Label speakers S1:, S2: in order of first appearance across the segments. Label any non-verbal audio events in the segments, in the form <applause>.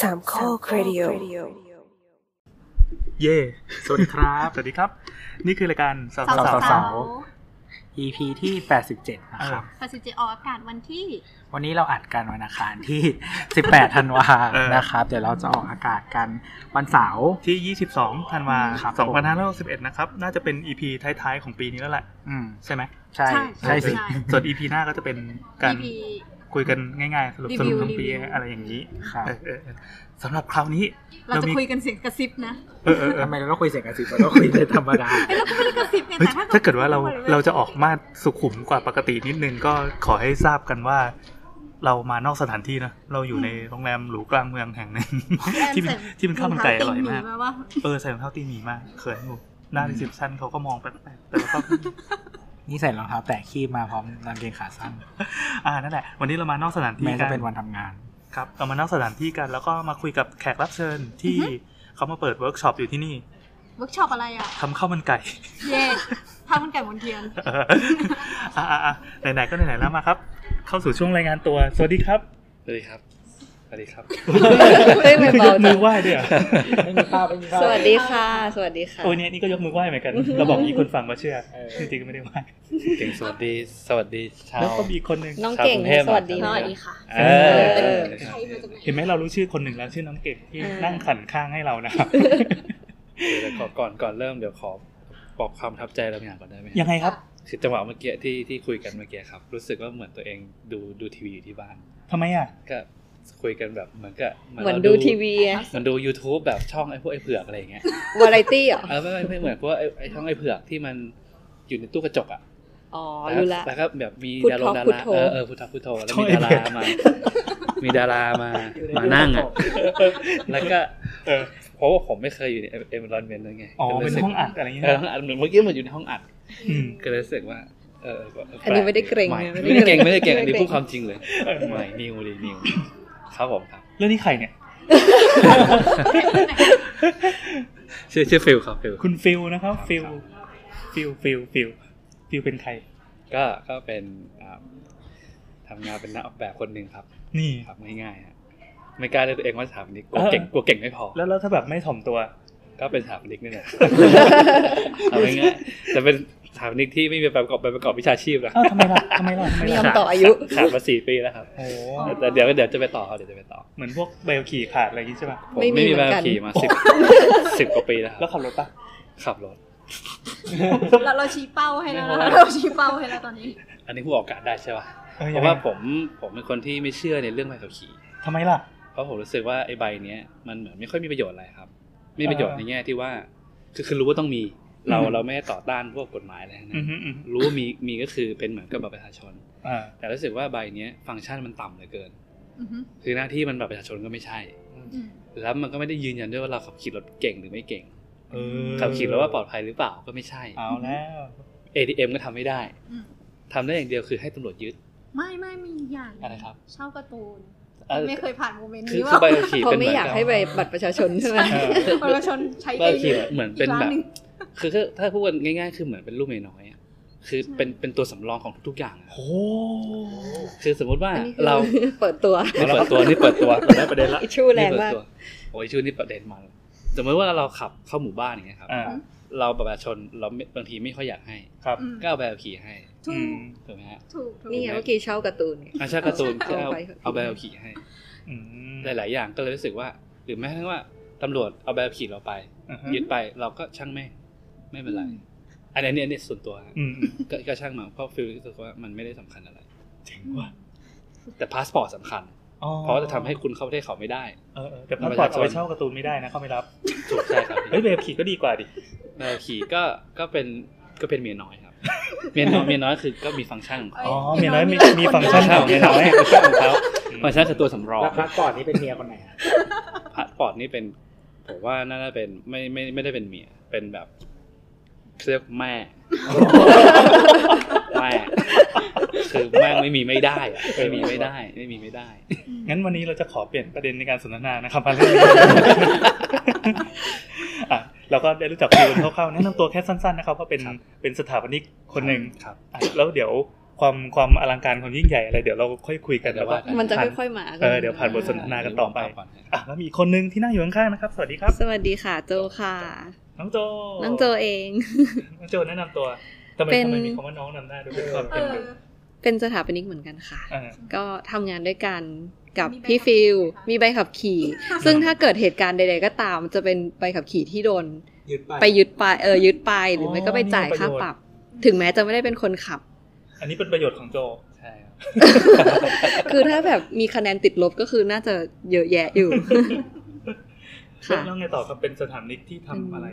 S1: สามข้อครดิโอ
S2: เย่
S3: สวัสดีครับ
S2: สวัสดีครับ นี่คือรายการสาว
S3: สาว
S2: สาว
S3: สา
S2: สาว ว
S3: EP ที่ 87 นะครับ
S4: ปัสสิจิออกอากาศวันที่
S3: วันนี้เราอัดกันวันอังคารที่ 18 ธันวา
S2: เออ
S3: นะครับ เดี๋ยวเราจะออกอากาศกันวันเสาร์
S2: ที่ 22ธันวา
S3: ครับ
S2: สองพันห้าร้อยหกสิบเอ็ดนะครับ น่าจะเป็น EP ท้ายๆ ของปีนี้แล้วแหละ
S3: อืม
S2: ใช่ไหม
S3: ใช่
S4: ใช่
S3: ใช่สิ
S4: ใช่
S2: ส่วน EP หน้าก็จะเป็นการ
S4: EP
S2: คุยกันง่ายๆ สรุป
S4: รีวิว
S2: สรุปทั้งปี
S4: รีวิว
S2: อะไรอย่างนี้
S3: ครับ
S2: เออเออเออสำหรับคราวนี้
S4: เราจะคุยกันเสียงกระซิบนะ
S2: เออเออเออ
S3: ทำไมเราต้องคุยเสียงกระสิบเราต้องคุยในธรรมดา
S4: เอ้ยเราก็ไม่ได้กระซิบไง
S2: เฮ้ย
S4: แต่ถ้า
S2: ถ้าเกิดว่าเรา
S4: พูด
S2: เราจะออกมาสุขุมกว่าปกตินิดนึงก็ขอให้ทราบกันว่า เรามานอกสถานที่นะ เราอยู่ในโรงแรมหรูกลางเมืองแห่งหนึ่งที่มันที่มันข้าวมันไก่อร่อยมาก
S4: แปลว่า
S2: เออใส่รองเท้าตีหมีมากเขินอยู่หน้ารีเซพชันเขาก็มองแปลกๆแต่เราก็ <laughs>
S3: นี่ใส่รองเท้าแตะขี้มาพร้อมกางเกงขาสั้น
S2: อ่านั่นแหละ วันนี้เรามานอกสถานที่
S3: แม้
S2: กั
S3: จะเป็นวันทำงาน
S2: ครับเรามานอกสถานที่กันแล้วก็มาคุยกับแขกรับเชิญที่เขามาเปิดเวิร์กช็อปอยู่ที่นี่
S4: เวิร์กช็อปอะไรอ่ะ
S2: ทำข้าวมันไก่ <laughs>
S4: เย่ถ้ามันไก่บนเทียน
S2: อ่าอ่าไหนๆก็ไหนๆแล้วมาครับ เข้าสู่ช่วงรายงานตัว สวัสดีครับ
S5: สวัสดีครับ สวัสดีครับ
S6: ไม่ไม่
S2: นี่คือย
S6: เบาก จั
S2: มื
S6: ง
S2: อไหว้ด้วยเหรอ
S3: ไม่มีภาพไม่มีภาพ
S6: สวัสดีค่ะ สวัสดีค่ะ
S2: โอ้ยเนี่ยนี่ก็ยกมือไหว้เหมือนกันเราบอกมีคนฟังมาเชื่อ
S3: เออ
S2: จริงๆก็ไม่ได้ไหว้
S5: เก่งสวัสดี สวัสดีชาว
S2: แล้วก็มีคนหนึ่ง
S6: น้องเก่ง
S5: ชากรุทพ
S6: สวัสดี
S5: หน่อย
S6: นะ
S5: ครับ
S4: ค่ะ
S5: เออ
S6: เออ
S2: เห็นไหมเรารู้ชื่อคนหนึ่งแล้วชื่อน้องเก่งที่
S6: เออ
S2: นั่งขันข้างให้เรานะครับ
S5: เดี๋ยวขอก่อนก่อนเริ่มเดี๋ยวขอบอกความประทับใจเราอย่างก่อนได้ไหม
S2: ยังไงครับ
S5: คือจังหวะเมื่อกี้ที่ที่คุยกันเมื่อกี้ครับ รู้สึกว่าเหมือนตัวเองดูดูทีวีอยู่ที่บ้าน
S2: ทำไมอ่ะ
S5: ก็คุยกันแบบเหมือนกับ
S6: เหมือน
S5: รา
S6: ดูทีวีอะ
S5: เหมือนดู YouTube แบบช่องไอ้พวกไอ้เผือกอะไรอย่างเงี้ยว
S6: าไรตี้เหรอ
S5: เออไม่ไม่ไม่เหมือนพวกไอ้ไอ้ช่องไอ้เผือกที่มันอยู่ในตู้กระจกอ่ะ
S6: อ๋อ
S5: แล้ว
S6: รู้ละ
S5: แล้วก็แบบมี
S6: พุท
S5: ดา
S6: โธ
S5: ราดา
S6: พุท
S5: รา
S6: โธ
S5: เออเออพุทธะพุทโธแล้วมี
S2: ช่องไอ้
S5: ดา
S2: เผื
S5: รา
S2: อก
S5: มา มีดารามามานั่งอ่ะ แล้วก็
S2: เออ
S5: เพราะว่าผมไม่เคยอยู่ในเอเมรอนเมนต์ไง
S2: อ๋อ
S5: ก็ล
S2: เป็น
S5: ยรู้สึก
S2: ห้องอัดอะไรอย่างเงี้ย
S5: เออห้องอัดเหมือนเมื่อกี้เหมือนอยู่ในห้องอัด
S2: อืม
S5: ก็เลยรู้สึกว่าเออแบบ
S6: อันนี้ไม่ได้เกรง
S5: ใหม่
S6: นะไม่
S5: ไม่
S6: ได้
S5: ได้เกรง งไม่ได้
S6: เกร
S5: เกรงอันนี้
S6: ไม่ได้เกรง
S5: พูดความจริงเลย
S2: เออ
S5: ใหม่นิวดีนิวครับผมครับ
S2: เรื่องนี้ใครเนี่ย
S5: ชื่อชื่อฟิลครับฟิล
S2: คุณฟิลนะครับ
S5: ครับ
S2: ฟิล ฟิล ฟิล ฟิล ฟิลเป็นใคร
S5: ก็ก็เป็นอ่าทำงานเป็นนักออกแบบคนหนึ่งครับ
S2: นี่
S5: ครับง่ายๆฮะไม่กล้าเรียกตัวเองว่าสถาปนิกกลัว
S2: เออ
S5: เก่งกลัวเก่งไม่พอ
S2: แล้วแล้วถ้าแบบไม่ถ่อมตัว
S5: ก็เป็นสถาปนิกนี่แหละ เอาง่ายๆแต่เป็นสถาปนิกที่ไม่มีใบประกอบใบประกอบวิชาชีพนะ
S2: เอ้าวทำไมล่ะทำไมล่ะทำไม
S6: ไม่ย
S2: ล่ะ
S6: อมต่ออายุ
S5: ขาดมาสี่ปีแล้วครับ
S2: โอ้โห
S5: แต่เดี๋ยวเดี๋ยวจะไปต่อครับเดี๋ยวจะไปต่อ
S2: เหมือนพวกใบขับขี่ขาดอะไรอย่างงี้ใช่ป่ะ
S5: ผม
S6: ไม่มี
S5: ไม่มี
S6: เห
S5: ใบ
S6: มือนกัน
S5: ขับขี่มาสิบ สิบกว่าปีแล้วค
S2: แล้ว
S5: รับ
S2: ขับรถป่ะ
S5: ขับรถ
S4: เราเราชี้เป้าให้แล้วนะคะเราชี้เป้าให้แล้วตอนนี้
S5: อันนี้ผู้ออกอากาศได้ใช่ป่ะ
S2: เออ
S5: เพ
S2: ยัง
S5: ราะ
S2: ไง
S5: ว่าผมผมเป็นคนที่ไม่เชื่อในเรื่องใบขับขี่
S2: ทำไมล่ะ
S5: เพราะผมรู้สึกว่าไอ้ใบเนี้ยมันเหมือนไม่ค่อยมีประโยชน์อะไรครับ ไม่มีประโยชน์ในแง่ที่ว่าคือคือรู้ว่าต้องมีเรา
S2: อือฮึ
S5: เราไม่ได้ต่อต้านพวกกฎหมายอะไรทั้ง
S2: อืม
S5: นะ
S2: ฮึอืมฮึ
S5: รู้ว่ามีมีก็คือเป็นเหมือนกับบัตรประชาชน
S2: อ่า
S5: แต่รู้สึกว่าใบเนี้ยฟังก์ชันมันต่ำเหลือเกิน
S4: อือฮึ
S5: คือหน้าที่มันบัตรประชาชนก็ไม่ใช่
S4: อืม
S5: แล้วมันก็ไม่ได้ยืนยันด้วยว่าเราขับขี่รถเก่งหรือไม่เก่ง
S2: เออ
S5: ขับขี่แล้วว่าปลอดภัยหรือเปล่าก็ไม่ใช่
S2: เอาแล้ว
S5: ATM ก็ทำไม่ได้
S4: อืม
S5: ทำได้อย่างเดียวคือให้ตำรวจยึด
S4: ไม่ไม่มีอย่าง
S5: อะไรครับ
S4: เช่าการ์ตูน
S5: เอ่อ
S4: ไม่เคยผ่านโมเมนต์
S5: คือ
S4: นี้
S5: คือ
S4: ว่า
S5: ใบขับขี่
S6: เพราะ
S5: เป็น
S6: ไม่
S5: เหมือ
S6: อน ยาก
S5: กับ
S6: ให้ใบบัตรประชาชนใช่ไหม
S4: ประชาชนใช้
S5: ใบขับขี่
S4: เยอะ
S5: เหมือนเป็น
S4: อีก
S5: แบ
S4: ร้า
S5: บ
S4: หง
S5: คือคือถ้าพูดกันง่ายๆ คือเหมือนเป็นลูกเมียน้อยอะคือเป็นเป็นตัวสำรองของทุกๆอย่างอะ
S2: โอ้
S5: คือสมมติว่า
S6: อันนี้คือ
S5: เรา
S6: เปิดตัว
S5: นี่เปิดตัวนี่เปิดตัวเปิดได้ประเด็นละ
S6: อิชชูแรงมา
S5: นี่เปิด
S6: ก
S5: ตัวโอ้ยอิชชูนี่ประเด็นมันสมมติว่าเราขับเข้าหมู่บ้านอย่างเงี้ยครับ
S2: อ่า
S5: เราบัตรประชาชนเราไม่บางทีไม่ค่อยอยากให้
S2: ครับ
S4: อืม
S5: ก็เอาใบขับขี่ให้
S4: ถู
S2: อื
S4: ก
S2: ม
S5: ถูกไหมฮะ
S4: ถูกถูก
S6: นี่ไงเมื่อกี้เช่าการ์ตูนไง
S5: อาชาการ์ตูน
S6: เอา
S5: ก็เอา
S6: ไป
S5: เอาใบขับขี่ให้
S2: อืม
S5: หลาย ๆ อย่างก็เลยรู้สึกว่า หรือแม้กระทั่งว่าตำรวจเอาใบขับขี่เราไป
S2: อ่าฮะ
S5: ยึดไปเราก็ช่างแม่งไม่เป็นไร
S4: อืม
S5: อันนี้อันนี้อันนี้ส่วนตัวฮะ
S2: อืมอืม
S5: ก็ก็ช่างมาเพราะฟิลรู้สึกว่ามันไม่ได้สำคัญอะไร
S2: เจ๋งว่ะ
S5: แต่พาสปอร์ตสำคัญ
S2: อ๋อ
S5: เพราะจะทำให้คุณเข้าประเทศเขาไม่ได้
S2: เออเออแต่พาสปอร์ตเอาไปเช่าการ์ตูนไม่ได้นะเขาไม่รับ
S5: ถูกใช่ครับ
S2: เฮ้ยใบขับขี่ก็ดีกว่าดิ
S5: ใบขับขี่ก็ก็เป็นก็เป็นเมียน้อยครับ เมียน้อยเมียน้อยคือก็มีฟังก์ชันของเขา
S2: อ๋อ
S4: เอ้ย
S2: เมียน้อยมีมี
S4: ค
S2: ฟังก์ชัน
S4: ได้
S2: ของเมียน้อย <laughs>
S5: ฟังก์ชันของเขาฟังก์ชันคือตัวสำรอง
S3: แล้วพักก่อนนี่เป็นเมียคนไหนอะ
S5: พาสปอร์ตนี่เป็นผมว่าน่าจะเป็นไม่ไม่ไม่ได้เป็นเมียเป็นแบบเรียกแม่ <laughs> แม่คือแม่งไม่มีไม่ได้อะไม่มีไม่ได้ ไม่มีไม่ได้
S2: งั้นวันนี้เราจะขอเปลี่ยนประเด็นในการสนทนานะครับมาเรื่องนี้ <laughs> อ่ะเราก็ได้รู้จักฟิวคร่าวๆแนะนำตัวแค่สั้นๆนะครับว่าเป็น
S5: ครับ
S2: เป็นสถาปนิกคนหนึ่ง
S5: ครับ
S2: อ่ะแล้วเดี๋ยว ความความอลังการความยิ่งใหญ่อะไรเดี๋ยวเราค่อยคุยกัน
S5: เดี๋ยวว่ากั
S6: มันจะ
S2: ผ่า
S6: ค่อยๆมา
S2: เออเดี๋ยวผ่านบทสนทนากันต่อไป
S5: ก่น
S2: อ่ะแล้วมีอีกคนนึงที่นั่งอยู่ข้างๆนะครับ สวัสดีครับ
S6: สวัสดีค่ะโจค่ะ
S2: น้องโจ
S6: น้องโจเอง <laughs>
S2: น้องโจแนะนำตัวทำไม
S6: เป็น
S2: ทำไมมีคำว่าน้องนำหน้าด้วยเป็นความ
S4: เอ
S2: เป็น
S4: อ
S6: เป็นสถาปนิกเหมือนกันค่ะ
S2: อ่า
S6: ก็ทำงานด้วยกันกับ
S4: มีใบขับ
S6: พี่ฟิล
S4: ขี่ไหมคะ
S6: มีใบขับขี่ ซึ่งถ้าเกิดเหตุการณ์ใดๆก็ตาม จะเป็นใบขับขี่ที่โดน
S2: ยึดไป
S6: ไปยึดไปเออยึดไปหรืออ
S2: อ
S6: ไม่ก็ไปจ่าย
S2: นี่เป็นประโย
S6: ค่า
S2: ชน์
S6: ปรับ ถึงแม้จะไม่ได้เป็นคนขับ
S2: อันนี้เป็นประโยชน์ของโจ
S5: ใช่ครับ
S6: คือถ้าแบบมีคะแนนติดลบก็คือน่าจะเยอะแยะอยู่ <laughs>
S2: แล้
S6: ค่ะ
S2: วแล้วไงต่อครับเป็นสถานิกที่ทำอะไร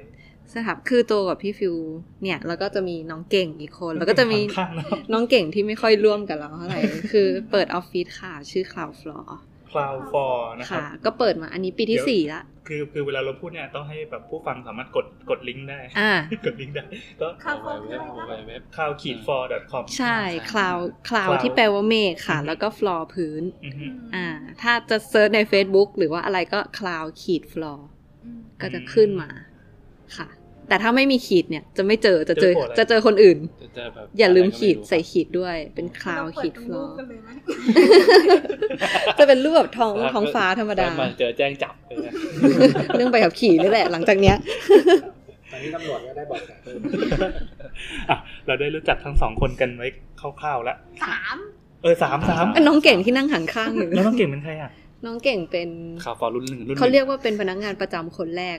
S6: สถาปคือโตกับพี่ฟิวเนี่ย แล้วก็จะมีน้องเก่งอีกคน แล้วก็จะมี
S2: ข้างๆนะ
S6: น้องเก่งที่ไม่ค่อยร่วมกับเราเท่าไหร่ คือเปิดออฟฟิศค่ะ ชื่อ Cloud Floor
S2: คลาวฟอร์นะครับ
S6: ค่ะ ก็เปิดมาอันนี้ปีที่
S2: เดี๋ยว
S6: สี่ละ
S2: คือคือเวลาเราพูดเนี่ยต้องให้แบบผู้ฟังสามารถกดกดลิงก์ได้
S6: อ่า
S2: <laughs> กดลิงก์ได้ ก็
S4: ครั
S5: เอา
S4: บ
S5: ไว้เว็บเอาไว้เว็บ
S2: คลาวขีดฟอร์ดอทคอม
S6: ใช่ Cloud Cloud
S2: Cloud
S6: ที่แปลว่าเมฆค่ะ
S2: อืม
S6: แล้วก็ Floor พื้น อ่า ถ้าจะเซิร์ชใน Facebook หรือว่าอะไรก็ Cloud ขีด Floor
S4: อืม
S6: ก็จะขึ้นมาค่ะ แต่ถ้าไม่มีขีดเนี่ยจะไม่เจอจะเจอ
S2: เจอโผล่อะไร
S6: จะเจอคนอื่น
S5: จะเจอแบบ
S6: อย่าลืม
S5: ะไรก็ไ
S6: ขีดใส่ขีดด้วย เป็นคลาว
S4: เเปิ
S6: ขีด
S4: ดู
S6: ฟล
S4: รู
S6: อ
S4: ปกันเลยไหม
S6: จะเป็นรูปแบบท้อง
S5: รู้ครับ
S6: ท้องฟ้าธรรมดา
S5: ถ้มาเจอแจ้งจับเลยนะ
S6: เรื่องไปกับขี่นี่แหละหลังจากเนี้ย
S7: ตอนนี้ตำรวจก็ได้เบอกแสเพิ่ม
S2: <laughs> อ่ะเราได้รู้จักทั้งสองคนกันไว้คร่าวๆแล้ว
S4: สาม
S2: เออสาม
S6: <laughs>
S2: สาม
S6: น้องเก่งที่นั่งหันข้างอยู่
S2: แล้วน้องเก่งเป็นใครอ่ะ
S6: น้องเก่งเป็น
S5: ข่าวฟอร์รุ่นหนึ่งรุ่นหนึ่ง
S6: เขาเรียกว่าเป็นพนักงานประจำคนแรก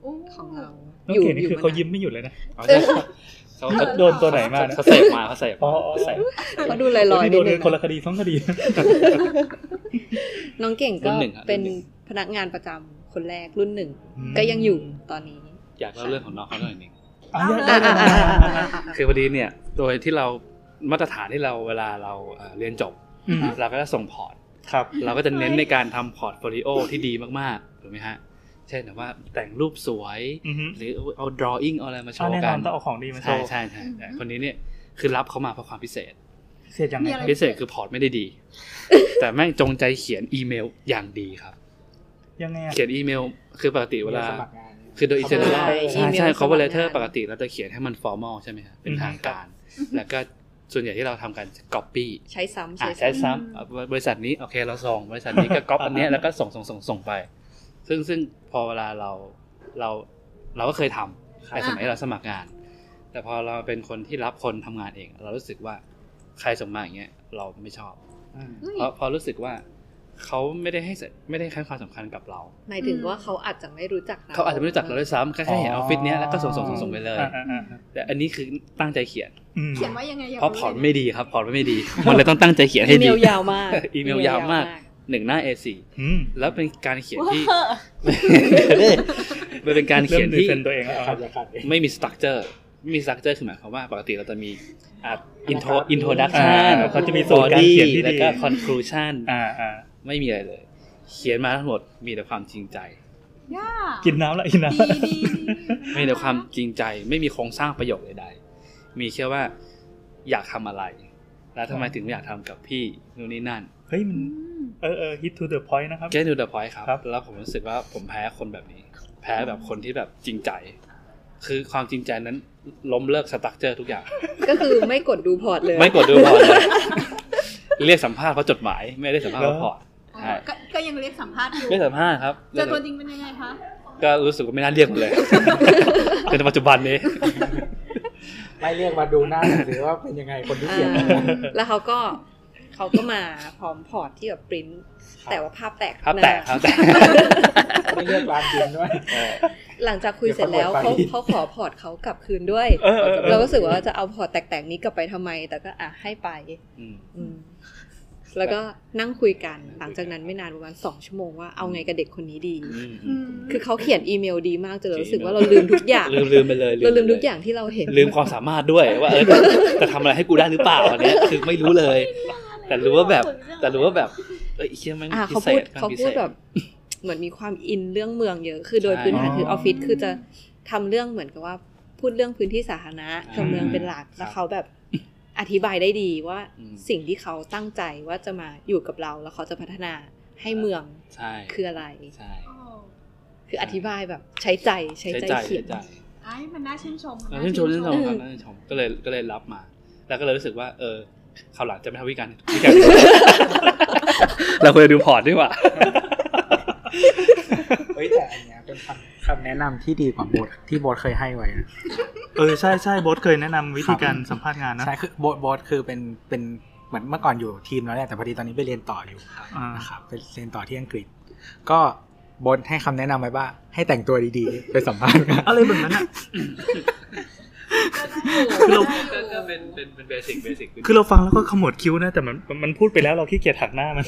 S4: โอ้
S6: ของเรา
S2: น้องเก่งนี่คือเขา
S6: นน
S2: ยิ้มไม่หยุดเลยนะ
S5: เอาใช่เขา
S2: โดนโดนตัวไหนมานะ
S5: เขาเสพมาเขาเสพ
S2: อ๋อ
S5: มา
S2: อ๋อ
S5: เขาเสพ
S6: เขาดูลอยๆ
S2: โดน
S6: นิดนึง
S2: คนละคดีท้องคดี
S6: น้องเก่งก็
S5: รุ่นหนึ่งครับ
S6: เป็น
S5: รุ่นหนึ่ง
S6: พนักงานประจำคนแรกรุ่นหนึ่ง
S2: อืม
S6: ก็ยังอยู่ตอนนี้
S5: อยากเล่าเรื่องของน้องเขาหน่อยหนึง
S2: อ่ะได้ได้ได้ได้
S5: คือพอดีเนี่ย โดยที่เรามาตรฐานที่เราเวลาเราเอ่อเรียนจบ
S2: อืม
S5: เราก็จะส่งพอร์ต
S2: ครับ
S5: เราก็จะเน้นในการทำพอร์ตโฟลิโอที่ดีมากๆถูกไหมฮะ เช่นแบบว่าแต่งรูปสวย
S2: อือฮึ
S5: หรือเอา drawing เอาอะไรมาโช
S2: อ่ะ
S5: ว์
S2: แน่น
S5: กั
S2: อน นต้องเอาของดีมาโช
S5: ใช่
S2: ว์
S5: ใช่ใช่แต่คนนี้เนี่ยคือรับเขามาเพราะความพิเศษ
S2: เสียยังไง
S4: มีอะไร
S5: พิเศษคือพอร์ตไม่ได้
S2: <laughs>
S5: ดี แต่แม่งจงใจเขียนอีเมลอย่างดีครับ
S2: ยังไงอ่ะ
S5: เขียนอีเมลคือปกติเวลา
S7: สมัครงาน
S5: คือโดยอินเทอร์เน็ต
S6: ใช่
S5: ใช่ใช่
S6: email
S5: เขาเวลาเธอ
S6: สมัครงาน
S5: ปกติเราจะเขียนให้มันฟอร์มอลใช่ไหมครับเป็น
S2: อืม
S5: ทางการ แล้วก็ส่วนใหญ่ที่เราทำกันจะ copy
S6: ใช้ซ้ำ
S5: อ่ะ
S6: ใช้
S5: ใช้
S6: ซ้ำ
S5: ซ้ำอ่ะบริษัทนี้โอเคเราส่งบริษัทนี้ก็ ก๊อปอันเนี้ยแล้วก็ส่งส่งส่งส่งไป ซึ่งซึ่งพอเวลาเราเราเราก็เคยทำในสมัยเราสมัครงาน แต่พอเราเป็นคนที่รับคนทำงานเอง เรารู้สึกว่าใครส่งมาอย่างเงี้ยเราไม่ชอบ
S4: อุ้ย
S5: เพราะเพราะรู้สึกว่าเขาไม่ได้ให้สไม่ได้ให้ความสำคัญกับเรา
S6: หมายถึงว่าเขาอาจจะไม่รู้จักเรา
S5: เขาอาจจะไม่รู้จักเราด้วยซ้ำแค่แค่เห็นออฟฟิศเนี้ยแล้วก็ส่งส่งส่งส่งไปเลย
S2: อ่ะอ่ะอ่ะ
S5: แต่อันนี้คือตั้งใจเขียน
S2: อืม
S4: เขียนว่ายังไงยาก
S5: เพราะพอร์ต
S4: ลยน
S5: ไม่ดีครับพอร์ตไม่ดีมันเลยต้องตั้งใจเขียนให้
S6: อีเม
S5: ดี
S6: ลยาวมาก
S5: อีเมลยาวมากหนึ่งหน้า A4
S2: อืม
S5: แล้วเป็นการเขียนที่
S4: เว้อ
S5: มันเป็นการ
S2: เริ่
S5: เขีย
S2: ม
S5: น
S2: ดี
S5: ที่
S2: เซนตัวเองแล้ว
S7: ขัดอย่าขัด
S5: ไม่มีสตั๊กเจอร์ไม่มีสตั๊กเจอร์คือหมายความว่าปกติเราจะมีอ่ะอินโทรอินโทรดัก
S2: อ่า
S5: ชัน
S2: เขาจะมีส่วนการเขียนที่
S5: แล้ว
S2: ดี
S5: ก็คอนคลูชัน
S2: อ่าอ่า
S5: ไม่มีอะไรเลย เขียนมาทั้งหมดมีแต่ความจริงใจ
S4: ย่า
S2: กินน้ำละกินน้ำ
S4: ดี
S2: ละ
S4: ดีดี
S5: ไม่ในความจริงใจไม่มีโครงสร้างประโยคใดๆ มีแค่ว่าอยากทำอะไร แล้วทำไมถึงอยากทำกับพี่นู่นนี่นั่น
S2: เฮ้ยมัน
S4: อืม
S2: เออเออ hit to the point นะครับ
S5: get to the point ครับ
S2: ครับ
S5: แล้วผมรู้สึกว่าผมแพ้คนแบบนี้ แพ้แบบคนที่แบบจริงใจ คือความจริงใจนั้นล้มเลิกสตั๊กเจอร์ทุกอย่าง <laughs>
S6: ก็คือไม่กดดูพอร์ตเลย
S5: ไม่กดดูพอร์ตเลย <laughs> เรียกสัมภาษณ์เพราะจดหมาย ไม่ได้สัมภาษณ์เพราะพอร์ต
S4: อ๋อ
S5: ใช่
S4: ก็ก็ยังเรียกสัมภาษณ์อยู่
S5: ไม่สัมภาษณ์ครับ
S4: เจอตัวจริงเป็นยังไงคะ
S5: ก็รู้สึกว่าไม่น่าเรียก
S6: <laughs>
S5: มันเลย เป็นปัจจุบันนี้
S7: ไม่เรียกมาดูหน้าหรือว่าเป็นยังไงคนที่
S6: อ่า
S7: เขียน
S6: แล้วเขาก็เขาก็มาพร้อมพอร์ตที่แบบปริ้นท์แต่ว่าภาพแตก
S5: ครับแตกครับแตก
S7: ไม่เรียกร้านกินด้วย
S6: หลังจากคุยเสร็จแล้ว
S7: เดี๋
S6: เขา
S7: ยวคนเปิดไฟ
S6: เขาขอพอร์ตเขากลับคืนด้วย
S2: เออเออเออ
S6: เราก็รู้สึกว่าจะเอาพอร์ตแตกๆนี้กลับไปทำไม แต่ก็อ่ะให้ไป
S5: อืม
S6: อืมแล้วก็นั่งคุยกัน หลังจากนั้นไม่นานประมาณสองชั่วโมงว่าเอาไงกับเด็กคนนี้ดี
S5: อืม
S6: คือเขาเขียนอีเมลดีมากจนเรารู้สึกว่าเราลืมทุกอย่าง
S5: ลืมลืมไปเลย
S6: เราลืม
S5: ไป
S6: ทุกอย่างที่เราเห็น
S5: ลืมความสามารถด้วยว่าเออจะจะทำอะไรให้กูได้หรือเปล่าอันเนี้ยคือไม่รู้เลย แต่รู้ว่าแบบ แต่รู้ว่าแบบเอ้ยไอ้เชี่ยแมัน
S6: อ่า
S5: พิ
S6: เขา
S5: เศ
S6: พู
S5: ษมั
S6: ด
S5: น
S6: เขา
S5: พิ
S6: พู
S5: เศ
S6: ด
S5: ษ
S6: แบบ <laughs> เหมือนมีความอินเรื่องเมืองเยอะ คือโดย
S5: ใช่
S6: พื้นฐานคืออ
S2: อ
S6: อฟฟิศคือจะทำเรื่องเหมือนกับว่าพูดเรื่องพื้นที่สาธารณะ
S5: อ่า
S6: กับเมืองเป็นหลักแล้วเขาแบบอธิบายได้ดีว่า
S5: อืม
S6: สิ่งที่เขาตั้งใจว่าจะมาอยู่กับเรา แล้วเขาจะพัฒนาให้เมือง
S5: ใช่
S6: คืออะไร
S5: ใช่
S6: คืออธิบายแบบใช้ใจใช้
S5: ใช้
S6: ใจ
S5: ใจ
S6: เขีย
S5: ใช้
S6: น
S5: ใจ
S4: ไอ้มันน่าชื่นชม
S5: เราชื่นชมชื่นชม
S6: เอ
S5: ค
S6: อ
S5: รับน่าชื่นชมก็เลยก็เลยรับมา แล้วก็เลยรู้สึกว่า เออ เขาวหลังจะไม่ทำวิการวิจารณ์ เราควรจะดูพอร์ตดีกว่า
S7: เฮ้ยแต่อันเนี้ยเป็นคำคำแนะ
S3: แนะ
S7: น
S3: นำที่ดีกว่าโบทที่โบทเคยให้ไว้นะ
S2: เออใช่ใช่โบอสเคยแนะนำวิธีการ
S3: ครับ
S2: สัมภาษณ์งานนะ
S3: ใช่คือโบทโบทคือเป็นเป็นเหมือนเมื่อก่อนอยู่ทีมแล้วแหละแต่พอดีตอนนี้ไปเรียนต่ออยู่
S2: อ่าน
S3: นะครับไปเรียนต่อที่อังกฤษ ก็โบทให้คำแนะนำไว้ว่า ให้แต่งตัวดีๆ ไปสัมภาษ <laughs> ณ์งาน
S2: อะไรแบบนั้นอ่ะ คือเรา
S5: ก็เป็นเป็นเป็นเบสิกเบสิก
S2: คือเราฟังแล้วก็ขมวดคิ้วนะ แต่มันมันพูดไปแล้วเราขี้เกียจหักหน้า <laughs> มัน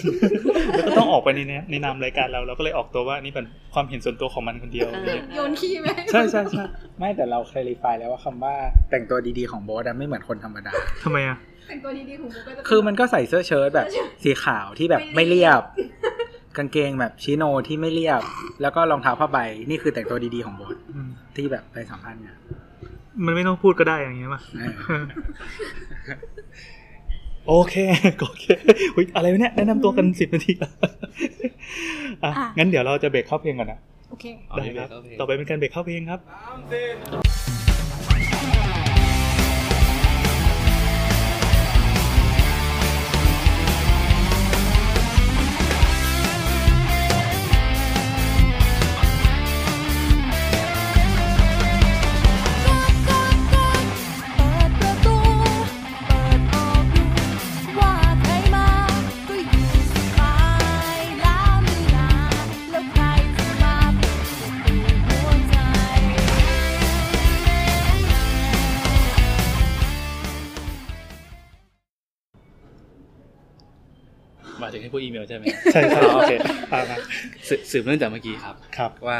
S2: แล้วก็ต้องออกไปในเนี้ยในนามรายการเราเราก็เลยออกตัวว่านี่เป็นความเห็นส่วนตัวของมันคนเดียวอะไรเงี้ย
S4: โยนขี้ไหม
S2: ใช่ใช่ใช่
S3: ำไม่แต่เราเคลีฟายแล้วว่าคำว่าแต่งตัวดีๆของโบทอะไม่เหมือนคนธรรมดา
S2: ทำไมอ่ะ
S4: แต่งตัวดีๆของกูก็จะเป็
S3: คือมันก็ใส่เสื้อเชิ้ตแบบสีขาวที่แบบไม่เรียบ กางเกงแบบชิโนที่ไม่เรียบ แล้วก็รองเท้าผ้าใบนี่คือแต่งตัวดีๆของโบทที่แบบไปสัมภาษณ์งาน
S2: มันไม่ต้องพูดก็ได้อย่างเงี้ยป่ะ
S3: เออ
S2: โอเค <laughs> โอเคอุ๊ยอะไรวะเนี่ย แนะน <laughs> ำตัวกันสิบนาทีแล้วอ่ะ งั้นเดี๋ยวเราจะเบรกเข้าเพลงก่อนนะ
S4: โอเค
S2: ได้ครับ ต่อไปเป็นการเบรกเข้าเพลงครับ
S8: เปิดประตู เปิดออกดูว่าใครมา ก็อยู่สบายล้ามือลาแล้วใครจะมาเป็นศัตรูหัวใจ
S5: มาถึงให้พูดอีเมลใช่ไหม
S2: ใช่ใช่
S5: อ๋อโอเค
S2: อ่ะมา
S5: สืบสืบเนื่องจากเมื่อกี้ครับ
S2: ครับ
S5: ว่า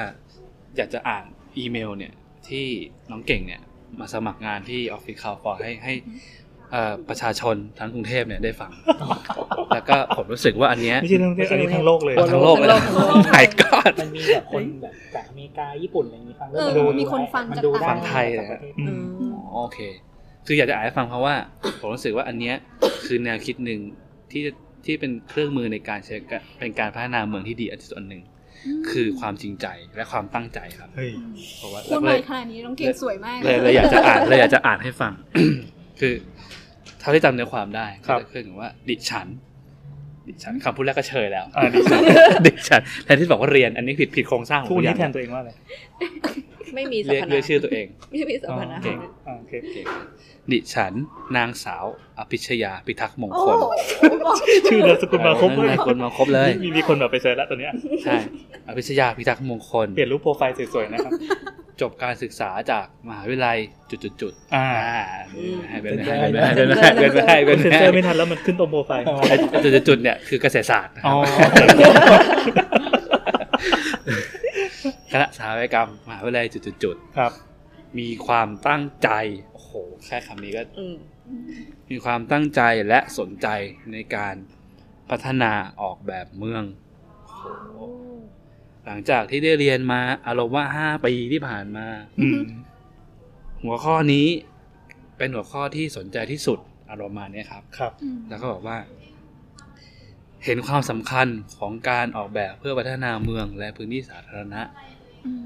S5: อยากจะอ่านอีเมลเนี่ยที่น้องเก่งเนี่ยมาสมัครงานที่ออฟฟิศคาวฟอร์ให้ให้เอ่อประชาชนทั้งกรุงเทพเนี่ยได้ฟัง
S2: <laughs>
S5: แล้วก็ผมรู้สึกว่าอันเนี้ย
S2: ไม่ใช่เรื่องเดียวอันนี้ทั้งโลกเลย
S5: เอาทั้งโลกเลยนะ <laughs> หายกอ
S7: ำ
S5: ด
S7: มันมีแบบคนแบบจากอเมริกาญี่ปุ่นอะไรอย่างนี้ฟัง
S4: เออ
S7: แล้ว
S4: มีคนฟัง
S7: มั
S4: จาก
S7: ดูด้
S5: ฝั่งไทยเลย
S7: จากประเทศ
S2: อืม
S5: โอเค คืออยากจะอ่านให้ฟังเพราะว่า ผมรู้สึกว่าอันเนี้ยคือแนวคิดหนึ่งที่ที่เป็นเครื่องมือในการใช้กะเป็นการพัฒนาเมืองที่ดีอันที่สุดอันหนึ่งคือความจริงใจและความตั้งใจครับ
S2: เฮ้ย
S5: เพราะว่า
S4: พูดมาขนาดนี้น้องเก่งสวยมาก
S5: เลยเลยอยากจะอ่านเลยอยากจะอ่านให้ฟัง <coughs> คือเท่าที่จำเนื้อความได้
S2: ครับ
S5: ก็จะขึ้นว่า ดิฉัน ดิฉันคำพูดแรกก็เชยแล้ว
S2: อ่าดิฉัน
S5: <laughs> ดิฉันแทนที่บอกว่าเรียน อันนี้ผิดผิดโครงสร้างของ
S2: ทุกวันนี้
S5: ทุก
S2: แท
S5: อย่าน ง
S2: ตัวเองว่าอะไร
S6: ไม่มีสร
S5: เรีย
S6: ร
S5: ก
S6: พนา
S5: เรียกชื่อตัวเอง
S6: ไม่มีสรรพนาม
S5: เก่ง
S2: อ่าโอเค
S5: เก่งดิฉันนางสาวอภิชยาพิทักษ์มง
S4: โอ้
S5: ค
S4: โห
S5: ล
S2: ชื่อนามสกุลมาครบเลย
S5: นามสกุลมาครบเลย
S2: มีมีคนแบบไปเซิร์ชแล้วตอนเนี้ย
S5: ใช่อภิชยาพิทักษ์มงคล
S2: เปลี่ยนรูปโปรไฟล์สวยๆนะครับ
S5: จบการศึกษาจากมหาวิทยาลัยจุดๆๆ
S2: อ่า
S5: อ่าให้เป็นให้เป็นให้เป็นให้เป็นให้เป็น
S2: เซ็น
S5: ให้
S2: เซอร์ไม่ทันแล้วมันขึ้นตรงโปรไฟล์
S5: ไอ้จุดจุดๆเนี่ยคือเกษตรศาสตร์นะค
S2: อ๋
S5: รั
S2: อบ โอเค
S5: <laughs> คณะสถาปัตยกรรมมหาวิทยาลัยจุดจุด
S2: ครับ
S5: ๆมีความตั้งใจโอ้โหแค่คำนี้ก็
S6: อืม <laughs>
S5: มีความตั้งใจและสนใจในการพัฒนาออกแบบเมืองโอ้โหหลังจากที่ได้เรียนมาอารมณ์ว่า 5 ปีที่ผ่านมา
S2: อืม
S5: หัวข้อนี้เป็นหัวข้อที่สนใจที่สุดอารมณ์ประมาณเนี้ยครับ
S2: ครับ
S4: อืม
S5: แล้วก็บอกว่า เห็นความสำคัญของการออกแบบเพื่อพัฒนาเมืองและพื้นที่สาธารณะ
S4: อืม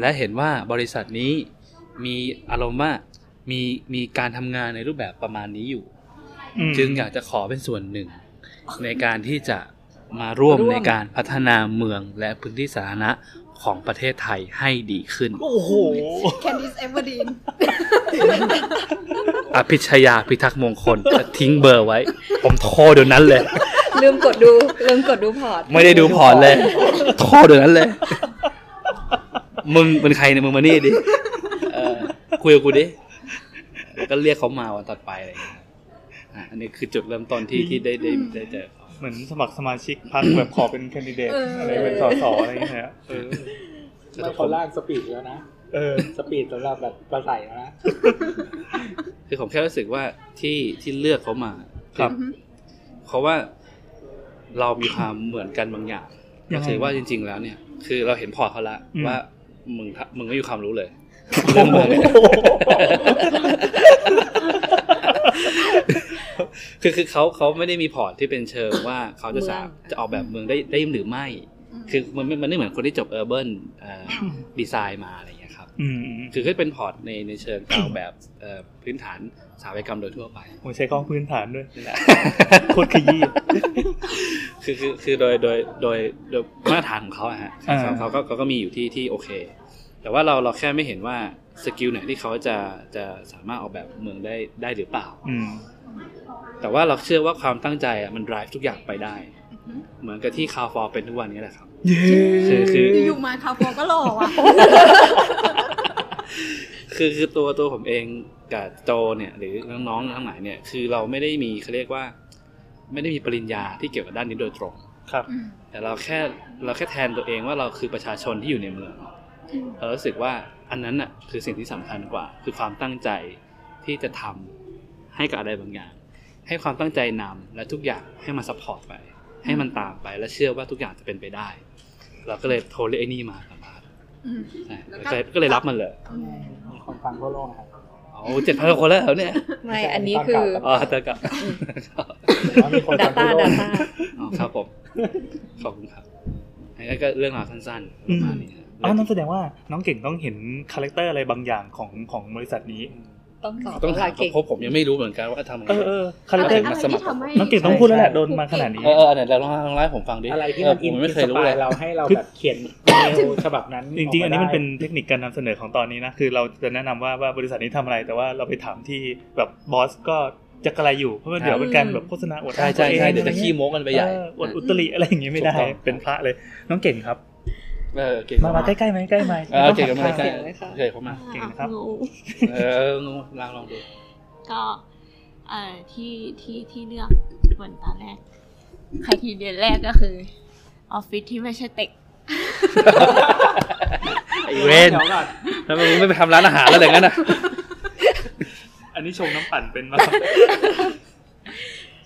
S5: และเห็นว่าบริษัทนี้มีอารมณ์ว่ามีมีการทำงานในรูปแบบประมาณนี้อยู่
S2: อืม
S5: จึงอยากจะขอเป็นส่วนหนึ่ง ในการที่จะมาร่วม
S6: ร่วม
S5: ในการพัฒนาเมืองและพื้นที่สาธารณะของประเทศไทยให้ดีขึ้น
S2: โอ้โห
S4: แคนดิสเอเวอร์ดีน
S5: อภิชยาพิทักษ์มงคลจะทิ้งเบอร์ไว้ ผมโทรเดี๋ยวนั้นเลย
S6: ลืมกดดู ลืมกดดูพอร์ต
S5: ไม่ได้ดูพอร์ตเลย โทษเดี๋ยวนั้นเลย มึงเป็นใครเนี่ยมึงมานี่ดิเออคุยกับกูดิแล้วก็เรียกเขามาวันต่อไปอะไรอย่างเงี้ยอ่ะอันนี้คือจุดเริ่มต้นที่ที่ได้ได้ได้เจอเขา
S2: เหมือนสมัครสมาชิกพรรคแบบขอเป็นแคนดิเดตอะไรเป็นสสอะไรอย่างเงี้ยเออ
S7: ไม่เขาล่างสปีดแล้วนะ
S2: เออ
S7: สปีดสำหรับแบบประใสแล้วนะ
S5: คือผมแค่รู้สึกว่าที่ที่เลือกเขามา
S2: ครับ
S5: เพราะว่าเรามีความเหมือนกันบางอย่าง
S2: ยังไง
S5: ก็คือว่าจริง ๆ แล้วเนี่ย คือเราเห็นพอร์ตเขาละ
S2: อืม
S5: ว่ามึงทำมึงไม่มีความรู้เลย
S2: โอ้โห
S5: <laughs> คือคือเขาเขาไม่ได้มีพอร์ตที่เป็นเชิงว่าเขาจะสาม
S6: เมือง
S5: จะออกแบบเมืองได้
S6: <coughs>
S5: ได้หรือไม่ คือมันมันไม่เหมือนคนที่จบเออร์เบิร์นดีไซน์มาอะไรอย่างเงี้ยครับ
S2: อืมอืม
S5: คือก็เป็นพอร์ตในในเชิงกล่าวแบบเอ่อพื้นฐานสถาปัตยกรรมโดยทั่วไป
S2: ผมใช้ข้องพื้นฐานด้วย
S5: นั่นแหละ
S2: โคตรขยี้
S5: <laughs> คือคือคือโดยโดยโดยโดยมาตรฐานของเขาอะฮะ
S2: อ่า
S5: เขาเขาก็เขาก็มีอยู่ที่ที่โอเค แต่ว่าเราเราแค่ไม่เห็นว่าสกิลไหนที่เขาจะจะสามารถออกแบบเมืองได้ได้หรือเปล่า
S2: อืม
S5: แต่ว่าเราเชื่อว่าความตั้งใจอะมัน drive ทุกอย่างไปได้ เหมือนกับที่คาฟอร์เป็นทุกวันนี้แหละครับ
S2: เย้
S5: คือคือ
S4: อยู่ๆมาคาวโปก็หล่อว่ะ
S5: คือคือตัวตัวผมเองกับโจเนี่ยหรือน้องๆทั้งหลายเนี่ย คือเราไม่ได้มีเขาเรียกว่า ไม่ได้มีปริญญาที่เกี่ยวกับด้านนี้โดยตรง
S2: ครับ
S5: แต่เราแค่เราแค่แทนตัวเองว่าเราคือประชาชนที่อยู่ในเมือง เรารู้สึกว่าอันนั้นน่ะคือสิ่งที่สำคัญกว่า คือความตั้งใจที่จะทำให้กับอะไรบางอย่าง ให้ความตั้งใจนำและทุกอย่างให้มันซัพพอร์ตไป ให้มันตามไปและเชื่อว่าทุกอย่างจะเป็นไปได้ เราก็เลยโทรเรียกไอ้นี่มากับบ้าน
S4: อืม
S5: ใช่แล้วก็เลยก็เลยรับมันเลย
S4: อืม
S7: มีคนฟังทั่วโลกนะครับ
S5: โอ้เจ็ดพันคนแล้วเหรอเนี่ย
S6: ไม่อันนี้คือ
S5: อ๋อแต่ก็ <laughs>
S7: ว่ามีคนฟัง
S6: Data
S7: ทั่วโลก
S6: Data
S5: อ๋อครับผมขอบคุณครับอันนี้ก็เรื่องราวสั้นๆประมาณนี้ฮะ
S2: อ้าวนั่นแสดงว่าน้องเก่งต้องเห็นคาแรคเตอร์อะไรบางอย่างของของบริษัทนี้
S6: ต้องตอบ
S5: ต้องถามเขา
S6: เวลเก่ง
S5: เพราะผมยังไม่รู้เหมือนกันว่าทำอะไร
S2: เออเออคาแร
S4: อะ
S2: ค
S4: ไร
S2: เตอร์
S4: อะไรที่ทำให้
S2: น้องเก่งต้องพูดแล้วแหละโดนมาขนาดนี้
S5: เออเออเดี๋ยวลองลองไลฟ์ผมฟังดิ
S7: อะไรที่มันอิน
S5: เผม
S7: อิ
S5: ไม่
S7: น
S5: เค
S7: ส
S5: ยรู้
S7: ปา
S5: เลย ย
S7: เราให้เราแบบเขียนเมลฉบับนั้น
S2: จริงๆ อันนี้มันเป็น
S7: กาได
S2: เทคนิคการนำเสนอของตอนนี้นะ คือเราจะแนะนำว่าว่าบริษัทนี้ทำอะไร แต่ว่าเราไปถามที่แบบบอสก็จะกระไรอยู่ เพราะว่าเดี๋ยวเป็นการแบบโฆษณาอวด
S5: ใช่ใช่ใช่เดี๋ยวจะขี้
S2: โม
S5: โม้กันไปใหญ่
S2: อวดอุตริอะไรอย่างงี้ไม่ได้
S5: ถูกต้อง
S2: เป็นพระเลย น้องเก่งครับ
S5: เออเก่ง
S2: มามาใกล้ๆไหมใกล้ไหม
S5: เออเก่งกันมา
S2: ต้อ
S5: ใกล้
S2: หั
S6: เสียงเลยค่ะ
S5: เก่งเข้ามา
S2: เก่งนะครับ
S5: เออลองลองลองดู
S9: ก็เอ่อที่ที่ที่เลือกเหมือนตอนแรกใครทีเดียนแรกก็คือออฟฟิศที่ไม่ใช่เต็ก
S5: ไอเวนแล้วมึงไม่ไปทำร้านอาหารแล้วอะไรงั้นอ่ะ
S2: อันนี้ชงน้ำปั่นเป็นมา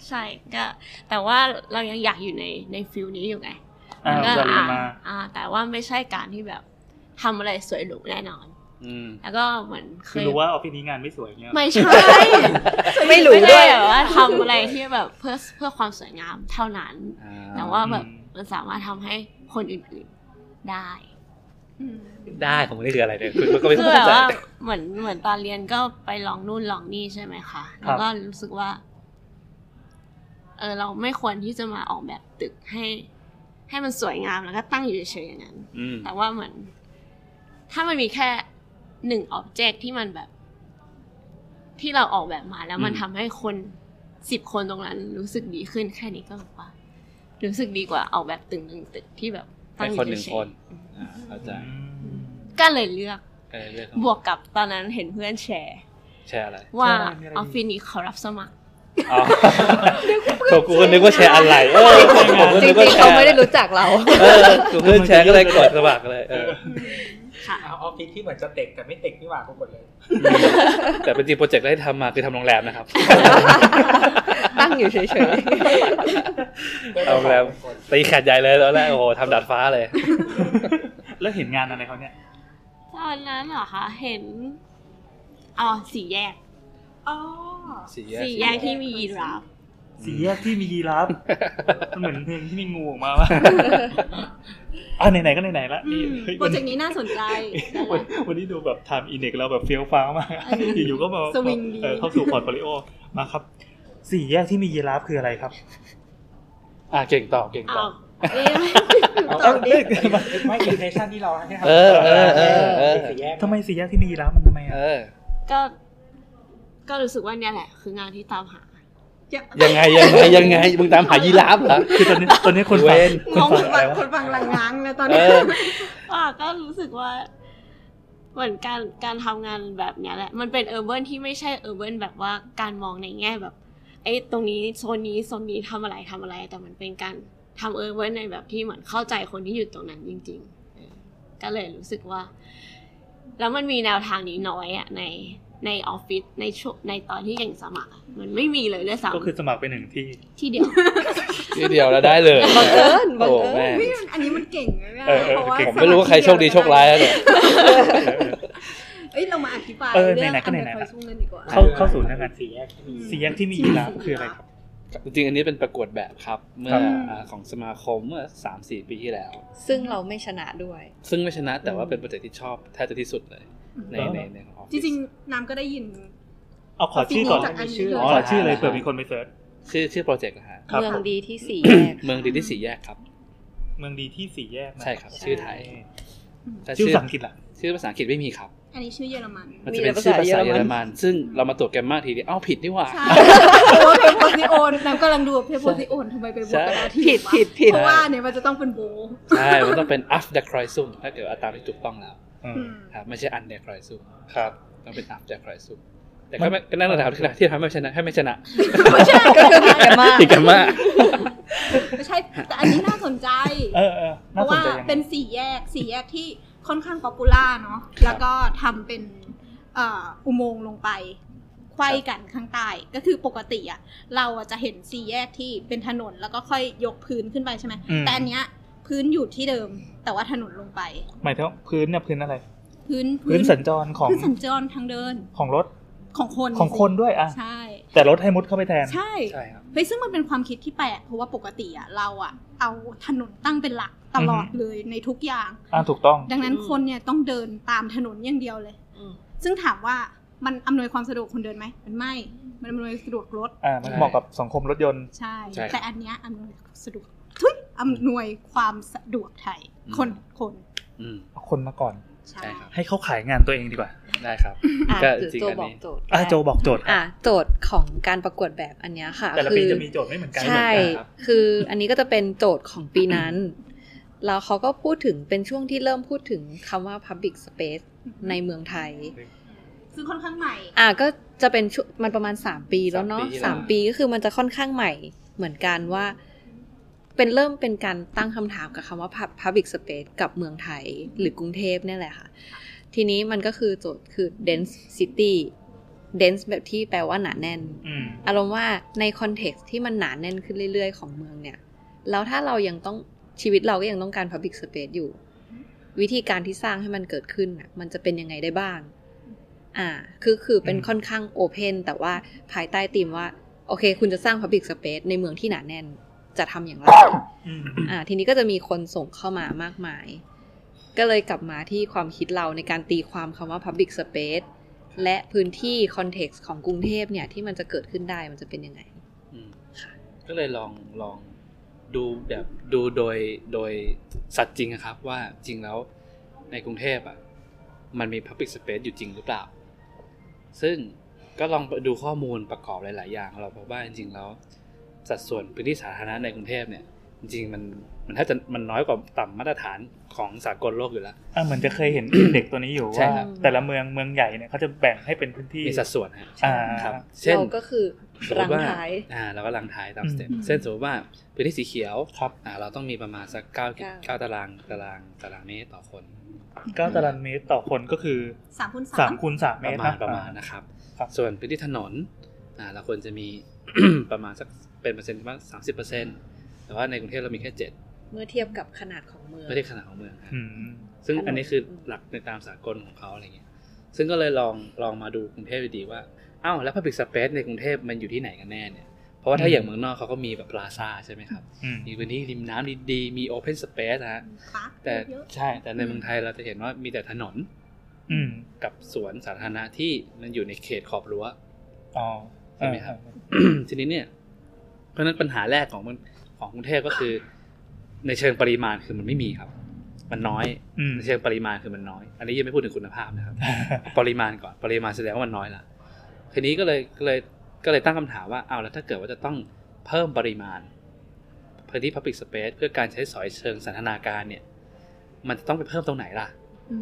S9: ใช่ก็แต่ว่าเรายังอยากอยู่ในในฟิลนี้อยู่ไง
S2: อ่า
S9: ก็
S2: จะลืมมา
S9: อ่า แต่ว่าไม่ใช่การที่แบบทำอะไรสวยหรูแน่นอน
S5: อืม
S9: แล้วก็เหมือนเค
S2: คือย รู้ว่าออฟฟิศนี้งานไม่สวยเงี้ย
S9: ไม่ใช่
S6: <laughs> ไม่รู้
S9: ไม่
S6: ด้
S9: ได้วย แบบว่าทำอะไรที่แบบเพื่อเพื่อความสวยงามเท่านั้น
S5: อ่
S9: แต่ว่าแบบมันสามารถทำให้คนอื่นๆได้
S4: อืม
S5: ได้ของนี่คืออะไรเนี่ยคุณก็ไม่
S9: คือ
S5: เข้า
S9: แบบ
S5: ใจ
S9: ว่าเหมือนเหมือนตอนเรียนก็ไปลองนู่นลองนี่ใช่ไหมคะ
S2: ครั
S9: แล้
S2: บ
S9: วก็รู้สึกว่า เออเราไม่ควรที่จะมาออกแบบตึกให้ ให้มันสวยงามแล้วก็ตั้งอยู่เฉยๆอย่างนั้น
S5: อืม
S9: แต่ว่าเหมือนถ้ามันมีแค่หนึ่งอ็อบเจกที่มันแบบ ที่เราออกแบบมาแล้วมันทำให้คนสิบคนตรงนั้น รู้สึกดีขึ้นแค่นี้ก็แบบว่า รู้สึกดีกว่าออกแบบตึกหนึ่งตึกที่แบบตั้
S5: ให้
S9: งอ
S5: คนห
S9: ยู่
S5: นึ่ง
S9: เฉ
S5: คน
S9: ย
S5: อ่าเข้าใจ
S9: ๆก็เลยเลือก
S5: เออเรื่อง
S9: บวกกับตอนนั้นเห็นเพื่อนแชร์
S5: แชร์อะไร
S9: ว่า
S2: แชร์อะไรมีอะไร
S9: ออฟฟิศนี้เขารับสมัคร
S5: อ๋อตัวกูก็นึกว่าแชร์อะไรเออผมก็
S6: จ
S5: นึกว่
S6: ริงๆ
S5: แช
S6: เขาไม่ได้รู้จักเรา
S5: เออกูเพื่อนแชร์ก็เลยกดสมัครเลยเออ
S9: ค่ะ
S7: เอาออฟฟิศที่เหมือนจะเต็กแต่ไม่เต็กนี่หว่ากูกดเลย
S5: <laughs> แต่เป็นจริงโปรเจกต์ที่ทำมาคือทำโรงแรมนะครับ <laughs>
S6: ตั้งอยู่เฉย
S5: เอาแล้ว ตีแขดใหญ่เลยแล้วแรกโอ้โหทำดัดฟ้าเลย
S2: แล้วเห็นงานอะไรเขาเนี่ย
S9: ตอนนั้นเหรอคะ เห็นอ๋อสี่แยก
S4: อ๋อ
S5: สี่
S9: สี่แยกที่มียีราฟ
S2: สีแยกที่มียีราฟ มันเหมือนเพลงที่มีงูออกมา <laughs> ว่า อ่ะไหนๆก็ไหนๆละนี่เฮ้ย
S4: โปรเจกต์นี้น่าสนใจ
S2: วันวันนี้ดู <laughs> แบบไทม์อินเด็กเราแบบเฟี้ยวฟ้าวม <laughs> าก อยู่ๆก็มา
S4: สวิงดี
S2: เออเข้าสู่พอร์ตโฟลิโอมาครับ สี่แยกที่มียีราฟคืออะไรครับ
S5: อ่ะเก่งต่อเก่งต่
S9: อ้า
S5: อ
S9: ว
S4: เอ๊ะ
S7: เอา
S4: ตอ
S7: เอา
S4: บดิ
S7: เอ้ยไม่อินเทชั่นที่เราให้ทำ
S5: เออเออเออเออ
S7: สี่แยก
S2: <laughs> ทำไมสี่แยกที่มียีราฟมันทำไม
S5: เอ
S2: อ่ะ
S5: อ
S9: ก็ ก็รู้สึกว่าเนี่ยแหละ คืองานที่ตามหา
S5: ยังไงยังไงยังไงมึงตามหายีราฟเหรอ
S2: <laughs> คือตอนนี้ตอนนี้คน
S5: เว้
S2: ฟัง
S5: น
S2: คน
S4: งง
S2: ฟั
S4: คน
S2: งอะ
S4: ฟัค
S2: ไรง วะ
S4: นฟังลังง้างนะตอน
S5: เอ
S4: นี้
S5: อ
S9: อ่าก็รู้สึกว่า เหมือนการการทำงานแบบเนี้ยแหละ มันเป็นเออร์เบิที่ไม่ใช่เออร์เบิแบบว่าการมองในแง่แบบไอ้ตรงนี้โซนนี้โซนนี้ทำอะไรทำอะไร แต่มันเป็นการทำเออร์เบิในแบบที่เหมือนเข้าใจคนที่อยู่ตรงนั้นจริงๆเออก็เลยรู้สึกว่า แล้วมันมีแนวทางนี้น้อยอะในในออฟฟิศในช่วงในตอนที่เก่งสมัครอะมันไม่มีเลยด้วย
S2: ก็คือ
S9: ซ้ำ
S2: สมัครไปหนึ่งที่
S9: ที่เดียว
S5: ทีเดียวแล้วได้เลย
S6: ๆบังเอิญบัง
S5: โอ้
S6: เอิญ
S4: อุ๊
S5: แม่
S4: ยมันอันนี้มันเก่งเลยอะ
S2: เออเออ
S4: เพราะว่า
S2: เก่ง
S5: ผมไม่รู้ว่าใครโชคดีโชคร้ายแล้วเนี่ย
S4: เอ้ยเรามาอธิบาย
S2: เออ
S4: เรื่อง
S2: ไหนๆก็ไหนๆ
S4: อันเดอร์คอยซุ่มกันดีกว่า
S2: เข้าเข้าสู่เรื่องงานสี่
S7: สี่แยกที่มี
S2: สี่แยกที่มียีราฟคืออะไรครับ
S5: จริงๆอันนี้เป็นประกวดแบบครับ เมื่อ
S2: ครับ
S5: อ่าของสมาคมเมื่อสามสี่ปีที่แล้ว
S6: <laughs> ซึ่งเราไม่ชนะด้วย
S5: ซึ่งไม่ชนะแต่ว่าเป็นโปรเจกต์ที่ชอบแทบจะที่สุดเลย ในในในของออฟ
S4: จริงๆน้ำก็ได้ยิน
S2: เอาขอชื่อก่อน
S4: จริงๆจากอันนี้
S2: ขอชื่อเลยเผื่อมีคนไปเสิร์ช
S5: ๆชื่อชื่อโปรเจกต์นะฮะ
S2: ครับ
S6: เมืองดีที่สี่แยก
S5: เมืองดีที่สี่แยกครับ
S2: เมืองดีที่สี่แยกนะ
S5: ใช่ครับชื่อไทย แต่
S2: ชื่อภาษาอังกฤษล่ะ
S5: ชื่อภาษาอังกฤษไม่มีครับ
S4: อันนี้ชื่อเยอรมัน
S5: มันจะเป็นชื่อภาษาเยอรมัน ซึ่งเรามาตรวจแกรมมาทีเดียวเอ้าวผิดนี่หว่า
S4: ใช่เพราะว่าเพโพซิโอนน้ำกำลังดูว่าเพโพซิโอนทำไมไปบวกกระดาษที่
S6: ผิด
S4: วะ
S6: ผิดผิด
S4: เพราะว่าเนี่ยมันจะต้องเป็นโบ
S5: ใช่ มันต้องเป็น after Christum ถ้าเกิดเอาตามที่ถูกต้องแล้ว
S4: อืม
S5: ครับไม่ใช่ under Christum
S2: ครับ
S5: ต้องเป็น after Christum แต่ก็ไม่ก็นั่นแหละครับที่ที่ทำให้ไม่ชนะให้ไม่ชนะ
S6: ก็คือผิดกันมาก
S5: ติดแกรมมา
S4: ไม่ใช่แต่อันนี้น่าสนใจ
S2: เออเออ
S4: เพ
S2: น่า
S4: ราะ
S2: สน
S4: ว่า
S2: ใจยังไง
S4: เป็นสี่แยกสี่แยกที่ค่อนข้างป๊อปปูล่าเนาะแล้วก็ทำเป็นเอ่ออุโมงค์ลงไปไขว้กันข้างใต้ก็คือปกติอะเราอะจะเห็นสี่แยกที่เป็นถนนแล้วก็ค่อยยกพื้นขึ้นไปใช่ไหมแต่อันเนี้ยพื้นอยู่ที่เดิมแต่ว่าถนนลงไป
S2: หมายถึงพื้นเนี่ยพื้นอะไร
S4: พื้น
S2: พื้นสัญจรของ
S4: พื้นสัญจรทางเดิน
S2: ของรถ
S4: ของคน
S2: ของคนด้วยอ่ะ
S4: ใช่
S2: แต่รถให้มุดเข้าไปแทน
S4: ใช่
S5: ใช่ครับ
S4: เฮ้ยซึ่งมันเป็นความคิดที่แปลกเพราะว่าปกติอะเราอะเอาถนนตั้งเป็นหลักตลอด
S2: อือฮึ
S4: เลยในทุกอย่าง
S2: อ่าถูกต้อง
S4: ดังนั้นคนเนี่ยต้องเดินตามถนนอย่างเดียวเลย ซึ่งถามว่ามันอำนวยความสะดวกคนเดินไหม มันไม่ มันอำนวยสะดวกรถ
S2: อ่ามันเหมาะกับสังคมรถยนต์
S4: ใช่
S5: ใช่ครับ
S4: แต่อันเนี้ยอำนวยความสะดวก ทุยอำนวยความสะดวกไทย
S5: อืม
S4: คนคน
S5: อืม
S2: เอาคนมาก่อน
S4: ใช่
S5: ใช่ครับ
S2: ให้เขาขายงานตัวเองดีกว่า
S5: ได้ครับ
S6: อ่ะ
S5: ก็
S6: เดี๋ยว
S5: จริง
S6: โจ
S5: อัน
S6: บอ
S5: นี้
S6: กโจทย์
S2: อ่ะโจบอกโจทย์
S6: อ่ะโจทย์ของการประกวดแบบอันเนี้ยค่ะ
S2: แต่ละ
S6: คื
S2: ปี
S6: อ
S2: จะมีโจทย์ไม่เหมือนกัน
S6: ใช่
S2: ครับ
S6: คืออันนี้ก็จะเป็นโจทย์ของปีนั้น แล้วเขาก็พูดถึงเป็นช่วงที่เริ่มพูดถึงคำว่า Public Space ในเมืองไทย
S4: ซึ่งค่อนข้างใหม่
S6: อ่ะก็จะเป็นช่วงมันประมาณ 3 ปีแล้วเนาะ
S5: สามปีแล้ว
S6: สามปีก็คือมันจะค่อนข้างใหม่เหมือนกันว่า เป็นเริ่มเป็นการตั้งคำถามกับคำว่า Pub- Public Space กับเมืองไทยหรือกรุงเทพเนี่ยแหละค่ะ ทีนี้มันก็คือโจทย์คือ dense city dense แบบที่แปลว่าหนาแน่น
S2: อืม
S6: อารมณ์ว่าในคอนเท็กซ์ที่มันหนานแน่นขึ้นเรื่อยๆ ของเมืองเนี่ย แล้วถ้าเรายังต้องชีวิตเราก็ยังต้องการ Public Space อยู่ วิธีการที่สร้างให้มันเกิดขึ้นน่ะมันจะเป็นยังไงได้บ้าง อ่า คือคือเป็น
S2: อืม
S6: ค่อนข้างโอเพนแต่ว่าภายใต้ธีมว่า โอเค คุณจะสร้าง Public Space ในเมืองที่หนาแน่นจะทำอย่างไร
S2: อืม
S6: อ่า ทีนี้ก็จะมีคนส่งเข้ามามากมาย ก็เลยกลับมาที่ความคิดเราในการตีความคำว่า Public Space และพื้นที่คอนเท็กซ์ของกรุงเทพเนี่ยที่มันจะเกิดขึ้นได้มันจะเป็นยังไง
S5: อืมก็เลยลองลองดูแบบดูโดยโดยสัตว์จริงอะครับ ว่าจริงแล้วในกรุงเทพอ่ะมันมี Public Space อยู่จริงหรือเปล่า ซึ่งก็ลองไปดูข้อมูลประกอบหลาย ๆ อย่าง เราพบว่าจริงๆแล้ว สัดส่วนพื้นที่สาธารณะในกรุงเทพเนี่ย จริงๆมันมันแทบจะมันน้อยกว่าต่ำมาตรฐานของสากลโลกอยู่แล้ว
S2: อ่าเหมือนจะเคย
S4: <coughs>
S2: เห็น เด็กตัวนี้อยู่
S5: ใช่
S2: ว่า
S5: ครับ
S2: แต่ละเมืองเมืองใหญ่เนี่ยเขาจะแบ่งให้เป็นพื้นที่
S5: มีสัดส่วนฮะ
S2: อ่า
S5: ครับ เช่น
S6: เราก็คือ
S5: สมม
S6: รัง
S5: ติว่า
S6: ท้าย
S5: อ่าเราก็รังท้ายตาม
S2: อืม
S5: สเต็ปเช่นสมมติว่าพื้นที่สีเขียว
S2: ครับ
S5: อ่าเราต้องมีประมาณสักเก้า
S6: เก้า
S5: เก้าตารางตารางตารางเมตรต่อคน
S2: เก้าตารางเมตรต่อคนก็คือ
S4: สามคูณสาม
S2: สามคูณสาม
S5: ป
S2: เม
S5: ระ
S2: ตรนะ
S5: มาณประมาณนะครับ
S2: ครับ
S5: ส่วนพื้นที่ถนนอ่าเราควรจะมี <coughs> ประมาณสักเป็นเปอร์เซ็นต์ประมาณสามสิบเปอร์เซ็นต์แต่ว่าในกรุงเทพเรามีแค่เจ็ด
S6: เมื่อเทียบกับขนาดของเมือง
S5: ไม่ได้ขนาดของเมืองครับ
S2: อืม
S5: ซึ่ง
S6: ถนน
S5: อันนี้คือหลักในตามสากลของเขาอะไรเงี้ย ซึ่งก็เลยลองลองมาดูกรุงเทพดีๆว่า อ้าวแล้วพับ l ิ c สเปซในกรุงเทพมันอยู่ที่ไหนกันแน่เนี่ย เพราะว่าถ้า
S2: อืม
S5: อย่างเมืองนอกเขาก็มีแบบพลาซ่าใช่ไหมครับ
S2: อืม
S5: มีพื้นที่ริมน้ำดีๆ มีโอเพนสเปซนะฮะ
S4: ปาร์ค
S5: แต่
S4: เยอะ
S5: ใช่ แต่ในเมืองไทยเราจะเห็นว่ามีแต่ถนน
S2: อืม
S5: กับสวนสาธารณะที่มันอยู่ในเขตขอบรั้ว
S2: อ๋อ
S5: ใช่ไหมครับ ทีนี้เนี่ย เพราะฉะนั้นปัญหาแรกของมันของกรุงเทพก็คือ ในเชิงปริมาณคือมันไม่มีครับ มันน้อย
S2: อืม
S5: ในเชิงปริมาณคือมันน้อย อันนี้ยังไม่พูดถึงคุณภาพ
S2: <laughs>
S5: นะครับ ปริมาณก่อน ปริมาณแสดงว่ามันน้อยละทีนี้ก็เลยก็เลยก็เลยตั้งคำถามว่าเอาแล้วถ้าเกิดว่าจะต้องเพิ่มปริมาณพื้นที่ Public Space เพื่อการใช้สอยเชิงสันทนาการเนี่ย มันจะต้องไปเพิ่มตรงไหนล่ะ
S4: อื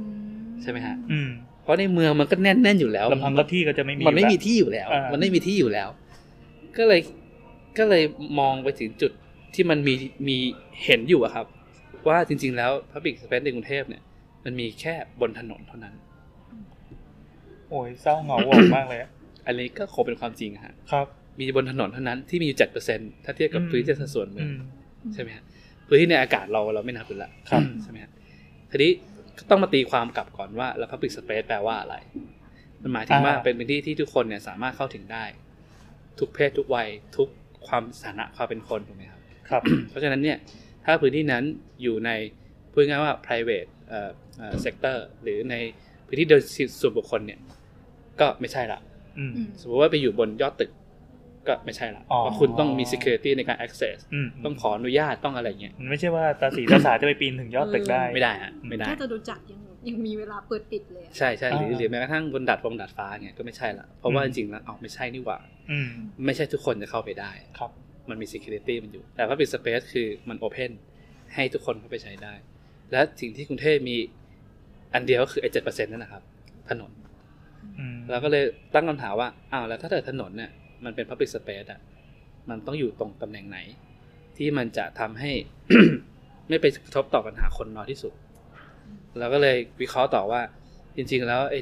S5: ใช่ไหมฮะ
S2: อืม
S5: เพราะในเมืองมันก็แน่นแน่นๆอยู่แล้ว
S2: ลำพังก็ที่ก็จะไม่มี
S5: มันไม่มี
S2: อยู่
S5: ที่อยู่แล้ว
S2: อ่ามั
S5: มันไม่มีที่อยู่แล้ว ก็เลยก็เลยมองไปถึงจุดที่มันมีมีเห็นอยู่อะครับ ว่าจริง ๆ แล้ว Public Space ในกรุงเทพเนี่ย มันมีแค่บนถนนเท่านั้น
S2: แล้วโอ้ยเศร้าเหงาหวงมากเลยอะ
S5: อันนี้ก็คงเป็นความจริงอะฮะ
S2: ครับ
S5: มีบนถนนเท่านั้นที่มีอยู่เจ็ดเปอร์เซ็นถ้าเทียบกับ
S2: อืม
S5: พื้นที่สัดส่วนเมือ
S2: อื
S5: ง
S2: ม
S5: ใช่ไหมฮะพื้นที่ในอากาศเราเราไม่นับอยู่และ
S2: ครับ
S5: ใช่ไหมฮะทีนี้ก็ต้องมาตีความกลับก่อนว่าแล้ว Public Space แปลว่าอะไร มันหมายถึงว่าเป็นพื้นที่ที่ทุกคนเนี่ยสามารถเข้าถึงได้ ทุกเพศทุกวัยทุกความสถานะความเป็นคนถูกไหมครับ
S2: ครับ
S5: เพราะฉะนั้นเนี่ยถ้าพื้นที่นั้นอยู่ในพูดง่ายๆว่า private เอ่อเอ่อ sector หรือใน พื้นที่โดยส่วนบุคคลเนี่ย ก็ไม่ใช่ละ
S2: อืม
S4: อืม
S5: สมมติว่าไปอยู่บนยอดตึก ก็ไม่ใช่ละ
S2: อ๋อ
S5: เพราะคุณต้องมี security ในการ access
S2: อืม
S5: ต้องขออนุญาตต้องอะไรเงี้ย
S2: มันไม่ใช่ว่าตาสีตาสาจะไปปีนถึงยอดตึกได้
S5: ไม่ได้ฮะไม่ได้
S4: ถ้าจะดูจักยังยังมีเวลาเปิดปิดเลยอะ
S5: ใช่ใช่หรือ
S2: อ่า
S5: หรือแม้กระทั่งบนดัดฟงดัดฟ้าเนี่ยก็ไม่ใช่ละเพราะว่า
S2: อืม
S5: จริงๆแล้วเอาไม่ใช่นี่หว่า
S2: อืม
S5: ไม่ใช่ทุกคนจะเข้าไปได้
S2: ครับ
S5: มันมี security มันอยู่ แต่ public space คือมัน open ให้ทุกคนเข้าไปใช้ได้ และสิ่งที่กรุงเทพมีอันเดียวก็คือไอ้เจ็ดเปอร์เซ็นต์นั่นนะครับ ถนน
S2: อืม
S5: เราก็เลยตั้งคำถามว่า อ้าว แล้วถ้าเกิดถนนเนี่ย มันเป็น Public Space อ่ะ มันต้องอยู่ตรงตำแหน่งไหน ที่มันจะทำให้ <coughs> ไม่ไปกระทบต่อปัญหาคนน้อยที่สุด เราก็เลยวิเคราะห์ต่อว่า จริง ๆ แล้วไอ้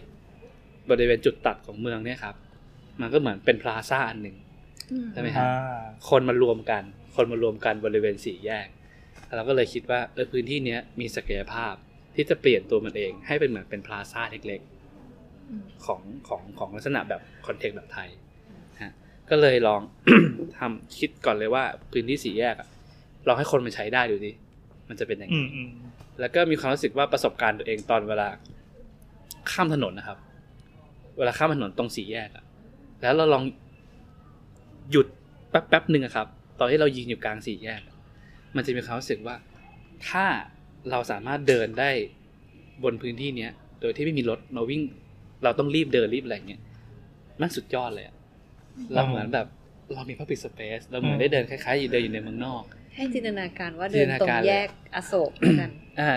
S5: บริเวณจุดตัดของเมืองเนี่ยครับ มันก็เหมือนเป็นพลาซ่าอันหนึ่ง
S4: อืม
S5: ใช่ไหมฮะ
S2: อ่า
S5: คนมารวมกัน คนมารวมกันบริเวณสี่แยก เราก็เลยคิดว่าเออพื้นที่เนี้ยมีศักยภาพที่จะเปลี่ยนตัวมันเอง ให้เป็นเหมือนเป็นพลาซ่าเล็กๆของของของลักษณะแบบคอนเทกต์แบบไทยฮะก็เลยลอง <coughs> ทำคิดก่อนเลยว่าพื้นที่สี่แยกอะลองให้คนมันใช้ได้ดูดิมันจะเป็นยังไง
S2: อืมอืม
S5: แล้วก็มีความรู้สึกว่าประสบการณ์ตัวเองตอนเวลาข้ามถนนนะครับ เวลาข้ามถนนตรงสี่แยกอะแล้วเราลองหยุดแป๊บแป๊บๆหนึ่งอะครับ ตอนที่เรายืนอยู่กลางสี่แยกอะมันจะมีความรู้สึกว่า ถ้าเราสามารถเดินได้บนพื้นที่เนี้ย โดยที่ไม่มีรถมาวิ่ง เราต้องรีบเดินรีบอะไรเงี้ยมันสุดยอดเลยอะเราเหมือนแบบเรามีพับปิสเปซเราเหมือนได้เดินคล้ายๆอยู่เดินอยู่ในเมืองนอก
S6: ให้จินตนาการว่าเดิน
S5: จินต
S6: ตร
S5: นากาง ร
S6: แยกอโศ
S5: <coughs>
S6: กแล้วกัน
S5: อ่า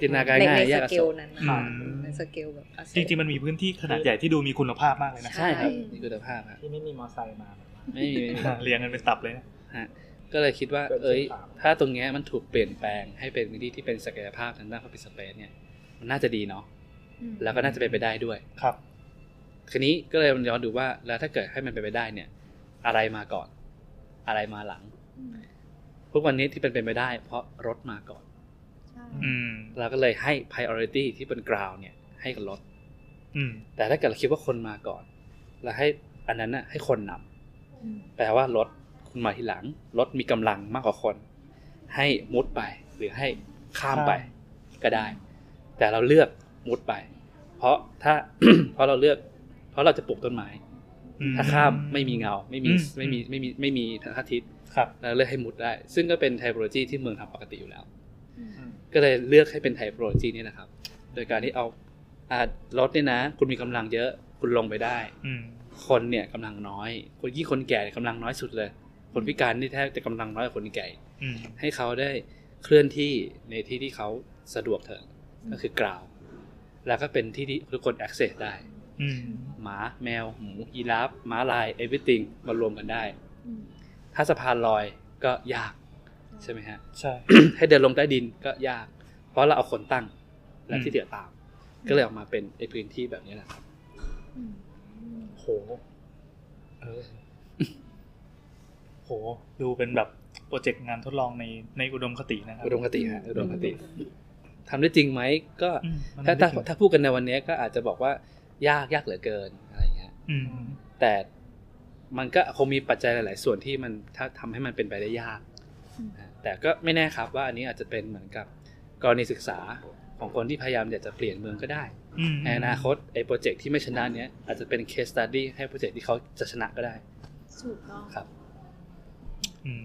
S5: จินตนาการ
S6: ใน
S5: ง่าย
S6: ใน
S5: แย
S6: ส
S5: กอ
S6: เก
S5: โศ
S6: ล
S5: ก
S6: นั้น
S2: อื
S6: นะ
S2: ม
S6: ในสเกลแบบอโศ
S2: จริงๆ มันมีพื้นที่ขนาดใหญ่ที่ดูมีคุณภาพมากเลยนะ
S5: ใช่ครับมีคุณภาพฮะ
S7: ที่ไม่มีมอไซค์มาแบบว่า
S5: ไม่มีไม่มี
S2: เรียงกันเป็นตับเลยนะ
S5: ก็เลยคิดว่า เอ้ย
S7: เกินสิบสาม
S5: ถ้าตรงเนี้ยมันถูกเปลี่ยนแปลงให้เป็นพื้นที่ที่เป็นศักยภาพทางด้านพับปิสเปซเนี่ย มันน่าจะดีเนาะ
S4: อืม
S5: แล้วก็น่าจะเป็นไปได้ด้วย
S2: ครับ
S5: ทีนี้ก็เลยย้อนดูว่า แล้วถ้าเกิดให้มันเป็นไปได้เนี่ย อะไรมาก่อน อะไรมาหลัง พวกวันนี้ที่เป็นไปไม่ได้ เพราะรถมาก่อน
S4: ใช่
S2: อืม
S5: เราก็เลยให้ priority ที่เป็น ground เนี่ย ให้กับรถ
S2: อืม
S5: แต่ถ้าเกิดเราคิดว่าคนมาก่อน แล้วให้อันนั้นน่ะให้คนนำ
S4: อืม
S5: แปลว่ารถคุณมาทีหลัง รถมีกำลังมากกว่าคน ให้มุดไปหรือให้ข้ามไป
S2: ข้าม
S5: ก็ได้ แต่เราเลือกมุดไป เพราะถ้า <coughs> เพราะเราเลือก เพราะเราจะปลูกต้นไม้
S2: อื
S5: ถ้าข้ามไม่มีเงา ไม่มี
S2: อืม
S5: ไม่มีไม่มีไม่มีพระอาทิตย์
S2: ครับ
S5: เราเลือกให้มุดได้ ซึ่งก็เป็นไทโปโลจีที่เมืองทำปกติอยู่แล้ว ก็เลยเลือกให้เป็นไทโปโลจีนี่นะครับ โดยการที่เอาอ่ารถเนี่ยนะ คุณมีกำลังเยอะคุณลงไปได้
S2: อืม
S5: คนเนี่ยกำลังน้อย คนยี่งคนแก่เนี่ยกำลังน้อยสุดเลย คนพิการนี่แทบจะกำลังน้อยกว่าคนแก่
S2: อืม
S5: ให้เขาได้เคลื่อนที่ในที่ที่เขาสะดวกเถอะก็คือกราว แล้วก็เป็นที่ที่ทุกคน access ได้
S2: อืม
S5: หมาแมว หมูยีราฟม้าลาย everything มารวมกันได้ ถ้าสะพานลอยก็ยาก ใช่ไหมฮะ
S2: ใช่
S5: ให้เดินลงใต้ดินก็ยาก เพราะเราเอาคนตั้งและ
S2: อืม
S5: ที่เหลือตาม ก็เลยออกมาเป็นไอพื้นที่แบบนี้แหละครับ
S2: โห เออ โห ดูเป็นแบบโปรเจกต์งานทดลองในในอุดมคตินะครับ
S5: อุดมคติฮะอุดมคติทำได้จริงไหมก็
S2: อืมมัน
S5: ถ้า
S2: ไม่
S5: ถ้า
S2: ถึง
S5: ถ้าพูดกันในวันนี้ก็อาจจะบอกว่ายากยากเหลือเกินอะไรอย่างเงี้ย
S2: อืม
S5: แต่มันก็คงมีปัจจัยหลาย ๆ ส่วนที่มันถ้าทำให้มันเป็นไปได้ยากนะแต่ก็ไม่แน่ครับว่าอันนี้อาจจะเป็นเหมือนกับกรณีศึกษาของคนที่พยายามอยากจะเปลี่ยนเมืองก็ได้
S2: อืม
S5: ในอนาคตไอ้โปรเจกต์ที่ไม่ชนะเนี้ยอาจจะเป็น case study ให้โปรเจกต์ที่เขาจะชนะก็ได้
S4: ถูกต้อง
S5: ครับ
S2: อืม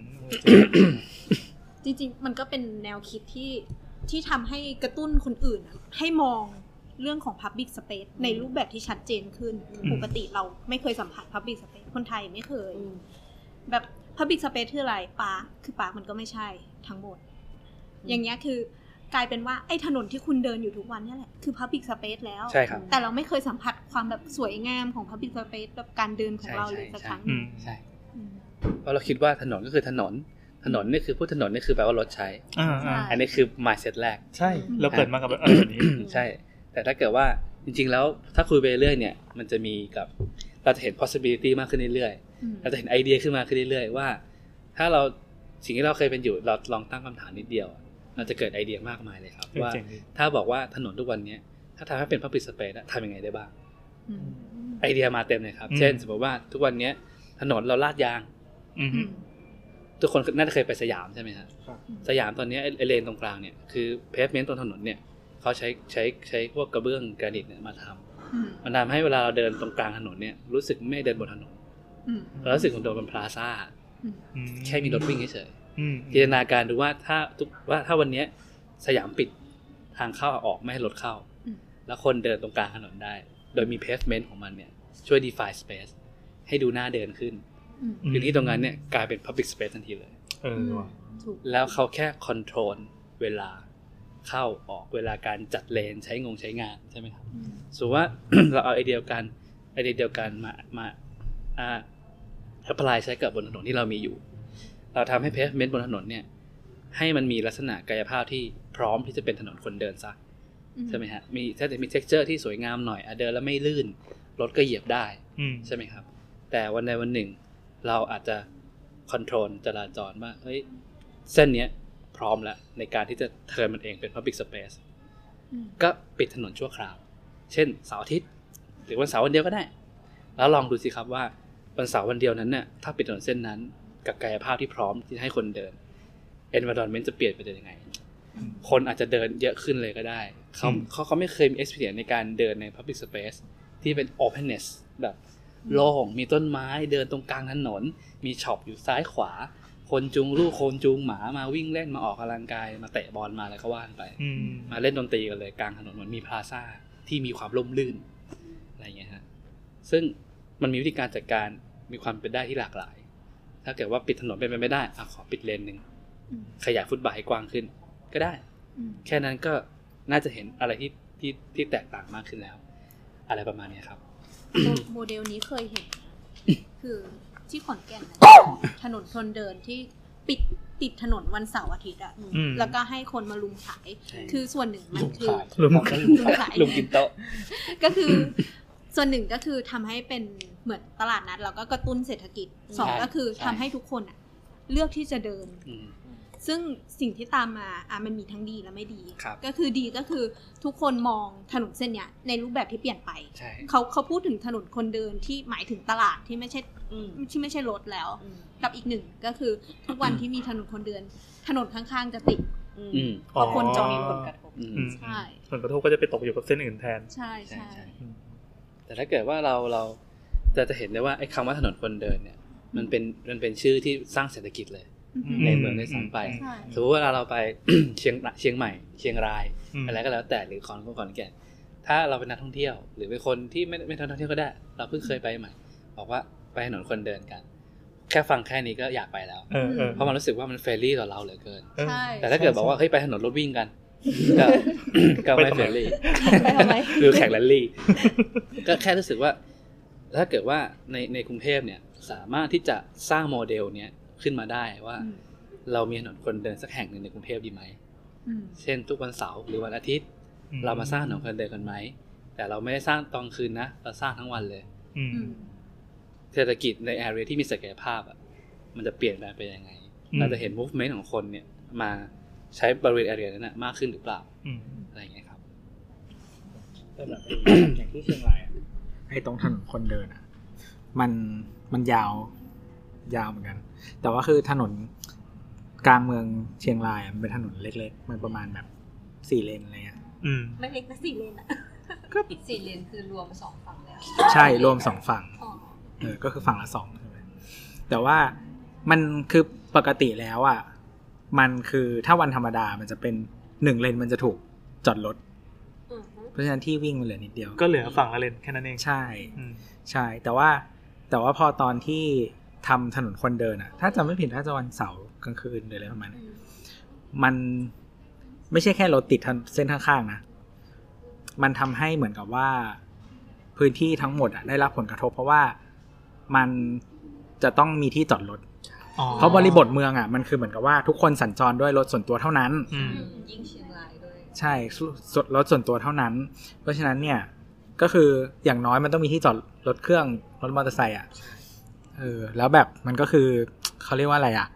S4: จริงๆ มันก็เป็นแนวคิดที่ที่ทำให้กระตุ้นคนอื่นน่ะให้มองเรื่องของ Public Space ในรูปแบบที่ชัดเจนขึ้น
S2: ม
S4: ปกติเราไม่เคยสัมผัส Public Space คนไทยไม่เคย แบบ Public Space คืออะไรปาร์คคือปาร์คมันก็ไม่ใช่ทั้งหมด อย่างเงี้ยคือกลายเป็นว่าไอ้ถนนที่คุณเดินอยู่ทุกวันเนี่ยแหละ คือ Public Space แล้ว
S5: ใช่ครับ
S4: แต่เราไม่เคยสัมผัสความแบบสวยงามของ Public Space แบบการเดินของเรา
S5: ใช่
S4: เลย
S5: ใช่
S4: สัก
S5: ใช่
S4: ครั้งห
S2: อื
S4: นึ่ง
S2: ม
S5: ใช่
S4: อืม
S5: เพราะเราคิดว่าถนนก็คือถนน ถนนนี่คือผู้ถนนนี่คือแปลว่ารถใช้
S2: อ่าอ่า
S5: อันนี้คือ mindset แรก
S2: ใช่ เราเกิดมากับอะไรแบบนี้
S5: ใช่ แต่ถ้าเกิดว่าจริง ๆ แล้วถ้าคุยไปเรื่อยเนี่ย มันจะมีกับเราจะเห็น possibility มากขึ้นเรื่อยๆเราจะเห็นไอเดียขึ้นมาขึ้นเรื่อยๆว่า ถ้าเราสิ่งที่เราเคยเป็นอยู่เราลองตั้งคำถามนิดเดียว เราจะเกิดไอเดียมากมายเลยครับ ว่า
S2: เจ๋งดี
S5: ถ้าบอกว่าถนนทุกวันเนี้ยถ้าทำให้เป็น public space อะทำยังไงได้บ้าง
S4: อืม
S5: ไอเดียมาเต็มเลยครับ
S2: อืม
S5: เช่น สมมติว่าทุกวันเนี้ยถนนเราลาดยาง
S2: อืม
S5: ทุกคนน่าจะเคยไปสยามใช่ไหมฮะ
S7: ครับ
S5: สยามตอนเนี้ยไอ้ไอเลนตรงกลางเนี่ยคือเพฟเมนต์ตรงถนนเนี่ย เขา เขาใช้ใช้ใช้พวกกระเบื้องกรานิตเนี่ยมาทำ
S4: อืม
S5: มันทำให้เวลาเราเดินตรงกลางถนนเนี่ยรู้สึกไม่เดินบนถนน
S4: อืม
S5: เรารู้สึกเหมือนเดินบนพลาซ่า
S2: อื
S5: แค่มีรถวิ่งเฉย
S2: อืม
S5: ๆจินตนาการดูว่าถ้าทุกว่าถ้าวันเนี้ยสยามปิดทางเข้าออกไม่ให้รถเข้า
S4: อืม
S5: แล้วคนเดินตรงกลางถนนได้ โดยมี pavement ของมันเนี่ยช่วย define space ให้ดูน่าเดินขึ้น
S4: อืม
S5: พื้นที่ตรงนั้นเนี่ยกลายเป็น Public Space ทันทีเลย
S2: เออว่ะ
S4: ถูก
S5: แล้วเขาแค่คอนโทรลเวลาเข้าออกเวลาการจัดเลนใช้งงใช้งานใช่ไหมครับ
S4: อืม
S5: สมมติว่า <clears throat> เราเอาไอเดียกันไอเดียเดียวกันมามาอ่าแอพพลายใช้กับบนถนนที่เรามีอยู่ เราทำให้เพฟเมนต์บนถนนเนี่ยให้มันมีลักษณะกายภาพที่พร้อมที่จะเป็นถนนคนเดินซะ ใช่ไหมฮะ มีถ้าจะมี t e x t อร์ที่สวยงามหน่อยอะเดินแล้วไม่ลื่น รถก็เหยียบได้
S2: อืม
S5: ใช่ไหมครับ แต่วันใดวันหนึ่ง เราอาจจะคอนโทรลจราจรว่าเฮ้ยเส้นเนี้ยพร้อมแล้ว ในการที่จะเทิร์นมันเองเป็น Public Space
S4: อืม
S5: ก็ปิดถนนชั่วคราว เช่นเสาร์อาทิตย์ หรือวันเสาร์วันเดียวก็ได้ แล้วลองดูสิครับว่าวันเสาร์วันเดียวนั้นเนี่ยถ้าปิดถนนเส้นนั้น กับกายภาพที่พร้อมที่ให้คนเดิน environment จะเปลี่ยนไปเป็นยังไง คนอาจจะเดินเยอะขึ้นเลยก็ได้ เขา
S2: อืม
S5: เขาเขาไม่เคยมี experience ในการเดินใน public space ที่เป็น openness แบบโล่งมีต้นไม้เดินตรงกลางถนน มีช็อปอยู่ซ้ายขวา คนจูงลูกคนจูงหมามาวิ่งเล่นมาออกกำลังกาย มาเตะบอลมาอะไรก็ว่านไป
S2: อืม
S5: มาเล่นดนตรีกันเลยกลางถนนเหมือนมีพลาซ่าที่มีความร่มรื่นอะไรอย่างเงี้ยฮะซึ่งมันมีวิธีการจัดการมีความเป็นได้ที่หลากหลาย ถ้าเกิดว่าปิดถนนเป็นไปไม่ได้อะขอปิดเลนหนึ่งขยายฟุตบาทให้กว้างขึ้น ก็ได้
S4: อืม
S5: แค่นั้นก็น่าจะเห็นอะไรที่ที่ที่แตกต่างมากขึ้นแล้ว อะไรประมาณเนี้ยครับ
S4: โมเดลนี้เคยเห็น คือที่ขอนแก่น
S5: <coughs>
S4: นะถนนคนเดินที่ปิดติดถนนวันเสาร์อาทิตย์อะ
S2: อืม
S4: แล้วก็ให้คนมาลุมขาย
S5: ใช่
S4: คือส่วนหนึ่งมัน
S5: ลุง
S4: คือ
S5: ขาย
S2: ลุง
S4: ลุงขาย
S5: ลุงกินโต๊ะ
S4: <coughs> ก็คือ ส่วนหนึ่งก็คือทำให้เป็นเหมือนตลาดนัดแล้วก็กระตุ้นเศรษฐกิจสอง
S5: ใช่
S4: ก็คือ
S5: ใช่
S4: ทำให้ทุกคนอะเลือกที่จะเดิน
S5: อืม
S4: ซึ่งสิ่งที่ตามมาอ่ะมันมีทั้งดีและไม่ดี
S5: ครับ
S4: ก็คือดีก็คือทุกคนมองถนนเส้นเนี้ยในรูปแบบที่เปลี่ยนไป
S5: ใช่
S4: เขาเขาพูดถึงถนนคนเดินที่หมายถึงตลาดที่ไม่ใช่
S6: อืม
S4: ที่ไม่ใช่รถแล้ว
S6: อืม
S4: กับอีกหนึ่งก็คือทุกวันที่มีถนนคนเดิน ถนนข้างๆจะติด
S6: อืม
S5: อืม
S6: เพราะคนจะมีผลกระทบ
S5: อืม
S2: อืม
S4: ใช่
S2: ผลกระทบก็จะไปตกอยู่กับเส้นอื่นแทน
S4: ใช่
S5: ใช่
S4: ใช่
S5: ใช่
S2: อืม
S5: แต่ถ้าเกิดว่าเราเราจะจะเห็นได้ว่าไอ้คำว่าถนนคนเดินเนี่ย มันเป็นมันเป็นชื่อที่สร้างเศรษฐกิจเลย ในเมืองด้วยซ้ำไป
S4: ใช่
S5: สมมติเวลาเราไป <coughs> เชียงเชียงใหม่ เชียงราย
S2: อืม
S5: อะไรก็แล้วแต่หรือคอนก็ขอนแก่นถ้าเราเป็นนักท่องเที่ยว หรือเป็นคนที่ไม่ไม่ท่องเที่ยวก็ได้ เราเพิ่งเคยไปใหม่ บอกว่าไปถนนคนเดินกัน แค่ฟังแค่นี้ก็อยากไปแล้ว
S2: เออเออ
S5: เพราะมันรู้สึกว่ามันเฟรนลี่ต่อเราเหลือเกิน
S2: เออ
S4: ใช่
S5: แต่ถ้าเกิดบอกว่าเฮ้ยไปถนนรถวิ่งกัน ก็ ก็
S2: ไป
S5: ไม่
S2: ทำไม
S5: เฟรนลี่
S6: ไปทำไม
S5: หรือแข่งแรลลี่ ก็แค่รู้สึกว่า ถ้าเกิดว่าในในกรุงเทพเนี่ยสามารถที่จะสร้างโมเดลเนี้ยขึ้นมาได้ว่า
S4: อืม
S5: เรามีถนนคนเดินสักแห่งหนึ่งในกรุงเทพดีไหม
S4: อืม
S5: เช่นทุกวันเสาร์หรือวันอาทิตย์
S2: อื
S5: เรามาสร้างถนนคนเดินกันไหม แต่เราไม่ได้สร้างตอนคืนนะ เราสร้างทั้งวันเลย
S2: อืม
S4: อืม
S5: เศรษฐกิจในแอเรียที่มีศักยภาพอ่ะมันจะเปลี่ยนแปลงไปยังไง
S2: อืม
S5: เราจะเห็น movement ของคนเนี่ยมาใช้บริเวณแอเรียนั้นนะมากขึ้นหรือเปล่า
S2: อืม
S5: อะไรอย่างเงี้ยครับ
S3: แต่แบบอย่างที่เชียงรายอะไอ้ตรงถนนคนเดินอ่ะ มันมันยาวยาวเหมือนกัน แต่ว่าคือถนนกลางเมืองเชียงรายอะมันเป็นถนนเล็กๆ มันประมาณแบบสี่เลนอะไรเงี้ย
S2: อืม
S6: ไม่เล็กนะสี่เลนอะ
S2: ครับ
S6: สี่เลนคือรวมสองฝั่งแล้ว
S3: ใช่รวมสองฝั่ง
S6: อ๋อ
S3: เออ ก็คือฝั่งละสองใช่ไหมแต่ว่ามันคือปกติแล้วอ่ะ มันคือถ้าวันธรรมดามันจะเป็นหนึ่งเลนมันจะถูกจอดรถ
S6: อือฮึ
S3: เพราะฉะนั้นที่วิ่งมันเหลือนิดเดียว
S2: ก็เหลือฝั่งละเลนแค่นั้นเอง
S3: ใช่
S2: อืม
S3: ใช่ แต่ว่าแต่ว่าพอตอนที่ทำถนนคนเดินอะถ้าจำไม่ผิดน่าจะวันเสาร์กลางคืนหรืออะไรประมาณนั้นมันไม่ใช่แค่รถติดทางเส้นข้างๆนะ มันทำให้เหมือนกับว่า พื้นที่ทั้งหมดอะได้รับผลกระทบ เพราะว่ามันจะต้องมีที่จอดรถเพราะบริบทเมืองอะมันคือเหมือนกับว่าทุกคนสัญจรด้วยรถส่วนตัวเท่านั้น
S2: อืม
S6: ยิ่งเชียงรายด้วย
S3: ใช่สส่วนรถส่วนตัวเท่านั้น เพราะฉะนั้นเนี่ย ก็คืออย่างน้อยมันต้องมีที่จอดรถเครื่องรถมอเตอร์ไซค์อ่ะเออแล้วแบบมันก็คือเขาเรียกว่าอะไรอ่ะ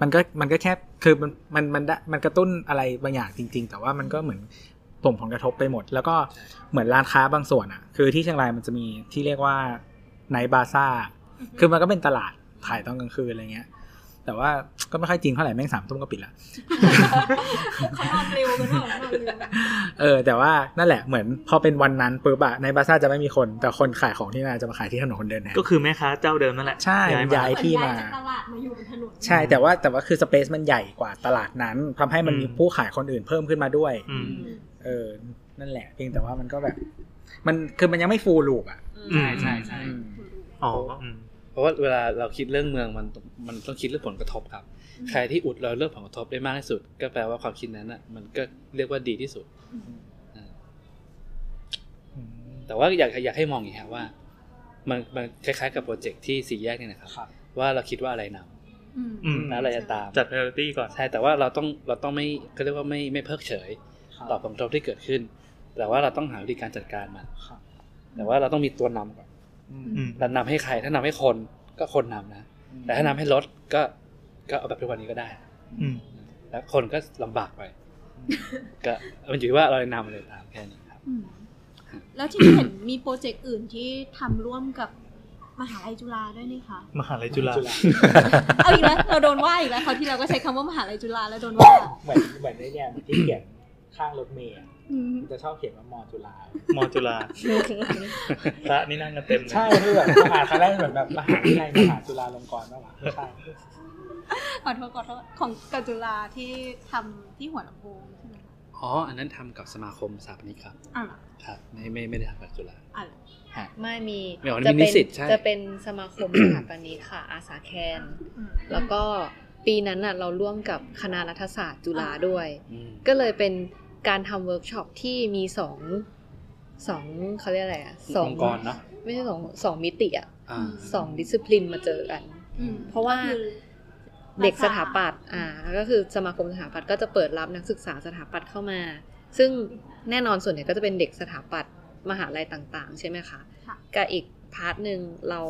S3: มันก็มันก็แค่คือมันมันมันได้มันกระตุ้นอะไรบางอย่างจริง ๆ แต่ว่ามันก็เหมือนส่งผลกระทบไปหมด แล้วก็เหมือนร้านค้าบางส่วนอ่ะ คือที่เชียงรายมันจะมีที่เรียกว่าไนบาซ่า คือมันก็เป็นตลาดถ่ายตอนกลางคืนอะไรเงี้ย
S7: แต่ว่าก็ไม่ค่อยจริงเท่าไหร่แม่งสามทุ่มก็ปิดละ
S10: <laughs> เขานอนเร็วกันหรอนอนเร็วกัน
S7: เออแต่ว่านั่นแหละเหมือนพอเป็นวันนั้นปุ๊บอะในบาซ่าจะไม่มีคน แต่คนขายของที่นาจะมาขายที่ถนนคนเดินแทน
S2: ก็คือแม่ค้าเจ้าเดิมนั่นแหละ
S7: ใช่
S2: ย้าย
S7: ย้
S2: มา
S7: ย ไอ้ที่มา
S10: เหอนย้ยจากตลาดมาอยู่บนถนน
S7: ใช่แต่ว่าแต่ว่าคือสเปซมันใหญ่กว่าตลาดนั้นทำให้มัน
S2: อืม
S7: มีผู้ขายคนอื่นเพิ่มขึ้นมาด้วย
S2: อืม
S7: เออ นั่นแหละ เพียงแต่ว่ามันก็แบบ มันคือมันยังไม่ฟูลูปอ่ะ
S2: อืม
S5: ใช่ใช่ใช่
S7: อืม
S2: อ๋ออืม
S5: เพราะว่าเวลาเราคิดเรื่องเมืองมันมันต้องคิดเรื่องผลกระทบครับ ใครที่อุดรอยเรื่องผลกระทบได้มากที่สุด ก็แปลว่าความคิดนั้นอ่ะมันก็เรียกว่าดีที่สุด แต่ว่าอยากอยากให้มองอย่างนี้ครับว่า มันมันคล้ายๆกับโปรเจกต์ที่สี่แยกเนี่ยนะครับ ว่าเราคิดว่าอะไรน
S4: อืม
S2: อืม
S5: ำและอะไรจะตาม
S2: จัด priority ก่อน
S5: ใช่แต่ว่าเราต้องเราต้องไม่เขาเรียกว่าไม่ไม่เพิกเฉย ต่อผลกระทบที่เกิดขึ้น แต่ว่าเราต้องหาวิธีการจัดการมันแต่ว่าเราต้องมีตัวนำก่อน
S2: อืม
S5: เรานำให้ใครถ้านำให้คนก็คนนำนะ แต่ถ้านำให้รถก็ก็เอาแบบทุกวันนี้ก็ได้
S2: อืม
S5: แล้วคนก็ลำบากไป ก็มันอยู่ที่ว่าเราจะนำอะไรตามแค่นี้ครับ
S4: อืมแล้วที่ เห็นมีโปรเจกต์อื่นที่ทำร่วมกับมหาลัยจุฬาด้วยนี่คะ
S2: มหาลัยจุฬา
S4: เอาอีกแล้วเราโดนว่าอีกแล้วคราวที่เราก็ใช้คำว่ามหาลัยจุฬาแล้วโดนว่า
S3: เหมือนเหมือนในเนี่ยที่เขียนข้างรถเมย์อะ
S4: อืม
S3: จะชอบเขียนว่ามอจุฬาม
S2: อจุฬาพระนี่นั่งกันเต็มเลย
S3: ใช่คือแบบมหาครั้งแรกเหมือนแบบมหาวิทยาลัยมหาจุฬาลงกรณ์ป่าวะไม่ใช่
S4: ขอโทษขอโทษของกับจุฬาที่ทำที่หัวลำโพงใช่ไหมคะ
S5: อ๋อ อันนั้นทำกับสมาคมสถาปนิกครับ
S4: อ่ะเหรอ
S5: ครับ ไม่ไม่ไม่ได้ทำกับจุฬา
S4: อ่ะเหรอ
S6: ไม่มี
S5: ไม่เอา
S6: จะ
S5: นิ
S6: เป็
S5: สิตใช่
S6: จะเป็นสมาคมสถาปนิกค่ะ อาสาแคน
S4: อืม
S6: แล้วก็ปีนั้นน่ะเราร่วมกับคณะรัฐศาสตร์จุฬาด้วย
S5: อืม
S6: ก็เลยเป็นการทำเวิร์กช็อปที่มีสองสองเขาเรียกอะไรอ่ะสอง
S5: องค์กรเนาะ
S6: ไม่ใช่สองสองมิติอ่ะ
S5: อ่า
S4: อืม
S6: สองดิสซิปลินมาเจอกัน
S4: อืม
S6: เพราะว่า
S4: ก็คือ
S6: เด็กสถาปัตย์อ่าก็คือสมาคมสถาปัตย์ก็จะเปิดรับนักศึกษาสถาปัตย์เข้ามา ซึ่งแน่นอนส่วนใหญ่ก็จะเป็นเด็กสถาปัตย์มหาลัยต่างๆ ใช่ไหมคะ
S4: ค่ะ
S6: กับอีกพาร์ทหนึ่งเรา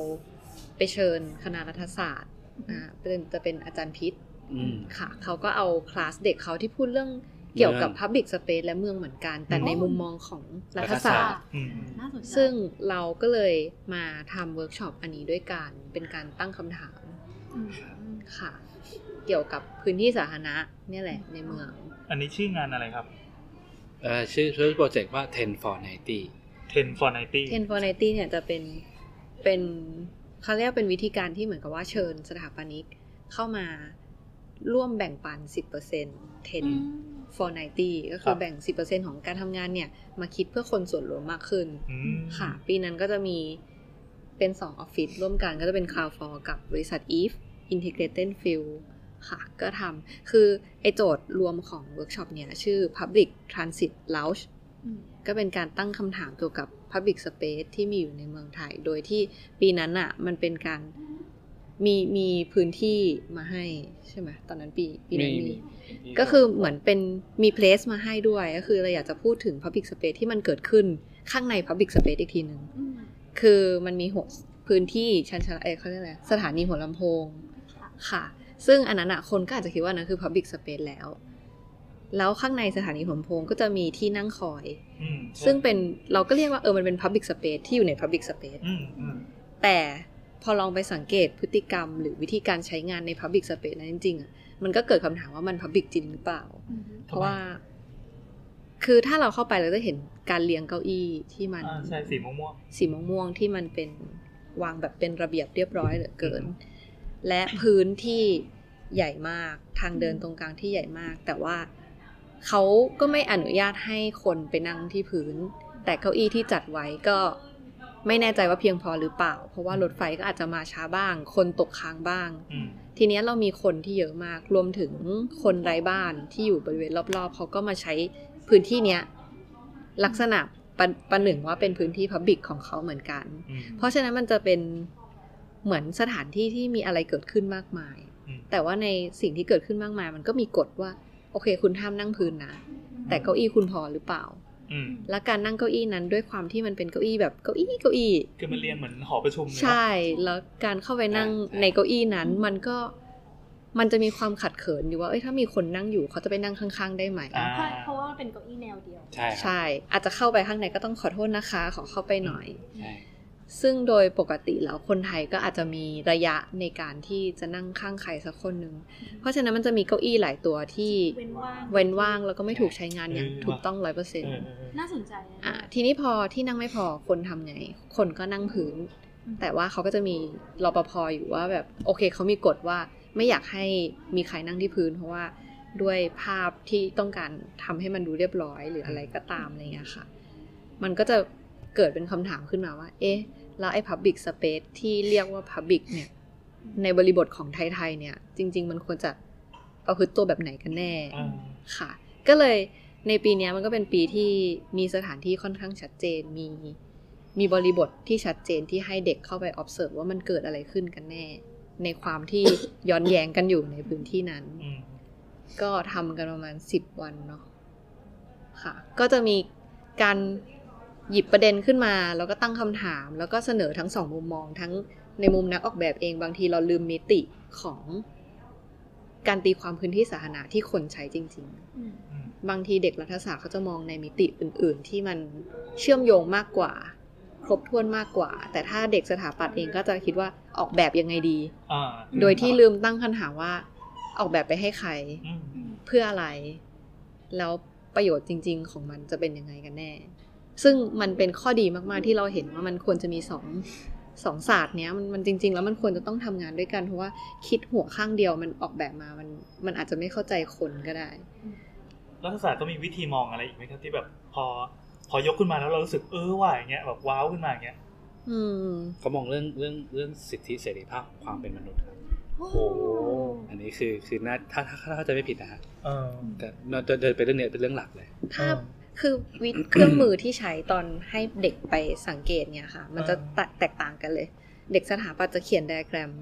S6: ไปเชิญคณะรัฐศาสตร์อ่าเป็นจะเป็นอาจารย์พิษ
S5: อืม
S6: ค่ะเขาก็เอาคลาสเด็กเขาที่พูดเรื่องเกี่ยวกับ
S5: เมือง
S6: Public Space และเมืองเหมือนกัน แต่ในมุมมองของรัฐศาสตร์
S2: อืม
S4: น่าสนใจ
S6: ซึ่งเราก็เลยมาทำเวิร์กช็อปอันนี้ด้วยกัน เป็นการตั้งคำถาม
S4: อืม
S6: ค่ะ เกี่ยวกับพื้นที่สาธารณะเนี่ยแหละในเมือง
S2: อันนี้ชื่องานอะไรครับ
S5: เอ่อชื่อชื่อโปรเจกต์ว่า ten for ninety
S2: 10 for
S6: 1 0
S2: 90
S6: for 90เนี่ยจะเป็นเป็นเขาเรียกเป็นวิธีการที่เหมือนกับว่าเชิญสถาปนิกเข้ามาร่วมแบ่งปัน 10% 10 for 90
S2: ครั
S6: ก็คือบ แบ่ง 10%ของการทำงานเนี่ย มาคิดเพื่อคนส่วนรวมมากขึ้น
S2: อืม
S6: ค่ะ ปีนั้นก็จะมีเป็น2ออฟฟิศร่วมกันก็จะเป็น Cloud for กับบริษัท Eve Integrated Field ค่ะ ก็ทำคือไอโจทย์รวมของเวิร์กช็อปเนี่ย ชื่อ Public Transit Lounge
S4: อืม
S6: ก็เป็นการตั้งคำถามเกี่ยวกับ Public Space ที่มีอยู่ในเมืองไทย โดยที่ปีนั้นอะมันเป็นการมีมีพื้นที่มาให้ใช่ไหมตอนนั้นปีปีนั้น
S5: มี
S6: มี ก็คือเหมือนเป็นมี place มาให้ด้วย ก็คือเราอยากจะพูดถึง Public Space ที่มันเกิดขึ้นข้างใน Public Space อีกทีหนึ่ง
S4: อืม
S6: คือมันมีหัวพื้นที่ชันชาลาเอยเขาเรียกอะไรสถานีหัวลำโพงค่ะ ซึ่งอันนั้นอะคนก็อาจจะคิดว่านั้นคือ Public Space แล้ว แล้วข้างในสถานีหัวลำโพงก็จะมีที่นั่งคอย
S2: อืมใช่
S6: ซึ่งเป็นเราก็เรียกว่าเออมันเป็น Public Space ที่อยู่ใน Public Space
S2: อืมอืม
S6: แต่พอลองไปสังเกตพฤติกรรม หรือวิธีการใช้งานใน Public Space นั้นจริงๆอะมันก็เกิดคำถามว่ามัน Public จริงหรือเปล่า
S4: อืม
S6: เพราะว่า คือถ้าเราเข้าไปเราจะเห็นการเรียงเก้าอี้ที่มัน
S2: อ่าใช่สีม่วง
S6: สีม่วงม่วงๆที่มันเป็นวางแบบเป็นระเบียบเรียบร้อยเหลือเกิน และพื้นที่ใหญ่มากทางเดินตรงกลางที่ใหญ่มาก แต่ว่าเขาก็ไม่อนุญาตให้คนไปนั่งที่พื้น แต่เก้าอี้ที่จัดไว้ก็ไม่แน่ใจว่าเพียงพอหรือเปล่า เพราะว่ารถไฟก็อาจจะมาช้าบ้าง คนตกค้างบ้าง
S2: อืม
S6: ทีเนี้ยเรามีคนที่เยอะมากรวมถึงคนไร้บ้านที่อยู่บริเวณรอบๆเขาก็มาใช้พื้นที่เนี้ยลักษณะประประหนึ่งว่าเป็นพื้นที่พับบิกของเขาเหมือนกัน
S2: ๆอืม
S6: เพราะฉะนั้นมันจะเป็นเหมือนสถานที่ที่มีอะไรเกิดขึ้นมากมาย
S2: อืม
S6: แต่ว่าในสิ่งที่เกิดขึ้นมากมาย มันก็มีกฎว่า โอเค คุณห้ามนั่งพื้นนะ แต่เก้าอี้คุณพอหรือเปล่า
S2: อืม
S6: และการนั่งเก้าอี้นั้นด้วยความที่มันเป็นเก้าอี้แบบเก้าอี้เก้าอี้
S2: คือมันเรียงเหมือนหอประชุมเลยเนอะ
S6: ใช่ แล้วการเข้าไปนั่ง
S5: อ่า
S6: ในเก้าอี้นั้น มันก็มันจะมีความขัดเขินอยู่ว่า เอ้ย ถ้ามีคนนั่งอยู่เขาจะไปนั่งข้างๆ ได้ไหม
S2: อ่า
S10: เพราะว่ามันเป็นเก้าอี้แนวเดียว
S5: ใช่ครับ
S6: ใช่ อาจจะเข้าไปข้างในก็ต้องขอโทษนะคะ ขอเข้าไปหน่อย
S5: ใช่
S6: ซึ่งโดยปกติแล้วคนไทยก็อาจจะมีระยะในการที่จะนั่งข้างใครสักคนหนึ่ง เพราะฉะนั้นมันจะมีเก้าอี้หลายตัวที่
S10: เว้นว่าง
S6: เว้นว่างแล้วก็ไม่ถูกใช้งานอย่างถูกต้องร้อยเปอร์เซ็นต์
S10: น่าสนใจนะ
S6: อ่ะทีนี้พอที่นั่งไม่พอคนทำไง คนก็นั่งพื้น แต่ว่าเขาก็จะมีรปภอยู่ว่าแบบโอเคเขามีกฎว่าไม่อยากให้มีใครนั่งที่พื้น เพราะว่าด้วยภาพที่ต้องการทำให้มันดูเรียบร้อยหรืออะไรก็ตามอะไรเงี้ยค่ะ มันก็จะเกิดเป็นคำถามขึ้นมาว่า เอ๊ะ แล้วไอ้พับบิ c สเปซที่เรียกว่าพับบิ c เนี่ย ในบริบทของไทยๆเนี่ย จริง ๆ มันควรจะประพฤติตัวแบบไหนกันแน่ ค่ะ ก็เลยในปีเนี้ยมันก็เป็นปีที่มีสถานที่ค่อนข้างชัดเจน มีมีบริบทที่ชัดเจนที่ให้เด็กเข้าไป observe ว่ามันเกิดอะไรขึ้นกันแน่ ในความที่ ย้อนแย้งกันอยู่ในพื้นที่นั้น ก็ทำกันประมาณสิบวันเนาะค่ะ ก็จะมีการหยิบประเด็นขึ้นมา แล้วก็ตั้งคำถาม แล้วก็เสนอทั้งสองมุมมอง ทั้งในมุมนักออกแบบเองบางทีเราลืมมิติของการตีความพื้นที่สาธารณะที่คนใช้จริง ๆ
S10: อืม
S6: บางทีเด็กรัฐศาสตร์เขาจะมองในมิติอื่น ๆ ที่มันเชื่อมโยงมากกว่า ครบถ้วนมากกว่า แต่ถ้าเด็กสถาปัตย์เองก็จะคิดว่าออกแบบยังไงดี โดยที่ลืมตั้งคำถามว่าออกแบบไปให้ใครเพื่ออะไร แล้วประโยชน์จริง ๆ ของมันจะเป็นยังไงกันแน่ ซึ่งมันเป็นข้อดีมากๆที่เราเห็นว่ามันควรจะมีสองสองศาสตร์เนี้ยมันมันจริง ๆ แล้วมันควรจะต้องทำงานด้วยกันเพราะว่าคิดหัวข้างเดียวมันออกแบบมามันมันอาจจะไม่เข้าใจคนก็ได้
S2: รัฐศาสตร์ก็มีวิธีมองอะไรอีกไหมครับที่แบบพอพอยกขึ้นมาแล้วเรารู้สึกเออว่าอย่างเงี้ยแบบว้าวขึ้นมาอย่างเงี้ย
S6: อืม
S5: เขามองเรื่องเรื่องเรื่องสิทธิเสรีภาพความเป็นมนุษย์ครับ
S10: โอ้โห
S5: อันนี้คือคือน่าถ้าถ้าถ้าเข้าใจไม่ผิดนะฮะ
S2: เออ
S5: แต่เนอะเดินเดินไปเรื่องเนี้ยเป็นเรื่องหลักเลย
S6: ภาพคือวิเครื่องมือที่ใช้ตอนให้เด็กไปสังเกตเนี่ยค่ะ มันจะแตกแตกต่างกันเลย เด็กสถาปัตย์จะเขียนไดอะแกรม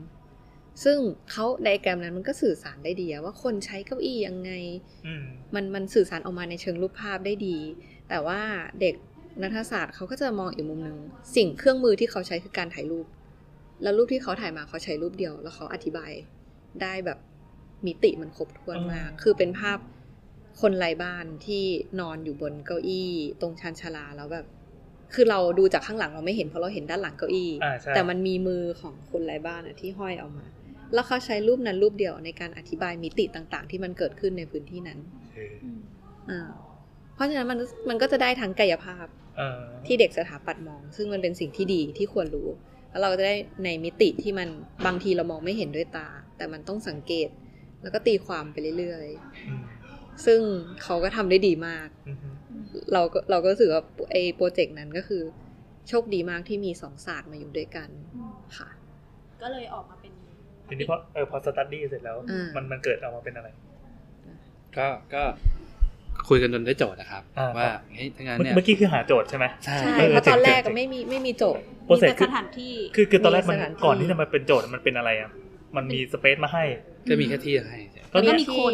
S6: ซึ่งเขาไดอะแกรมนั้นมันก็สื่อสารได้ดีอะว่าคนใช้เก้าอี้ยังไง
S2: อืม
S6: มันมันสื่อสารออกมาในเชิงรูปภาพได้ดี แต่ว่าเด็กนัฐศาสตร์เขาก็จะมองอีกมุมหนึ่งสิ่งเครื่องมือที่เขาใช้คือการถ่ายรูป แล้วรูปที่เขาถ่ายมาเขาใช้รูปเดียว แล้วเขาอธิบายได้แบบมิติมันครบถ้วนมาก
S2: อืม
S6: คือเป็นภาพคนไร้บ้านที่นอนอยู่บนเก้าอี้ ตรงชานชาลาแล้วแบบ คือเราดูจากข้างหลังเราไม่เห็นเพราะเราเห็นด้านหลังเก้าอี้
S2: อ่าใช่
S6: แต่มันมีมือของคนไร้บ้านอะที่ห้อยออกมา แล้วเขาใช้รูปนั้นรูปเดียวในการอธิบายมิติต่างๆ ที่มันเกิดขึ้นในพื้นที่นั้น
S2: เออ
S10: อืม
S6: อ่าเพราะฉะนั้นมันมันก็จะได้ทั้งกายภาพ
S2: เออ
S6: ที่เด็กสถาปัตย์มอง ซึ่งมันเป็นสิ่งที่ดีที่ควรรู้ แล้วเราก็จะได้ในมิติที่มันบางทีเรามองไม่เห็นด้วยตา แต่มันต้องสังเกต แล้วก็ตีความไปเรื่อย
S2: อืม
S6: ๆ ซึ่งเขาก็ทำได้ดีมาก
S2: อืม
S6: เราก็เราก็รู้สึกว่าไอ้โปรเจกต์นั้นก็คือ โชคดีมากที่มีสองศาสตร์มาอยู่ด้วยกันค่ะ
S10: ก็เลยออกมาเป็น
S2: ทีนี้พอเออพอสตัดดี้เสร็จแล้ว
S6: อืม
S2: มันมันเกิดออกมาเป็นอะไร
S5: ก็ก็คุยกันจนได้โจทย์นะครับ
S2: อ่าครับ
S5: ว่าเฮ้ยถ้างั้น
S2: เมื่อ
S5: เนี่ย
S2: เมื่อกี้คือหาโจทย์ใช่ไหม
S5: ใช่
S6: ใช่
S2: เออ
S6: เพราะตอนแรก
S2: เจ๋งๆ
S6: ไม่มีไม่มีโจทย์
S2: โปร
S10: มี
S2: เซส
S10: แต่
S2: คื
S10: ส
S2: อ
S10: ถานที่
S2: คือคือตอนแรกมัน
S6: มีสถานที่
S2: ก่อนที่จะมาเป็นโจทย์มันเป็นอะไรอ่ะมันมีสเปซมาให้
S5: ก็มีแค่ที่ให้
S2: ก็เนี่ย
S6: มีที่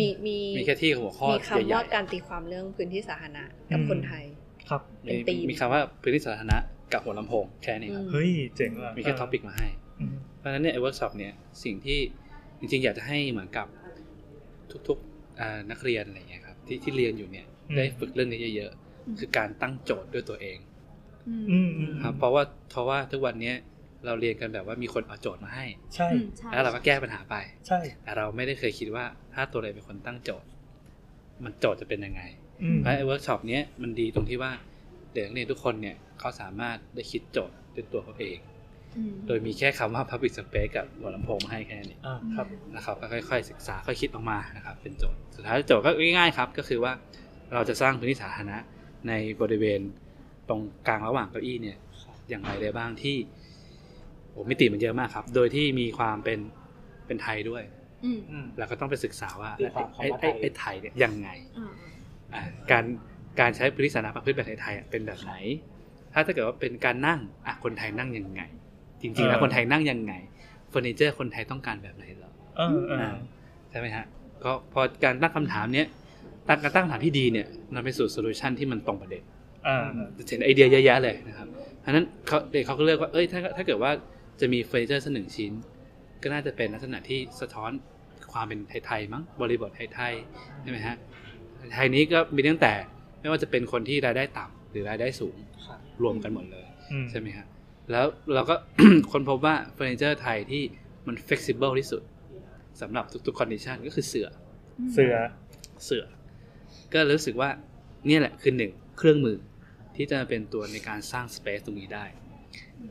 S6: มีมี
S5: มีแค่ที่หัวข้อ
S6: มี
S5: ให
S6: คำ
S5: ญ่
S6: ว่าการตีความเรื่องพื้นที่สาธารณะกับ
S2: อืม
S6: คนไทย
S2: ครับ
S5: ๆ
S6: เป็
S5: มี
S6: นธีม
S5: มีคำว่าพื้นที่สาธารณะกับหัวลำโพงแค่นี้ครับ
S2: เฮ้ยเจ๋งว่ะ
S5: มีแค่ท็อปิกมาให้
S2: อืม
S5: เพราะฉะนั้นเนี่ยเวิร์กช็อปเนี่ยสิ่งที่จริงๆ อยากจะให้เหมือนกับทุกๆอ่านักเรียนอะไรอย่างเงี้ยครับที่ที่เรียนอยู่เนี่ยได้ฝึกเรื่องนี้เยอะๆ คือการตั้งโจทย์ด้วยตัวเอง
S2: อืมอืม
S5: ครับเพราะว่าเพราะว่าทุกวันเนี้ยเราเรียนกันแบบว่ามีคนเอาโจทย์มาให้
S2: ใช่
S10: อืมใช่
S5: แล้วเราก็แก้ปัญหาไป
S2: ใช่
S5: แต่เราไม่ได้เคยคิดว่าถ้าตัวเราเป็นคนตั้งโจทย์ มันโจทย์จะเป็นยังไง
S2: อืม
S5: เพราะฉะนั้นไอ้เวิร์กช็อปเนี้ยมันดีตรงที่ว่าเด็กนักเรียนทุกคนเนี่ยเขาสามารถได้คิดโจทย์ด้วยตัวเขาเอง
S10: อืม
S5: โดยมีแค่คำว่า Public Space กับหัวลำโพงมาให้แค่นี้
S2: อ่าครับ
S5: นะครับก็ค่อยๆ ศึกษาค่อยคิดออกมานะครับเป็นโจทย์สุดท้ายโจทย์ก็ง่ายๆครับ ก็คือว่าเราจะสร้างพื้นที่สาธารณะในบริเวณตรงกลางระหว่างเก้าอี้เนี่ยอย่างไรได้บ้างที่โอ้มิติมันเยอะมากครับ โดยที่มีความเป็นเป็นไทยด้วย
S10: อืม
S5: เราก็ต้องไปศึกษาว่า
S3: ตีความคำ
S5: ไอ้
S3: ว่าไท
S5: ไอ้
S3: ย
S5: ไอ้ไทยเนี่ยยังไง
S10: อ่า
S5: อ่าการการใช้พื้นที่สาธารณะประพฤติแบบไทยๆอ่ะเป็นแบบไหน ถ้าถ้าเกิดว่าเป็นการนั่งอ่ะคนไทยนั่งยังไง จริงๆแล้ว
S2: เออ
S5: คนไทยนั่งยังไงเฟอร์นิเจอร์คนไทยต้องการแบบไหนเหรอ
S2: เออเออ
S5: ใช่ไหมฮะก็พอการตั้งคำถามเนี้ยตั้งการตั้งคำถามที่ดีเนี่ยนำไปสู่โซลูชันที่มันตรงประเด็น
S2: อ่า
S5: จะเห็นไอเดียเยอะแยะเลยนะครับเพราะฉะนั้นเขาเด็กเขาก็เลือกว่าเอ้ยถ้าถ้าเกิดว่าจะมีเฟอร์นิเจอร์สักหนึ่งชิ้น ก็น่าจะเป็นลักษณะที่สะท้อนความเป็นไทยๆมั้งบริบทไทยๆใช่ไหมฮะไทยนี้ก็มีตั้งแต่ไม่ว่าจะเป็นคนที่รายได้ต่ำหรือรายได้สูงรวมกันหมดเลย
S2: อืม
S5: ใช่ไหมฮะ แล้วเราก็ <coughs> คนพบว่าเฟอร์นิเจอร์ไทยที่มันเฟ e ซิเบิลที่สุดสำหรับทุกๆคอนดิชันก็คือเสือ
S2: เสือ
S5: เสือ ก็รู้สึกว่าเนี่ยแหละคือหนึ่งเครื่องมือที่จะเป็นตัวในการสร้างสเปซตรงนี้ได้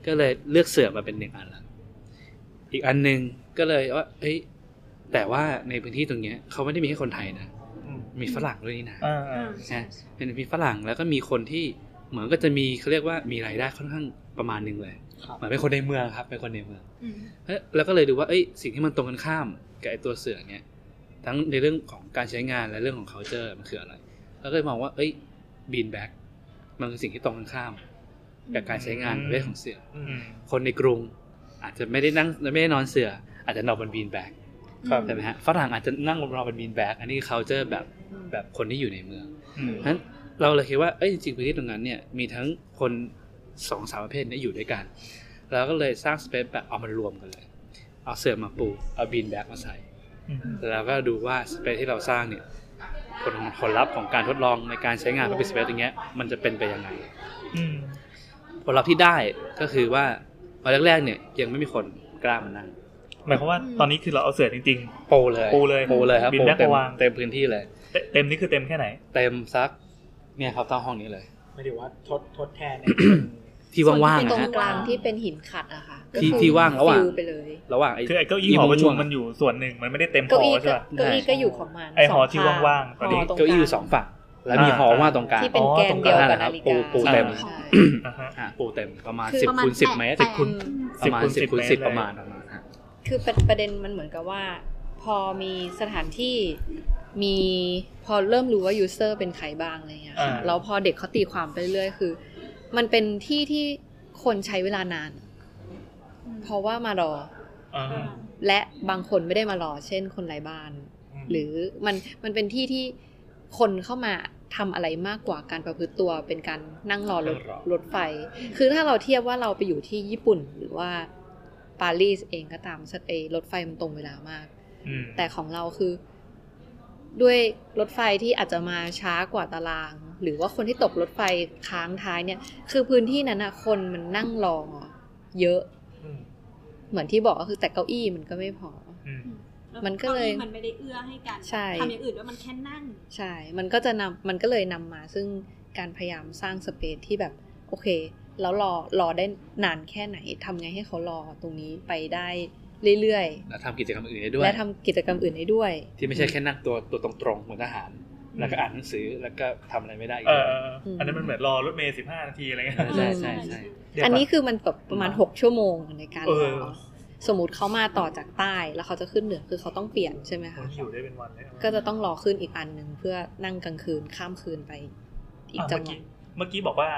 S5: ก็เลยเลือกเสือมาเป็นหนึ่งอันละอีกอันหนึ่งก็เลยว่าเอ้ยแต่ว่าในพื้นที่ตรงเนี้ยเขาไม่ได้มีแค่คนไทยนะ
S2: อืม
S5: มีฝรั่งด้วยนี่นะ
S2: อ่า
S5: นะเป็นมีฝรั่งแล้วก็มีคนที่เหมือนก็จะมีเขาเรียกว่ามีรายได้ค่อนข้างประมาณหนึ่งเลยเหมือนเป็นคนในเมืองครับเป็นคนในเมือง
S4: อืม
S5: เอ้ยแล้วก็เลยดูว่าเอ้ยสิ่งที่มันตรงกันข้ามกับไอตัวเสือเนี่ยทั้งในเรื่องของการใช้งานและเรื่องของ culture มันคืออะไร แล้วก็เลยมองว่าเอ้ยบีนแบ็กมันคือสิ่งที่ตรงกันข้ามกับการใช้งานประเภทของเสือ
S2: อืม
S5: คนในกรุงอาจจะไม่ได้นั่งไม่ได้นอนเสือ อาจจะนอนบนบีนแบ็ก
S2: ครับ
S5: ใช่ไหมฮะฝรั่งอาจจะนั่งนอนบนบีนแบ็กอันนี้คือ culture แบบแบบคนที่อยู่ในเมือง
S2: อืม
S5: เพราะฉะนั้นเราเลยคิดว่าเอ้ยจริงๆพื้นที่ตรงนั้นเนี่ยมีทั้งคนสองสามประเภทเนี้อยู่ด้วยกันเราก็เลยสร้างสเปซแบบเอามันรวมกันเลย เอาเสื่อมาปูเอาบีนแบ็กมาใส่
S2: อืม
S5: แล้วก็ดูว่าสเปซที่เราสร้างเนี่ยผลผลลัพธ์ของการทดลองในการใช้งานเป็นสเปซอย่างเงี้ยมันจะเป็นไปยังไง
S2: อืม
S5: ผลลัพธ์ที่ได้ก็คือว่าตอนแรกๆเนี่ยยังไม่มีคนกล้ามานั่ง
S2: หมายความว่าตอนนี้คือเราเอาเสือจริง
S5: ปูเลย
S2: ปูเลย
S5: ปูเลยครับ
S2: บีนแบ็ก
S5: เต็ม
S2: มาวาง
S5: เต็มพื้นที่เลย
S2: ๆเตเต็มนี่คือเต็มแค่ไหน
S5: เต็มซักเนี่ยครับเท่าห้องนี้เลย
S3: ไม่ได้ว่าทดทดแทน
S5: ที่ว่างๆ
S6: ส่นที่เป็นตร
S5: นะ
S6: ง
S5: ฮะ
S6: กลางที่เป็นหินขัดอะค่ะก็
S5: ที่
S6: คือ
S5: ที่ว่างระหว่าง
S6: ฟิลไปเลย
S5: ระหว่างไอ้
S2: คือไอ้เก้าอี้หอประชุมมันอยู่ส่วนหนึ่งมันไม่ได้เต็มห
S6: เก้า
S2: อ
S6: อี้
S2: ใช่
S6: ก็
S2: ป่ะ
S6: เก้าอี้ก็อยู่ของมัน
S2: ไอ้หอ
S6: สง
S2: ที่ว่างๆตอนนี้
S6: หตร
S5: เก้าอี้อยู่สองฝั่งแล้วมี
S2: อ่า
S5: หอว่างตรงกลาง
S6: ที่เป็นแกนเดียวกับนาฬิ
S5: อ๋
S6: กา
S5: อตรงกลางนั่นแหละครับปูปูเต็ม <coughs>
S6: ใช่
S2: อ่าฮะ
S5: อ่ะปูเต็มประมาณ
S6: คือ
S5: สิบ
S4: ประมาณ
S5: คูณสิบ
S4: แปด
S5: เมตร
S4: แปด
S6: อืม
S5: ประมาณ
S2: สิ
S5: สิ
S2: บบคู
S5: คู
S2: ณ
S5: ณ
S2: สิ
S5: สิ
S2: บบ เมตรเลย
S5: ประมาณประมาณฮะ
S6: คือประประเด็นมันเหมือนกับว่า พอมีสถานที่มีพอเริ่มรู้ว่ายูเซอร์เป็นใครบ้างอะไรเงี้ย
S2: อ่า
S6: ค่ะแล้วพอเด็กเขาตีความไปเรื่อยๆคือ มันเป็นที่ที่คนใช้เวลานาน เพราะว่ามารอ
S2: อ่าฮะ
S6: และบางคนไม่ได้มารอ เช่นคนไร้บ้าน หรือมันมันเป็นที่ที่คนเข้ามาทำอะไรมากกว่าการประพฤติตัวเป็นการนั่งรอรถ
S5: นั่งรอ
S6: รถไฟ คือถ้าเราเทียบว่าเราไปอยู่ที่ญี่ปุ่นหรือว่าปารีสเองก็ตามสเตย์รถไฟมันตรงเวลามาก
S2: อืม
S6: แต่ของเราคือ ด้วยรถไฟที่อาจจะมาช้ากว่าตาราง หรือว่าคนที่ตกรถไฟค้างท้ายเนี่ย คือพื้นที่นั้นนะคนมันนั่งรอเยอะ
S2: อืม
S6: เหมือนที่บอกก็คือแต่เก้าอี้มันก็ไม่พอ
S2: อืม
S6: มันก็เลย
S10: มันไม่ได้เอื้อให้กัน
S6: ใช่
S10: ทำอย่างอื่นด้วยมันแค่นั่ง
S6: ใช่ มันก็จะนำมันก็เลยนำมาซึ่งการพยายามสร้างสเปซที่แบบ โอเค แล้วรอรอได้นานแค่ไหนทำไงให้เขารอตรงนี้ไปได้เรื่อย
S5: แล้วทำกิจกรรมอื่นได้
S6: ๆ
S5: ด้วย
S6: และทำกิจกรรมอื่นได้ด้วย
S5: ที่ไม่ใช่แค่นั่งตัวตัวตรงๆเหมือนทหาร แล้วก็อ่านหนังสือแล้วก็ทำอะไรไม่ได้อีก
S2: เอ
S5: เลย
S2: อเอออันนั้นมันเหมือนรอรถเมล์สิบห้านาทีอะไรเงี้ย
S5: ใช่ใช่ใช่ใช่
S2: เดี๋ยวก่
S6: อันนี้คือมันแบบประมาณ 6 ชั่วโมงในการร
S2: เอ
S6: อ
S2: อ
S6: สมมติเขามาต่อจากใต้แล้วเขาจะขึ้นเหนือคือเขาต้องเปลี่ยนใช่ไหม
S2: โอ้
S6: คะ
S2: ยอยู่ได้เป็นวันเลย
S6: ก็จะต้องรอขึ้นอีกอันหนึ่งเพื่อนั่งกลางคืนข้ามคืนไปอีก
S2: อ่ะ
S6: จั
S2: เมื่อ
S6: งหวั
S2: กี้
S6: ด
S2: เมื่อกี้บอกว่า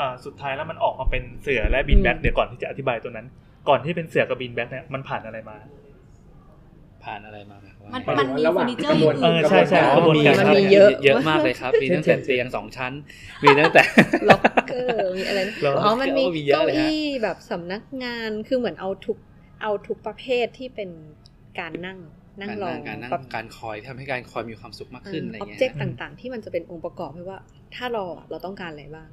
S2: อ่าสุดท้ายแล้วมันออกมาเป็นเสือและบินแบ็ก
S6: อืม
S2: เดี๋ยวก่อนที่จะอธิบายตัวนั้น ก่อนที่เป็นเสือกับบินแบ็กเนี่ยมันผ่านอะไรมา
S5: ผ่านอะไรมาไหมว่า
S10: มัน
S5: ไง
S10: มันมีเฟอร์นิเจอร์อย่าง
S2: เอ
S10: อื่
S2: อน ใช่ใช่
S5: อ๋อก
S2: ระบวนการ
S6: มันมีเยอะ
S5: เยอะมากเลยครับ มีตั้งแต่เตียงสองชั้น มีตั้งแต่
S6: ล็อกเกอร์มีอะไรนะ
S2: ล็อกเกอร์
S6: อ๋อมันมี
S5: มีเยอะ
S6: เก้า
S5: เลยฮะ
S6: อี้แบบสำนักงานคือเหมือนเอาทุกเอาทุกประเภทที่เป็นการนั่งนั่งรอ
S5: การนั่งการคอยทำให้การคอยมีความสุขมากขึ้นอะไรอ
S6: อ็
S5: ย่า
S6: องบ
S5: เงี้ย
S6: เจกต์ต่างๆ ที่มันจะเป็นองค์ประกอบไม่ว่า ถ้ารออะเราต้องการอะไรบ้าง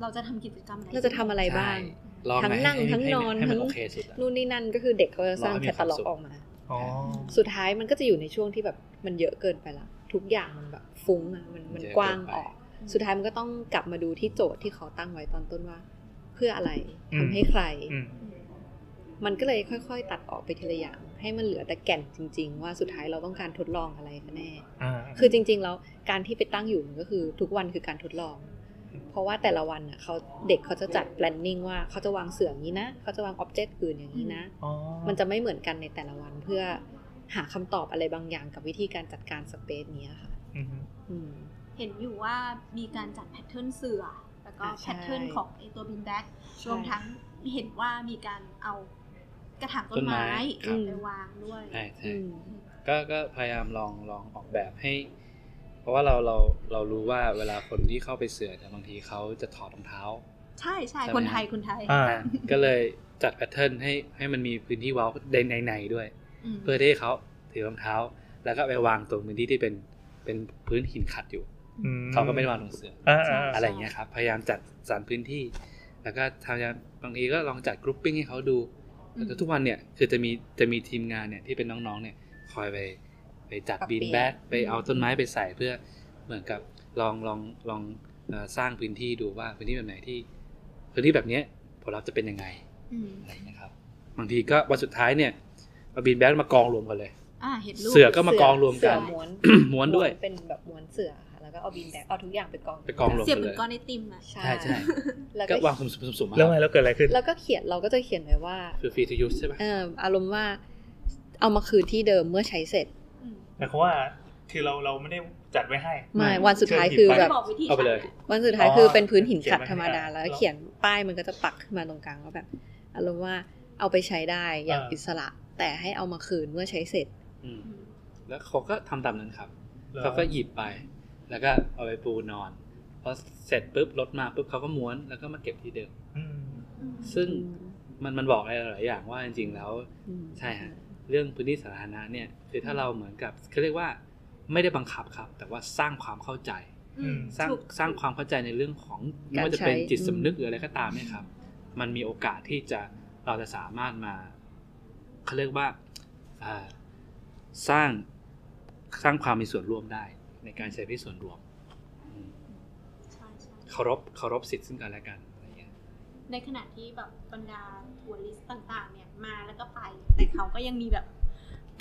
S10: เราจะทำกิจกรรมอไร
S6: เราจะทำอะไรบ้าง
S5: ใช่ลอง
S6: ทั้งนั่ง
S5: ให้
S6: ทั้ง
S5: ให้
S6: นอน
S5: ให้มั
S6: ทั้
S5: น
S6: ง
S5: โอเคสุดอะ
S6: นู่นนี่นั่นก็คือเด็กเขาจะสร้าง
S5: รอให้มี
S6: แคตตาล็อก
S5: ความสุข
S6: ออกมา
S2: อ๋อ
S6: สุดท้ายมันก็จะอยู่ในช่วงที่แบบมันเยอะเกินไปละทุกอย่างมันแบบฟุ้งอะมันมัน
S5: เยอะเกินไป
S6: กว้างออก สุดท้ายมันก็ต้องกลับมาดูที่โจทย์ที่เขาตั้งไว้ตอนต้นว่า เพื่ออะไร
S2: อื
S6: ทำ
S2: ม
S6: ให้ใคร
S2: อืม
S6: มันก็เลยค่อย ๆ ตัดออกไปทีละอย่าง ให้มันเหลือแต่แก่นจริง ๆ ว่าสุดท้ายเราต้องการทดลองอะไรกันแน่
S2: อ่า
S6: คือจริง ๆ แล้วการที่ไปตั้งอยู่มันก็คือทุกวันคือการทดลอง เพราะว่าแต่ละวันน่ะเขาเด็กเขาจะจัด planning ว่าเขาจะวางเสื่ออย่างนี้นะเขาจะวาง object อื่นอย่างนี้นะ
S2: อ๋อ
S6: มันจะไม่เหมือนกันในแต่ละวันเพื่อหาคำตอบอะไรบางอย่างกับวิธีการจัดการสเปซเนี้ยค่ะ
S2: อืมฮึ
S6: อืม
S4: เห็นอยู่ว่ามีการจัดแพทเทิร์นเสือ แล้วก็
S6: อ่ะใช่
S4: แพทเทิร์นของไอตัวบินแบ็ก
S6: ใช่
S4: รวมทั้งเห็นว่ามีการเอากระถางต้นไม้
S6: ต้นไม้
S4: ไปวางด้วย
S5: ใช่ใช่
S6: อืม
S5: ก็ก็พยายามลองลองออกแบบให้ เพราะว่าเราเราเรารู้ว่าเวลาคนที่เข้าไปเสือเนี่ยบางทีเขาจะถอดรองเท้า
S4: ใช่ใช่
S5: ใช่ไหม
S4: คนไทยคนไทย
S2: อ่า
S5: ก็เลยจัดแพทเทิร์นให้ให้มันมีพื้นที่เว้าในในในด้วย
S4: อืม
S5: เพื่อที่ให้เขาถือรองเท้า แล้วก็ไปวางตรงพื้นที่ที่เป็นเป็นพื้นหินขัดอยู่
S2: อืม
S5: เขาก็ไม่ได้วางตรงเสือ
S2: อ่าอ่าอ่า
S5: อะไรอย่างเงี้ยครับพยายามจัดสรรพื้นที่ แล้วก็ทำยาบางทีก็ลองจัดกรุ๊ปปิ้งให้เขาดูแต่ทุกวันเนี่ยคือจะมีจะมีทีมงานเนี่ยที่เป็นน้องๆเนี่ยคอยไปไปจัด
S11: ปรับ
S5: บีน
S11: เปลี่ยน
S5: แบกไปเอาต้นไม้ไปใส่เพื่อเหมือนกับลองลองลองเอ่อสร้างพื้นที่ดูว่าพื้นที่แบบไหนที่พื้นที่แบบเนี้ยผลลัพธ์จะเป็นยังไง
S4: อืม
S5: อะไรอย่างเงี้ยครับบางทีก็วันสุดท้ายเนี่ยเอาบีนแบกมากองรวมกันเลย
S4: อ่าเห็นรูป
S5: เสือก็มากองรวมกัน
S6: เสือม้วน
S5: ม้วนด้วย
S6: เป็นแบบม้วนเสือค่ะ แล้วก็เอาบีนแบกเอาทุกอย่างไปกอง
S5: ไปกองรวม
S4: เสียบ
S5: กั
S4: เห
S5: น
S4: มื
S5: เล
S4: อน
S5: ย
S4: ก้อนไอติมอะ
S5: ใช่ใช่
S6: แล้ว
S5: ก็
S6: ก็
S5: วางสุ่มๆๆๆ
S2: แล้ว
S5: ค
S2: ไงแล้
S5: รับ
S2: วเกิดอะไรขึ้น
S6: แล้วก็เขียนเราก็จะเขียนไว้ว่า
S5: feel free to use ใช่ปะ
S6: เอออารมณ์ว่า เอามาคืนที่เดิมเมื่อใช้เสร็จ
S2: หมายความว่าคือเราเราไม่ได้จัดไว้ให้
S6: ไมา
S5: ไม่
S6: วันสุดท้ายคือ
S2: เชิญหยิบไป
S6: แบบ
S4: บอกวิธี
S5: เอาไปเลย
S6: วันสุดท้ายคือ
S2: อ
S6: เป็นพื้นหินขัด
S2: เขี
S6: ธร
S2: ยนไว้ให้
S6: รมดา แล้ว
S2: แล้ว
S6: เขียนป้ายมันก็จะปักขึ้นมาตรงกลางว่าแบบ อารมณ์ว่าเอาไปใช้ได้อย่าง
S2: เอออิ
S6: อิสระ แต่ให้เอามาคืนเมื่อใช้เสร็จ
S5: อืมแล้วเขาก็ทำตามนั้นครับ
S2: หรอ
S5: เขาก็หยิบไป แล้วก็เอาไปปูนอน พอเสร็จปุ๊บรถมาปุ๊บเขาก็ม้วนแล้วก็มาเก็บที่เดิม
S2: อืม
S5: ซึ่งมันมันบอกอะไรหลายๆอย่างว่าจริงๆแล้ว
S6: อืม
S5: ใช่ฮะ เรื่องพื้นที่สาธารณะเนี่ยคือถ้าเราเหมือนกับเขาเรียกว่าไม่ได้บังคับครับ แต่ว่าสร้างความเข้าใจ
S2: อืม
S5: สร้าง
S4: ถูก
S5: สร้างความเข้าใจในเรื่องของไม่ว่าจะเป็นจิตสำนึกหรืออะไรก็ตามเนี่ยครับ มันมีโอกาสที่จะเราจะสามารถมาเขาเรียกว่าอ่าสร้างสร้างความมีส่วนร่วมได้ ในการใช้ที่ส่วนรวมอืมเคารพเคารพสิทธิ์ซึ่งกันและกันอะไรอย่างเงี้ย
S4: ในขณะที่แบบบรรดาทัวริสต์ต่างๆ เนี่ยมาแล้วก็ไป แต่เขาก็ยังมีแบบ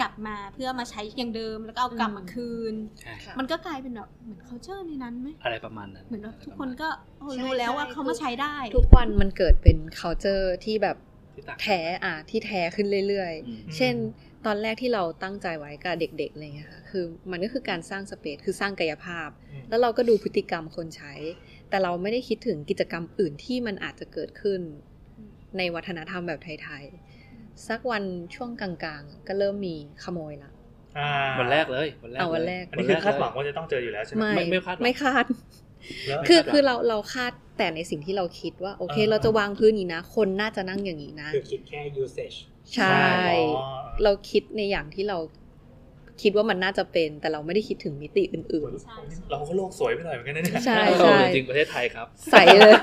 S4: กลับมาเพื่อมาใช้อย่างเดิมแล้วก็เอากลับมาคืน
S5: ใช่
S4: มันก็กลายเป็นแบบเหมือน c u เ t อร์ในนั้นไหม
S5: อะไรประมาณนั้น
S4: เหมือนแบบทุก
S5: ะ
S4: ค
S5: ไรประ
S4: น
S5: มาณ
S4: ก็โอ้รู้แล้วว่าเขามาใช้ได้
S6: ทุกวันมันเกิดเป็น culture ที่แบบ
S5: ที่ต่าง
S6: แท้อ่ะที่แท้ขึ้นเรื่อย
S5: อืม
S6: ๆ เช่น ตอนแรกที่เราตั้งใจไว้กับเด็กๆอะไรเงี้ยค่ะคือมันก็คือการสร้างสเปซคือสร้างกายภาพ
S2: อืม
S6: แล้วเราก็ดูพฤติกรรมคนใช้ แต่เราไม่ได้คิดถึงกิจกรรมอื่นที่มันอาจจะเกิดขึ้น ในวัฒนธรรมแบบไทยๆ สักวันช่วงกลางๆ ก็เริ่มมีขโมยละ
S2: อ่า
S5: วันแรกเลยวันแรก
S6: เอาวัน
S5: เลย
S6: แรก
S2: อันนี้คือคาดหวัง
S5: เลย
S2: ว่าจะต้องเจออยู่แล้วใช่ไหม
S6: ไม่
S5: ไม่คาดหวัง
S6: ไม่คาด
S2: แล้ว
S6: คือ
S5: ไม่คาดหวัง
S6: คือเราเราคาดแต่ในสิ่งที่เราคิดว่า โอเค
S2: อ่า
S6: เราจะวางพื้นอย่างนี้นะ คนน่าจะนั่งอย่างนี้นะ
S3: คือคิดแค่ usage
S6: ใช่
S2: อ๋อ
S6: เราคิดในอย่างที่เราคิดว่ามันน่าจะเป็น แต่เราไม่ได้คิดถึงมิติอื่น
S4: ใช่
S2: เราก็โลกสวยไปหน่อยเหมือนกันนะเนี่ย
S6: ใช่
S5: เออจริงประเทศไทยครับ
S6: ๆ ใส่เลย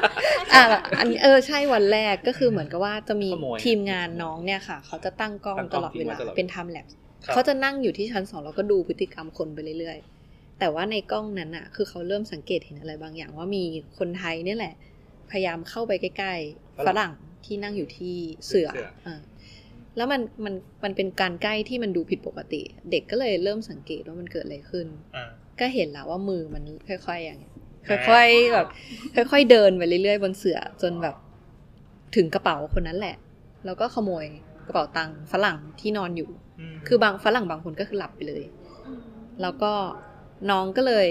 S6: อ่ะอันเออใช่วันแรกก็คือเหมือนกับว่าจะมี
S5: ขโมย
S6: ทีมงานน้องเนี่ยค่ะ เขาจะตั้งกล้อง
S5: ตั้งก
S6: ต
S5: ล้อง
S6: ลอดเวลา
S5: ทิ้งไว้ตลอด
S6: เป็นไทม์แลป
S2: ครับ
S6: เขาจะนั่งอยู่ที่ชั้นสองแล้วก็ดูพฤติกรรมคนไปเรื่อยๆ แต่ว่าในกล้องนั้นน่ะ คือเขาเริ่มสังเกตเห็นอะไรบางอย่างว่ามีคนไทยเนี่ยแหละ พยายามเข้าไปใกล้ๆ
S5: ฝ
S6: ฝ
S5: รั่
S6: รั่
S5: ง
S6: งที่นั่งอยู่ที่เสือ
S5: เสือ
S6: เออแล้วมันมันมันเป็นการใกล้ที่มันดูผิดปกติ เด็กก็เลยเริ่มสังเกตว่ามันเกิดอะไรขึ้น
S2: อ่า
S6: ก็เห็นแล้วว่ามือมันค่อยๆอย่างเงี้ย
S2: อ่า
S6: ค่อยๆแบบค่อย ๆ เดินไปเรื่อยๆ บนเสือจนแบบถึงกระเป๋าคนนั้นแหละ แล้วก็ขโมยกระเป๋าตังค์ฝรั่งที่นอนอยู่
S2: ม
S6: คือบางฝรั่งบางคนก็คือหลับไปเลย แล้วก็น้องก็เลย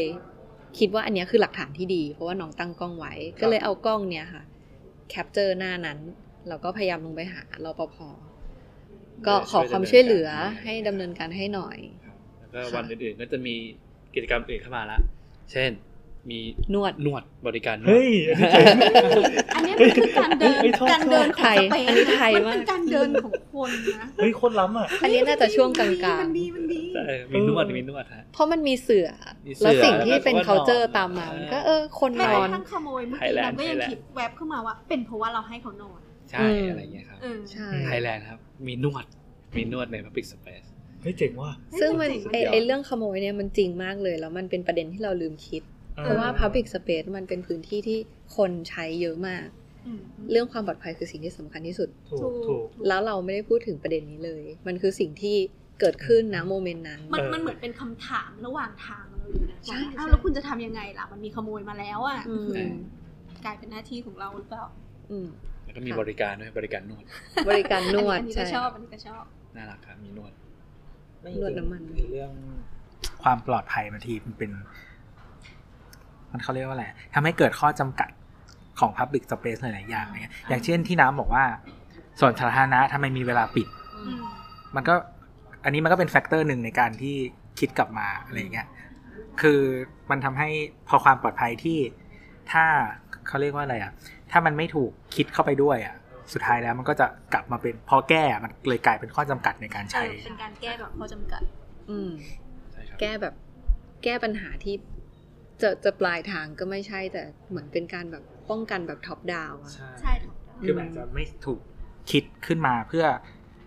S6: คิดว่าอันเนี้ยคือหลักฐานที่ดี เพราะว่าน้องตั้งกล้องไว้ ก็เลยเอากล้องเนี้ยค่ะ แคปเจอร์หน้านั้น แล้วก็พยายามลงไปหารปภก็ขอความช่วยเหลือให้ดำเนินการให้หน่อย
S5: ครับแล้วก็
S6: ค่ะ
S5: วันอื่นๆก็จะมีกิจกรรมอื่นเข้ามาละ เช่น มี
S6: นวด
S5: นวดบริการนวด
S2: เฮ้ยอันนี้
S4: อันนี้
S2: เจ๋ง
S4: มันคือการเดิน
S2: เฮ้ยชอบ
S4: การเดินข
S6: ไท
S4: อง
S6: ย
S4: สเปน
S6: อันนี้ไทย
S4: มั
S6: มาน ก
S4: เป็นการเดินของคนนะ
S2: เฮ้ยโคตรล้ำอ่ะ
S6: อันนี้น่าจะช่วงกลาง
S4: มันดีมันดี
S5: เออมีนวด
S2: เออ
S5: มีนวดฮะ
S6: ๆ เพราะมันมีเสือ
S5: มีเสือ
S6: แล้วสิ่งที่เป็น
S5: แล้วก็
S6: c u เจอร์ตามมามันก็เออคน
S4: แม้
S6: น
S4: ก
S6: อ
S4: ระ
S6: น
S4: ทั่งขโมยเมื่อ
S5: ไทย
S4: กี้
S5: แลนด์
S4: เราก็ยัง
S5: ไทยแลนด์
S4: คิดแวบเข้ามาว่า เป็นเพราะว่าเราให้เขานอน
S5: ใช่
S6: อืม
S5: อะไรอย่างเงี้ยครับ
S4: เออ
S6: ใช่
S5: ไทยแลนด์ครับ มีนวด มีนวดใน Public Space
S2: เฮ้ยเจ๋งว่ะ
S6: ซึ่งมัน
S5: เฮ้ยมันเจ๋ง
S6: ไอไอเรื่องขโมยเนี่ยมันจริงมากเลย แล้วมันเป็นประเด็นที่เราลืมคิด
S2: ออ
S6: เพราะว่า Public Space มันเป็นพื้นที่ที่คนใช้เยอะมาก เรื่องความปลอดภัยคือสิ่งที่สำคัญที่สุด
S2: ถูกถูก
S6: แล้วเราไม่ได้พูดถึงประเด็นนี้เลย มันคือสิ่งที่เกิดขึ้นนะโมเมนต์นั้น
S4: มัน
S2: เออ
S4: มันเหมือนเป็นคำถามระหว่างทางเราอยู่นะ
S6: ใช่
S4: ว่าอ้าว
S6: ใช่
S4: แล้วคุณจะทำยังไงล่ะ มันมีขโมยมาแล้วอ่ะ
S6: อืม
S4: กลายเป็นหน้าที่ของเราหรือเปล่า
S6: อืม
S5: แล้วก็มี
S6: ค่ะ
S5: บริการด้วยบริการนวด
S6: บริการนวด
S4: อันนี้อันนี้
S6: ใช่
S4: ก็ชอบอันนี้ก็ชอบ
S5: น่ารักครับ มีนวด
S3: ไม่
S6: นวดน้ำมัน
S3: คือเรื่องความปลอดภัยบางทีมันเป็น มันเขาเรียกว่าอะไรทำให้เกิดข้อจำกัดของ Public Space หลายๆอย่างอะไรเงี้ยอย่างเช่นที่น้ำบอกว่าส่วนสาธารณะทำไมมีเวลาปิด
S6: อืม
S3: มันก็ อันนี้มันก็เป็นแฟกเตอร์หนึ่งในการที่คิดกลับมาอะไรอย่างเงี้ย คือมันทำให้พอความปลอดภัยที่ถ้าเขาเรียกว่าอะไรอ่ะ ถ้ามันไม่ถูกคิดเข้าไปด้วยอ่ะ สุดท้ายแล้วมันก็จะกลับมาเป็นพอแก้อะมันเลยกลายเป็นข้อจำกัดในการ
S4: เอ
S3: ใช้
S4: อเป็นการแก้แบบข้อจำกัด
S6: อืม
S5: ใช่ครับ
S6: แก้แบบ แก้ปัญหาที่ จะจะปลายทางก็ไม่ใช่แต่เหมือนเป็นการแบบป้องกันแบบท็อปดาวอะ
S4: ใช่ถูกต้อง
S3: คือมันอาจจะไม่ถูกคิดขึ้นมาเพื่อ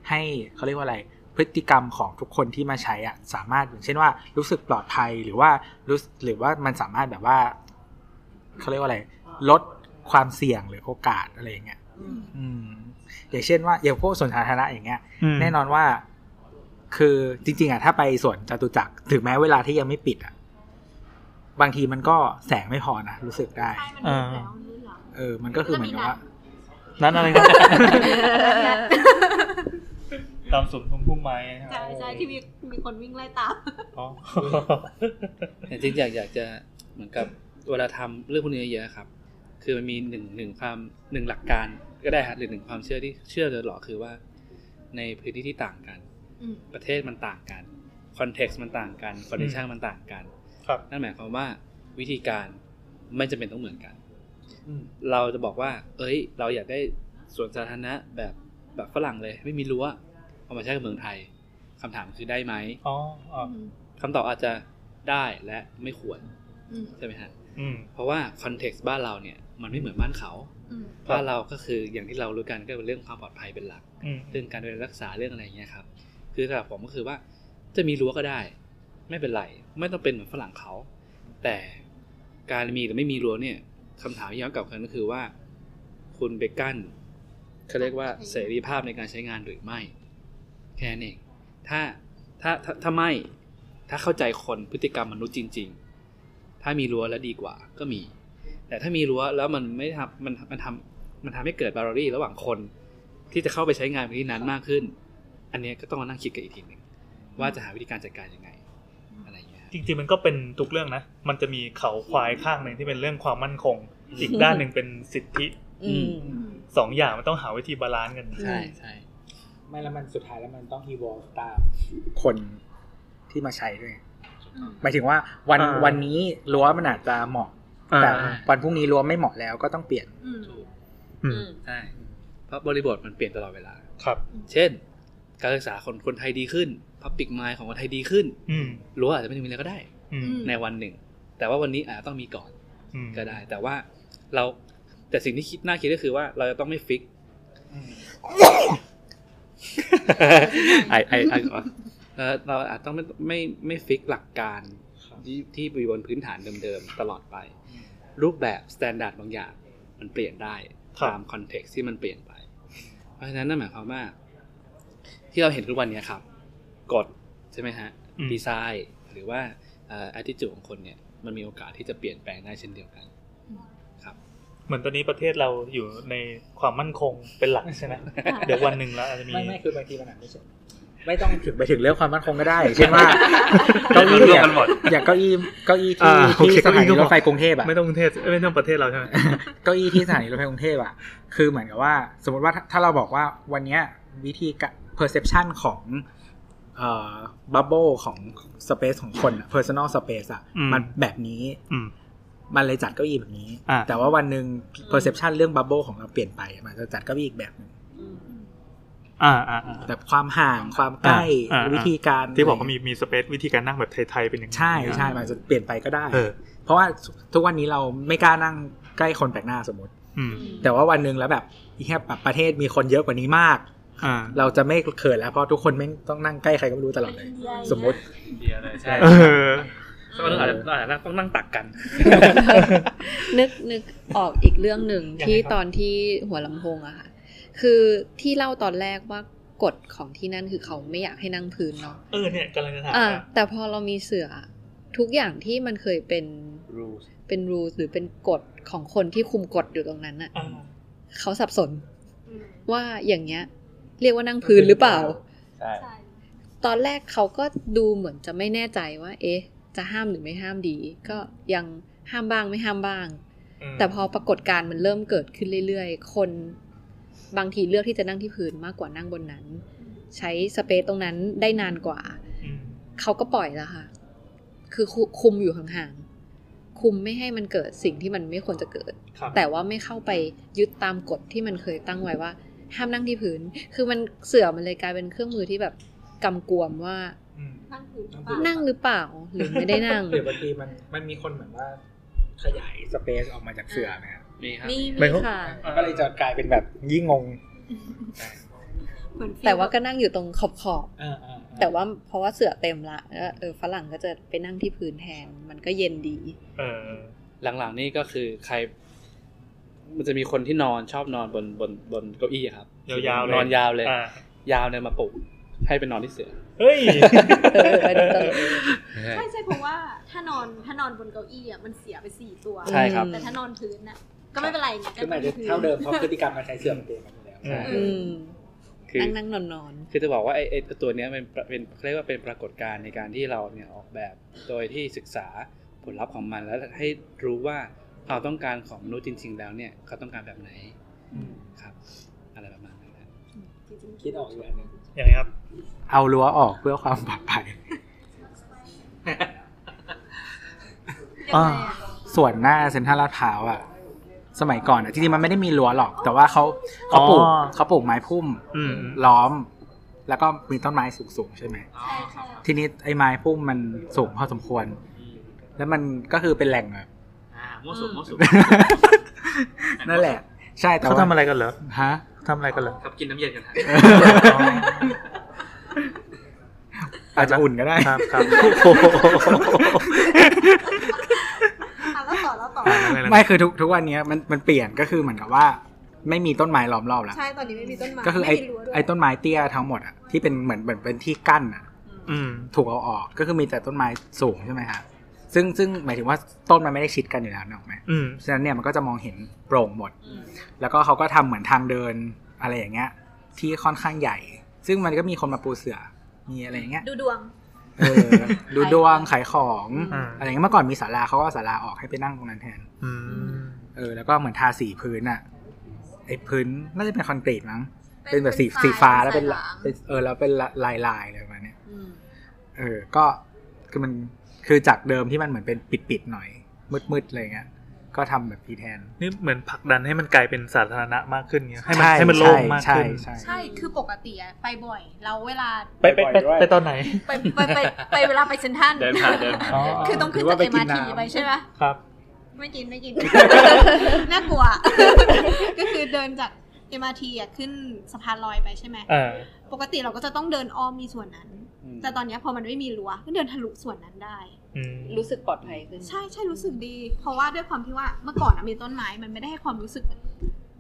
S3: ให้เขาเรียกว่าอะไร พฤติกรรมของทุกคนที่มาใช้อ่ะสามารถอย่างเช่นว่า รู้สึกปลอดภัยหรือว่ารู้หรือว่ามันสามารถแบบว่าเขาเรียกว่าอะไร ลดความเสี่ยงหรือโอกาสอะไรอย่างเงี้ยอืม อย่างเช่นว่าอย่างพวกสวนสาธารณะอย่างเงี้ย
S2: ม
S3: แน่นอนว่า คือจริง ๆอ่ะถ้าไปสวนจตุจักรถึงแม้เวลาที่ยังไม่ปิดอ่ะบางทีมันก็แสงไม่พอนะรู้สึกได้
S2: เออ
S3: เออ มันก็คือเหมือนกับว่า
S2: นั้นอะไรครับ
S3: <laughs>
S2: ตามสวนของพุ่มไม้
S10: ใช่ใช่ที่มีมีคนวิ่งไล่ตาม
S2: อ๋อ
S5: แต่จริงๆอยากอยากจะเหมือนกับเวลาทำเรื่องพวกนี้เยอะๆครับ คือมันมีหนึ่งหนึ่งความหนึ่งหลักการก็ได้ฮะหรือหนึ่งความเชื่อที่เชื่อเลยหรอคือว่า ในพื้นที่ที่ต่างกัน
S4: อืม
S5: ประเทศมันต่างกันคอนเท็กซ์มันต่างกันคอนดิชันมันต่างกัน
S2: ครับ
S5: นั่นหมายความว่าวิธีการไม่จำเป็นต้องเหมือนกัน เราจะบอกว่า เอ้ย เราอยากได้สวนสาธารณะแบบแบบฝรั่งเลย ไม่มีรั้วเอามาใช้กับเมืองไทยคำถามคือได้ไหม
S2: อ๋ออ๋อ
S5: คำตอบอาจจะได้และไม่ควร
S4: อืม
S5: ใช่ไหมฮะ
S2: อืม
S5: เพราะว่าคอนเท็กซ์บ้านเราเนี่ยมันไม่เหมือนบ้านเขา
S4: อืม
S5: บ้านเราก็คืออย่างที่เรารู้กันก็เป็นเรื่องความปลอดภัยเป็นหลัก
S2: อืม
S5: เรื่องการดูแลรักษาเรื่องอะไรอย่างเงี้ยครับ คือสำหรับผมก็คือว่าจะมีรั้วก็ได้ ไม่เป็นไร ไม่ต้องเป็นเหมือนฝรั่งเขา แต่การมีหรือไม่มีรั้วเนี่ยคำถามที่ย้อนกลับกันก็คือว่า คุณไปกั้นเขาเรียกว่าเสรีภาพในการใช้งานหรือไม่ แค่นั้นเองถ้าถ้าถ้าถ้าไม่ถ้าเข้าใจคนพฤติกรรมมนุษย์จริง ๆ ถ้ามีรั้วแล้วดีกว่าก็มี แต่ถ้ามีรั้วแล้วมันไม่ทำมันมันทำมันทำให้เกิดบาร์รี่ระหว่างคนที่จะเข้าไปใช้งานพื้นที่นั้นมากขึ้น อันเนี้ยก็ต้องมานั่งคิดกันอีกทีหนึ่งว่าจะหาวิธีการจัดการยังไง อะไรอย่างเงี้ยครับ
S2: จริงๆมันก็เป็นทุกเรื่องนะ มันจะมีเขาควายข้างหนึ่งที่เป็นเรื่องความมั่นคง อีกด้านหนึ่งเป็นสิทธิ
S6: อืม
S2: สองอย่างมันต้องหาวิธีบาลานซ์กัน
S5: ใช่ใช่
S3: ไม่แล้วมันสุดท้ายแล้วมันต้อง evolve ตามคนที่มาใช้ด้วยหมายถึงว่าวัน
S2: อ่า
S3: วันนี้รั้วมันอาจจะเหมาะ แต่วันพรุ่งนี้รั้วไม่เหมาะแล้วก็ต้องเปลี่ยน
S5: ถูก
S2: อืม
S5: ใช่เพราะบริบทมันเปลี่ยนตลอดเวลา
S2: ครับ
S5: เช่น การศึกษาคนคนไทยดีขึ้นพับปิกไมล์ของคนไทยดีขึ้น
S2: อืม
S5: รั้วอาจจะไม่ต้องมีแล้วก็ได้
S2: อืม
S5: ในวันหนึ่ง แต่ว่าวันนี้อาจจะต้องมีก่อน
S2: อืม
S5: ก็ได้แต่ว่าเราแต่สิ่งที่คิดน่าคิดก็คือว่าเราจะต้องไม่
S2: <laughs>
S5: ฟิกไอไอไอเอ่อเราอาจต้องไม่ไม่ไม่ฟิกหลักการที่ที่อยู่บนพื้นฐานเดิมๆตลอดไป รูปแบบสแตนดาร์ดบางอย่างมันเปลี่ยนได้ตามคอนเท็กซ์ที่มันเปลี่ยนไป เพราะฉะนั้นนั่นหมายความว่า ที่เราเห็นทุกวันเนี้ยครับกฎใช่ไหมฮะ ดีไซน์หรือว่าเอ่อ attitude ของคนเนี่ยมันมีโอกาสที่จะเปลี่ยนแปลงได้เช่นเดียวกัน
S2: เหมือนตอนนี้ประเทศเราอยู่ในความมั่นคงเป็นหลักใช่ไหมเดี๋ยววันหนึ่งแล้วอาจจะมี
S3: ไม่ไม่คือบางทีมันอาจไม่ใช่ไม่ต้องถึงไปถึงเรื่องความมั่นคงก็ได้ เช่นว่าเก้าอี้
S2: เราร่วม
S3: อย่า
S2: กั
S3: ง
S2: นหมด
S3: อย่างเก้าอี้เก้าอี้
S2: อ่าโอเค
S3: ที่ที่สถานี
S2: เก้าอี้ก็พอ
S3: รถไฟกรุงเทพอะ
S2: ไม่ต้องประเทศเอ้ยไม่ต้องประเทศเราใช่ไหม
S3: เก้าอี้ที่สถานีรถไฟกรุงเทพอะคือเหมือนกับว่า สมมติว่าถ้าถ้าเราบอกว่าวันเนี้ยวิธีกะ perception ของเอ่อ bubble ของ space ของคนอะ personal space อะมันแบบนี้
S2: อืม
S3: มันเลยจัดเก้าอี้แบบนี้
S2: อ่า
S3: แต่ว่าวันหนึ่ง perception เรื่อง bubble ของเราเปลี่ยนไป มันจะจัดเก้าอี้อีกแบบหนึ่ง
S2: อ่าอ่าอ่า
S3: แต่ความห่างความใกล้
S2: อ่าอ่า
S3: วิธีการ
S2: ที่บอกว่ามีมีสเปซวิธีการนั่งแบบไทยๆเป็นยังไง
S3: ใช่ใช่มันจะเปลี่ยนไปก็ได้
S2: เออ
S3: เพราะว่าทุกวันนี้เราไม่กล้านั่งใกล้คนแปลกหน้าสมมติ
S2: อืม
S3: แต่ว่าวันหนึ่งแล้วแบบอีแค่แบบประเทศมีคนเยอะกว่านี้มาก
S2: อ่า
S3: เราจะไม่เขินแล้วเพราะทุกคนไม่งต้องนั่งใกล้ใครก็ไม่รู้ตลอดเลย สมมติ
S5: เดียเลยใช่
S2: เออ
S5: ก็อาจจะอาจจะต้องนั่งตักกัน
S6: นึกนึกออกอีกเรื่องหนึ่ง
S2: ยังไง
S6: ที่
S2: ครับ
S6: ตอนที่หัวลำโพงอะค่ะ คือที่เล่าตอนแรกว่ากฎของที่นั่นคือเขาไม่อยากให้นั่งพื้นเนาะ
S2: เออเนี่ยกำลังจะถาม
S6: อ่า
S2: ว่า
S6: แต่พอเรามีเสือทุกอย่างที่มันเคยเป็น
S5: rules
S6: เป็นรูหรือเป็นกฎของคนที่คุมกฎอยู่ตรงนั้นอะ
S2: อ่า
S6: เขาสับสนว่าอย่างเงี้ย เรียกว่านั่งพื้นหรือเปล่า
S5: ใช่
S6: ตอนแรกเขาก็ดูเหมือนจะไม่แน่ใจว่า เอ๊ะ จะห้ามหรือไม่ห้ามดี ก็ยังห้ามบ้างไม่ห้ามบ้าง
S2: ม
S6: แต่พอปรากฏการณ์มันเริ่มเกิดขึ้นเรื่อยๆ คนบางทีเลือกที่จะนั่งที่พื้นมากกว่านั่งบนนั้น ใช้สเปซตรงนั้นได้นานกว่า
S2: ม
S6: เขาก็ปล่อยแล้วค่ะ คือคุคุมอยู่ห่างๆ คุมไม่ให้มันเกิดสิ่งที่มันไม่ควรจะเกิด
S2: ครับ
S6: แต่ว่าไม่เข้าไปยึดตามกฎที่มันเคยตั้งไว้ว่า ห้ามนั่งที่พื้น คือมันเสื่อมันเลยกลายเป็นเครื่องมือที่แบบกำกวมว่า
S7: อืม
S10: นั่งพื้นหรือเป
S7: นั่งพื้
S10: ล่า
S6: นั่งหรือเปล่าหรือไม่ได้นั่ง
S7: หรือบางทีมันมันมีคนแบบว่าขยายสเปซออกมาจากเสือนะฮะ
S5: มีครับ
S6: มี
S2: ไม่
S6: มี
S2: เขา
S6: ค่ะ
S7: มันก็เลยจะกลายเป็นแบบยี่งง
S10: เหมือนฟิล
S6: แต่ว่าก็นั่งอยู่ตรงขอบขอบ
S7: เออเออเออ
S6: ๆแต่ว่าเพราะว่าเสือเต็มละแล้วเออฝรั่งก็จะไปนั่งที่พื้นแทนมันก็เย็นดี
S2: เออ
S5: หลังๆนี่ก็คือใคร มันจะมีคนที่นอนชอบนอนบนบนบนเก้าอี้อะครับ
S2: ยาวๆเลย
S5: นอนยาวเลย
S2: อ่าย
S5: าวเนี่ยมาปลุกให้ไปนอนที่เสือ
S2: เฮ้ย
S6: เออไปดูตลก
S10: ใช่ใช่เพราะว่าถ้านอนถ้านอนบนเก้าอี้อ่ะมันเสียไปสี่ตัว
S5: ใช่ครับ
S10: แต่ถ้านอนพื้นน่ะ ก็ไม่เป็นไร
S7: คือมันอาจจะเท่าเดิมเพราะพฤติกรรมการใช้เสือมันเปลี่ยนไปหมดแล้ว
S5: อื
S6: อืม
S5: คือ
S6: นั่งนั่งนอนนอน
S5: คือจะบอกว่าไอ้ไอ้ตัวเนี้ยมันเป็นเป็นเขาเรียกว่าเป็นปรากฏการณ์ในการที่เราเนี่ยออกแบบ โดยที่ศึกษาผลลัพธ์ของมันแล้วให้รู้ว่าความต้องการของมนุษย์จริง ๆ แล้วเนี่ยเขาต้องการแบบไหน
S7: อืม
S5: ครับ อะไรประมาณนั้นนะ
S7: คิดออกอยู่อันหนึง
S2: ยังไงครับ
S3: เอารั้วออกเพื่อความปลอด
S7: <laughs>
S3: ภัย
S2: อ่า
S3: ส่วนหน้าเซ็นทรัลลาดพร้าวอะสมัยก่อนอะจริงๆมันไม่ได้มีรั้วหรอก แต่ว่าเขาเขาปลูก
S2: อ๋อ
S3: เขาปลูกไม้พุ่ม
S2: อืม
S3: ล้อม แล้วก็มีต้นไม้สูงๆใช่ไหม
S10: ใช่ใช่
S3: ทีนี้ไอ้ไม้พุ่มมันสูงพอสมควร แล้วมันก็คือเป็นแหล่ง
S2: <laughs>
S3: อะ
S5: มั่วสุมมั่วสุม
S3: นั่นแหละ ใช่แต่
S2: เขา
S3: ว่า
S2: ทำอะไรกันเหรอ
S3: ฮะ
S2: ทำอะไรกันเหรอ
S5: ครับกินน้ำเย็นกันฮะ
S3: อาจจะอุ่นก็ได้
S2: ครับครับ
S10: อ่ะแล้วต่อแล้วต่อ
S3: ไม่คือทุกทุกวันเนี้ยมันมันเปลี่ยนก็คือเหมือนกับว่า ไม่มีต้นไม้ล้อมรอบแล้ว
S10: ใช่ตอนนี้ไม่มีต้นไม้
S3: ก็คือไอ
S10: ไม่มีรั้วด้วย
S3: ไอต้นไม้เตี้ยทั้งหมดอะที่เป็นเหมือนเหมือนเป็นที่กั้นอะ
S2: อืม
S3: ถูกเอาออกก็คือมีแต่ต้นไม้สูงใช่ไหมฮะซึ่งซึ่งหมายถึงว่าต้นมันไม่ได้ชิดกันอยู่แล้วนึกออกไหม
S2: อืม
S3: ฉะนั้นเนี่ยมันก็จะมองเห็นโปร่งหมด แล้วก็เขาก็ทำเหมือนทางเดินอะไรอย่างเงี้ย ที่ค่อนข้างใหญ่ ซึ่งมันก็มีคนมาปูเสือมีอะไรอย่างเงี้ย
S10: ดูดวง
S3: เออดูดวงขายของ
S2: อืม
S3: อะไรเงี้ยเมื่อก่อนมีศาลาเขาก็เอาศาลาออกให้ไปนั่งตรงนั้นแทน
S2: อืม
S3: เออแล้วก็เหมือนทาสีพื้นอะไอพื้นน่าจะเป็นคอนกรีตมั้ง
S10: เป็
S3: เป็น
S10: น
S3: แบบสี
S10: เป็นทราย
S3: สีฟ้าแล้วเป็
S10: ท
S3: น
S10: รายหลาม
S3: เป็นเออแล้วเป็นลายลายๆอะไรประมาณเนี้ยเออก็คือมันคือจากเดิมที่มันเหมือนเป็นปิดๆหน่อย มืดๆอะไรเงี้ย ก็ทำแบบพีแทน
S2: นี่เหมือนผลักดันให้มันกลายเป็นสาธารณะมากขึ้นเงี้ยให้มัน
S3: ใช่
S2: ให้มันโล่งมากขึ้น
S3: ใช่ใช่
S10: ใช่คือปกติอะไปบ่อย เราเวลา
S2: ไปไปไปไปตอนไหน
S10: ไปไปไปไปเวลาไปเซนทรัน
S5: เดินผ่านเดินผ่าน
S10: คือต้องขึ้น
S3: หรือว่า
S10: จาก
S3: ไป
S10: เอ็มอาน ร์
S3: กิ
S10: ที
S3: น้ำ
S10: ไปใช่ไหม
S2: ครับ
S10: ไม่กิน
S3: <laughs>
S10: ไม่กิน น่ากลัว ก็คือเดินจาก MRT อ่ะขึ้นสะพานลอยไปใช่ไหม
S2: เออ
S10: ปกติเราก็จะต้องเดินอ้อมมีส่วนนั้น
S5: อืม
S10: แต่ตอนเนี้ยพอมันไม่มีรั้วก็เดินทะลุส่วนนั้นได้
S2: อืม
S6: รู้สึกปลอดภัยขึ้น
S10: ใช่ใช่รู้สึกดี เพราะว่าด้วยความที่ว่าเมื่อก่อนอะมีต้นไม้ มันไม่ได้ให้ความรู้สึกเหมือน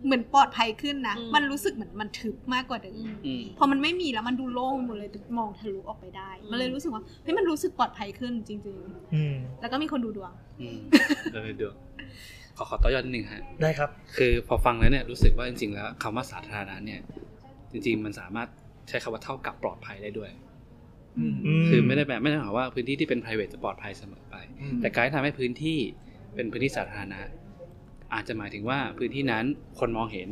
S10: เหมือนปลอดภัยขึ้นนะ
S6: อืม
S10: มันรู้สึกเหมือนมันทึบมากกว่าเดิม
S5: อืม
S10: พอมันไม่มีแล้วมันดูโล่งหมดเลยมองทะลุออกไปได้ มันเลยรู้สึกว่าเฮ้ยมันรู้สึกปลอดภัยขึ้นจริง
S2: อืม
S10: ๆ แล้วก็มีคนดูดวง
S5: อืมเดี๋ยวเดี๋ยวขอขอต่อยอดนิดนึงฮะ
S2: ได้ครับ
S5: คือพอฟังแล้วเนี่ยรู้สึกว่าจริงๆแล้วคำว่าสาธารณะเนี่ยจริงๆ มันสามารถใช้คำว่าเท่ากับปลอดภัยได้ด้วย
S2: อืม
S5: คือไม่ได้แบบไม่ได้หมายความว่าพื้นที่ที่เป็น p r i v a t จะปลอดภัยเสมอไป
S3: อืม
S5: แต่การที่ทำให้พื้นที่เป็นพื้นที่สาธารณะ อาจจะหมายถึงว่าพื้นที่นั้นคนมองเห็น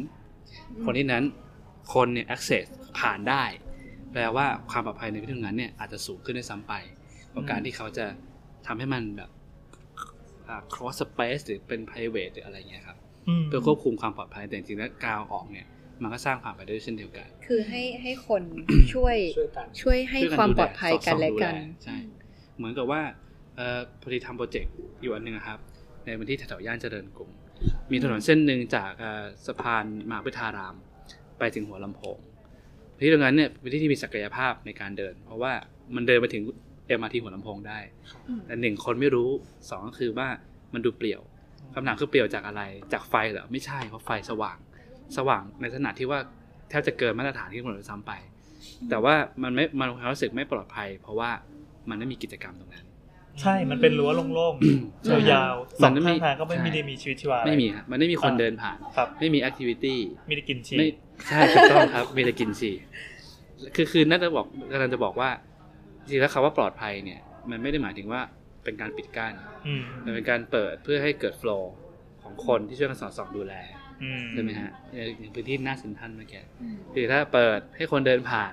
S5: คนที่นั้นคนเนี่ย access ผ่านได้ แปลว่าความปลอดภัยในพื้นที่ตรงนั้นเนี่ยอาจจะสูงขึ้นด้วยซ้ำไปเพราะการที่เขาจะทำให้มันแบบอ่า cross space หรือเป็น p r i v a t หรืออะไรเงี้ยครับ
S2: อืม
S5: เพื่อควบคุมความปลอดภัยแต่จริงๆแล้วกาวออกเนี่ย มันก็สร้างความปลอดภัยด้วยเช่นเดียวกัน
S6: คือให้ให้คนช่วย
S7: ช่วยกัน
S6: ช่วยให้ความปลอดภัยกันและกัน
S5: ช่วยดูแลใช่ เหมือนกับว่าเอ่อพอดีทำโปรเจกต์อยู่อันหนึ่งอะครับ ในพื้นที่แถวๆย่านเจริญกรุง มีถนนเส้นหนึ่งจากเอ่อสะพานมหาวิทยาราม ไปถึงหัวลำโพงพื้นที่ตรงนั้นเนี่ยเป็นที่ที่มีศักยภาพในการเดิน เพราะว่ามันเดินไปถึงเอ็มอาร์ทีหัวลำโพงได้ แต่หนึ่งคนไม่รู้สองก็คือว่ามันดูเปลี่ยวคำถามคือเปลี่ยวจากอะไร จากไฟเหรอไม่ใช่เพราะไฟสว่าง สว่างในขนาดที่ว่าแทบจะเกินมาตรฐานที่กำหนดไว้ซ้ำไป แต่ว่ามันไม่มันความรู้สึกไม่ปลอดภัย เพราะว่ามันไม่มีกิจกรรมตรงนั้น
S2: ใช่ มันเป็นรั้วโล่ง
S5: ใช่
S2: ๆยาวๆสอง
S5: มันไม่
S2: ข้างทางก็ไม่
S5: ใช่
S2: มีได้มีชีวิตชีวาอะร
S5: ไม่มีฮะมันไม่มีคนเดินผ่าน
S2: ครับ
S5: ไม่มีแอคทิวิตี้
S2: ไม่ได้กินชี
S5: ไม่ใช่ถูกต้องครับ มีแต่กินฉี่คือคือน่าจะบอกกำลังจะบอกว่าจริงๆแล้วคำว่าปลอดภัยเนี่ย มันไม่ได้หมายถึงว่าเป็นการปิดกั้น
S2: อืม
S5: แต่เป็นการเปิดเพื่อให้เกิดโฟล์ของคนที่ช่วยกันสอดส่องดูแล
S2: อืม
S5: ใช่ไหมฮะอย่างพื้นที่หน้าเซ็นทรัลเมื่อกี้คือถ้าเปิดให้คนเดินผ่าน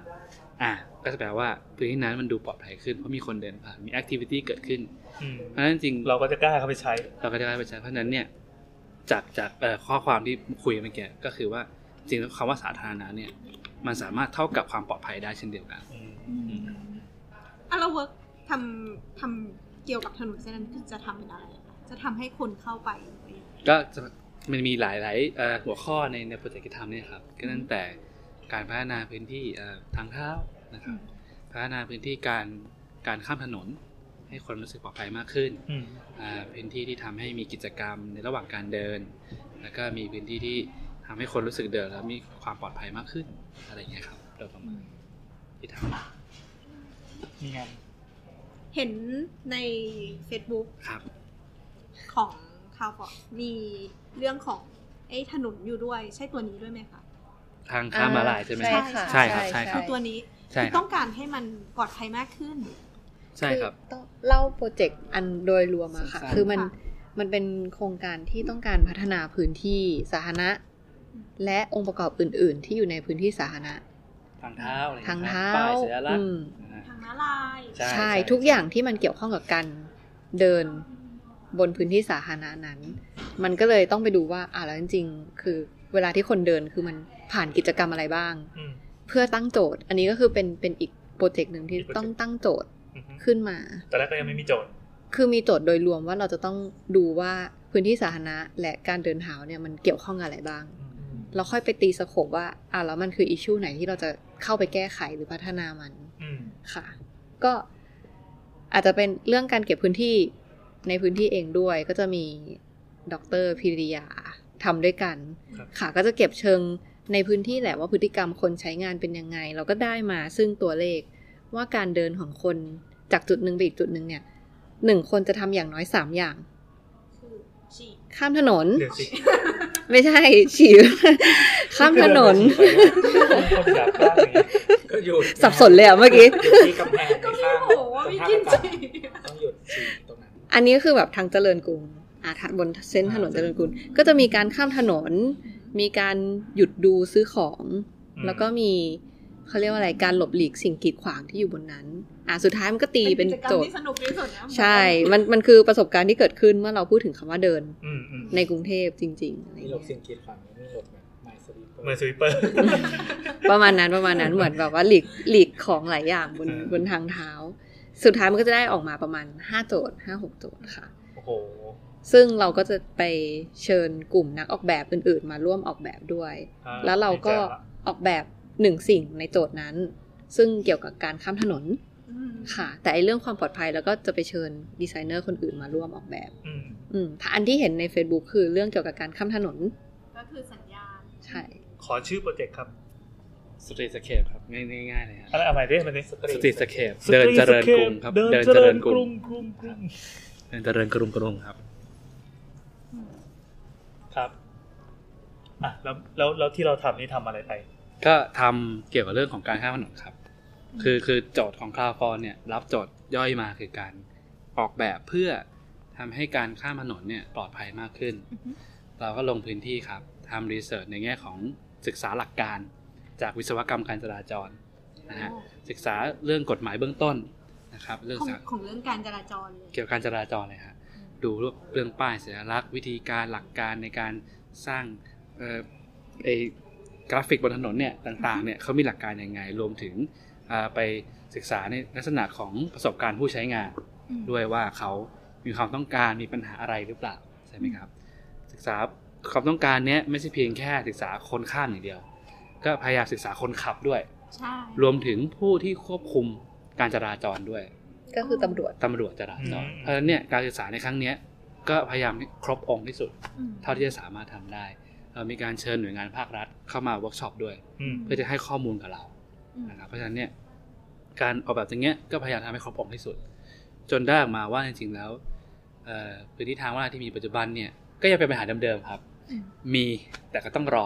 S5: อ่ะก็จะแปลว่าพื้นที่นั้นมันดูปลอดภัยขึ้นเพราะมีคนเดินผ่านมีแอคทิวิตี้เกิดขึ้น
S2: อืม
S5: เพราะฉะนั้นจริง
S2: เราก็จะกล้าเข้าไปใช้
S5: เราก็จะได้ไปใช้เพราะฉะนั้นเนี่ยจากจากเอ่อข้อความที่คุยเมื่อกี้ก็คือว่าจริงแล้วคำว่าสาธารณะเนี่ยมันสามารถเท่ากับความปลอดภัยได้เช่นเดียวกัน
S10: อืม อ่ะเราเวิร์กทำทำเกี่ยวกับถนนเส้นนั้นคือจะทำเป็นอะไรอะคะจะทำให้คนเข้าไป
S5: ก็จะมันมีหลายหลายเอ่อหัวข้อในในโปรเจกต์ที่ทำเนี่ยครับก็ตั้งแต่การพัฒนาพื้นที่เอ่อทางเท้านะครับพัฒนาพื้นที่การการข้ามถนน ให้คนรู้สึกปลอดภัยมากขึ้น
S2: อืม
S5: อ่าพื้นที่ที่ทำให้มีกิจกรรมในระหว่างการเดิน แล้วก็มีพื้นที่ที่ทำให้คนรู้สึกเดินแล้วมีความปลอดภัยมากขึ้นอะไรอย่างเงี้ยครับโดยประมาณที่ท
S2: มีงาน
S10: เห็นใน Facebook
S5: ำครับ
S10: ของคาวฟอมีเรื่องของไอ้ถนนอยู่ด้วย ใช่ตัวนี้ด้วยไหมคะ
S5: ทางข้ามมาลายใช่ไหม
S6: ใช่
S5: ครับ
S6: ค่ะ
S5: ใช่ครับใช่ครับ
S10: คือตัวนี้
S5: ใช่
S10: คือ
S5: ครั
S10: ต้
S5: บ
S10: องการให้มันปลอดภัยมากขึ้น
S5: ใช่ครับ
S6: อต้องเล่าโปรเจกต์อันโดยรวมอะค่ะ
S5: สั้นๆ
S6: คือมัน
S10: ค่ะ
S6: มันเป็นโครงการที่ต้องการพัฒนาพื้นที่สาธารณะ และองค์ประกอบอื่น ๆ ที่อยู่ในพื้นที่สาธารณะ
S5: ทางเท้าอะไรอย่
S6: ทาง
S5: ยครับ
S6: เท้า
S5: ป้ายสัญลักษ
S6: อื
S5: ณ์
S6: ม
S5: อ่า
S10: ทางม้าลาย
S5: ใช่
S6: ใช่
S5: ใช่
S6: ทุกอย่างที่มันเกี่ยวข้องกับการเดินบนพื้นที่สาธารณะนั้น มันก็เลยต้องไปดูว่าอ่ะแล้วจริงๆ คือเวลาที่คนเดินคือมันผ่านกิจกรรมอะไรบ้าง
S2: อืม
S6: เพื่อตั้งโจทย์ อันนี้ก็คือเป็นเป็นอีกโปรเจกต์หนึ่งที่
S2: อีกโปรเจกต์
S6: ต้องตั้งโจทย์
S2: อือฮึ
S6: ขึ้นมา
S2: ตอนแรกก็ยังไม่มีโจทย์
S6: คือมีโจทย์โดยรวมว่าเราจะต้องดูว่าพื้นที่สาธารณะและการเดินเท้าเนี่ยมันเกี่ยวข้องกับอะไรบ้าง เราค่อยไปตีสโคบว่าอ่ะแล้วมันคืออิชชูไหนที่เราจะเข้าไปแก้ไขหรือพัฒนามัน
S2: อืม
S6: ค่ะ ก็อาจจะเป็นเรื่องการเก็บพื้นที่ในพื้นที่เองด้วย ก็จะมีดรพิริยาทำด้วยกัน ค่ะ ก็จะเก็บเชิงในพื้นที่แหละว่าพฤติกรรมคนใช้งานเป็นยังไง เราก็ได้มาซึ่งตัวเลขว่าการเดินของคนจากจุดหนึ่งไปอีกจุดหนึ่งเนี่ยหนึ่งคนจะทำอย่างน้อยสามอย่าง ข้ามถนน
S2: เดี๋ยวสิ
S6: ไม่ใช่ <laughs> ฉี่ ข้ามถนน
S2: คนอยากบ้างอย่างเงี้ย
S7: ก็หยุด
S6: สับสนเลยอะเมื่อกี้
S7: ยู่ที่กำแพงก็ไม่โห
S10: ว่าไม่
S7: ไม่
S10: กินจริง
S7: ต้องหยุดฉี่ตรงนั้น
S6: อันนี้ก็คือแบบทางเจริญกรุงอ่ะทะบนเส้นถนนเจริญกรุง ก็จะมีการข้ามถนน มีการหยุดดูซื้อของ แล้วก็มีเขาเรียกว่าอะไร การหลบหลีกสิ่งกีดขวางที่อยู่บนนั้น อ่ะสุดท้ายมันก็ตี
S10: เป็
S6: เป็น น
S10: กิจกรร
S6: โจ
S10: ม
S6: ทย์
S10: ที่สนุกที่สุดนะ
S6: ใช่ มันมันคือประสบการณ์ที่เกิดขึ้นเมื่อเราพูดถึงคำว่าเดิน
S2: อืมอืม
S6: ในกรุงเทพจริงๆอะไรอ
S7: มี
S6: ย่าง
S7: หลบสิ่
S6: เงี้ย
S7: งกีดขวางมีหลบแบบไมซ์สวีปเปอ
S2: เหมือน
S7: ร์
S2: สวิปเปอร์
S6: ประมาณนั้นประมาณนั้นเหมือนแบบว่าหลีกหลีกของหลายอย่างบน
S2: อืม
S6: บนทางเท้า สุดท้ายมันก็จะได้ออกมาประมาณห้าโจทย์ห้าหกโจทย์ค่ะ
S2: โอ้โห
S6: ซึ่งเราก็จะไปเชิญกลุ่มนักออกแบบอื่นๆ มาร่วมออกแบบด้วย
S2: อ่า
S6: แล้วเราก็
S2: ดีจังอะ
S6: ออกแบบหนึ่งสิ่งในโจทย์นั้น ซึ่งเกี่ยวกับการข้ามถนน
S10: อืม
S6: ค่ะ แต่ไอเรื่องความปลอดภัยแล้วก็จะไปเชิญดีไซเนอร์คนอื่นมาร่วมออกแบบ
S2: อืม
S6: อืมถ้าอันที่เห็นใน Facebook คือเรื่องเกี่ยวกับการข้ามถนน
S10: ก็คือสัญญาณ
S6: ใช่
S2: ขอชื่อโปรเจกต์ครับ
S5: สตรีทสเคปครับง่ายง่ายๆเลยค
S2: อะ
S5: รับ
S2: ไรเอาใหม่ดิมันดิ
S5: สตรีทสเคปเดินเจริญกรุงครับ
S2: เดินเจริญกรุงกรุงกรุง
S5: เดินเจริญกรุงกรุงครับ
S2: ครับอ่ะแล้วแล้วแล้วที่เราทำนี่ทำอะไรไป
S5: ก็ทำเกี่ยวกับเรื่องของการข้ามถนนครับ คือคือโจทย์ของคลาวฟอนเนี่ยรับโจทย์ย่อยมาคือการออกแบบเพื่อทำให้การข้ามถนนเนี่ยปลอดภัยมากขึ้น เราก็ลงพื้นที่ครับทำรีเสิร์ชในแง่ของศึกษาหลักการ จากวิศวกรรมการจราจรนะฮะศึกษาเรื่องกฎหมายเบื้องต้นนะครับเรื่อง
S10: ของ
S5: สา
S10: ของเรื่องการจราจรเลย
S5: เกี่ยวกับการจราจรเลยฮะดูเรื่องป้ายสัญลักษณ์ วิธีการหลักการในการสร้างเอ่อไอกราฟิกบนถนนเนี่ยต่างๆเนี่ยเขามีหลักการยังไง รวมถึงอ่าไปศึกษาในลักษณะของประสบการณ์ผู้ใช้งาน ด้วยว่าเขามีความต้องการมีปัญหาอะไรหรือเปล่าใช่ไหมครับ ศึกษาความต้องการเนี้ยไม่ใช่เพียงแค่ศึกษาคนข้ามอย่างเดียว ก็พยายามศึกษาคนขับด้วย
S10: ใช่
S5: รวมถึงผู้ที่ควบคุมการจราจรด้วย
S6: ก็คือตำรวจ
S5: ตำรวจจราจรเพราะฉะนั้นเนี่ยการศึกษาในครั้งเนี้ยก็พยายามให้ครบองค์ที่สุด
S10: อืม
S5: เท่าที่จะสามารถทำได้เรามีการเชิญหน่วยงานภาครัฐเข้ามาเวิร์กช็อปด้วย
S2: อืม
S5: เพื่อจะให้ข้อมูลกับเรานะครับเพราะฉะนั้นเนี่ยการออกแบบอย่างเงี้ยก็พยายามทำให้ครบองค์ที่สุด จนได้ออกมาว่าจริงๆแล้วเอ่อพื้นที่ทางว่าดที่มีปัจจุบันเนี่ยก็ยังเป็นปัญหาเดิมๆครับ มีแต่ก็ต้องรอ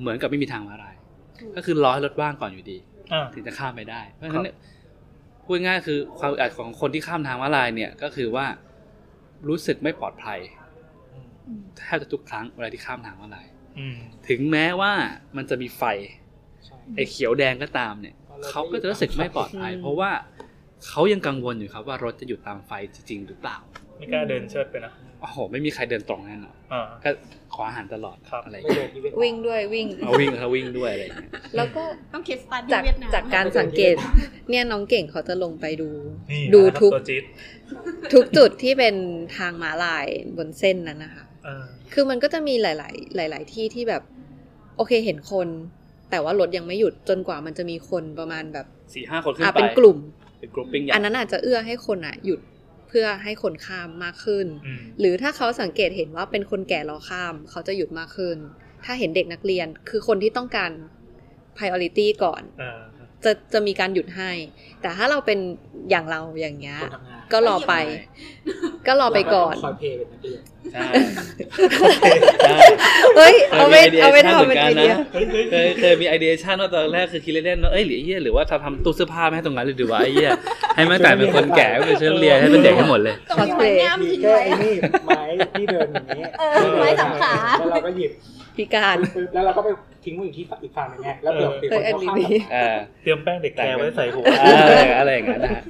S5: เหมือนกับไม่มีทางมาลาย ก็คือรอให้รถว่างก่อนอยู่ดี
S2: อ่า
S5: ถึงจะข้ามไปได้ เพราะฉะนั้นเนี่ยพูดง่ายๆคือความอึดอัดของคนที่ข้ามทางม้าลายเนี่ยก็คือว่ารู้สึกไม่ปลอดภัยแทบจะทุกครั้งเวลาที่ข้ามทางม้าลาย
S2: อืม
S5: ถึงแม้ว่ามันจะมีไฟ
S7: ใช่
S5: ไอ้เขียวแดงก็ตามเนี่ยเขาก็จะรู้สึกไม่ปลอดภัย
S6: อืม
S5: เพราะว่าเขายังกังวลอยู่ครับว่ารถจะหยุดตามไฟจริงๆหรือเปล่า
S2: ไม่กล้าเดินเชิดไปนะ
S5: โอ้โห ไม่มีใครเดินตรงแน่นอน
S2: อ่า
S5: ก็ขออาหารตลอด
S2: ครับ
S5: อะไรอย่าง
S7: ไม่
S5: เงี้ย
S7: เดินที่เวียดนาม
S6: วิ่งด้วยวิ่ง
S5: เอาวิ่งเขาวิ่งด้วยอะไรอย่างเงี้ย
S6: แล้วก็
S10: ต้องเคสตัด
S6: จาก
S10: เวียดนาม
S6: จากการสังเกต เนี่ยน้องเก่งเขาจะลงไปดู
S2: นี่
S6: ดู
S2: นะครับ
S6: ทุก
S2: ตัวจี๊ด
S6: ทุกจุดที่เป็นทางม้าลายบนเส้นนั้นนะคะ
S2: เออ
S6: คือมันก็จะมีหลาย ๆ หลาย ๆ ที่ที่แบบ โอเคเห็นคน แต่ว่ารถยังไม่หยุดจนกว่ามันจะมีคนประมาณแบบ
S5: สี่ห้าคนขึ้น
S6: อ่ะ
S5: ไป
S6: เป็นกลุ่ม
S5: เป็นกลุ่มปิ้งใหญ่
S6: อันนั้นอาจจะเอื้อให้คนอ่ะหยุดเพื่อให้คนข้ามมากขึ้น
S2: อืม
S6: หรือถ้าเขาสังเกตเห็นว่าเป็นคนแก่รอข้าม เขาจะหยุดมากขึ้น ถ้าเห็นเด็กนักเรียนคือคนที่ต้องการ priority ก่อน
S2: เออ
S6: จะจะมีการหยุดให้ แต่ถ้าเราเป็นอย่างเราอย่างเงี้ย
S7: คนทำงาน
S6: ก็รอไป ก็รอไปก่อน
S7: เราต้งคอยเพย์เป็นนักเรียน
S5: ใช่ใช่
S6: เฮ้ย เอา
S5: ค
S6: ไป
S5: ยมี
S6: เอาไป
S5: ดีย
S6: ทำเป็น
S5: ชั่หมื
S6: วีเดีย
S5: กัะเคยเคยมีไอเดียชั่นว่าตอนแรกคือคิดเล่นๆว่าเอ้ยหรือไอ้เหี้ยหรือว่าทำทำตู้เสื้อผ้าไม่ให้ตรงนั้นเลยดีวะไอ้เหี้ยให้มันแต่งเป็นคนแก่ไม่เป็นเชื้อเรียนให้เป็นเด็กทั้งหมดเลย
S10: ตรงนี้มันง่าม
S7: มี
S10: ทิ้ง
S7: แค่
S10: ไว้
S7: ไอ้นี่ไม้ที่เดินอย่างนี้
S10: เออไม้สามขา
S7: แล้วเราก็หยิบ
S6: พิการ
S7: ปึ๊บแล้วเราก็ไปทิ้งไว้อยู่ที่ฝั่งอีกฝั่งหนึงไงแล้วเดี๋ยวเดี๋
S2: เออ
S7: ยว
S6: เอ
S7: ค
S6: อน อัน
S7: เขาข้าม
S6: นี้ดี
S5: อ่า
S2: เตรียมแป้งเด็กแก่ไว้ใส่หัว
S5: อะไรอย่างเงี้ยอะไรอย่างเงี้ยนะฮะ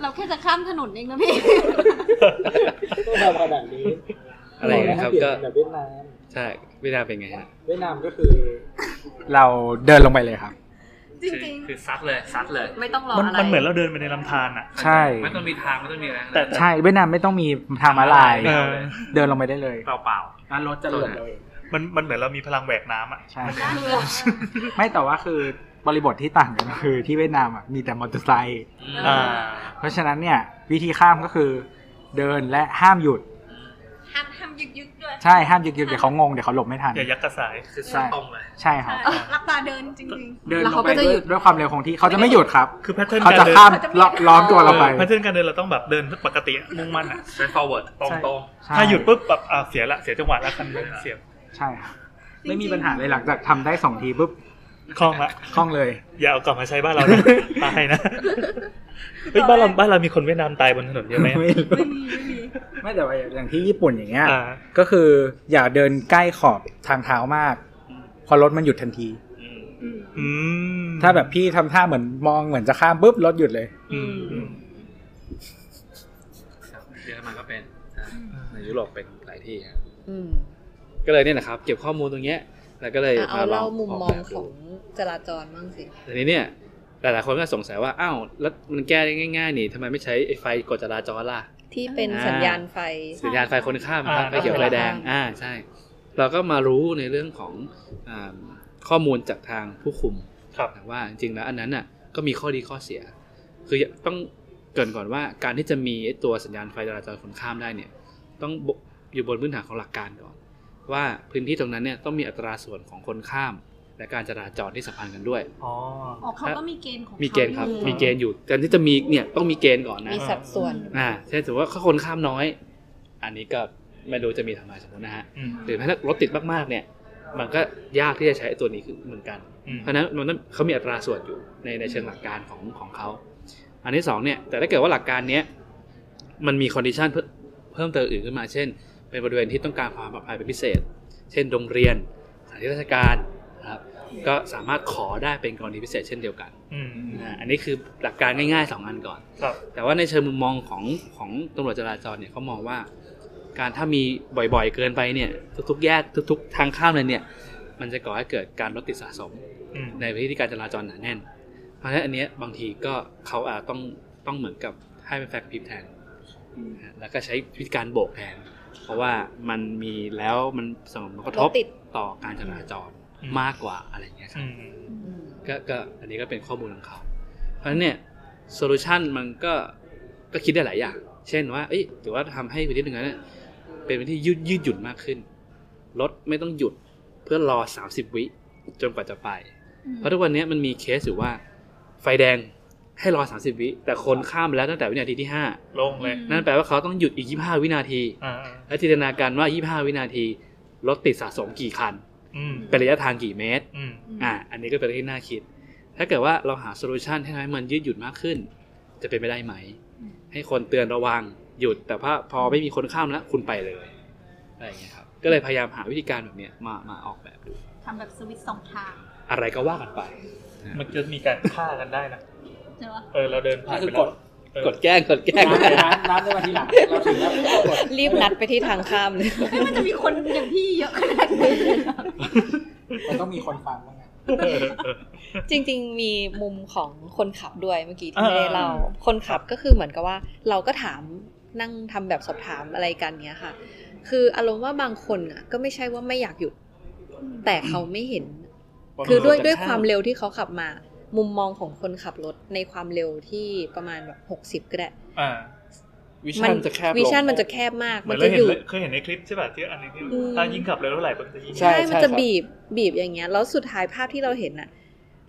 S10: เราแค่จะข้ามถนนเองนะพี่
S7: ต้องทำขนาดนี้
S5: อะไรอย่างเงี้ยครับก็
S7: แบบเวียดนาม
S5: ใช่เวลาเป็นไงฮะ
S7: เวียดนามก็คือ
S3: เราเดินลงไปเลยครับ
S10: จริง
S5: คือซัดเลยซัดเลย
S6: ไม่ต้องรอ
S2: มัน
S6: อะไร
S2: มันเหมือนเราเดินไปในลำธารอ่ะ
S3: ใช่
S5: มันต้องมีทางมันต้องมีอะไร
S2: แต่
S3: ใช่เวียดนามไม่ต้องมีทางม้าลาย
S2: เออ
S3: เดินลงไปได้เลย
S5: เปล่าเปล่า
S7: อันรถจะหล่นเลย
S2: มันมันเหมือนเรามีพลังแหวกน้ำอ่ะ
S3: ใช่ ไม่แต่ว่าคือบริบทที่ต่างกันคือที่เวียดนามอะมีแต่มอเตอร์ไซค์
S2: อ่า
S3: เพราะฉะนั้นเนี่ยวิธีข้ามก็คือ เดินและห้ามหยุด
S10: ห้ามห้ามยึกยึกด้วย
S3: ใช่ห้ามหยุดหยุดเดี๋ยวเขางงเดี๋ยวเขาหลบไม่ทัน
S2: อย่ายักกระสาย
S3: คือสร้างตรงเลย ใช่ครับ
S10: รับตาเดินจริง
S3: เดินลงไปด้วยด้วยความเร็วคงที่เขาจะไม่หยุดครับ
S2: คือแพทเทิร์น
S3: เขา
S2: การ
S3: จะ
S2: เดิน
S3: ข้ามล้อล้อมตัวเราไป
S2: แพทเทิร์นการเดินเราต้องแบบเดินปกติอะมุ่งมั่นอ่ะ
S5: straight forward ตรงตรง
S3: ใช่
S2: ถ้าหยุดปุ๊บแบบอ่าเสียละเสียจังหวะละคันนี้เสีย
S3: ใช่ครับไม่มีปัญหาเลยหลังจากทำได้สองทีปุ๊บ
S2: คล่องละ
S3: คล่องเลย
S2: อย่าเอากลับมาใช้บ้านเรา
S3: <laughs>
S2: นะ ตายนะเฮ้ยบ้านเราบ้านเรามีคนเวียดนามตายบนถนนเยอะไหม
S3: ไม่รู้ไม่แต่ว่าอย่างที่ญี่ปุ่นอย่างเงี้ย
S2: อ่า
S3: ก็คืออย่าเดินใกล้ขอบทางเท้ามาก พอรถมันหยุดทันที
S2: อืม
S3: ถ้าแบบพี่ทำท่าเหมือนมองเหมือนจะข้ามปุ๊บรถหยุดเลย
S2: อืมอืม
S5: เยอรมันก็เป็นอ่าในยุโรปเป็นหลายที่ครับ
S6: อืม
S5: ก็เลยเนี่ยนะครับเก็บข้อมูลตรงเนี้ยแล้วก็เลย
S6: อ่ะเอาเล่ามุมมอง
S5: แบบ
S6: ของจราจรบ้างสิ
S5: ทีนี้เนี่ยหลายๆคนก็สงสัยว่าอ้าวแล้วมันแก้ได้ง่ายๆนี่ทำไมไม่ใช้ไอ้ไฟกดจราจรล่ะ
S6: ที่เป็น
S5: อ่า
S6: สัญญาณไฟ
S5: สัญญาณไฟคนข้ามครับ
S2: อ่า
S5: ไฟเขียวไฟแดง
S6: คนข้าม
S5: อ่าใช่ เราก็มารู้ในเรื่องของอ่าข้อมูลจากทางผู้คุม
S2: ครับ
S5: นะว่าจริงๆแล้วอันนั้นน่ะก็มีข้อดีข้อเสีย คือต้องเกรินก่อนว่าการที่จะมีไอ้ตัวสัญญาณไฟจราจรคนข้ามได้เนี่ยต้องบอยู่บนพื้นฐานของหลักการก่อน ว่าพื้นที่ตรงนั้นเนี่ยต้องมีอัตราส่วนของคนข้าม และการจราจรที่สัมพันธ์กันด้วย
S2: อ๋อ
S10: ๆอ๋อเขาก็มีเกณฑ์ของ
S5: มีเกณฑ์ครับ
S10: ขาอยู่
S5: มีเกณฑ์อยู่การที่จะมีเนี่ยต้องมีเกณฑ์ก่อนนะ
S6: มีสัดส่วน
S5: อ่าเช่นสมมติว่าถ้าคนข้ามน้อย อันนี้ก็ไม่รู้จะมีทำไมสมมตินะฮะ
S2: อืม
S5: หรือถ้ารถติดมากๆเนี่ย มันก็ยากที่จะใช้ไอ้ตัวนี้คือเหมือนกัน
S2: อืม
S5: เพราะฉะนั้นมันต้องเขามีอัตราส่วนอยู่ในในเชิงหลักการของของเขา อันที่สองเนี่ย แต่ถ้าเกิดว่าหลักการเนี้ยมันมีคอนดิชันเพิ่มเพิ่มเติมอื่นขึ้นมา เช่น เป็นบริเวณที่ต้องการความปลอดภัยเป็นพิเศษ เช่นโรงเรียนสถานที่ราชการนะครับ ก็สามารถขอได้เป็นกรณีพิเศษเช่นเดียวกัน
S2: อืม
S5: อ่าอันนี้คือหลักการง่ายๆสองอันก่อน
S2: ครับ
S5: แต่ว่าในเชิงมุมมองของของตำรวจจราจรเนี่ยเขามองว่า การถ้ามีบ่อยๆเกินไปเนี่ย ทุกๆแยกทุกๆ ทางข้ามเลยเนี่ย มันจะก่อให้เกิดการรถติดสะสม
S2: อืม
S5: ในพื้นที่การจราจรหนาแน่น เพราะฉะนั้นอันเนี้ยบางทีก็เขาอาจต้องต้องเหมือนกับให้เป็นแฟกพิบแทนนะฮะแล้วก็ใช้วิธีการโบกแทน เพราะว่ามันมีแล้วมันส่งผลกระทบ
S6: รถติด
S5: ต่อการจราจร
S2: อืม
S5: มากกว่าอะไรอย่างเงี้ยครับ
S2: อืม
S5: ก็ก็อันนี้ก็เป็นข้อมูลของเขา เพราะฉะนั้นเนี่ยโซลูชันมันก็ก็คิดได้หลายอย่าง เช่นว่า เอ้ยหรือว่าทำให้พื้นที่ตรงนั้นนะเป็นพื้นที่ยืดยืดหยุ่นมากขึ้น รถไม่ต้องหยุดเพื่อรอ 30 วิจนกว่าจะไป เพราะทุกวันนี้มันมีเคสอยู่ว่า ไฟแดงให้รอ 30 วิ แต่คนข้ามไปแล้วตั้งแต่วินาทีที่
S2: โลงเลย
S5: 5 นั่นแปลว่าเขาต้องหยุดอีก 25 วินาที
S2: อ่า
S5: และจินตนาการว่า 25 วินาที รถติดสะสมกี่คัน
S2: อืม
S5: เป็นระยะทางกี่เมตร
S2: อืม
S5: อ่า อันนี้ก็เป็นเรื่องที่น่าคิด ถ้าเกิดว่าเราหาโซลูชันให้ทำให้มันยืดหยุ่นมากขึ้น จะเป็นไปได้ไหม ให้คนเตือนระวังหยุด แต่พอพอไม่มีคนข้ามแล้วคุณไปเลย อะไรอย่างเงี้ยครับ ก็เลยพยายามหาวิธีการแบบเนี้ยมามาออกแบบดู
S10: ทำแบบสวิตช์สองทาง
S5: อะไรก็ว่ากันไป
S2: มันจะมีการฆ่ากันได้นะ
S10: ใช่ปะ
S2: เออ เราเดินผ่าน
S7: คื
S2: ไป
S7: อก
S2: แล้ว
S7: ด
S5: กดแกล้งกดแกล้ง
S3: ร้านร้านได้มาทีหลังเราถึงแล้วกด
S6: รีบนัดไปที่ทางข้ามเลย
S10: มันจะมีคนอย่างพี่เยอะขนาดนี้
S3: มันต้องมีคนฟังบ้างอะ
S6: จริงๆ มีมุมของคนขับด้วยเมื่อกี้ที่
S2: อ่า
S6: ไม่ได้เล่า
S2: อ่า
S6: คนขับก็คือเหมือนกับว่า เราก็ถามนั่งทำแบบสอบถามอะไรกันเนี้ยค่ะ คืออารมณ์ว่าบางคนอ่ะ ก็ไม่ใช่ว่าไม่อยากหยุด แต่เขาไม่เห็น คือด้วยด้วยความเร็วที่เขาขับมา มุมมองของคนขับรถในความเร็วที่ประมาณแบบหกสิบ60 ก็ได้
S2: อ่า
S5: วิชั่นจะแคบลง
S6: วิชั่นมันจะแคบมาก
S2: เหมือ
S6: มั
S2: นนเรา
S6: จะ
S2: เห็
S6: อน ยู่
S2: เคยเห็นในคลิปใช่ป่ะที่อันนี้ที่
S6: อืม
S2: ถ้ายิ่งขับเร็วเท่าไหร่มันจะยิ่ง
S5: ใช่
S6: ใช่ มันจะ
S5: ครับ
S6: บีบบีบอย่างเงี้ย แล้วสุดท้ายภาพที่เราเห็นน่ะ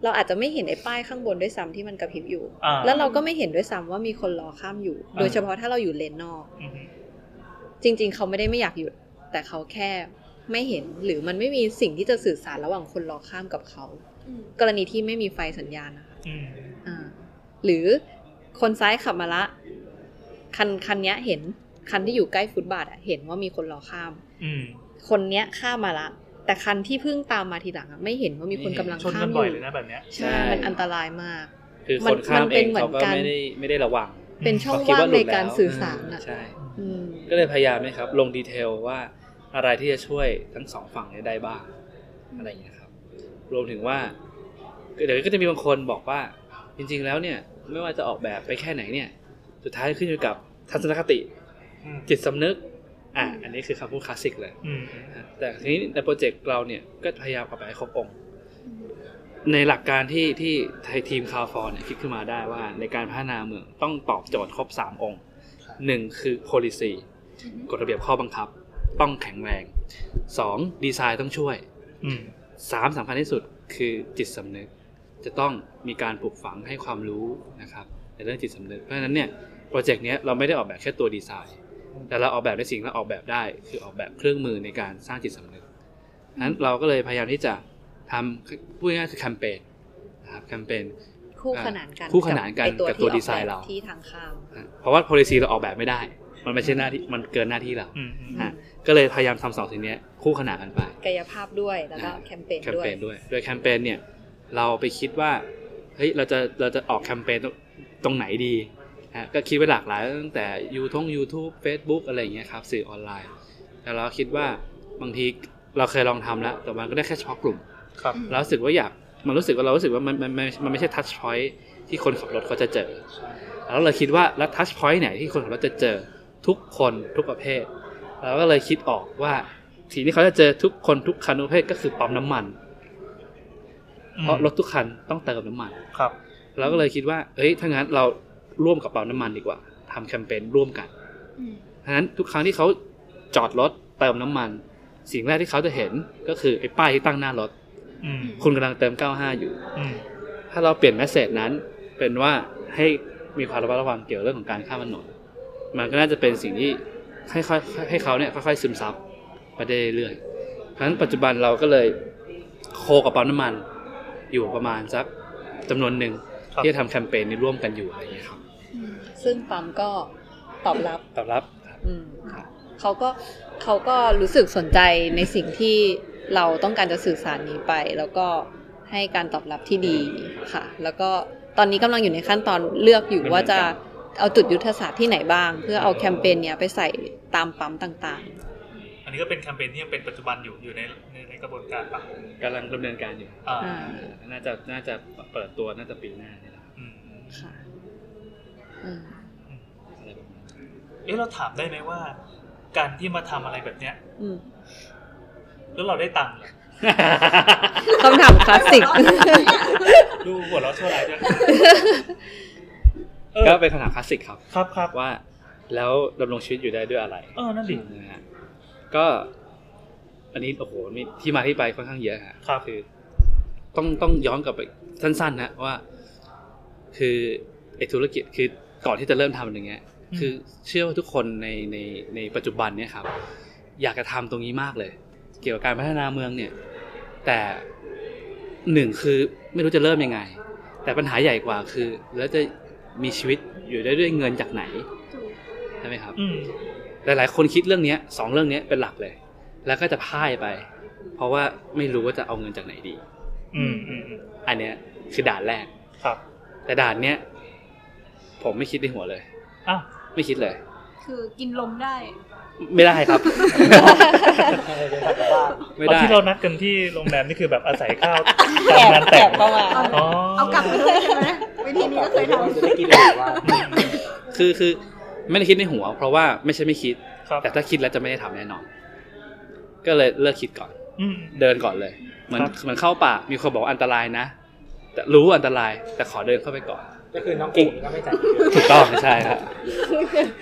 S6: เราอาจจะไม่เห็นไอ้ป้ายข้างบนด้วยซ้ำที่มันกระพริบอยู่
S2: อ่า
S6: แล้วเราก็ไม่เห็นด้วยซ้ำว่ามีคนรอข้ามอยู่
S2: อ่า
S6: โดยเฉพาะถ้าเราอยู่เลนนอก
S2: อือฮึ
S6: จริง ๆ เขาไม่ได้ไม่อยากหยุด แต่เขาแค่ไม่เห็น หรือมันไม่มีสิ่งที่จะสื่อสารระหว่างคนรอข้ามกับเขา กรณีที่ไม่มีไฟสัญญาณนะคะ
S2: อืม
S6: อ่า หรือคนซ้ายขับมาละ คันคันเนี้ยเห็น คันที่อยู่ใกล้ฟุตบาทอะเห็นว่ามีคนรอข้าม
S2: อืม
S6: คนเนี้ยข้ามมาละ แต่คันที่เพิ่งตามมาทีหลังอะไม่เห็นว่ามีคนกำลัง
S2: ชน
S6: ข้า
S2: กั
S6: ม
S2: น
S6: อ
S2: บ่อ
S6: ยู่
S2: ยเลยนะแบบเนี้ย
S6: ใช่ มันอันตรายมาก
S5: คือ
S6: มั
S5: คน นข้าม
S6: มันเป็
S5: เอน ง
S6: เหมือน
S5: เขาก็
S6: กัน
S5: ไม่ได้ไม่ได้ระวัง
S6: เป็นช่อง
S5: เขคิด
S6: ว่าง
S5: หลุ
S6: ใน
S5: ดแล้ว
S6: การสื่อสารอะ
S5: ใช่
S6: อืม
S5: ก็เลยพยายามนะครับ ลงดีเทลว่าอะไรที่จะช่วยทั้งสองฝั่งเนี่ยได้บ้างอะไรอย่างนี้ยครับ รวมถึงว่าเดี๋ยวก็จะมีบางคนบอกว่า จริง ๆ แล้วเนี่ย ไม่ว่าจะออกแบบไปแค่ไหนเนี่ย สุดท้ายขึ้นอยู่กับทัศนคติ จิตสำนึก อ่ะอันนี้คือคำพูดคลาสสิกเลย
S2: อืม
S5: แต่ทีนี้ในโปรเจกต์เราเนี่ยก็พยายามเอาไปให้ครบองค์ ในหลักการที่ที่ไทยทีมคาฟอร์เนี่ยคิดขึ้นมาได้ว่าในการพัฒนาเมืองต้องตอบโจทย์ครบ 3 องค์หนึ่งคือ policy กฎระเบียบข้อบังคับ ต้องแข็งแรง 2. ดีไซน์ต้องช่วย
S2: อืม
S5: 3. สำคัญที่สุดคือจิตสำนึก จะต้องมีการปลูกฝังให้ความรู้นะครับในเรื่องจิตสำนึก เพราะฉะนั้นเนี่ยโปรเจกต์เนี้ยเราไม่ได้ออกแบบแค่ตัวดีไซน์ แต่เราออกแบบในสิ่งที่เราออกแบบได้ คือออกแบบเครื่องมือในการสร้างจิตสำนึกนั้นเราก็เลยพยายามที่จะทำพูดง่ายๆคือแคมเปญนะครับแคมเปญ
S6: คู่ขนานกัน
S5: คู่ขนานกัน
S6: ไอ้
S5: กับตัว
S6: ที่อ
S5: ดี
S6: อ
S5: ไซน์เรา
S6: ที่ทางข้าม
S5: นะเพราะว่า policy เราออกแบบไม่ได้ มันไม่ใช่หน้าที่มันเกินหน้าที่เรา
S2: อืมอืม
S5: ฮะก็เลยพยายามทำสองสิ่งเนี้ยคู่ขนานกันไป
S6: กายภาพด้วยแล้วก็
S5: อ่า
S6: แคมเปญ
S5: แคม
S6: ด้วย
S5: เปญด้วย โดยแคมเปญเนี่ยเราไปคิดว่าเฮ้ยเราจะเราจะออกแคมเปญตรงตรงไหนดีฮะก็คิดไว้หลากหลายตั้งแต่ยูทง YouTube Facebook อะไรอย่างเงี้ยครับสื่อออนไลน์ แต่เราคิดว่าบางทีเราเคยลองทำแล้ว แต่มันก็ได้แค่เฉพาะกลุ่ม
S2: ครับ
S5: เรารู้สึกว่าอยากมันรู้สึกว่าเรารู้สึกว่ามันมันมันมันไม่ใช่ทัชพอยที่คนขับรถเขาจะเจอ แล้วเราคิดว่าแล้วทัชพอยต์ไหนที่คนขับรถจะเจอทุกคนทุกประเภทเราก็เลยคิดออกว่าสิ่งที่เขาจะเจอทุกคนทุกคันทุกประเภทก็คือปั๊มน้ำมัน เพราะรถทุกคันต้องเติมน้ำมัน
S2: ครับ
S5: เราก็เลยคิดว่า เอ้ย ถ้างั้นเราร่วมกับปั๊มน้ำมันดีกว่าทำแคมเปญร่วมกันเพราะฉะนั้นทุกครั้งที่เขาจอดรถเติมน้ำมัน สิ่งแรกที่เขาจะเห็นก็คือไอ้ป้ายที่ตั้งหน้ารถ
S2: อืม
S5: คุณกำลังเติม 95 อยู่
S2: อืม
S5: ถ้าเราเปลี่ยนแมสเซจนั้นเป็นว่าให้มีความระมัดระวังเกี่ยวเรื่องของการข้ามถนน มันก็น่าจะเป็นสิ่งที่ให้ค่อยให้เขาเนี่ยค่อยๆซึมซับไปได้เรื่อยๆเพราะฉะนั้นปัจจุบันเราก็เลยโคกับปั๊มน้ำมันอยู่ประมาณสักจำนวนหนึ่ง
S2: ครับ
S5: ที่จะทำแคมเปญนี้ร่วมกันอยู่อะไรอย่างเงี้ยครับ
S6: ซึ่งปั๊มก็ตอบรับ
S5: ตอบรับครับ
S6: อืม
S5: ครับ
S6: เขาก็เขาก็รู้สึกสนใจในสิ่งที่เราต้องการจะสื่อสารนี้ไป แล้วก็ให้การตอบรับที่ดีค่ะ แล้วก็ตอนนี้กำลังอยู่ในขั้นตอนเลือกอยู่ว่าจะเอาจุดยุทธศาสตร์ที่ไหนบ้าง เพื่อเอาแคมเปญเนี้ยไปใส่ตามปั๊มต่าง
S2: อันนี้ก็เป็นแคมเปญที่ยังเป็นปัจจุบันอยู่อยู่ในในในกระบวนการปะ
S5: กำลังดำเนินการอยู่
S2: อ่า
S6: ๆอ่า
S5: น่าจะน่าจะเปิดตัวน่าจะปีหน้าเนี่ยนะครับ
S2: อืม
S6: ค่ะอืม
S5: อะไรประมาณนั้น
S2: เอ๊ะเราถามได้ไหมว่า การที่มาทำอะไรแบบเนี้ย
S6: อืม
S2: แล้วเราได้ตังค์เหรอ
S6: คำถามคลาส <laughs> สิก
S2: ดูหัวเราะชั่วร้ายด้วยเอ
S5: <laughs> ก็
S2: อ
S5: เป็นคำถามคลาสสิกครับ
S2: ครับครับ
S5: ว่าแล้วดำรงชีวิตอยู่ได้ด้วยอะไร
S2: เออนั่นดิ
S5: นะฮะก็ อันนี้โอ้โหมีที่มาที่ไปค่อนข้างเยอะฮะ
S2: ครับ
S5: คือต้องต้องย้อนกลับไปสั้นๆนะว่า คือไอธุรกิจคือก่อนที่จะเริ่มทำอย่างเงี้ย คือเชื่อว่าทุกคนในในในปัจจุบันเนี่ยครับ อยากจะทำตรงนี้มากเลย เกี่ยวกับการพัฒนาเมืองเนี่ย แต่หนึ่งคือไม่รู้จะเริ่มยังไง แต่ปัญหาใหญ่กว่าคือ แล้วจะมีชีวิตอยู่ได้ด้วยเงินจากไหนใช่ไหมครับ
S2: อืม
S5: หลาย ๆ คนคิดเรื่องเนี้ยสองเรื่องเนี้ยเป็นหลักเลย แล้วก็จะพ่ายไป เพราะว่าไม่รู้ว่าจะเอาเงินจากไหนดี
S2: อืมอืมอืม
S5: อันเนี้ยคือด่านแรก
S2: ครับ
S5: แต่ด่านเนี้ยผ ผมไม่คิดในหัวเลย
S2: อ้าว
S5: ไม่คิดเลย
S10: คือกินลมได้
S5: ไม่ได้ครับ <laughs> ไม่
S2: ตอน
S5: ได้
S2: ที่เรานัดกันที่โรงแรมนี่คือแบบอาศัยข้าวตามงานแต่ง
S6: เข้ามา
S2: อ๋อ
S10: เอากลับไปด้วยใช่ไหมวิธีนี้ก็เคย
S7: จ
S10: ท
S7: ะได้กินแบบว่า
S5: คือคือไม่ได้คิดในหัว เพราะว่าไม่ใช่ไม่คิด
S2: ครับ
S5: แต่ถ้าคิดแล้วจะไม่ได้ทำแน่นอน ก็เลยเลิกคิดก่อน
S2: อืม
S5: เดินก่อนเลยเหมือน
S2: ครับ
S5: เหมือนเข้าป่า มีคนบอกว่าอันตรายนะ แต่รู้ว่าอันตราย แต่ขอเดินเข้าไปก่อน
S7: ก็คือน้องเก่งก็ไม่จ่าย
S5: ถูกต้องใช่ครับ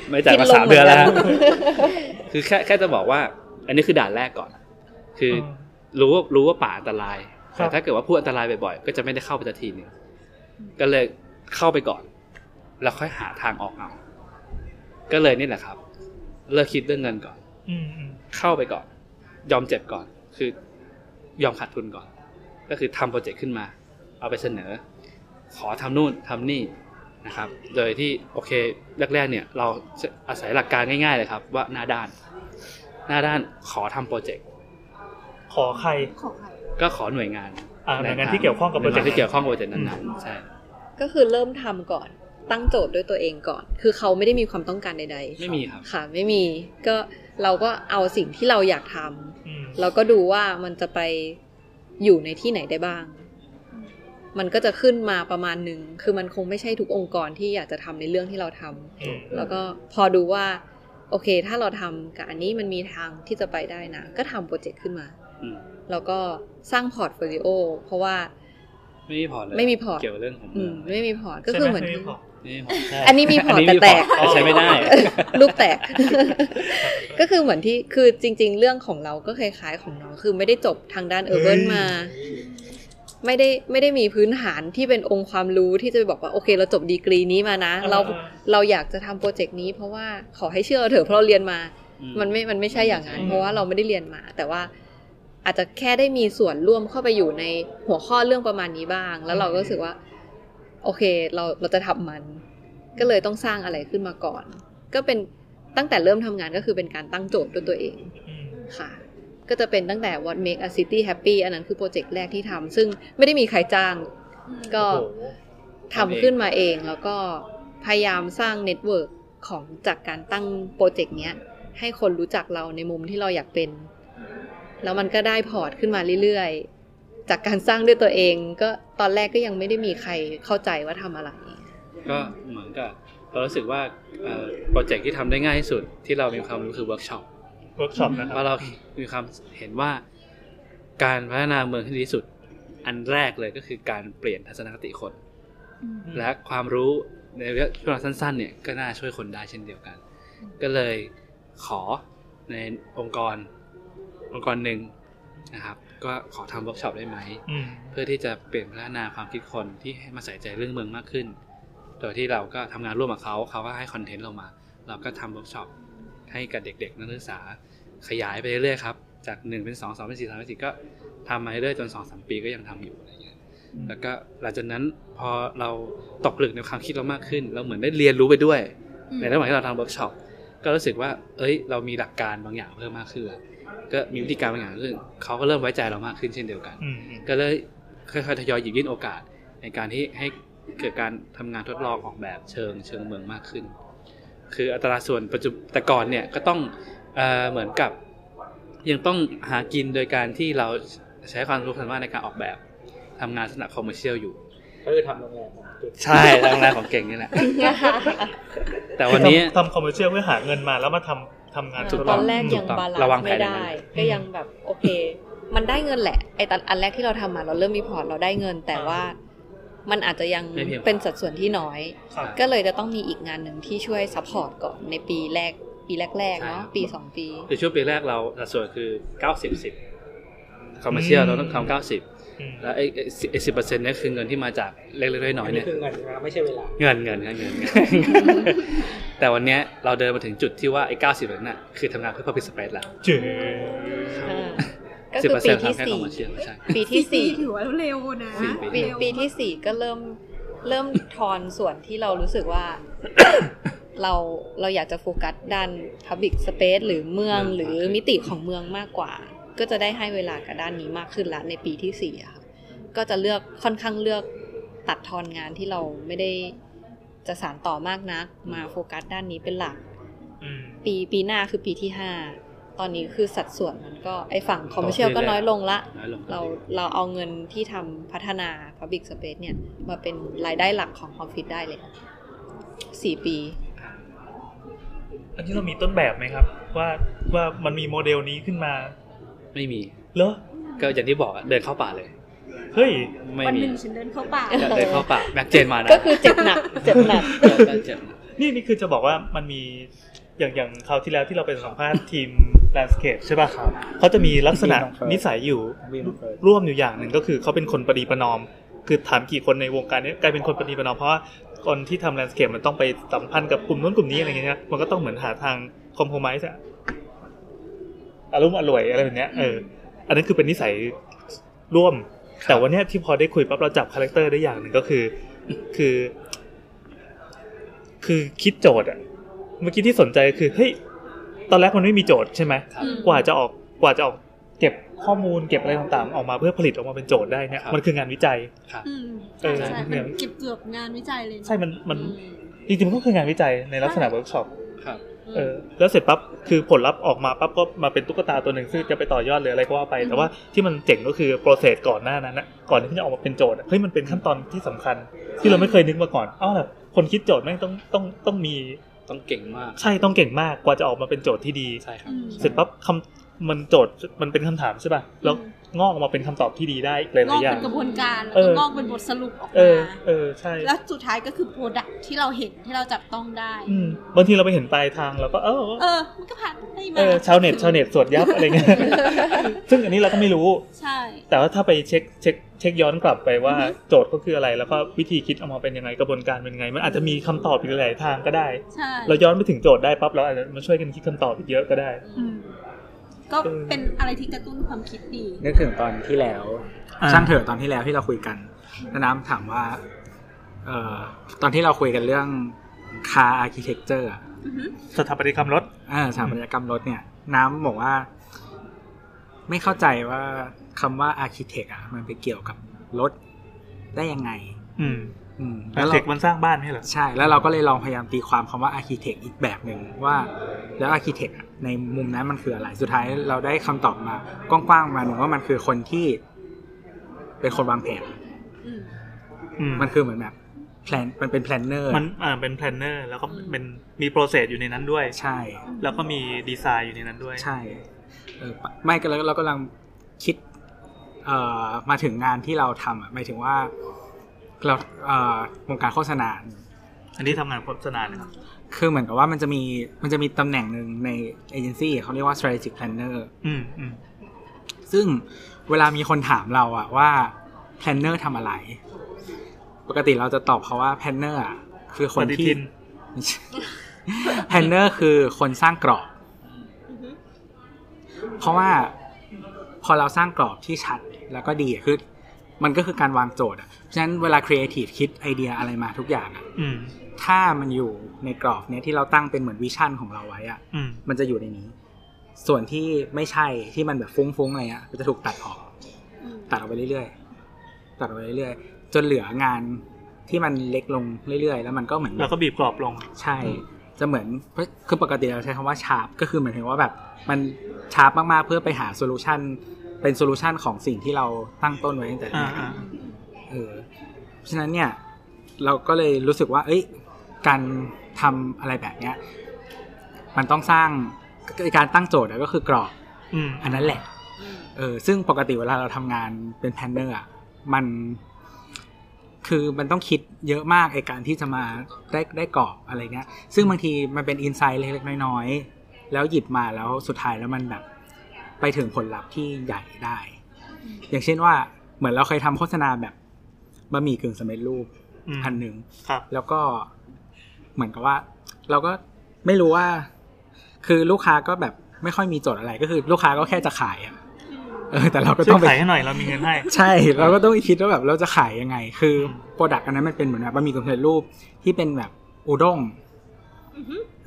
S5: ไม่จ่ายมาสามเดือนแล้วฮะคือแค่แค่จะบอกว่า อันนี้คือด่านแรกก่อน คืออรู้ว่ารู้ว่าป่าอันตราย
S2: ครั
S5: แต่
S2: บ
S5: ถ้าเกิดว่าพูดอันตรายบ่อยๆก็จะไม่ได้เข้าไปสักทีหนึงก็เลยเข้าไปก่อน แล้วค่อยหาทางออกเอาก็เลยนี่แหละครับ เลิกคิดเรื่องเงินก่อน
S2: อืมอืม
S5: เข้าไปก่อน ยอมเจ็บก่อน คือยอมขาดทุนก่อน ก็คือทำโปรเจกต์ขึ้นมา เอาไปเสนอ ขอทำนู่นทำนี่นะครับ โดยที่โอเคแรกๆเนี่ยเราจะอาศัยหลักการง่ายๆเลยครับ ว่าหน้าด้าน หน้าด้านขอทำโปรเจกต์
S2: ขอใคร
S10: ำของใคร
S5: ก็ขอหน่วยงาน
S2: อ่าหน่วยงานที่เกี่ยวข้องกับ
S5: หน่วยงาน
S2: project
S5: ที่เกี่ยวข้องกับโปรเจกต์นั้นๆใช่
S6: ก็คือเริ่มทำก่อนตั้งโจทย์ด้วยตัวเองก่อน คือเขาไม่ได้มีความต้องการใดๆ
S5: ไม่มีครับ
S6: ค่ะ ไม่มีก็เราก็เอาสิ่งที่เราอยากทำ
S2: อืม
S6: เราก็ดูว่ามันจะไปอยู่ในที่ไหนได้บ้าง มันก็จะขึ้นมาประมาณหนึ่งคือมันคงไม่ใช่ทุกองค์กรที่อยากจะทำในเรื่องที่เราทำ
S2: อืม
S6: แล้วก็พอดูว่า โอเค ถ้าเราทำกับอันนี้มันมีทางที่จะไปได้นะ ก็ทำโปรเจกต์ขึ้นมา
S5: อืม
S6: แล้วก็สร้างพอร์ตโฟลิโอเพราะว่า
S5: ไม่มีพอร์ตเลย
S6: ไม่มีพอร์ต
S5: เกี่ยวกับเรื่องของ
S6: อื
S5: เมือ
S6: ม
S5: ง
S6: ไม่มีพอร์ตก็
S2: ใช่
S6: คือเหมือน
S2: ไไพ
S5: ไม่มีพอร์ตใช่
S6: อันนี้มีพอร์ต
S5: นนี้
S6: แต่แตก
S5: พอร์ใช้ไม่ได้
S6: ลูกแตก ก็คือเหมือนที่คือจริง ๆ เรื่องของเราก็คล้ายๆของน้องคือไม่ได้จบทางด้านเออร์เบิร์น
S2: เฮ้ย
S6: มา ไม่ได้ไม่ได้มีพื้นฐานที่เป็นองค์ความรู้ที่จะไปบอกว่าโอเค เราจบดีกรีนี้มานะ เราเราอยากจะทำโปรเจกต์นี้ เพราะว่าขอให้เชื่อเราเถอะเพราะเราเรียนมา มันไม่ มันไม่ใช่อย่างนั้น
S5: อืม
S6: เพราะว่าเราไม่ได้เรียนมา แต่ว่าอาจจะแค่ได้มีส่วนร่วมเข้าไปอยู่ในหัวข้อเรื่องประมาณนี้บ้าง แล้วเราก็รู้สึกว่า โอเค เราเราจะทำมัน ก็เลยต้องสร้างอะไรขึ้นมาก่อน ก็เป็นตั้งแต่เริ่มทำงานก็คือเป็นการตั้งโจทย์ด้วยตัวเอง
S2: อืม
S6: ค่ะ ก็จะเป็นตั้งแต่ What Make a City Happy อันนั้นคือโปรเจกต์แรกที่ทำซึ่งไม่ได้มีใครจ้าง ก็
S2: โอ้โห
S6: ทำขึ้นมาเองแล้วก็พยายามสร้างเน็ตเวิร์กของจากการตั้งโปรเจกต์เนี้ย ให้คนรู้จักเราในมุมที่เราอยากเป็น แล้วมันก็ได้พอร์ตขึ้นมาเรื่อยๆ จากการสร้างด้วยตัวเอง ก็ตอนแรกก็ยังไม่ได้มีใครเข้าใจว่าทำอะไร
S5: ก็เหมือนกับเรารู้สึกว่าเอ่อโปรเจกต์ที่ทำได้ง่ายที่สุดที่เรามีความรู้คือเวิร์กช็อป
S2: เวิร์กช็อปนะครับ
S5: เพราะเรามีความเห็นว่าการพัฒนาเมืองที่ดีที่สุด อันแรกเลยก็คือการเปลี่ยนทัศนคติคน และความรู้ในระยะเวลาสั้นๆเนี่ยก็น่าช่วยคนได้เช่นเดียวกัน ก็เลยขอในองค์กรองค์กรหนึ่งนะครับ ก็ขอทำเวิร์กช็อปได้ไหม
S2: อืม
S5: เพื่อที่จะเปลี่ยนพัฒนาความคิดคนที่ให้มาใส่ใจเรื่องเมืองมากขึ้น โดยที่เราก็ทำงานร่วมกับเขา เขาก็ให้คอนเทนต์เรามา เราก็ทำเวิร์กช็อปให้กับเด็กๆ นักศึกษา ขยายไปเรื่อยๆครับ จาก 1 เป็น 2 2 เป็น 4 3 เป็น 4 ก็ทำมาเรื่อยๆจน 2 3 ปีก็ยังทำอยู่อะไรเงี้ย แล้วก็หลังจากนั้นพอเราตกผลึกในความคิดเรามากขึ้น เราเหมือนได้เรียนรู้ไปด้วย ในระหว่างที่เราทำเวิร์กช็อปก็รู้สึกว่า เอ้ย เรามีหลักการบางอย่างเพิ่มมากขึ้นละก็มีวิธีการบางอย่างซึ่งเขาก็เริ่มไว้ใจเรามากขึ้นเช่นเดียวกัน
S2: อืมอืม
S5: ก็เลยค่อยๆทยอยหยิบยื่นโอกาสในการที่ให้เกิดการทำงานทดลองออกแบบเชิงเชิงเมืองมากขึ้น คืออัตราส่วนปัจจุบันแต่ก่อนเนี่ยก็ต้องเออเหมือนกับ ยังต้องหากินโดยการที่เราใช้ความรู้ความสามารถในการออกแบบทำงานสนับคอมเมอร์เชียลอยู่
S7: ก็คือทำโรงแรมของจุด
S5: ใช่ทำงานของเก่งนี่แหละ แต่วันนี้
S2: คือทำทำคอมเมอร์เชียลเพื่อหาเงินมาแล้วมาทำทำงาน
S5: ถูก
S2: ทด
S5: ต้
S6: ต
S2: ล
S6: อง นแรก
S5: ถู
S6: ยัง
S5: กต้อง
S6: บาลาน
S5: ระวัง
S6: ซ์
S5: แผนอ
S6: ไม่
S5: ย่างนั้
S6: ได้
S5: น
S6: ก็ยังแบบโอเค มันได้เงินแหละ ไอตอนอันแรกที่เราทำมาเราเริ่มมีพอร์ตเราได้เงิน แต่ว่ามันอาจจะยัง
S5: ไม่เพียงพอ
S6: เป็นสัดส่วนที่น้อย
S2: ครับ
S6: ก็เลยจะต้องมีอีกงานหนึ่งที่ช่วยซัพพอร์ตก่อนในปีแรก ปีแรกๆเนาะ
S5: ใช่
S6: ปีสองปี
S5: คือช่วงปีแรกเราสัดส่วนคือ 90 10คอมเมอร์เชียลเราต้องทำ90
S2: อืม
S5: แล้วไอ้สิบเปอร์เซ็นต์นี่ยคือเงินที่มาจากเล็กๆน้อย
S7: อั
S5: ๆ
S7: น
S5: เนี่
S7: นี้
S5: ย
S7: คือเงินนะไม่ใช่เวลา
S5: เงินเงินเงินเงิน
S6: <laughs>
S5: แต่วันเนี้ยเราเดินมาถึงจุดที่ว่าไอ้เก้าสิบนั้นน่ะคือทำงานเพื่อ public space แล้ว
S2: เจ๋
S6: ก็
S5: สิบ
S6: คือ
S5: เปอร์
S6: ปี
S5: เซ็นต์
S6: ที่
S5: ทำแค่ขอ
S6: สี่
S5: งมาเชียร์ใช่
S6: ปีที่สี่
S10: ถือว่าเร็วนะ
S5: สี่ปี
S6: ปี
S10: เร็ว
S6: ปีที่สี่ก็เริ่มเริ่มทอนส่วนที่เรารู้สึกว่า <coughs> เราเราอยากจะโฟกัสด้าน Public Space หรือเมืองหรือมิติของเมืองมากกว่า ก็จะได้ให้เวลากับด้านนี้มากขึ้นละในปีที่สี่อะค่ะก็จะเลือกค่อนข้างเลือกตัดทอนงานที่เราไม่ได้ จะสานต่อมากนัก มาโฟกัสด้านนี้เป็นหลัก
S2: อืม
S6: ปีปีหน้าคือปีที่ห้าตอนนี้คือสัดส่วนมันก็ไอฝั่งคอมเมอร์เชียล
S5: โตขึ้
S6: ก็
S5: นแล้ว
S6: น้อยลงละ
S5: น้อยลง
S6: เราเราเอาเงินที่ทำพัฒนา Public Space เนี่ย มาเป็นรายได้หลักของออฟฟิศได้เลยสี่ปี
S2: อันนี้เรามีต้นแบบไหมครับ ว่าว่ามันมีโมเดลนี้ขึ้นมา
S5: ไม่มี
S2: เหรอ
S5: ก็อย่างที่บอกอะเดินเข้าป่าเลย
S2: เฮ้ย
S5: ไม่
S4: วัน
S5: มี
S4: หนึ่งฉันเดินเข้าป่า
S5: จะเดินเข้าป่าแม็กเจนมานะ
S6: ก็คือเจ็บหนัก เจ็บหนัก
S5: ก็เจ็บนะ
S2: นี่นี่คือจะบอกว่ามันมีอย่างอย่างคราวที่แล้วที่เราไปสัมภาษณ์ทีม landscape ใช่ป่ะ
S7: ครับ
S2: เขาจะมีลักษณะ
S7: ทีมของเขานิ
S2: นิสัยอยู่
S7: ทีมของเขา
S2: ร่วมอยู่อย่างหนึ่งก็คือเขาเป็นคนประดีประนอม คือถามกี่คนในวงการเนี้กลายเป็นคนประดีประนอม เพราะว่าคนที่ทำ landscape มันต้องไปสัมพันธ์กับกลุ่มนู้นกลุ่มนี้อะไรเงี้ยมันก็ต้องเหมือนหาทาง compromise อะอารมณ์อร่วยอะไรแบบเนี้ยเอออันนั้นคือเป็นนิสัยร่วม แต่วันเนี้ยที่พอได้คุยปั๊บเราจับคาแรคเตอร์ได้อย่างหนึ่งก็คือคือ คือคิดโจทย์อะเมื่อกี้ที่สนใจคือเฮ้ยตอนแรกมันไม่มีโจทย์ใช่ไหมกว่าจะออกกว่าจะออกเก็บข้อมูลเก็บอะไรต่างๆ ออกมาเพื่อผลิตออกมาเป็นโจทย์ได้เนี่ยมันคืองานวิจัย
S5: ครับ
S10: อืม
S2: เออ
S10: ใช่
S2: เนี่ย
S10: เก็บเกือบงานวิจัยเลยนะ
S2: ใช่มันมันจริงๆมันก็คืองานวิจัยในลักษณะเวิร์กช็อป
S5: ครับ
S2: เออแล้วเสร็จปั๊บคือผลลัพธ์ออกมาปั๊บก็มาเป็นตุ๊กตาตัวหนึ่งซึ่งจะไปต่อยอดหรืออะไรก็ว่าไป แต่ว่าที่มันเจ๋งก็คือโปรเซสก่อนหน้านั้นนะก่อนที่จะออกมาเป็นโจทย์อะเฮ้ยมันเป็นขั้นตอนที่สำคัญ ที่เราไม่เคยนึกมาก่อนอ้าวเหรอคนคิดโจทย์แม่งต้องต้องต้องมี
S5: ต้องเก่งมาก
S2: ใช่ต้องเก่งมากกว่าจะออกมาเป็นโจทย์ที่ดี
S5: ใช่ครับ
S10: อืม
S2: เสร็จปั๊บคำมันโจทย์มันเป็นคำถามใช่ป่ะแล้วงอกออกมาเป็นคำตอบที่ดีได้หลาย
S10: งอก
S2: ๆอย่า
S10: เป็
S2: ง
S10: นกระบวนการแล้ว
S2: เอ
S10: ก็
S2: อ
S10: งอกเป็นบทสรุปออก
S2: เอ
S10: มา
S2: อ เออใช่
S10: แล้วสุดท้ายก็คือโปรดักที่เราเห็นที่เราจับต้องได้
S2: อืมบางทีเราไปเห็นปลายทางเราก็เออ
S10: เออ มันก็ผ่านได้
S2: เอ
S10: มา
S2: อชาวเน็ตชาวเน็ตสวดยับอะไรเงี้ยซึ่งอันนี้เราก็ไม่รู้
S10: ใช่
S2: แต่ว่าถ้าไปเช็คเช็คเช็คย้อนกลับไปว่าโจทย์ก็คืออะไร แล้วก็วิธีคิดออกมาเป็นยังไงกระบวนการเป็นยังไง มันอาจจะมีคำตอบอีกหลายๆทางก็ได้
S10: ใช่
S2: เราย้อนไปถึงโจทย์ได้ปั๊บเราอาจจะมาช่วยกันคิดคำตอบอีกเยอะก็ได้
S10: อืมก็เป็นอะไรที่กระตุ้นความคิดดี
S3: นึกถึงตอนที่แล้ว
S2: อ่า
S3: ช่างเถอะตอนที่แล้วที่เราคุยกันแล้วน้ำถามว่า เอ่อ ตอนที่เราคุยกันเรื่องคาอาร์คิเทคเจอร์
S2: สถาปัตยกรรมรถ
S3: อ่าสถาปัตยกรรมรถเนี่ย น้ำบอกว่า ไม่เข้าใจว่าคำว่าอาร์คิเทคอ่ะ มันไปเกี่ยวกับรถได้ยังไง
S2: อืม
S3: อืม
S2: แล้
S3: แล้ว ว
S2: เด็ก
S3: เรา
S2: มันสร้างบ้านไม่ใช่เหรอ
S3: ใช่ แล้วเราก็เลยลองพยายามตีความคำว่าอาร์คิเทคอีกแบบหนึ่งว่า แล้วอาร์คิเทคในมุมนั้นมันคืออะไร สุดท้ายเราได้คำตอบมากว้างๆมาหนึ่งว่ามันคือคนที่ เป็นคนวางแผน
S2: อืม
S3: มันคือเหมือนแบบแพลนมันเป็นแพลนเนอร์
S2: มันอ่าเป็นแพลนเนอร์แล้วก็เป็นมีโปรเซสอยู่ในนั้นด้วย
S3: ใช่
S2: แล้วก็มีดีไซน์อยู่ในนั้นด้วย
S3: ใช่เออปะไม่ก็แล้วเรากำลังคิดเอ่อมาถึงงานที่เราทำอ่ะหมายถึงว่าเราเอ่อวงการโฆษณา
S2: อันนี้ทำงานโฆษณานะครับ
S3: คือเหมือนกับว่ามันจะมีมันจะมีตำแหน่งหนึ่งในเอเจนซี่เขาเรียกว่า strategic planner
S2: อืมอืม
S3: ซึ่งเวลามีคนถามเราอะว่า planner ทำอะไร ปกติเราจะตอบเขาว่า planner อะคือคน
S2: ปฏิ
S3: ที่ <laughs>
S2: ทิน
S3: แพนเนอร์คือคนสร้างกรอบ เพราะว่าพอเราสร้างกรอบที่ชัดแล้วก็ดีอะคือมันก็คือการวางโจทย์อะเพราะฉะนั้นเวลาครีเอทีฟคิดไอเดียอะไรมาทุกอย่างอะ
S2: อืม
S3: ถ้ามันอยู่ในกรอบเนี้ยที่เราตั้งเป็นเหมือนวิชั่นของเราไว้อะ
S2: อืม
S3: มันจะอยู่ในนี้ ส่วนที่ไม่ใช่ที่มันแบบฟุ้งๆอะไรอะมันจะถูกตัดออก ตัดออกไปเรื่อยๆตัดออกไปเรื่อยๆจนเหลืองานที่มันเล็กลงเรื่อยๆ แล้วมันก็เหมือน
S2: แล้วก็บีบกรอบลง
S3: ใช่ จะเหมือนเพราะคือปกติเราใช้คำว่าชาร์ปก็คือเหมือนถึงว่าแบบมันชาร์ปมากๆเพื่อไปหาโซลูชันเป็นโซลูชันของสิ่งที่เราตั้งต้นไว้ตั้งแต่แร
S2: อ่าก อ่า
S3: เออเพราะฉะนั้นเนี่ย เราก็เลยรู้สึกว่า เอ้ย การทำอะไรแบบเนี้ย มันต้องสร้างการตั้งโจทย์อะก็คือกรอบ
S2: อืม
S3: อันนั้นแหละ เออ ซึ่งปกติเวลาเราทำงานเป็นแพลนเนอร์อ่ะ มัน คือมันต้องคิดเยอะมากไอการที่จะมาได้ได้กรอบอะไรเงี้ย ซึ่งบางทีมันเป็นอินไซต์เล็กๆน้อยๆ แล้วหยิบมาแล้วสุดท้ายแล้วมันแบบ ไปถึงผลลัพธ์ที่ใหญ่ได้ อย่างเช่นว่า เหมือนเราเคยทำโฆษณาแบบบะหมี่กึ่งสำเร็จรูป
S2: อืม
S3: อันหนึ่ง
S2: ครับ
S3: แล้วก็เหมือนกับว่า เราก็ไม่รู้ว่า คือลูกค้าก็แบบไม่ค่อยมีโจทย์อะไร ก็คือลูกค้าก็แค่จะขายอะเออ แต่เราก็
S2: ช่
S3: ต้อ
S2: วย
S3: งไป
S2: ขายให้หน่อยเรามีเงินให้
S3: ใช่ เราก็ต้องคิดว่าแบบเราจะขายยังไง คือโปรดักต์อันนั้นมันเป็นเหมือนแบบบะหมี่กึ่งสำเร็จรูปที่เป็นแบบอุด้ง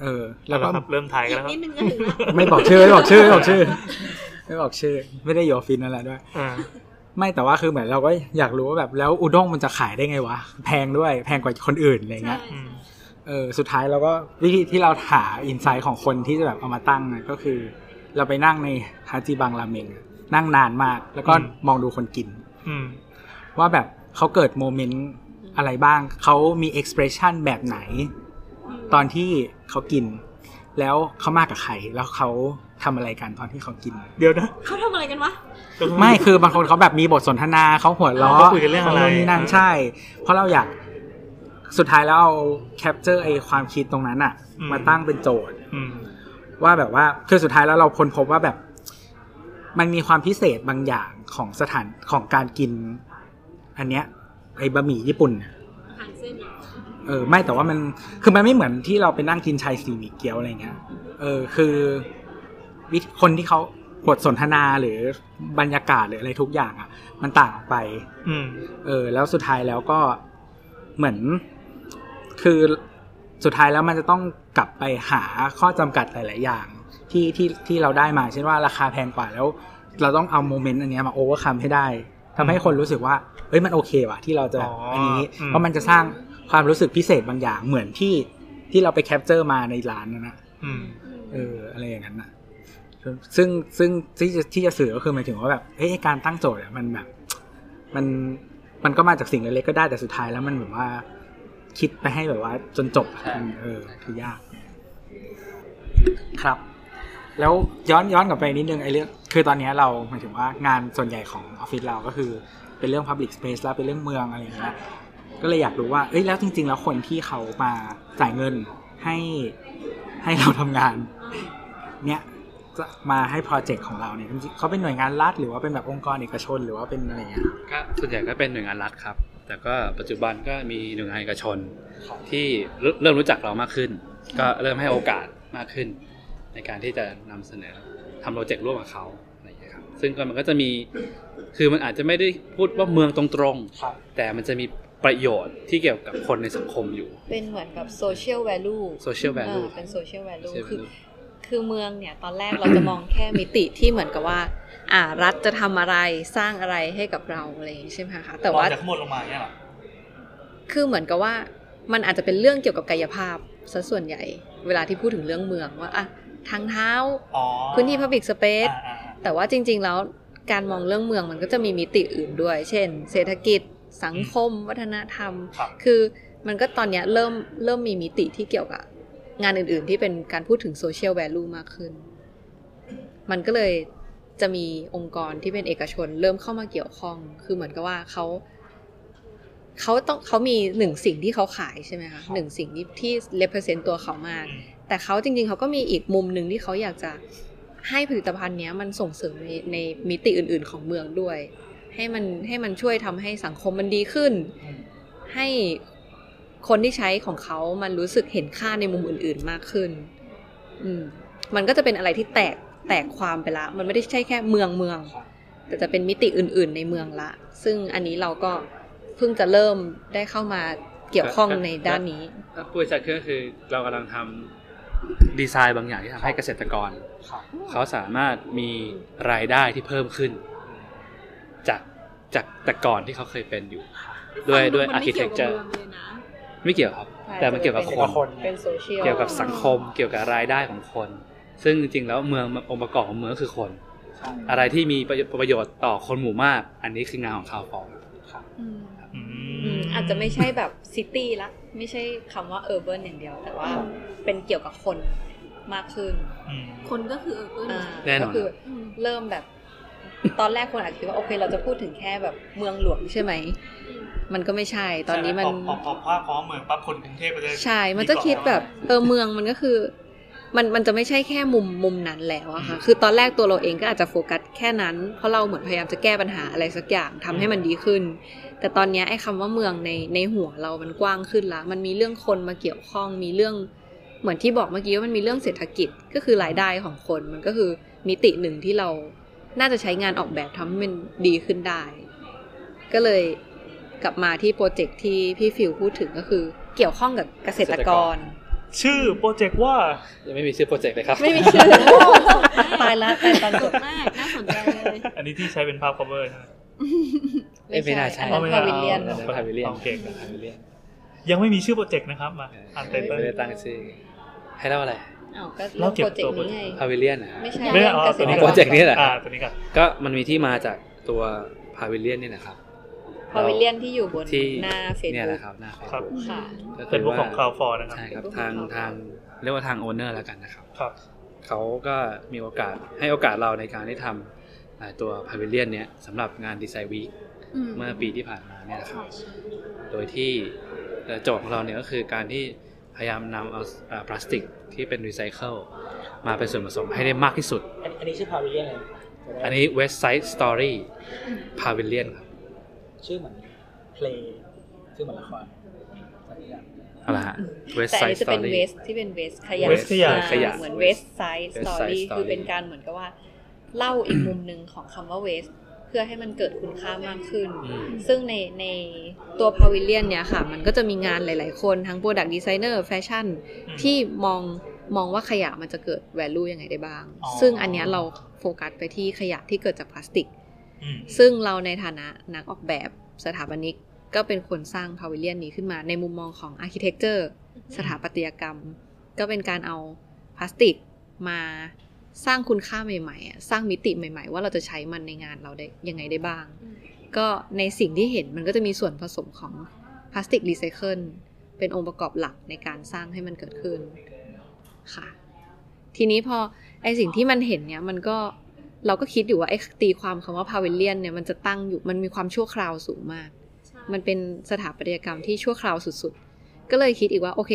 S3: เออ
S2: แล้
S3: แล้ววก็
S2: ครับเริ่มถ่ายกันแล้วครั
S10: นิ
S2: บ
S10: ดนึงก็ถึงละ
S3: ไม่บอกชื่อไม่บอกชื่อไม่บอกชื่อ ไม่บอกชื่อ ไม่ได้อยู่ออฟฟิศนั่นแหละด้วย
S2: เออ
S3: ไม่แต่ว่าคือเหมือนเราก็อยากรู้ว่าแบบแล้วอุด้งมันจะขายได้ไงวะ แพงด้วยแพงกว่าคนอื่นอะไรเงี้ย
S2: อืม
S3: เออสุดท้ายเราก็วิธีที่เราหาอินไซต์ของคนที่จะแบบเอามาตั้งอะก็คือ เราไปนั่งในฮาจิบังราเมงอะนั่งนานมาก แล้วก็มองดูคนกิน
S2: อืม
S3: ว่าแบบเขาเกิดโมเมนต์อะไรบ้าง เขามีเอ็กซ์เพรสชันแบบไหน ตอนที่เขากิน แล้วเขามากกับใครแล้วเขาทำอะไรกันตอนที่เขากิน
S2: เดี๋ยวนะ
S9: เขาทำอะไรกันวะ
S3: ไม่คือบางคนเขาแบบมีบทสนทนาเขาหัวเราะ
S2: เขาคุยกันเรื่องอะไร
S3: นู่นนี่นั่นใช่ เพราะเราอยากสุดท้ายแล้วเอาแคปเจอร์ไอความคิดตรงนั้นอะ
S2: อืม
S3: มาตั้งเป็นโจทย์
S2: อืม
S3: ว่าแบบว่าคือสุดท้ายแล้วเราค้นพบว่าแบบ มันมีความพิเศษบางอย่างของสถานของการกิน อันเนี้ยไอบะหมี่ญี่ปุ่นเนี่ย
S9: อาหารเส้นอะ
S3: เออไม่แต่ว่ามันคือมันไม่เหมือนที่เราไปนั่งกินชายซีหมี่เกี๊ยวอะไรเงี้ย เออคือวิธีคนที่เขาบทสนทนาหรือบรรยากาศหรืออะไรทุกอย่างอะ่ะ มันต่างออกไป
S2: อืม
S3: เออแล้วสุดท้ายแล้วก็เหมือนคือสุดท้ายแล้วมันจะต้องกลับไปหาข้อจำกัดหลาย ๆ อย่างที่ที่ที่เราได้มา เช่นว่าราคาแพงกว่าแล้ว เราต้องเอาโมเมนต์อันเนี้ยมาโอเวอร์คัมให้ได้ทำให้คนรู้สึกว่าเอ้ยมันโอเคว่ะที่เราจะแบบ
S2: อ๋ออั
S3: อันนี้
S2: อืม
S3: เพราะมันจะสร้างความรู้สึกพิเศษบางอย่างเหมือนที่ที่เราไปแคปเจอร์มาในร้านนะนะ
S2: อืม
S3: เอออะไรอย่างนั้นน่ะ ซึ่งซึ่งที่จะที่จะสื่อก็คือหมายถึงว่าแบบเฮ้ยไอ้การตั้งโจทย์อะมันแบบ มันมันก็มาจากสิ่งเล็กๆก็ได้แต่สุดท้ายแล้วมันแบบว่า คิดไปให้แบบว่า จนจบอะ
S5: ใช่
S3: มันเออคือยาก ครับ แล้วย้อนย้อนกลับไปนิดนึงไอ้เรื่องคือตอนเนี้ยเราหมายถึงว่างานส่วนใหญ่ของออฟฟิศเราก็คือ เป็นเรื่อง Public Space แล้วเป็นเรื่องเมืองอะไรอย่างเงี้ยก็เลยอยากรู้ว่าเอ้ยแล้วจริง ๆ แล้วคนที่เขามาจ่ายเงินให้ให้เราทำงาน เนี่ยจะมาให้โปรเจกต์ของเราเนี่ยจริงๆเขาเป็นหน่วยงานรัฐหรือว่าเป็นแบบองค์กรเอกชนหรือว่าเป็นอะไรอย่างเงี้ยครับ
S5: ก็ส่วนใหญ่ก็เป็นหน่วยงานรัฐครับ แต่ก็ปัจจุบันก็มีหน่วยงานเอกชนที่เริ่มเริ่มรู้จักเรามากขึ้น ก็เริ่มให้โอกาสมากขึ้น ในการที่จะนำเสนอทำโปรเจกต์ร่วมกับเขาอะไรอย่างเงี้ยครับซึ่งก็มันก็จะมีคือมันอาจจะไม่ได้พูดว่าเมืองตรงๆ แต่มันจะมีประโยชน์ที่เกี่ยวกับคนในสังคมอยู่
S6: เป็นเหมือนกับโซเชียลแวลู
S5: social
S6: เอ
S5: value
S6: อเป็นโซเชียลแวลู
S5: social
S6: คือ
S5: value
S6: คือเมืองเนี่ย ตอนแรกเราจะมองแค่มิติที่เหมือนกับว่า อ่ารัฐจะทำอะไรสร้างอะไรให้กับเราอะไรอย่างนี้ใช่ไหมคะแต่ว่า
S2: ออกจากข้างบนลงมาเนี่ยเหรอ
S6: คือเหมือนกับว่ามันอาจจะเป็นเรื่องเกี่ยวกับกายภาพซะส่วนใหญ่ เวลาที่พูดถึงเรื่องเมืองว่าอะทางเท้า
S2: อ๋อ
S6: พื้นที่พับบิกสเปซ
S2: อ่าอ่า
S6: แต่ว่าจริง ๆ แล้วการมองเรื่องเมืองมันก็จะมีมิติอื่นด้วย เช่น เศรษฐกิจ สังคม วัฒนธรรม
S2: ครับ
S6: คือมันก็ตอนเนี้ยเริ่มเริ่มมีมิติที่เกี่ยวกับงานอื่นๆ ที่เป็นการพูดถึงโซเชียลแวลูมากขึ้น มันก็เลยจะมีองค์กรที่เป็นเอกชน เริ่มเข้ามาเกี่ยวข้อง คือเหมือนกับว่าเขาเขาต้องเขามีหนึ่งสิ่งที่เขาขายใช่ไหมคะหนึ่งสิ่งที่ที่ represent ตัวเขามาก แต่เขาจริงๆ เขาก็มีอีกมุมหนึ่งที่เขาอยากจะให้ผลิตภัณฑ์เนี้ยมันส่งเสริมในในมิติอื่นๆ ของเมืองด้วย ให้มันให้มันช่วยทำให้สังคมมันดีขึ้น ให้คนที่ใช้ของเขามันรู้สึกเห็นค่าในมุมอื่นๆมากขึ้น อืม มันก็จะเป็นอะไรที่แตกแตกความไปละ มันไม่ได้ใช่แค่เมืองเมือง แต่จะเป็นมิติอื่น ๆ ในเมืองละ ซึ่งอันนี้เราก็เพิ่งจะเริ่มได้เข้ามาเกี่ยวข้องในด้านนี้
S5: ถ้าพูดชัดขึ้นก็คือเรากำลังทำดีไซน์บางอย่างที่ทำให้เกษตรกร เขาสามารถมีรายได้ที่เพิ่มขึ้น จากจากแต่ก่อนที่เขาเคยเป็นอยู่ ด้วยด้วย
S9: มัน
S5: อาร์
S9: ไม่
S5: เคเต็
S9: เกี่
S5: กเจ
S9: ยวกับ
S5: อร์
S9: เมืองเลยนะ
S5: ไม่เกี่ยวครับ แต่มันเกี่ยวกับคน
S6: เป็นโซเชียล
S5: เกี่ยวกับสังคมเกี่ยวกับรายได้ของคน ซึ่งจริงๆแล้วเมืององค์ประกอบของเมืองก็คือคน อะไรที่มีประโยชน์ประโยชน์ต่อคนหมู่มาก อันนี้คืองานของเขาฟอง
S6: อืม
S2: อื
S6: อื
S2: ม
S6: มอาจจะไม่ใช่แบบซิตี้ละ ไม่ใช่คำว่าเออร์เบิร์นอย่างเดียว แต่ว่าเป็นเกี่ยวกับคนมากขึ้น
S2: อืม
S4: คนก็คือเออเอิ้น
S6: อ่า
S5: แน่นอน
S6: ก็คือเริ่มแบบ ตอนแรกคนอาจจะคิดว่า โอเค เราจะพูดถึงแค่แบบเมืองหลวงใช่ไหม มันก็ไม่ใช่ตอนนี้มัน
S2: ใช่ไหพอพอพอพอเมืองปั๊บคนกรุงเทพก็จะ
S6: ใช่ มันจะคิดแบบเออเมืองมันก็คือ มันมันจะไม่ใช่แค่มุมมุมนั้นแล้วอะค่ะ คือตอนแรกตัวเราเองก็อาจจะโฟกัสแค่นั้น เพราะเราเหมือนพยายามจะแก้ปัญหาอะไรสักอย่างทำให้มันดีขึ้น แต่ตอนเนี้ยไอ้คำว่าเมืองในในหัวเรามันกว้างขึ้นละ มันมีเรื่องคนมาเกี่ยวข้อง มีเรื่องเหมือนที่บอกเมื่อกี้ว่ามันมีเรื่องเศรษฐกิจก็คือรายได้ของคน มันก็คือมิติหนึ่งที่เรา น่าจะใช้งานออกแบบทำให้มันดีขึ้นได้ ก็เลยกลับมาที่โปรเจกต์ที่พี่ฟิวพูดถึงก็คือ เกี่ยวข้องกับเกษตรกร
S2: ชื่อโปรเจกต์ว่า
S5: ยังไม่มีชื่อโปรเจกต์เลยครับ
S6: ไม่มีชื่อตายละตายตอนจ
S4: สุ
S6: บ
S4: ดมากน่าสนใจเลย
S2: อันนี้ที่ใช้เป็นภาพ cover ใช่ไหม
S5: เอ้ยไม่น่าใช่
S6: อัน
S5: อ๋
S6: นั้
S5: อไม่
S6: นพ
S5: น่า
S6: อวิลเลียน
S5: Pavilion
S2: พาวิเลียนโอ
S5: Pavilion
S2: เคยังไม่มีชื่อโปรเจกต์นะครับ มาอ่านไตเติ้ล
S5: ไม่ได้ตั้งชื่อให้เล่าอะไร
S6: อ้าวก็
S2: แล้
S6: เรื่
S2: ว
S6: อง
S2: เก็บ
S6: โปรเจก
S2: ตัว
S6: ต์นี้ไง
S5: พาวิเลียนนะ
S6: ไม่ใช่
S2: ไม่
S6: เรื่
S2: ได้
S6: อง
S2: อ๋อ
S6: เกษ
S2: ตัว
S6: ตร
S2: นี้
S6: ก
S5: โป
S2: ก่อ
S5: ร
S2: น
S5: เจกต์นี้แหละ
S2: อ่าตัวนี้ก่อน
S5: ก็มันมีที่มาจากตัวพาวิเลียนนี่ยนะครับ
S6: พอวิลเลียนที่อยู่บน
S5: ที่
S6: หน้าเฟซ
S5: เนี่ยแห
S6: บุ๊
S5: ละ
S6: ก
S5: ครับหน้า
S2: ครั
S5: Facebook
S2: บ
S6: ค่ะ
S5: ก็คื
S2: เป็นพวกของคลาวฟอร์นะครับ
S5: ใช่ครับ
S6: เป็นพวก
S5: ทาง
S6: ของ
S5: ทางเรียกว่าทางโอนเนอร์แล้วกันนะครับ
S2: ครับ
S5: เขาก็มีโอกาสให้โอกาสเราในการได้ทำอ่าตัวพาวิเลียนเนี้ยสำหรับงานดีไซน์วีคเมื่อปีที่ผ่านมาเนี่ยนะครับ โดยที่เอ่อโจทย์ของเราเนี่ยก็คือการที่พยายามนำเอาอ่าพลาสติกที่เป็นรีไซเคิลมาเป็นส่วนผสมให้ได้มากที่สุด
S11: อันอันนี้ชื่อพาวิเลียนอะไรนะครับ
S5: อันนี้ West Side Story Pavilion ครับ
S11: ชื่อเหมือนเพลงชื่อเหมือนละครสักอย่าง
S5: เอาละฮะ West
S6: แต่อั
S5: Side
S6: นนี้จะเป็น
S5: Story
S6: เวสที่เป็นเวสขยะ
S2: West ขยะ
S6: อ่า
S5: ขยะ
S6: เหมือน
S5: West
S6: เวสไซส์ส
S5: West
S6: ตอ
S5: Side
S6: รี่
S5: Story
S6: คือเป็นการเหมือนกับว่า เล่าอีกมุมหนึ่งของคำว่าเวสเพื่อให้มันเกิดคุณค่ามากขึ้น
S5: อืม
S6: ซึ่งในในตัวพาวิเลียนเนี่ยค่ะ มันก็จะมีงานหลาย ๆ คนทั้งโปรดักต์ดีไซเนอร์แฟชั่น
S2: อืม
S6: ที่มองมองว่าขยะมันจะเกิดแวลูยังไงได้บ้าง
S11: อ๋อ
S6: ซึ่งอันเนี้ยเราโฟกัสไปที่ขยะที่เกิดจากพลาสติก
S2: อืม
S6: ซึ่งเราในฐานะนักออกแบบสถาปนิกก็เป็นคนสร้างพาวิเลียนนี้ขึ้นมาในมุมมองของอาร์เคเต็กเจอร์สถาปัตยกรรม ก็เป็นการเอาพลาสติกมาสร้างคุณค่าใหม่ๆอะสร้างมิติใหม่ ๆ ว่าเราจะใช้มันในงานเราได้ยังไงได้บ้าง ก็ในสิ่งที่เห็นมันก็จะมีส่วนผสมของพลาสติกรีไซเคิลเป็นองค์ประกอบหลักในการสร้างให้มันเกิดขึ้นค่ะ ทีนี้พอไอสิ่งที่มันเห็นเนี่ยมันก็เราก็คิดอยู่ว่าไอตีความคำว่าพาเวลเลียนเนี่ยมันจะตั้งอยู่มันมีความชั่วคราวสูงมาก มันเป็นสถาปัตยกรรมที่ชั่วคราวสุดๆ ก็เลยคิดอีกว่าโอเค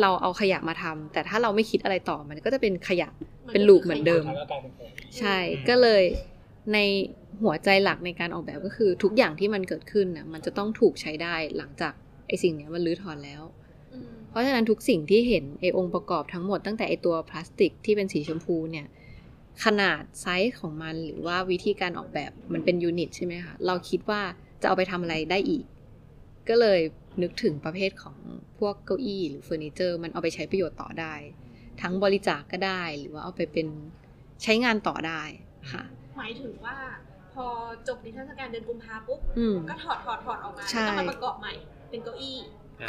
S6: เราเอาขยะมาทำแต่ถ้าเราไม่คิดอะไรต่อมันก็จะเป็นขยะเป็นลูปเหมือนเดิม
S11: แล้วก็กลายเป็นเพลง
S6: ใช่
S2: อืม
S6: ก็เลยในหัวใจหลักในการออกแบบก็คือทุกอย่างที่มันเกิดขึ้นนะมันจะต้องถูกใช้ได้หลังจากไอสิ่งเนี้ยมันรื้อถอนแล้ว เพราะฉะนั้นทุกสิ่งที่เห็นไอองค์ประกอบทั้งหมดตั้งแต่ไอตัวพลาสติกที่เป็นสีชมพูเนี่ยขนาดไซส์ของมันหรือว่าวิธีการออกแบบมันเป็นยูนิตใช่ไหมคะเราคิดว่าจะเอาไปทำอะไรได้อีก ก็เลยนึกถึงประเภทของพวกเก้าอี้หรือเฟอร์นิเจอร์ มันเอาไปใช้ประโยชน์ต่อได้ ทั้งบริจาคก็ได้หรือว่าเอาไปเป็นใช้งานต่อได้ค่ะ
S10: หมายถึงว่า พอจบนิทรรศการเดือนกุมภาปุ๊บ
S6: อืม
S10: ก็ถอดถอดถอดออกมา
S6: ใช่
S10: แล้วก็มาประกอบใหม่ เป็นเก้าอี้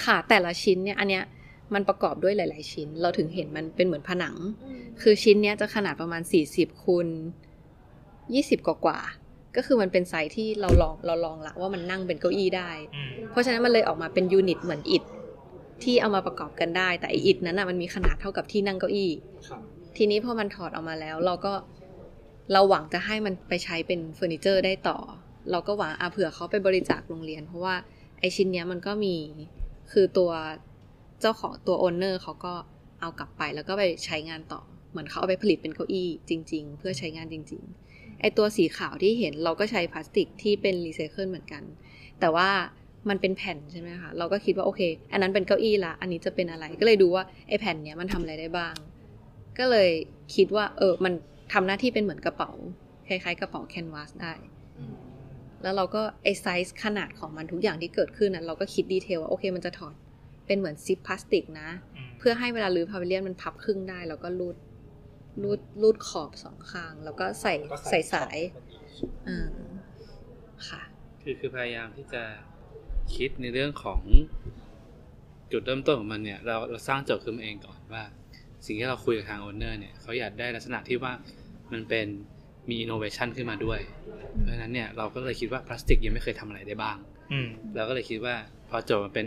S6: ค่ะแต่ละชิ้นเนี่ยอันเนี้ยมันประกอบด้วยหลาย ๆ ชิ้น เราถึงเห็นมันเป็นเหมือนผนัง คือชิ้นเนี้ยจะขนาดประมาณ 40คูณ20 กว่ากว่าๆก็คือมันเป็นไซส์ที่เราลองเราลองละว่ามันนั่งเป็นเก้าอี้ได้
S2: อืม
S6: เพราะฉะนั้นมันเลยออกมาเป็นยูนิตเหมือนอิฐที่เอามาประกอบกันได้ แต่ไอ้อิฐนั้นอ่ะมันมีขนาดเท่ากับที่นั่งเก้าอี้ ทีนี้พอมันถอดออกมาแล้ว เราก็เราหวังจะให้มันไปใช้เป็นเฟอร์นิเจอร์ได้ต่อ เราก็หวังอ่ะเผื่อเขาไปบริจาคโรงเรียน เพราะว่าไอชิ้นเนี้ยมันก็มีคือตัวเจ้าของตัวโอนเนอร์เขาก็เอากลับไปแล้วก็ไปใช้งานต่อ เหมือนเขาเอาไปผลิตเป็นเก้าอี้จริง ๆ เพื่อใช้งานจริง ๆ ไอตัวสีขาวที่เห็นเราก็ใช้พลาสติกที่เป็นรีไซเคิลเหมือนกัน แต่ว่ามันเป็นแผ่นใช่ไหมคะเราก็คิดว่าโอเค อันนั้นเป็นเก้าอี้ละอันนี้จะเป็นอะไรก็เลยดูว่าไอแผ่นเนี้ยมันทำอะไรได้บ้าง ก็เลยคิดว่า เออ มันทำหน้าที่เป็นเหมือนกระเป๋า คล้ายๆ กระเป๋าแคนวาสได้ แล้วเราก็ไอไซส์ขนาดของมันทุกอย่างที่เกิดขึ้นนะเราก็คิดดีเทลว่าโอเคมันจะถอดเป็นเหมือนซิปพลาสติกนะ
S2: อืม
S6: เพื่อให้เวลารื้อพาวิเลียนมันพับครึ่งได้ แล้วก็รูดรูดรูดขอบสองข้าง แล้วก็ใส่
S11: ก็
S6: ใส่สายอ่าค่ะ
S5: คือคือพยายามที่จะคิดในเรื่องของจุดเริ่มต้นของมันเนี่ย เราเราสร้างโจทย์ขึ้นมาเองก่อนว่า สิ่งที่เราคุยกับทางโอนเนอร์เนี่ยเขาอยากได้ลักษณะที่ว่ามันเป็นมีอินโนเวชันขึ้นมาด้วย เพราะฉะนั้นเนี่ยเราก็เลยคิดว่าพลาสติกยังไม่เคยทำอะไรได้บ้าง
S2: อืม
S5: เราก็เลยคิดว่าพอโจทย์มันเป็น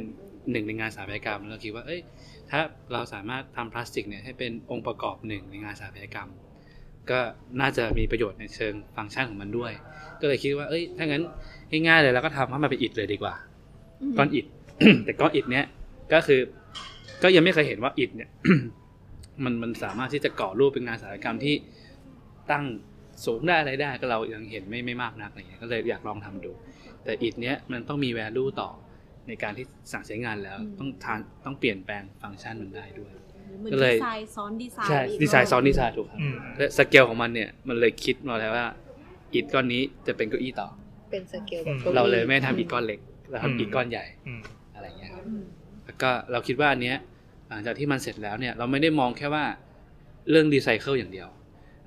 S5: หนึ่งในงานสถาปัตยกรรมเราคิดว่าเอ้ยถ้าเราสามารถทำพลาสติกเนี่ยให้เป็นองค์ประกอบหนึ่งในงานสถาปัตยกรรม ก็น่าจะมีประโยชน์ในเชิงฟังก์ชันของมันด้วย ก็เลยคิดว่าเอ้ยถ้างั้นง่ายๆเลยเราก็ทำให้มันเป็นอิฐเลยดีกว่า ก้อนอิฐ <coughs> แต่ก้อนอิฐเนี้ยก็คือ ก็ยังไม่เคยเห็นว่าอิฐเนี่ย <coughs> มันมันสามารถที่จะก่อรูปเป็นงานสถาปัตยกรรมที่ตั้งสูงได้อะไรได้ก็เรายังเห็นไม่ไม่มากนักอะไรเงี้ยก็เลยอยากลองทำดู แต่อิฐเนี้ยมันต้องมี value ต่อในการที่สั่งใช้งานแล้ว ต้องทานต้องเปลี่ยนแปลงฟังก์ชันมันได้ด้วย
S4: เหมือน
S5: ก็เลย
S4: ดีไซน์ซ้อนดีไซน์
S5: ใช่
S4: อีก
S5: ดีไซน์ซ้อนดีไซน์ถูกครับ
S2: อืม
S5: และสเกลของมันเนี่ยมันเลยคิดมาแล้วว่าอิฐก้อนนี้จะเป็นเก้าอี้ต่อ
S6: เป็นสเกลแบบ
S2: อืม
S6: ก้อี้
S5: เราเลยไม่ทำอิฐก้อนเล็กเราทำอิฐก้อนใหญ่
S2: อืม
S5: อะไรเงี้ยครับแล้วก็เราคิดว่าอันเนี้ยหลังจากที่มันเสร็จแล้วเนี่ยเราไม่ได้มองแค่ว่าเรื่องรีไซเคิลอย่างเดียว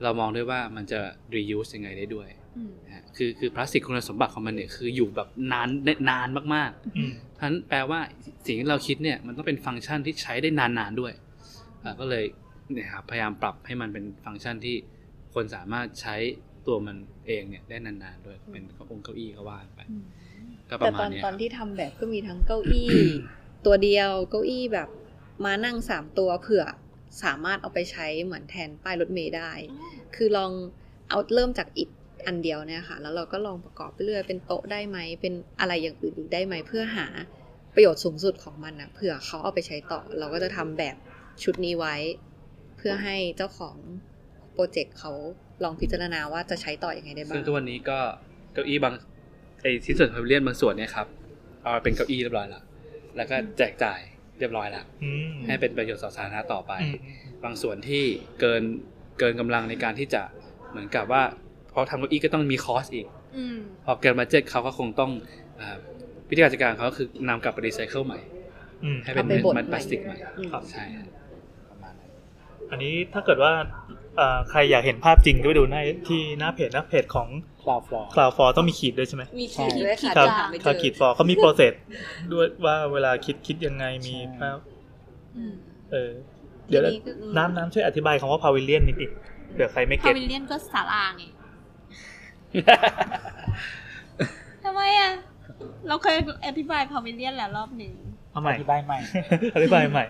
S5: เรามองด้วยว่ามันจะ reuse ยังไงได้ด้วย
S4: อืม
S5: นะฮะคือคือพลาสติกคุณสมบัติของมันเนี่ยคืออยู่แบบนานนานมากๆ
S2: อืม
S5: เพราะฉะนั้นแปลว่าสิ่งที่เราคิดเนี่ยมันต้องเป็นฟังก์ชันที่ใช้ได้นานๆด้วยอ่าก็เลยเนี่ยครับพยายามปรับให้มันเป็นฟังก์ชันที่คนสามารถใช้ตัวมันเองเนี่ยได้นานๆด้วยเป็นเก้าองเก้าอี้ก็ว่าไป ก็ป
S6: แต่
S5: ระ
S6: ต
S5: มา
S6: อ
S5: ณ
S6: น
S5: เนี้ย
S6: ตอนที่ทำแบบก็มีทั้งเก้าอี้ ตัวเดียวเก้าอี้แบบมานั่งสามตัวเผื่อสามารถเอาไปใช้เหมือนแทนป้ายรถเมย์ได้ คือลองเอาเริ่มจากอิฐอันเดียวเนี่ยค่ะ แล้วเราก็ลองประกอบไปเรื่อยเป็นโต๊ะได้ไหม เป็นอะไรอย่างอื่นอีกได้ไหม เพื่อหาประโยชน์สูงสุดของมันนะเผื่อเขาเอาไปใช้ต่อ เราก็จะทำแบบชุดนี้ไว้ เพื่อให้เจ้าของโปรเจกต์เขาลองพิจารณาว่าจะใช้ต่ออยังไงได้บ้า
S5: ซึ่ง
S6: ง
S5: ทุกวันนี้ก็เก้าอี้บางไอชิ้นส่วนพาวิเลียนบางส่วนเนี่ยครับเอาเป็นเก้าอี้เรียบร้อยละแล้วก็แจกจ่ายเรียบร้อยละ
S2: อืม
S5: ให้เป็นประโยชน์สาธารณะต่อไป
S2: อืม
S5: บางส่วนที่เกินเกินกำลังในการที่จะเหมือนกับว่าพอทำเก้าอี้ก็ต้องมีคอสอีก
S4: อืม
S5: พอเกินบัดเจ็ตเขาก็คงต้องเอ่อวิธีการจัดการเขาก็คือนำกลับไปรีไซเคิลใหม่
S2: อืม
S5: ให้เป็น
S6: เอาไปบด
S5: มัดพลาสติก
S6: ให
S5: ให
S6: ม่
S5: ม่
S2: ครับ
S5: ใช่ครับประมาณนั้น
S2: อันนี้ถ้าเกิดว่าเอ่อใครอยากเห็นภาพจริงก็ไปดูหน้าที่หน้าเพจหน้าเพจของ
S11: คลาวฟลอร์
S2: c l o u d f o r ต้องมีขีดด้วยใช่ไหม
S6: มีขีดด้วยค่ะ
S2: ครั
S6: จะหาไม่เจ
S2: ครั
S6: อ
S2: ขีดฟอร์เขามีโปรเซสด้วยว่าเวลาคิดคิดยังไงมีภาพเออ เดี๋ยว
S6: ทีนี้ก็อืม
S2: น้ำน้ำช่วยอธิบายคำว่าพาวิเลียนนิดอีกเผื่อใครไม่
S4: พา
S2: เก็ต
S4: วิเลียนก็ศาลาไงทำไมอ่ะ เราเคยอธิบายพาวิเลียนแล้วรอบหนึ่ง
S2: เอาใหม่
S11: อธิบายใหม่
S2: <laughs> อธิบายใหม่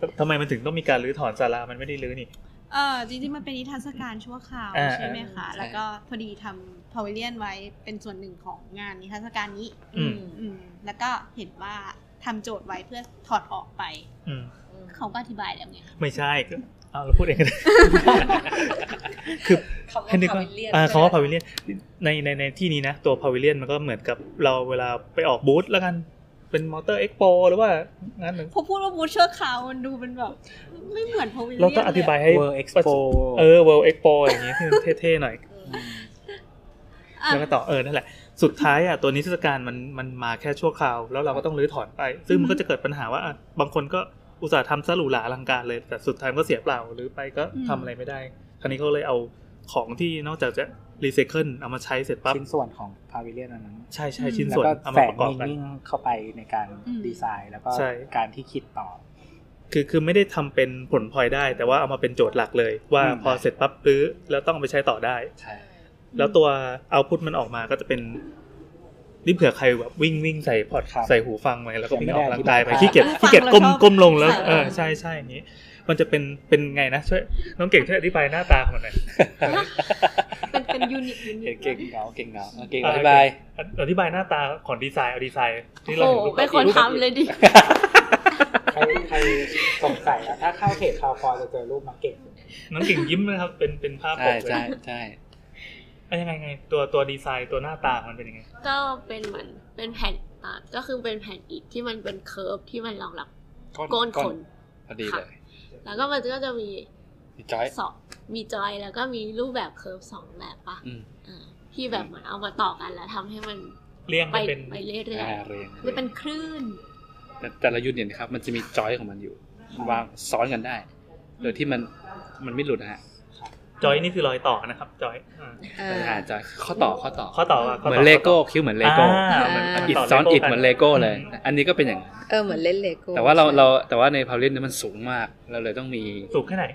S2: ทำทำไมมันถึงต้องมีการรื้อถอนศาลามันไม่ได้รื้อนี่
S4: เออจริงๆ มันเป็นนิทรรศการชั่วคราว
S2: อ่า
S4: ใช่ไหมคะ แล้วก็พอดีทำพาวิเลียนไว้เป็นส่วนหนึ่งของงานนิทรรศการนี้
S2: อืม
S4: อืม แล้วก็เห็นว่าทำโจทย์ไว้เพื่อถอดออกไป
S2: อืม
S4: เขาก็อธิบายแล้วไง
S2: ไม่ใช่ก็เอาเราพูดเองก็
S6: <laughs>
S2: ได้ คือ
S6: คำว่า
S2: ให้นึกว่า
S6: pavilion
S2: อ่า
S6: ใช่
S2: คำ
S6: ไหม
S2: ว่าพาวิเลียนในในในที่นี้นะ ตัวพาวิเลียนมันก็เหมือนกับเราเวลาไปออกบูธแล้วกัน เป็นมอเตอร์เอ็กโปหรือว่างานหนึ่ง
S4: พอพูดว่าบูธชั่วคราวมันดูเป็นแบบ ไม่เหมือนพาวิเลียน
S2: เราต้องอธิบายให้
S11: World Expo
S2: เออ World Expo อย่างนี้ให้มัน <laughs> เท่ๆหน่อย
S4: อ่ะ
S2: แล้วก็ต่อเออนั่นแหละ สุดท้ายอ่ะตัวนิทรรศการมันมันมาแค่ชั่วคราว แล้วเราก็ต้องรื้อถอนไป ซึ่งมันก็จะเกิดปัญหาว่าอ่ะบางคนก็อุตส่าห์ทำซะหรูหราอลังการเลย แต่สุดท้ายมันก็เสียเปล่าหรือไปก็ทำอะไรไม่ได้ คราวนี้เขาเลยเอาของที่นอกจากจะรีไซเคิลเอามาใช้เสร็จปั๊บ
S3: ชิ้นส่วนของพาวิเลียนอันนั้น
S2: ใช่ใช่ชิ้น
S3: แล้ว
S2: ส่วน
S3: ก็
S2: เอา
S3: แฝ
S2: มาง ประกอบ
S3: มี
S2: กัน
S3: นิ่งเข้าไปในการดีไซน์ แล้วก็
S2: ใช่
S3: การที่คิดต่อ
S2: คือคือไม่ได้ทำเป็นผลพลอยได้ แต่ว่าเอามาเป็นโจทย์หลักเลย ว่า
S3: อืม
S2: พอเสร็จปั๊บรื้อแล้วต้องเอาไปใช้ต่อได้
S5: ใช่
S2: แล้วตัวเอาพุทมันออกมาก็จะเป็นนี่เผื่อใครแบบวิ่งวิ่งใส่พอด
S3: ครับ
S2: ใส่หูฟังไปแล้วก็วิ่ง
S3: ยังไม่
S2: ออก
S3: ได้
S2: กำลังกายไป
S3: อธิบาย
S2: ขี้เกียจ
S4: ฟั
S2: ขี้เกียจ
S4: รา
S2: ก้
S4: ช
S2: ม
S4: อบ
S2: ก้มลงแล้ว
S4: ใส่
S2: เออใช่ใช่อย่างนี้ มันจะเป็นเป็นไงนะช่วยน้องเก่งช่วยอธิบายหน้าตาของมันหน่อย
S4: เป็นเป็นยูนิคยูนิค
S5: เก่งเงาเก่งเงาเอาเก่งอธิบาย
S2: อธิอธิบายหน้าตาของดีไซน์เอาดีไซน์ที่เรา
S9: โอ้
S2: เห็นรูป
S9: เป็นคนทำเลยดิ
S11: ใครใครสงสัยอะถ้าเข้าเพจคลาวฟลอร์จะเจอรูปมาเก่ง
S2: น้องเก่งยิ้มนะครับ เป็นเป็นภาพป
S5: ใช่
S2: กเลย
S5: ใช่ใช่
S2: เอ้ยยังไงไงตัวตัวดีไซน์ตัวหน้าตาของมันเป็นยังไง
S9: ก็เป็นเหมือนเป็นแผ่นอ่ะก็คือเป็นแผ่นอิฐที่มันเป็นเคิร์ฟที่มันรองรับ ก้นขน
S5: พอดีเลย
S9: แล้วก็มันก็จะมี
S5: พี่จ้อย
S9: สองมีจอยแล้วก็มีรูปแบบเคิร์ฟสองแบบปะ
S5: อืม
S9: อ่าที่แบบเหมือนเอามาต่อกันแล้วทำให้มัน
S2: เรียง
S9: ไป
S2: มันเป็น
S9: ไปเรื่อย
S5: อ่าเรียง
S4: หรือเป็นคลื่น
S5: แต่แต่ละยูนิตนะครับ มันจะมีจอยของมันอยู่วางซ้อนกันได้ โดยที่มันมันไม่หลุดนะฮะ
S2: จอยนี่คือรอยต่อนะครับจอยอ่า
S6: อ่า
S5: อ่าจอยข้อต่อข้อต่อ
S2: ข้อต่อว่าข้
S5: เหมือนเลโก้คิ้วเหมือนเลโก้
S2: อ่าเหมื
S5: อิด
S2: ต่
S5: ซ้อน
S2: Lego
S5: อิดเหมือนเลโก้เลย
S2: อืม
S5: อันนี้ก็เป็นอย่างนั้น
S6: เออเหมือนเล่นเลโก้
S5: แต่ว่าเราเราแต่ว่าในพาวลินเนี่ยมันสูงมาก เราเลยต้องมี
S2: สูงแค่ไหน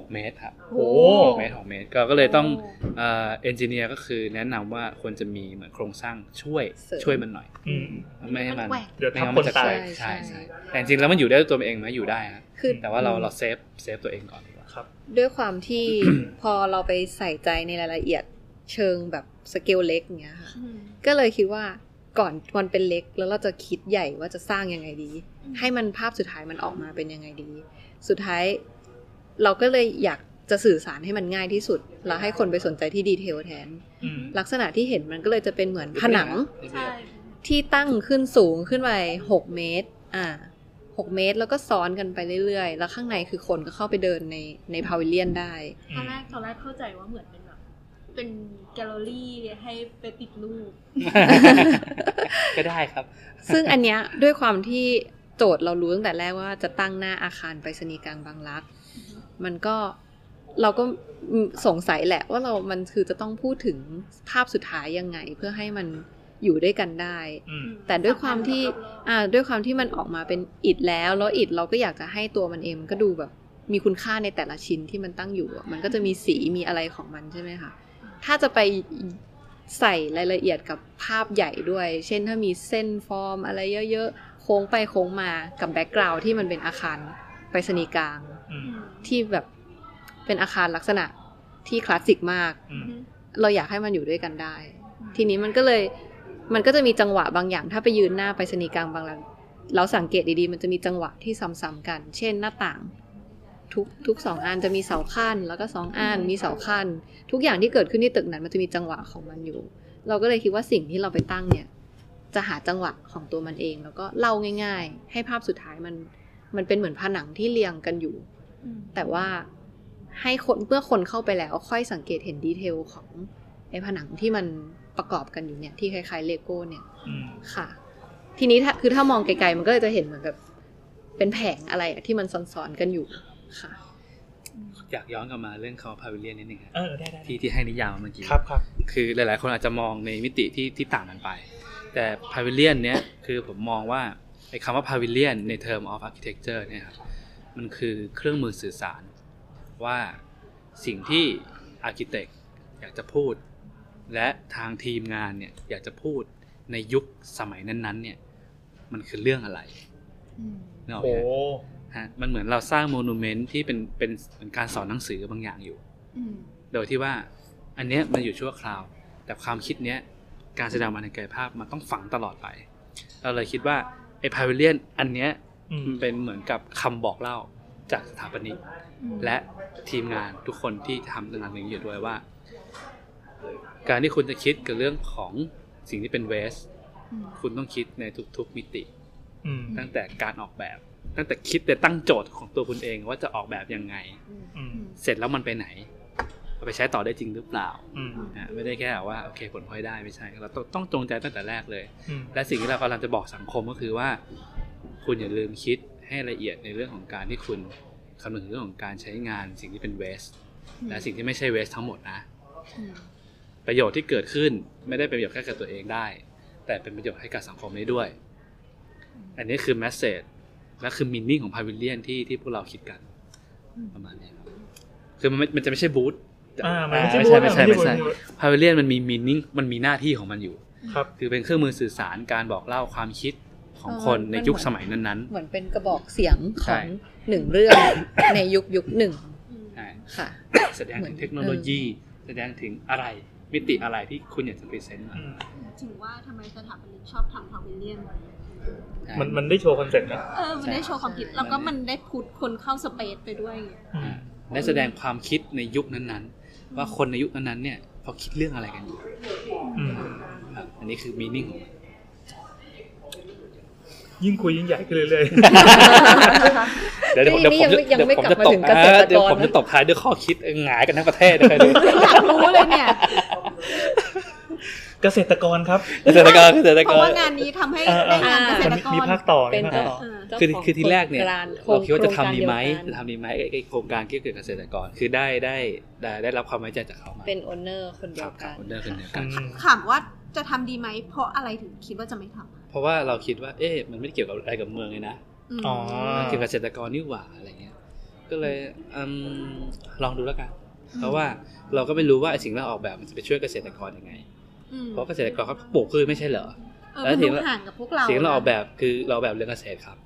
S5: 6 เมตรครับ
S2: โอ้โห
S5: 6เมตร6เมตร ก็ก็เลยต้องเอ็นจิเนียร์ก็คือแนะนำว่าควรจะมีเหมือนโครงสร้างช่วยช่วยมันหน่อย
S2: อืม
S5: ไม่ให้มัน
S4: มันแกว่ง
S2: เดี๋ยว
S5: ไม่
S2: ทับค
S5: งั้นมัน
S2: น
S5: จะ
S2: ตาย
S5: แกว่งใช่ใช่แต่จริงๆแล้วมันอยู่ได้ด้วยตัวเองไหมอยู่ได้ฮะ
S6: คือ
S5: แต่ว่าเราเราเซฟเซฟตัวเองก่อนดีกว่า
S2: ครับ
S6: ด้วยความที่ <clears throat> พอเราไปใส่ใจในรายละเอียดเชิงแบบสเกลเล็กอย่างเงี้ยค่ะก็เลยคิดว่าก่อนมันเป็นเล็กแล้วเราจะคิดใหญ่ว่าจะสร้างยังไงดี ให้มันภาพสุดท้ายมันออกมาเป็นยังไงดี สุดท้าย เราก็เลยอยากจะสื่อสารให้มันง่ายที่สุด แล้วให้คนไปสนใจที่ดีเทลแทน
S2: อืม
S6: ลักษณะที่เห็นมันก็เลยจะเป็นเหมือนผนัง
S5: ใช่
S6: ที่ตั้งขึ้นสูงขึ้นไปหกเมตร อ่าหกเมตรแล้วก็ซ้อนกันไปเรื่อยๆ แล้วข้างในคือคนก็เข้าไปเดินในในพาวิเลียนได้
S4: ตอนแรกตอนแรกเข้าใจว่าเหมือนเป็นแบบ เป็นแกลเลอรี่ให้ไปติดรูป
S5: ก็ได้ครับ
S6: ซึ่งอันเนี้ยด้วยความที่โจทย์เรารู้ตั้งแต่แรกว่าจะตั้งหน้าอาคารไปรษณีย์กลางบางรัก มันก็ เราก็สงสัยแหละว่าเรา มันคือจะต้องพูดถึงภาพสุดท้ายยังไง เพื่อให้มันอยู่ด้วยกันได้
S2: อืม
S6: แต่ด้วยความที่อ่าด้วยความที่มันออกมาเป็นอิดแล้ว แล้วอิดเราก็อยากจะให้ตัวมันเองมันก็ดูแบบ มีคุณค่าในแต่ละชิ้นที่มันตั้งอยู่อะมันก็จะมีสีมีอะไรของมันใช่ไหมคะ ถ้าจะไปใส่รายละเอียดกับภาพใหญ่ด้วย เช่นถ้ามีเส้นฟอร์มอะไรเยอะๆ โค้งไปโค้งมากับแบ็กกราวที่มันเป็นอาคารไปรษณีย์กลาง
S2: อืม
S6: ที่แบบเป็นอาคารลักษณะที่คลาสสิกมาก
S2: อืม
S6: เราอยากให้มันอยู่ด้วยกันได้ ทีนี้มันก็เลยมันก็จะมีจังหวะบางอย่าง ถ้าไปยืนหน้าไปรษณีย์กลางบางรังเราสังเกตดีๆ มันจะมีจังหวะที่ซ้ำๆกัน เช่นหน้าต่าง ทุกทุกสองอันจะมีเสาขั้น แล้วก็สองอันมีเสาขั้น ทุกอย่างที่เกิดขึ้นที่ตึกนั้นมันจะมีจังหวะของมันอยู่ เราก็เลยคิดว่าสิ่งที่เราไปตั้งเนี่ย จะหาจังหวะของตัวมันเอง แล้วก็เล่าง่าย ๆ ให้ภาพสุดท้ายมันมันเป็นเหมือนผนังที่เรียงกันอยู่ แต่ว่าให้คนเมื่อคนเข้าไปแล้วค่อยสังเกตเห็นดีเทลของไอ้ผนังที่มันประกอบกันอยู่เนี่ยที่คล้ายๆเลโก้เนี่ย
S2: อืม
S6: ค่ะ ทีนี้ถ้าคือถ้ามองไกลๆมันก็เลยจะเห็นเหมือนกับเป็นแผงอะไรอะที่มันซ้อนๆกันอยู่ค่ะ
S5: อยากย้อนกลับมาเรื่องคำว่าพาวิเลียนนิดนึงครับ
S2: เออได้ได้ได้
S5: ที่ที่ให้นิยามเมื่อกี้
S2: ครับครับ
S5: คือหลาย ๆ คนอาจจะมองในมิติที่ที่ต่างกันไป แต่พาวิเลียนเนี้ยคือผมมองว่าไอ้คำว่าพาวิเลียนใน term of architecture เนี่ยครับมันคือเครื่องมือสื่อสารว่าสิ่งที่ architect อยากจะพูด และทางทีมงานเนี่ยอยากจะพูดในยุคสมัยนั้น ๆ เนี่ยมันคือเรื่องอะไรนึกออก
S2: โอ้
S5: ไหมฮะมันเหมือนเราสร้างโมนูเมนต์ที่เป็นเป็นเหมือนการสอนหนังสือบางอย่างอยู่ โดยที่ว่าอันเนี้ยมันอยู่ชั่วคราว แต่ความคิดเนี้ยการแสดงมันในกายภาพมันต้องฝังตลอดไป เราเลยคิดว่าไอ้พาวิเลียนอันเนี้ย
S2: อืม
S5: มันเป็นเหมือนกับคำบอกเล่าจากสถาปนิกและทีมงานทุกคนที่ทำงานนี้อยู่ด้วยว่า การที่คุณจะคิดกับเรื่องของสิ่งที่เป็นเวส คุณต้องคิดในทุกๆมิติ
S2: อืม
S5: ตั้งแต่การออกแบบ ตั้งแต่คิดแต่ตั้งโจทย์ของตัวคุณเองว่าจะออกแบบยังไง
S2: อืม
S5: เสร็จแล้วมันไปไหนเอาไปใช้ต่อได้จริงหรือเปล่า
S2: อืม
S5: นะไม่ได้แค่ว่าโอเคผลพลอยได้ไม่ใช่เราต้องต้องจงใจตั้งแต่แรกเลย
S2: อืม
S5: และสิ่งที่เรากำลังจะบอกสังคมก็คือว่า คุณอย่าลืมคิดให้ละเอียดในเรื่องของการที่คุณคำนึงถึงเรื่องของการใช้งานสิ่งที่เป็นเวสและสิ่งที่ไม่ใช่เวสทั้งหมดนะ ประโยชน์ที่เกิดขึ้นไม่ได้เป็นประโยชน์แค่กับตัวเองได้ แต่เป็นประโยชน์ให้กับสังคมได้ด้วย อันนี้คือแมสเซจและคือมินนิ่งของพาวิเลียนที่ที่พวกเราคิดกันประมาณนี้ครับคือมันไม่มันจะไม่ใช่บูธ
S2: อ่ามันไม่ใช่
S5: ไม่ใช่
S2: บูธมัน
S5: ไม่ใช่
S2: ไม่ใช่บูธ
S5: พาวิเลียนมันมีมินนิ่งมันมีหน้าที่ของมันอยู่
S2: ครับ
S5: คือเป็นเครื่องมือสื่อสารการบอกเล่าความคิดของคน
S6: เออ
S5: ใน
S6: มัน
S5: ยุค
S6: เหมือน
S5: สมัยนั้น
S6: เหมือนเป็นกระบอกเสียงข
S5: ใช่
S6: องหนึ่งเรื่อง ในยุคยุคหนึ่ง
S5: ๆใช่
S6: ค่ะ
S5: แสดงถึงเทคโนโลยี แสดงถึงอะไรมิติอะไรที่คุณอยากจะพรีเซนต์มา
S2: อืม
S10: ถึงว่าทำไมสถาปนิกชอบทำพาวิเลียนไว้
S5: ใช่
S2: มันมันได้โชว์คอนเซ็ปต์นะ
S10: เออ มันได้โชว์ความคิด แล้วก็มันได้พุดคนเข้าสเปซไปด้วยไง
S5: และแสดงความคิดในยุคนั้นๆ ว่าคนในยุคนั้นๆเนี่ยเขาคิดเรื่องอะไรกันอยู่
S2: อืม
S5: ครับอันนี้คือมีนิ่งของมัน
S2: ยิ่งคุยยิ่งใหญ่ขึ้นเรื่อย
S5: เดี๋ยวเดี๋ยวผม
S6: นี่
S5: เดี๋ยวผม
S6: นี่ยังไม่
S5: เดี๋ยวผม
S6: กลับ
S5: จะ
S6: มา
S5: ตบเดี๋
S6: ถึงเกษตรกร
S5: ยวผมจะตบท้ายด้วยข้อคิดเออหงายกันทั้งประเทศนะครับ
S6: <laughs>
S10: อยากรู้เลยเนี่ย
S2: ๆ เกษตรกรครับ
S5: เกษตรกรเกษตร
S10: เพ
S5: ก
S10: ราะ
S5: ร
S10: ว่างานนี้ทำให้ได้งานเกษ
S2: มัน
S10: ตรก
S2: มีมี
S10: ร
S2: ภาคต่อมี
S6: เป็น
S2: ภาค
S6: ต่อ
S2: ต่อ
S6: เจ้า
S5: คือ
S6: ขง
S5: คือทีแรกเนี่ย
S6: โคง
S5: เราคิดว่าจะทำดีไหม
S6: โครง
S5: จะ
S6: การ
S5: ทำดีไหมไอ้ไอ้โครงการเกี่ยวกับเกษตรกรคือได้ได้ได้ได้รับความไว้ใจจากเขามา
S6: เป็นโอนเนอร์คนเดี
S5: ค
S6: ย
S5: รั
S6: ว
S5: บค
S6: กั
S5: รับค
S6: น
S5: นเดิมคนเดียวกัน
S10: ถามว่าจะทำดีไหม เพราะอะไรถึงคิดว่าจะไม่ทำ
S5: เพราะว่าเราคิดว่า เอ๊ะมันไม่ได้เกี่ยวกับอะไรกับเมืองเลยนะ
S10: ม
S2: อ๋อ
S5: เกี่ยวกับเกษตรกรนี่หว่าอะไรเงี้ย ก็เลยอมลองดูแล้วกัน เพราะว่าเราก็ไม่รู้ว่าไอ้สิ่งที่เราออกแบบมันจะไปช่วยเกษตรกรยังไง
S10: ม
S5: เพราะเกษตรกรเขาปลูกพืชไม่ใช่เหรอ
S10: เออมั
S5: แล้วน ถึ
S10: ดู
S5: งว่า
S10: ห่างกับพวกเรา
S5: สิ่งที่เราออกแบบคือเราออกแบบเรื่องเกษตรครับ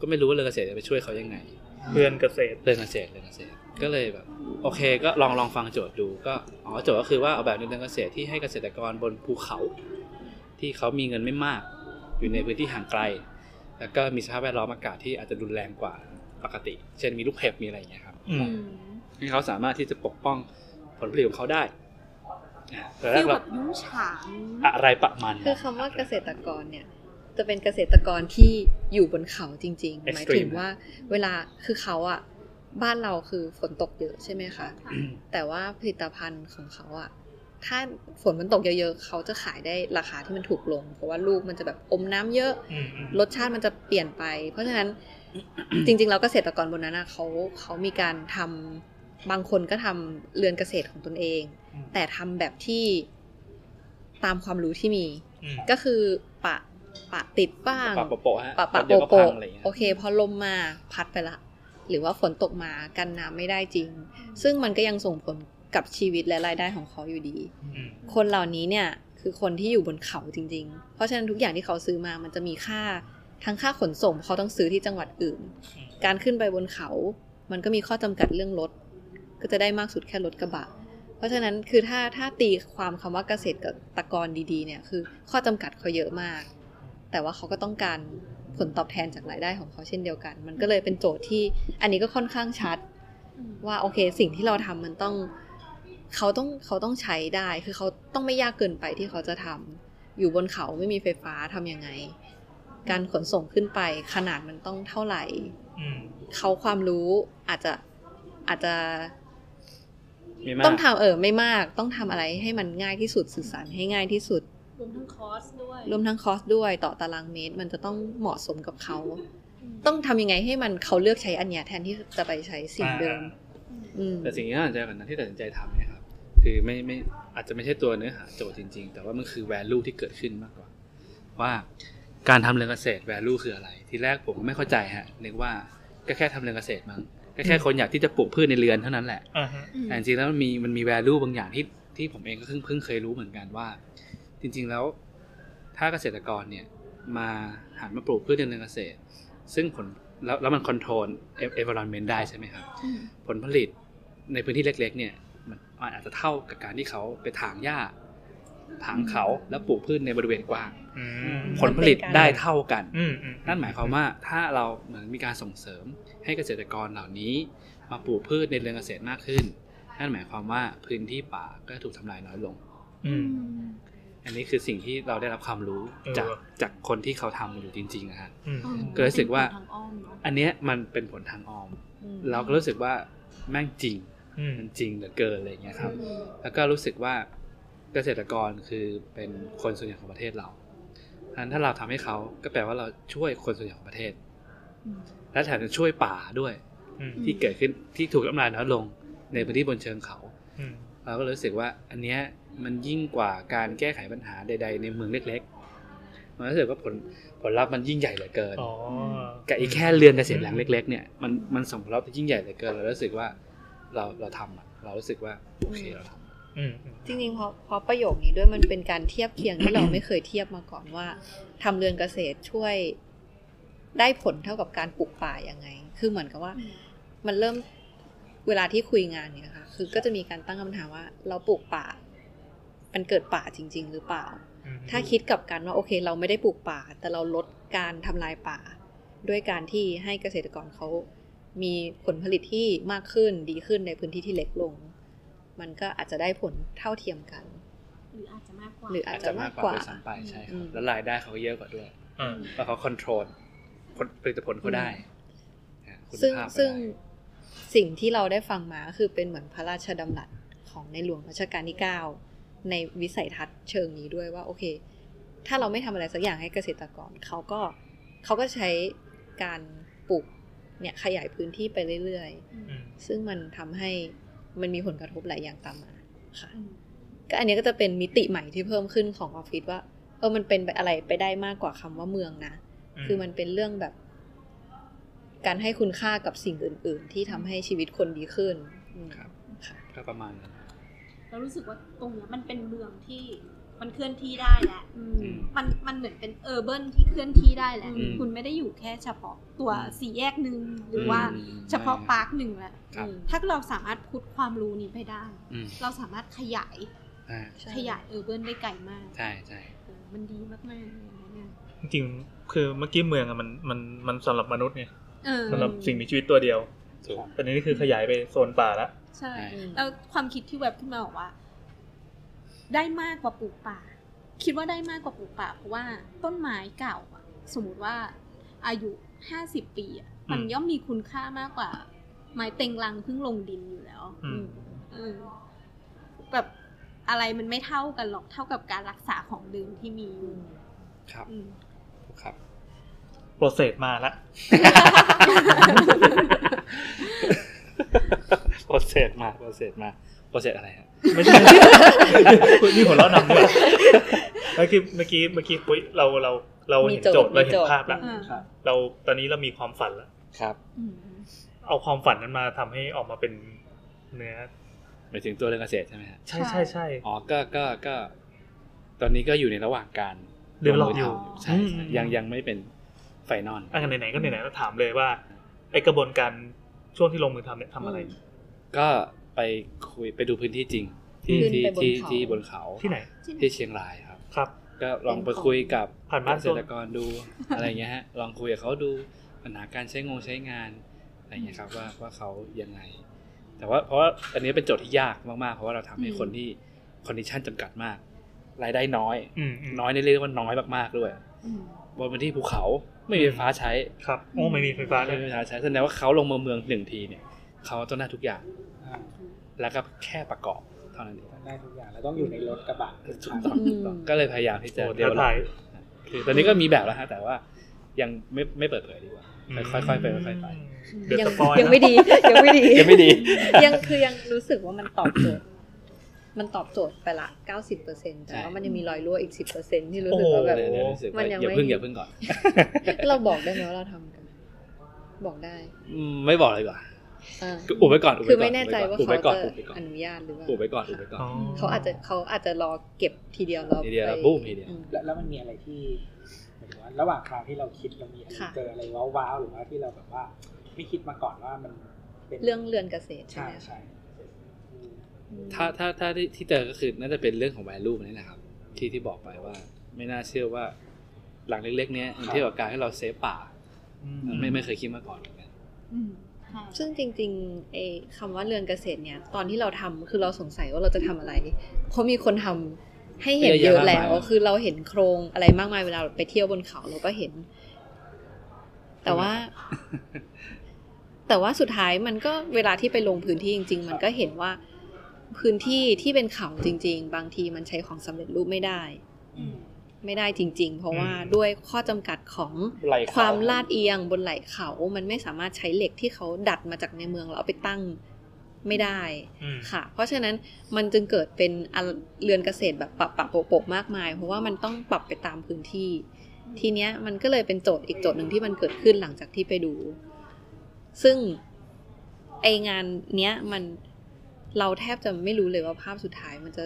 S5: ก็ไม่รู้ว่าเรื่องเกษตรจะไปช่วยเขายังไง
S2: เพื่อนเกษตร
S5: เรื่องเกษตรเรื่องเกษตร ก็เลยแบบโอเค ก็ลองลองฟังโจทย์ดู ก็อ๋อโจทย์ก็คือว่าออกแบบในเรื่องเกษตรที่ให้เกษตรกรบนภูเขา ที่เขามีเงินไม่มาก อยู่ในพื้นที่ห่างไกล แล้วก็มีสภาพแวดล้อมอากาศที่อาจจะรุนแรงกว่าปกติ เช่นมีลูกเห็บมีอะไรอย่างเงี้ยครับ
S2: อืม
S10: อืม
S5: ให้เขาสามารถที่จะปกป้องผลผลิตของเขาได้อ่าแต่แร
S10: ฟีล
S5: ก
S10: แบ
S5: เรา
S10: บยุ้งฉาง
S5: อะไรประมาณนั้น
S6: คือคำว่าเกษตรกรเนี่ย จะเป็นเกษตรกรที่อยู่บนเขาจริง ๆ
S5: Extreme
S6: หมายถึงว่าเวลาคือเขาอะบ้านเราคือฝนตกเยอะใช่ไหม
S5: <coughs>
S6: คะแต่ว่าผลิตภัณฑ์ของเขาอะถ้าฝนมันตกเยอะๆเขาจะขายได้ราคาที่มันถูกลง เพราะว่าลูกมันจะแบบอมน้ำเยอะ
S2: อืมอืม
S6: รสชาติมันจะเปลี่ย <coughs> นไป เพราะฉะนั้น จริงๆแล้วเกษตรกรบนนั้นอะเขาเขามีการทำ บางคนก็ทำเรือนเกษตรของตนเอง แต่ทำแบบที่ตามความรู้ที่มี
S2: อืม
S6: ก็คือปะปะติดบ้าง
S5: ปะโปะโปะฮะ
S6: ปะปะ
S5: เดี๋ยวก็
S6: โปะโปะ
S5: พังอะไรอย่างเงี้ย
S6: โอเค พอลมมาพัดไปละ หรือว่าฝนตกมากันน้ำไม่ได้จริง ซึ่งมันก็ยังส่งผลกับชีวิตและรายได้ของเขาอยู่ดี
S2: อืม
S6: คนเหล่านี้เนี่ยคือคนที่อยู่บนเขาจริง ๆ เพราะฉะนั้นทุกอย่างที่เขาซื้อมามันจะมีค่าทั้งค่าขนส่งเพราะเขาต้องซื้อที่จังหวัดอื่น การขึ้นไปบนเขา มันก็มีข้อจำกัดเรื่องรถ ก็จะได้มากสุดแค่รถกระบะ เพราะฉะนั้นคือถ้าถ้าตีความคำว่าเกษตรกรดีๆเนี่ยคือข้อจำกัดเขาเยอะมาก แต่ว่าเขาก็ต้องการผลตอบแทนจากรายได้ของเขาเช่นเดียวกัน มันก็เลยเป็นโจทย์ที่อันนี้ก็ค่อนข้างชัด ว่าโอเคสิ่งที่เราทำมันต้องเขาต้องเขาต้องใช้ได้ คือเขาต้องไม่ยากเกินไปที่เขาจะทำอยู่บนเขาไม่มีไฟฟ้าทำยังไง การขนส่งขึ้นไปขนาดมันต้องเท่าไหร่
S2: อืม
S6: เขาความรู้อาจจะอาจจะ
S5: มีมาก
S6: ต้องทำเออไม่มากต้องทำอะไรให้มันง่ายที่สุดสื่อสารให้ง่ายที่สุด
S10: รวมทั้งคอร์สด้วย
S6: รวมทั้งคอสด้วยต่อตารางเมตร มันจะต้องเหมาะสมกับเขา ต้องทำยังไงให้มันเขาเลือกใช้อันเนี้ยแทนที่จะไปใช้สิ่งเดิม อืม
S5: แต่สิ่งที่น่าสนใจกว่านั้นที่ตัดสินใจทำเนี่ยครับ คือไม่ไม่อาจจะไม่ใช่ตัวเนื้อหาโจทย์จริง ๆ แต่ว่ามันคือ value ที่เกิดขึ้นมากกว่า ว่าการทำเรือนเกษตร value คืออะไร ทีแรกผมก็ไม่เข้าใจฮะนึกว่าก็แค่ทำเรือนเกษตรมั้งก็แค่คนอยากที่จะปลูกพืชในเรือนเท่านั้นแหละ
S2: อ่าฮะ
S5: แต่จริงๆแล้วมันมีมันมี value บางอย่างที่ที่ผมเองก็เพิ่งเพิ่งเคยรู้เหมือนกันว่า จริง ๆแล้วถ้าเกษตรกรเนี่ยมาหันมาปลูกพืชในเรือนเกษตร ซึ่งผลแล้วแล้วมันคอนโทรลเอเวอร์เมนต์ได้ใช่ไหมครับ ผลผลิตในพื้นที่เล็ก ๆ เนี่ยมันมันอาจจะเท่ากับการที่เขาไปถางหญ้าถางเขาแล้วปลูกพืชในบริเวณกว้าง
S2: อืม
S5: ผลผลิตได้เท่ากัน
S2: อืมอืม
S5: นั่นหมายความว่าถ้าเราเหมือนมีการส่งเสริมให้เกษตรกรเหล่านี้ มาปลูกพืชในเรือนเกษตรมากขึ้น นั่นหมายความว่าพื้นที่ป่าก็ถูกทำลายน้อยลง
S2: อืม
S5: อันนี้คือสิ่งที่เราได้รับความรู้
S2: เออ
S5: จากจากคนที่เขาทำอยู่จริงๆนะฮะ
S2: อืม
S5: ก็รู้สึกว่า อันเนี้ยมันเป็นผลทางออม เราก็รู้สึกว่าแม่งจริง
S2: อืม
S5: มันจริงเหลือเกินอะไรอย่างเงี้ยครับ แล้วก็รู้สึกว่าเกษตรกรคือเป็นคนส่วนใหญ่ของประเทศเราฉะนั้นถ้าเราทำให้เขาก็แปลว่าเราช่วยคนส่วนใหญ่ของประเทศ และแถมจะช่วยป่าด้วย
S2: อืม
S5: ที่เกิดขึ้นที่ถูกทำลายน้อยลงในพื้นที่บนเชิงเขา
S2: อืม
S5: เราก็รู้สึกว่าอันเนี้ยมันยิ่งกว่าการแก้ไขปัญหาใด ๆ ในเมืองเล็กๆ มันรู้สึกว่าผลผลลัพธ์มันยิ่งใหญ่เหลือเกิน
S2: อ๋อ
S5: กับอีกแค่เรือนเกษตรหลังเล็ก ๆ เนี่ยมันมันส่งผลลัพธ์ที่ยิ่งใหญ่เหลือเกินเรารู้สึกว่าเราเราทำอะเรารู้สึกว่าโอเคเราทำ
S2: อืมอืม
S6: จริงๆเพราะเพราะประโยคนี้ด้วยมันเป็นการเทียบเคียงที่เราไม่เคยเทียบมาก่อนว่าทำเรือนเกษตรช่วยได้ผลเท่ากับการปลูกป่ายังไง คือเหมือนกับว่า มันเริ่มเวลาที่คุยงานเนี่ยค่ะ คือก็จะมีการตั้งคำถามว่า เราปลูกป่า มันเกิดป่าจริง ๆ หรือเปล่า ถ้าคิดกลับกันว่าโอเค เราไม่ได้ปลูกป่า แต่เราลดการทำลายป่า ด้วยการที่ให้เกษตรกรเขามีผลผลิตที่มากขึ้นดีขึ้นในพื้นที่ที่เล็กลง มันก็อาจจะได้ผลเท่าเทียมกัน
S10: หรืออาจจะมากกว่า
S6: หรืออาจ
S5: อาจ
S6: จะ
S5: จะมาม
S6: าก ก
S5: กว่าก
S6: ว่า
S5: ด้วยซ้ำไปใช่ค
S6: อื
S5: รับ
S6: ม
S5: แล้วรายได้เขาก็เยอะกว่าด้วย
S2: อืม
S5: เพราะเขาควบคุมผลิตผลเขาได้ฮะคุณ
S6: ซึ่ง
S5: ภาพเขา
S6: ซึ่ง
S5: ได้
S6: สิ่งที่เราได้ฟังมาก็คือเป็นเหมือนพระราชดำรัสของในหลวงรัชกาลที่ 9 ในวิสัยทัศน์เชิงนี้ด้วยว่า โอเค ถ้าเราไม่ทำอะไรสักอย่างให้เกษตรกรเขาก็เขาก็ใช้การปลูกเนี่ยขยายพื้นที่ไปเรื่อย
S2: อืม
S6: ๆ ซึ่งมันทำให้มันมีผลกระทบหลายอย่างตามมาค่ะ ก็อันเนี้ยก็จะเป็นมิติใหม่ที่เพิ่มขึ้นของออฟฟิศว่าเออมันเป็นอะไรไปได้มากกว่าคำว่าเมืองนะ
S2: อืม
S6: คือมันเป็นเรื่องแบบ การให้คุณค่ากับสิ่งอื่น ๆ ที่ทำให้ชีวิตคนดีขึ้นอืม
S5: ครับ
S6: ค่ะ
S5: ก็ประมาณนั้น
S10: เรารู้สึกว่าตรงเนี้ยมันเป็นเมืองที่มันเคลื่อนที่ได้แหละอืมมันมันเหมือนเป็นเออร์เบิที่เคลื่อนที่ได้แหละ
S5: อืม
S10: คุณไม่ได้อยู่แค่เฉพาะตัว
S5: อืม
S10: สี่แยกหนึ่งหรือว่า
S5: อืม
S10: เฉพาะ
S5: ใช่
S10: ปาร์คหนึ่งแหละ
S5: ครับ
S10: อืมถ้าเราสามารถพุทความรู้นี้ไปได้
S5: อืม
S10: เราสามารถขยาย
S5: อ่า
S6: ใช่
S10: ขยายเออร์เบิได้ไกลมาก
S5: ใช่ใช่
S10: เออมันดีมากๆเลยนะเนี่ย
S2: จริงๆคือเมื่อกี้เมืองอะมันมันมันสำหรับมนุษย์ไง
S10: เออ
S2: สำหรับสิ่งมีชีวิตตัวเดียว
S5: ถูก
S2: แต่นี้คือขยายไปโซนป่าละ
S10: ใช่
S5: ใช่
S6: อืม
S10: แล้วความคิดที่เว็บขึ้นมาบอกว่า ได้มากกว่าปลูกป่า คิดว่าได้มากกว่าปลูกป่า เพราะว่าต้นไม้เก่าอะสมมติว่าอายุห้าสิบปีอะมัน
S2: อืม
S10: ย่อมมีคุณค่ามากกว่า ไม้เต็งรังเพิ่งลงดินอยู่แล้ว
S2: อืม
S10: เออแบบอะไรมันไม่เท่ากันหรอกเท่ากับการรักษาของเดิมที่มีอยู่
S5: ครับ
S10: อืม
S5: ครับ
S2: โปรเซสมาละ
S5: โปรเซสมาโปรเซสมาโปรเซสอะไรฮะ
S2: ไม่ใช่ <laughs> นี่หัวเราะนำด้วยเมื่อกี้เมื่อกี้เมื่อกี้ปุ้ยเราเราเราเห็นโจทย์เราเห็นภาพแล้ว
S10: อ่า
S11: ครับ
S2: เราตอนนี้เรามีความฝันแล้ว
S5: ครับ
S10: อืม
S2: เอาความฝันนั้นมาทำให้ออกมาเป็นเนื้อ
S5: หมายถึงตัวเรื่องเกษตรใช่ไหมฮะ
S2: ใช่ใช่ใช่
S5: อ๋อก็ก็ก็ ตอนนี้ก็อยู่ในระหว่างการ
S2: เรียนรอบอยู่
S5: ใช่
S2: อื
S5: ใช่
S2: ม
S5: ยังยังไม่เป็นไฟนอล
S2: อันไหนๆก็ไหนๆเราถามเลยว่าไอกระบวนการช่วงที่ลงมือทำเนี่ยทำอะไร
S5: ก็ไปคุยไปดูพื้นที่จริง ที่
S6: ขึ้น
S5: ที่
S6: ไปบน
S5: ที่
S6: เขา
S5: ที่บนเขา
S2: ที่ไหน
S5: ที่เชียงรายครับ
S2: ครับ
S5: ก็ลองไปคุยกับ
S2: ผ่านบ้าน
S5: เกษตรกรดูอะไรเงี้ยฮะลองคุยกับเขาดูปัญหาการใช้งงใช้งานอะไรเงี้ยครับว่าว่าเขายังไง แต่ว่าเพราะว่าอันนี้เป็นโจทย์ที่ยากมากๆ เพราะว่าเราทำให้คนที่คอนดิชันจำกัดมาก รายได้น้อย
S2: อืมอืม
S5: น้อยในเรียกว่าน้อยมากๆด้วยบนพื้นที่ภูเขาไม่มีไฟฟ้าใช้
S2: ครับโอ้ไม่มีไฟฟ้าเลย
S5: ไม่มีปัญหาใช้แสดงว่าเขาลงมาเมืองหนึ่งทีเนี่ยเขาต้องได้ทุกอย่าง แล้วก็แค่ประกอบเท่านั้นเอง
S11: ได้ทุกอย่างแล้วต้องอยู่ในรถกระบะ
S5: ถูกต้อง
S6: อืม
S5: ถูกต้องก็เลยพยายามที่จะ
S2: โอ้
S5: เดี
S2: ท้า
S5: ยว
S2: ทาย
S5: คือตอนนี้ก็มีแบบแล้วฮะแต่ว่ายังไม่ไม่เปิดเผยดีกว่า
S2: อืม
S5: ค่อยๆไปค่อยๆไป
S2: เดี๋ยว
S6: ยั
S2: สปอย
S6: ยังไม่ดี ยังไม่ดี
S5: <laughs> ยังไม่ดี
S6: <laughs> ยังคือยังรู้สึกว่ามันตอบโจทย์ มันตอบโจทย์ไปละ 90เปอร์เซ็นแต่ว่ามันยังมีรอยรั่วอีก 10เปอร์เซ็นที่รู้สึกว่าแบบ
S5: เดี๋ยวเดี๋ยวรู้สึก
S6: มั
S5: ว่าน
S6: ยัง
S5: อย่า
S6: ไม่
S5: เพึ่งอย่าเพึ่งก่อน
S6: <laughs> เราบอกได้ไหมว่าเราทำกัน บอกได้
S5: อืมไม่บอกเลยดีกว่า
S6: อ่า
S5: คืออุบไว้ก่อนอุบ
S6: คื
S5: ไว้
S6: อ
S5: ก่อน
S6: ไม่แน่ใจว่า
S5: อุบ
S6: เขา
S5: ไว้ก่อน
S6: จะ
S5: อุบไว้ก่อน
S6: อนุญาตหรือเป
S5: อุบ
S6: ล่า
S5: ไว้ก่อนอุบไว้ก่อน
S2: อ๋อ
S6: เขาอาจจะเขาอาจจะรอเก็บทีเดียวเรา
S5: ทีเดียว
S6: ไป
S5: แล้วบูมทีเดียว
S6: อืม
S11: แล้วแล้วมันมีอะไรที่หมายถึงว่า ระหว่างทางที่เราคิดเรามีอะไร
S6: ค่ะ
S11: เจออะไรว้าวๆหรือว่าที่เราแบบว่า ไม่คิดมาก่อนว่ามันเป็น
S6: เรื่องเรือนเกษตรใช่
S11: ใช่
S6: ไหม
S11: ใช่อืม
S5: ถ้าถ้าถ้าที่ที่เจอก็คือน่าจะเป็นเรื่องของ value นี่แหละครับ ที่ที่บอกไปว่า ไม่น่าเชื่อว่า หลังเล็กๆเนี้ยมันเทียบกับการให้เราเซฟป่า ไม่ไม่เคยคิดมาก่อนเหมือนกัน
S4: อืมใช่
S6: ซึ่งจริงๆไอ้คำว่าเรือนเกษตรเนี่ย ตอนที่เราทำคือเราสงสัยว่าเราจะทำอะไร เพราะมีคนทำให้เห็น
S5: เย
S6: เย
S5: อะ
S6: อะ
S5: แยะมากมาย
S6: แล้ว คือเราเห็นโครงอะไรมากมายเวลาเราไปเที่ยวบนเขาเราก็เห็น แต่
S5: <laughs>
S6: ว่า แต่ว่าสุดท้ายมันก็เวลาที่ไปลงพื้นที่จริง ๆ มันก็เห็นว่าพื้นที่ที่เป็นเขาจริง ๆ บางทีมันใช้ของสำเร็จรูปไม่ได้
S11: อืม
S6: ไม่ได้จริง ๆ เพราะว่าด้วยข้อจำกัดของ
S5: ไหเข
S6: ความลาดเอียงบนไหล่เขา มันไม่สามารถใช้เหล็กที่เขาดัดมาจากในเมืองแล้วเอาไปตั้งไม่ได้
S2: อืม
S6: ค่ะ เพราะฉะนั้นมันจึงเกิดเป็นอันเรือนเกษตรแบบปรับปรับโปะๆมากมาย เพราะว่ามันต้องปรับไปตามพื้นที่ ทีเนี้ยมันก็เลยเป็นโจทย์อีกโจทย์หนึ่งที่มันเกิดขึ้นหลังจากที่ไปดู ซึ่งไองานเนี้ยมันเราแทบจะไม่รู้เลยว่าภาพสุดท้ายมันจะ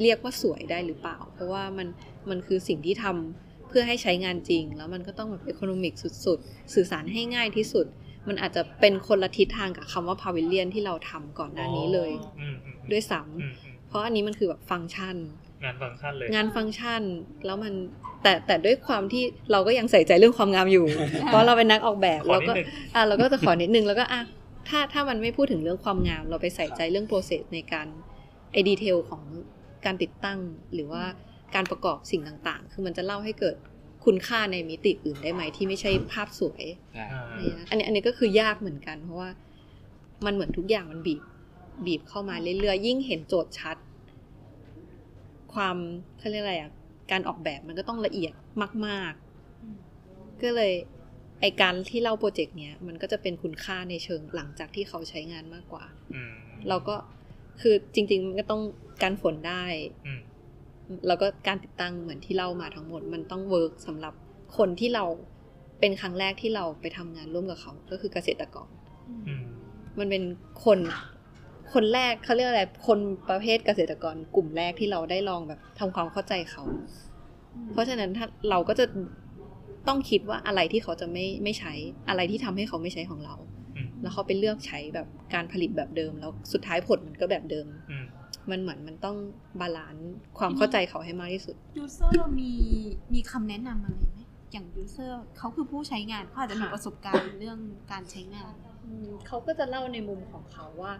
S6: เรียกว่าสวยได้หรือเปล่า เพราะว่ามันมันคือสิ่งที่ทำเพื่อให้ใช้งานจริง แล้วมันก็ต้องแบบอีโคโนมิกสุดๆ สื่อสารให้ง่ายที่สุด มันอาจจะเป็นคนละทิศทางกับคำว่าพาวิเลียนที่เราทำก่อนหน้านี้เลย
S2: อืมอืม
S6: ด้วยซ้
S2: อืมอืม
S6: ำเพราะอันนี้มันคือแบบฟังก์ชัน
S2: งานฟังก์ชันเลย
S6: งานฟังก์ชันแล้วมันแต่แต่ด้วยความที่เราก็ยังใส่ใจเรื่องความงาม
S2: <laughs>
S6: อยู่ เพราะเราเป็นนักออกแบบ
S2: ขอ
S6: เรา
S2: นิด
S6: ก็
S2: นึง
S6: อ่ะเราก็จะขอนิดนึงแล้วก็อ่ะถ้าถ้ามันไม่พูดถึงเรื่องความงาม เราไปใส่ใจเรื่องโปรเซสในการไอดีเทลของการติดตั้ง หรือว่าการประกอบสิ่งต่างๆ คือมันจะเล่าให้เกิดคุณค่าในมิติอื่นได้ไหมที่ไม่ใช่ภาพสวย
S5: ใช่
S2: อ่า
S6: อันนี้อันนี้ก็คือยากเหมือนกัน เพราะว่ามันเหมือนทุกอย่างมันบีบ บีบเข้ามาเรื่อยๆ ยิ่งเห็นโจทย์ชัด ความเขาเรียกอะไรอ่ะการออกแบบมันก็ต้องละเอียดมาก ๆ ก็เลยไอการที่เล่าโปรเจกต์เนี้ยมันก็จะเป็นคุณค่าในเชิงหลังจากที่เขาใช้งานมากกว่า
S2: อืม
S6: เราก็คือจริง ๆ มันก็ต้องการฝนได้
S2: อืม
S6: แล้วก็การติดตั้งเหมือนที่เล่ามาทั้งหมด มันต้องเวิร์กสำหรับคนที่เราเป็นครั้งแรกที่เราไปทำงานร่วมกับเขา ก็คือเกษตรกร
S2: อืม
S6: มันเป็นคนคนแรกเขาเรียกอะไร คนประเภทเกษตรกรกลุ่มแรกที่เราได้ลองแบบทำความเข้าใจเขา เพราะฉะนั้นถ้าเราก็จะต้องคิดว่าอะไรที่เขาจะไม่ไม่ใช้อะไรที่ทำให้เขาไม่ใช้ของเรา
S2: อืม
S6: แล้วเขาไปเลือกใช้แบบการผลิตแบบเดิม แล้วสุดท้ายผลมันก็แบบเดิม
S2: อืม
S6: มันเหมือนมันต้องบาลานซ์ความเข้าใจเขาให้มากที่สุด
S4: ยูเซอร์เรามีมีคำแนะนำอะไรไหมอย่างยูเซอร์เขาคือผู้ใช้งานเขาอาจจะมีประสบการณ์เรื่องการใช้งาน
S6: อืมเขาก็จะเล่าในมุมของเขาว่า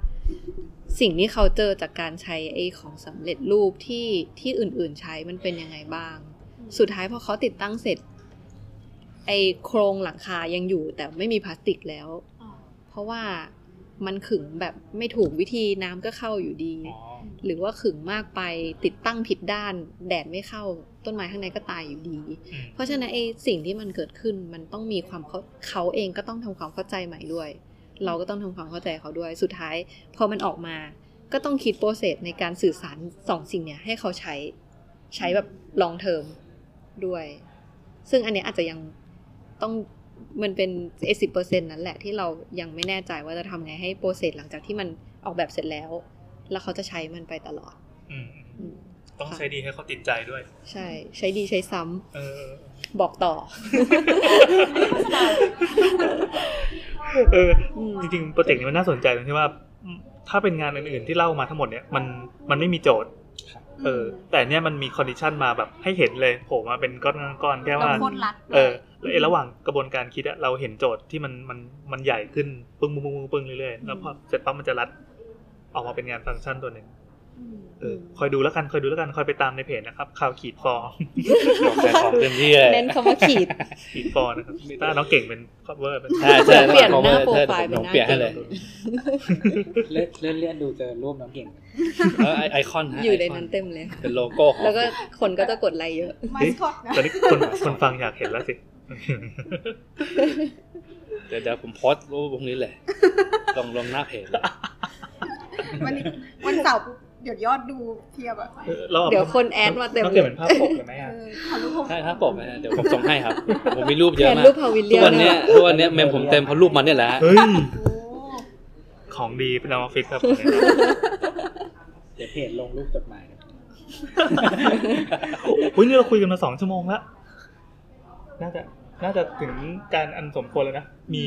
S6: สิ่งที่เขาเจอจากการใช้ไอ้ของสำเร็จรูปที่ที่อื่นๆใช้มันเป็นยังไงบ้าง สุดท้ายพอเขาติดตั้งเสร็จ ไอ้โครงหลังคายังอยู่แต่ไม่มีพลาสติกแล้ว
S4: อ๋อ
S6: เพราะว่ามันขึงแบบไม่ถูกวิธีน้ำก็เข้าอยู่ดี
S2: อ๋อ
S6: หรือว่าขึงมากไปติดตั้งผิดด้าน แดดไม่เข้าต้นไม้ข้างในก็ตายอยู่ดี
S2: อืม
S6: เพราะฉะนั้นไอ้สิ่งที่มันเกิดขึ้นมันต้องมีความเข้าเขาเองก็ต้องทำความเข้าใจใหม่ด้วย เราก็ต้องทำความเข้าใจเขาด้วยสุดท้าย พอมันออกมา ก็ต้องคิดโปรเซสในการสื่อสารสองสิ่งเนี้ยให้เขาใช้ใช้แบบลองเทอมด้วย ซึ่งอันเนี้ยอาจจะยังต้องมันเป็นเอสิเปอร์เซ็นนั้นแหละที่เรายังไม่แน่ใจว่าจะทำไงให้โปรเซสหลังจากที่มันออกแบบเสร็จแล้ว แล้วเขาจะใช้มันไปตลอด
S2: อืม
S6: อืม
S2: ต้องใช้ดีให้เขาติดใจด้วย
S6: ใช่ ใช้ดีใช้ซ้ำ
S2: เออ
S6: บอกต่อ
S2: เออจริงๆโปรเจกต์นี้มันน่าสนใจตรงที่ว่าอืมถ้าเป็นงานอื่นๆที่เล่ามาทั้งหมดเนี่ยมันมันไม่มีโจทย์เออ แต่เนี่ยมันมีคอนดิชันมาแบบให้เห็นเลยโผล่มาเป็นก้อนๆก้อนๆแค่ว่า
S4: เราโคตรรัด
S2: เออแล้วไอ้ระหว่างกระบวนการคิดอะเราเห็นโจทย์ที่มันมันมันใหญ่ขึ้นปึ้งปึ้งปึ้งปึ้งปึ้งเรื่อยๆแล้วพอเสร็จปั๊บมันจะรัดออกมาเป็นงานฟังก์ชันตัวหนึ่งเออคอยดูแล้วกันคอยดูแล้วกันคอยไปตามในเพจนะครับข่าวขีดฟอร์
S5: บอกแต่ของเต็มที่เลย
S6: เน้นคำว่าขีด
S2: ขีดฟอร์ <laughs> นะครับถ้าน้องเก่งเป็นคอเวอร์เป็น
S5: ใช่ใช่
S6: เปลี่ยนหน้าโปรไฟล์เป็นหน้า
S5: เปลี่ยนให้เลย
S11: เลื่อนเลื่อนเลื่อนดูเจอรูปน้องเก่ง
S5: แล้วไอไอคอนฮะ
S6: อยู่ใน
S5: ไค
S6: นั้นเต็มเลย
S5: เป็นโลโก้ของ
S6: แล้วก็คนก็จะกดไลค์เยอะ
S4: <laughs> มา
S10: <laughs>
S4: สคอตนะ
S2: ตอนนี้คนคนฟังอยากเห็นแล้วสิ <laughs>
S5: เดี๋ยวเดี๋ยวผมโพสต์รูปพวกนี้เลยลงลงหน้าเพจเลย
S4: วันนี้วันเสาร์ปุ๊บเดี๋ยวยอดดูเทียบอะ
S2: เราอา
S6: เดี๋ยวคนแอดมาเต็ม
S2: อง
S6: เล
S2: เก็บ
S6: ย
S2: เป็นภาพปกเลยไหมอ่ะ
S4: เออขอรู้ผม
S5: ใช่ครับผมนะเดี๋ยวผมส่งให้ครับ ผมมีรูปเย
S6: แท
S5: อะ
S6: น
S5: มาก
S6: รูปพาวิลเลี
S5: ทุก
S6: ย
S5: วัน
S6: น
S5: เนี้ยทุกวันเนี้ยเมมผมเต็มเพราะรูปมันเนี่ยแหละฮะ
S2: เฮ้ย
S4: โอ้
S2: ของดีเป็นออฟฟิศครับ
S11: เดี๋ยวเพจลงรูปจดหมาย
S2: เฮ้ยนี่เราคุยกันมาสองชั่วโมงละน่าจะ น่าจะถึงการอันสมควรแล้วนะ มี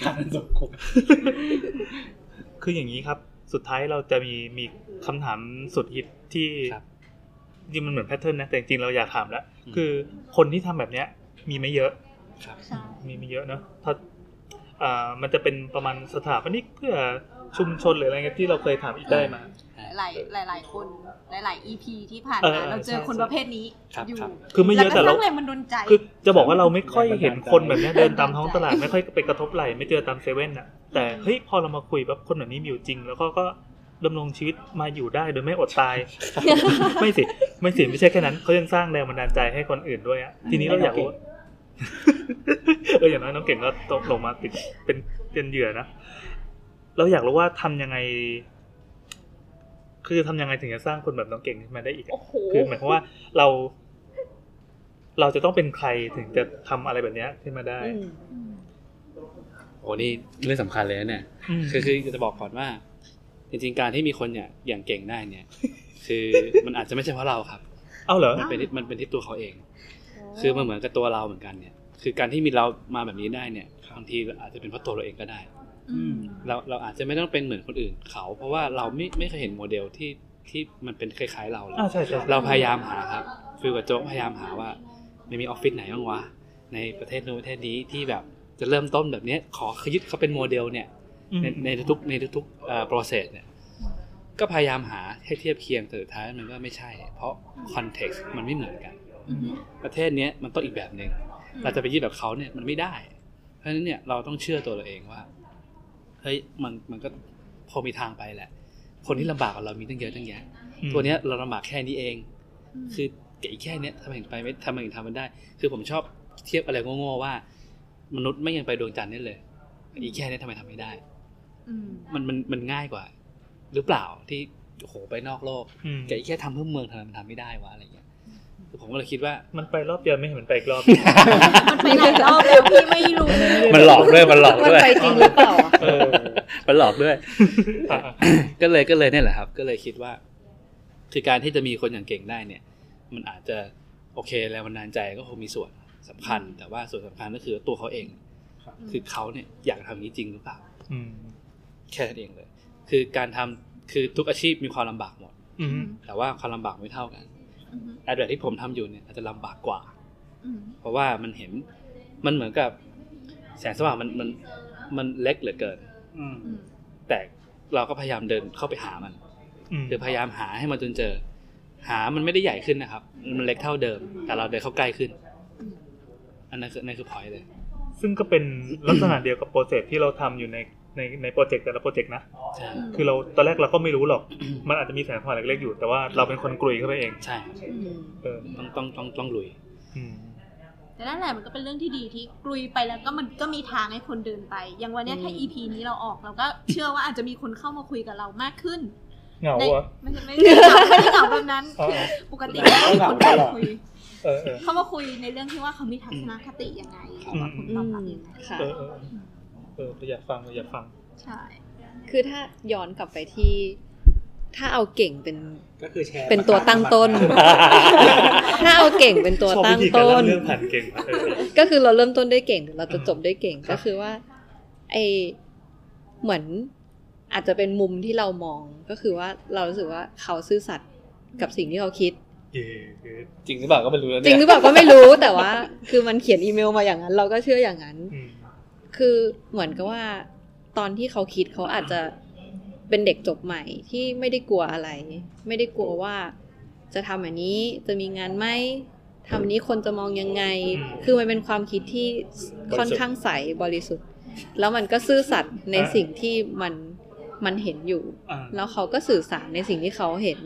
S11: การสมควร
S2: <laughs> คืออย่างนี้ครับ สุดท้ายเราจะมีมีคำถามสุดฮิตที่
S5: ครับ
S2: จริงมันเหมือนแพทเทิร์นนะ แต่จริงๆเราอยากถามแล้ว
S5: อืม
S2: คือคนที่ทำแบบเนี้ย มีไม่เยอะ
S4: ใช่
S2: มีไม่เยอะเนอะถ้าอ่า มันจะเป็นประมาณสถาปนิกเพื่อชุมชนหรืออะไรเงี้ยที่เราเคยถามอีกได้มา
S4: หลายหลายหลายคนหลายหลาย EP ที่ผ่าน
S2: เอ
S4: มา
S2: อ
S4: เราเจอ
S2: ใช่
S4: คน
S2: ใช่
S4: ประเภทนี้
S5: ครับ
S4: อยู่
S5: ครับ
S2: คือไม่เยอะแต่
S4: ล้
S2: เรา
S4: วก็สร้างแรงมันดนใจ
S2: คือจะบอกว่าเราไม่ค่อยเห็นคนแบบเนี้ยเดินตามท้องตลาดไม่ค่อยไปกระทบไหลไม่เจอตามเซเว่นอะแต่เฮ้ยพอเรามาคุยแบบคนแบบนี้มีอยู่จริง แล้วก็ก็ดำรงชีวิตมาอยู่ได้โดยไม่อดตาย ไม่สิไม่สิไม่ใช่แค่นั้นเขายังสร้างแรงบันดาลใจให้คนอื่นด้วยอะทีนี้เราอยากรู้ว่า เอออย่างน้อยน้องเก่งก็ตกลงมาติดเป็นเป็นเหยื่อนะเราอยากรู้ว่าทำยังไง คือทำยังไงถึงจะสร้างคนแบบน้องเก่งขึ้นมาได้อีกอะ
S4: โอ้โห
S2: คือหมายความว่าเรา เราจะต้องเป็นใครถึงจะทำอะไรแบบเนี้ยขึ้นมาได้
S5: โอ้นี่เรื่องสำคัญเลยนะเนี่ย
S2: ม
S5: คือคือจะบอกก่อนว่า จริงๆการที่มีคนเนี่ยอย่างเก่งได้เนี่ย คือมันอาจจะไม่ใช่เพราะเราครับ
S2: เอาเหรอ
S5: มันเป็นที่มันเป็นที่ตัวเขาเอง คือมันเหมือนกับตัวเราเหมือนกันเนี่ย คือการที่มีเรามาแบบนี้ได้เนี่ยบางทีอาจจะเป็นเพราะตัวเราเองก็ได้
S4: อืม
S5: เราเราอาจจะไม่ต้องเป็นเหมือนคนอื่นเขา เพราะว่าเราไม่ไม่เคยเห็นโมเดลที่ที่มันเป็นคล้ายๆเราเลย
S2: อ่าใช่ใช่
S5: เราพยายามหาครับฟิลกับโจ๊กพยายามหาว่าไม่มีออฟฟิศไหนบ้างวะในประเทศนู้นประเทศนี้ที่แบบจะเริ่มต้นแบบเนี้ยขอขยึดเขาเป็นโมเดลเนี่ย
S2: อืม
S5: ในในทุกๆในทุกๆเอ่อ process เนี่ย ก็พยายามหาให้เทียบเคียงแต่สุดท้ายมันก็ไม่ใช่ เพราะ context มันไม่เหมือนกัน ประเทศเนี้ยมันต้องอีกแบบหนึ่งเราจะไปยึดแบบเขาเนี่ยมันไม่ได้ เพราะฉะนั้นเนี่ยเราต้องเชื่อตัวเราเองว่าเฮ้ยมันมันก็พอมีทางไปแหละ คนที่ลำบากกว่าเรามีตั้งเยอะตั้งแยะ ตัวเนี้ยเราลำบากแค่นี้เอง คือเก๋แค่เนี้ยทำไมถึงไปไม่ทำไมถึงทำมันได้ คือผมชอบเทียบอะไรโง่ๆว่า มนุษย์ไม่ยังไปดวงจันทร์เนี่ยเลยอีกแค่เนี้ยทำไมทำไม่ได้
S4: อืม
S5: มันมันมันง่ายกว่า หรือเปล่าที่โอ้โหไปนอกโลก
S2: อืม
S5: แกแค่ทำเพื่อเมืองทำไมมันทำไม่ได้วะอะไรเงี้ยคือผมก็เลยคิดว่า
S2: มันไปรอบเดียวไม่เห็นมันไปอีกรอบ
S4: มันไปหลายรอบแล้วพี่ไม่รู้
S5: มันหลอกด้วยมันหลอก
S6: มัน
S5: ด้วย
S6: ไปจริงหรือเปล่าอะ
S2: เออ
S5: <laughs> มันหลอกด้วย
S2: อ่ะ
S5: ก็เลยก็เลยเนี่ยแหละครับ ก็เลยคิดว่า คือการที่จะมีคนอย่างเก่งได้เนี่ย มันอาจจะโอเคแรงบันดาลใจก็คงมีส่วนสำคัญ แต่ว่าส่วนสำคัญก็คือตัวเขาเอง คือเขาเนี่ยอยากทำนี้จริงหรือเปล่า
S2: อืม
S5: แค่นั้นเองเลย คือการทำคือทุกอาชีพมีความลำบากหมด
S2: อืม
S5: แต่ว่าความลำบากไม่เท่ากัน
S4: อืม
S5: แอดแบบที่ผมทำอยู่เนี่ยอาจจะลำบากกว่า
S4: อืม
S5: เพราะว่ามันเห็นมันเหมือนกับแสงสว่างมันมันมันเล็กเหลือเกิน
S4: อืม
S5: แต่เราก็พยายามเดินเข้าไปหามัน
S2: อืม
S5: คือพยายามหาให้มันจนเจอ หามันไม่ได้ใหญ่ขึ้นนะครับ มันเล็กเท่าเดิม แต่เราเดินเข้าใกล้ขึ้น อันนั้นคือนั่นคือพอยเลย
S2: ซึ่งก็เป็นลักษณะเดียวกับโปรเจกต์ที่เราทำอยู่ในในในโปรเจกต์แต่ละโปรเจกต์นะ
S5: ใช่
S2: คือเราตอนแรกเราก็ไม่รู้หรอก มันอาจจะมีแสงสว่างเล็กๆอยู่ แต่ว่าเราเป็นคนกลุยเข้าไปเอง
S5: ใช่ครับ
S6: อืม
S2: เออ
S5: ต้องต้องต้องต้องลุย
S2: อืม
S4: แต่นั่นแหละมันก็เป็นเรื่องที่ดีที่กลุยไปแล้วก็มันก็มีทางให้คนเดินไป อย่างวันเนี้ยถ้า EP นี้เราออกเราก็เชื่อว่าอาจจะมีคนเข้ามาคุยกับเรามากขึ้น
S2: เหงา
S4: ใน
S2: อ่ะ
S4: ไม่ไม่ไม่ได้เหงาไม่ได้เหงาแบบนั้น
S2: อ๋อ
S4: คือปกติแล้วคนเข้ามาคุย
S2: เออเออ
S4: เข้ามาคุยในเรื่องที่ว่าเขามีทัศนคติยังไง
S2: อืม
S4: ว่าผลตอบรับยังไง
S6: ค่ะ
S2: เออเออเอออยากฟังอยากฟัง
S4: ใช่
S6: คือถ้าย้อนกลับไปที่ ถ้าเอาเก่งเป็น
S7: ก็คือแชร์
S6: เป็นตัวตั้งต้
S2: <laughs>
S6: น ถ้าเอาเก่งเป็นตัวตั้ง
S2: ชอบวิธีการ
S6: ต้
S2: เล่าน เรื่องผ่านเก่งมากเลย
S6: ก็คือเราเริ่มต้นด้วยเก่งเราจะจบด้วยเก่งก็คือว่าไอเหมือนอาจจะเป็นมุมที่เรามองก็คือว่าเรารู้สึกว่าเขาซื่อสัตย์กับสิ่งที่เขาคิด
S2: เย้เย้
S5: จริงหรือเปล่าก็ไม่รู้นะ
S6: จ
S5: เนี่
S6: ริ
S5: ย
S6: งหรือเปล่าก็ไม่รู้แต่ว่า คือมันเขียนอีเมลมาอย่างนั้น เราก็เชื่ออย่างนั้น
S2: อืม
S6: คือเหมือนกับว่า ตอนที่เขาคิดเขาอาจจะเป็นเด็กจบใหม่ที่ไม่ได้กลัวอะไร ไม่ได้กลัวว่า จะทำอันนี้จะมีงานไหมทำนี้คนจะมองยังไง คือมันเป็นความคิดที่ค่อนข้างใสบริสุทธิ์ แล้วมันก็ซื่อสัตย์ในสิ่งที่มันมันเห็นอยู่
S2: อ่า
S6: แล้วเขาก็สื่อสารในสิ่งที่เขาเห็น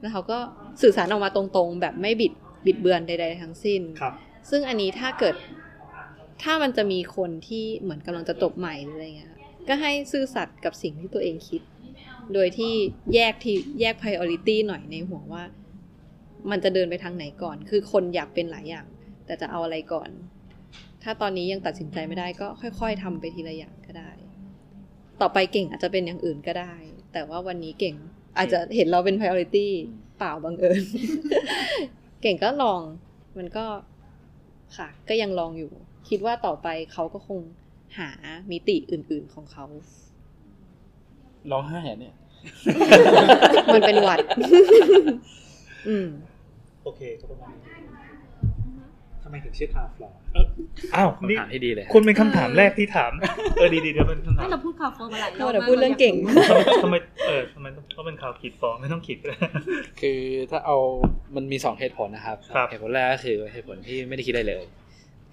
S6: แล้วเขาก็สื่อสารออกมาตรงๆ แบบไม่บิดบิดเบือนใดๆทั้งสิ้น
S2: ครับ
S6: ซึ่งอันนี้ถ้าเกิด ถ้ามันจะมีคนที่เหมือนกำลังจะจบใหม่หรืออะไรเงี้ย ก็ให้ซื่อสัตย์กับสิ่งที่ตัวเองคิด โดยที่แยกที่แยก priority หน่อยในหัวว่า มันจะเดินไปทางไหนก่อน คือคนอยากเป็นหลายอย่าง แต่จะเอาอะไรก่อน ถ้าตอนนี้ยังตัดสินใจไม่ได้ก็ค่อย ๆทำไปทีละอย่างก็ได้ ต่อไปเก่งอาจจะเป็นอย่างอื่นก็ได้ แต่ว่าวันนี้เก่งอาจจะเห็นเราเป็น priority เปล่าบังเอิญ <laughs> เก่งก็ลอง มันก็ค่ะ ก็ยังลองอยู่ คิดว่าต่อไปเขาก็คงหามิติอื่น ๆของเขา
S5: ร้องไห้อะเนี่ย
S6: <laughs> มันเป็น
S5: <laughs>
S6: หวัด อืม
S2: โอเคก็ประมาณนี้
S7: ทำไมถึงชื่อคาฟลอร์
S2: อ้าว
S5: คำ
S2: นี่
S5: ถามที่ดีเลย
S2: คุณเป็นคำถามแรกที่ถาม เออดีดีเดี๋ยวเป็นคำถาม
S4: ไม่เราพูดคาเฟ่มาหลายรอบ
S6: เราพูดเรื่องเก่ง
S2: ทำไมเออทำไมต้องต้องเป็นข่าวขีดฟองไม่ต้องขีดก็ได้
S5: คือถ้าเอามันมีสองเหตุผลนะครับ
S2: ครับ
S5: เหตุผลแรกก็คือเหตุผลที่ไม่ได้คิดอะไรเลย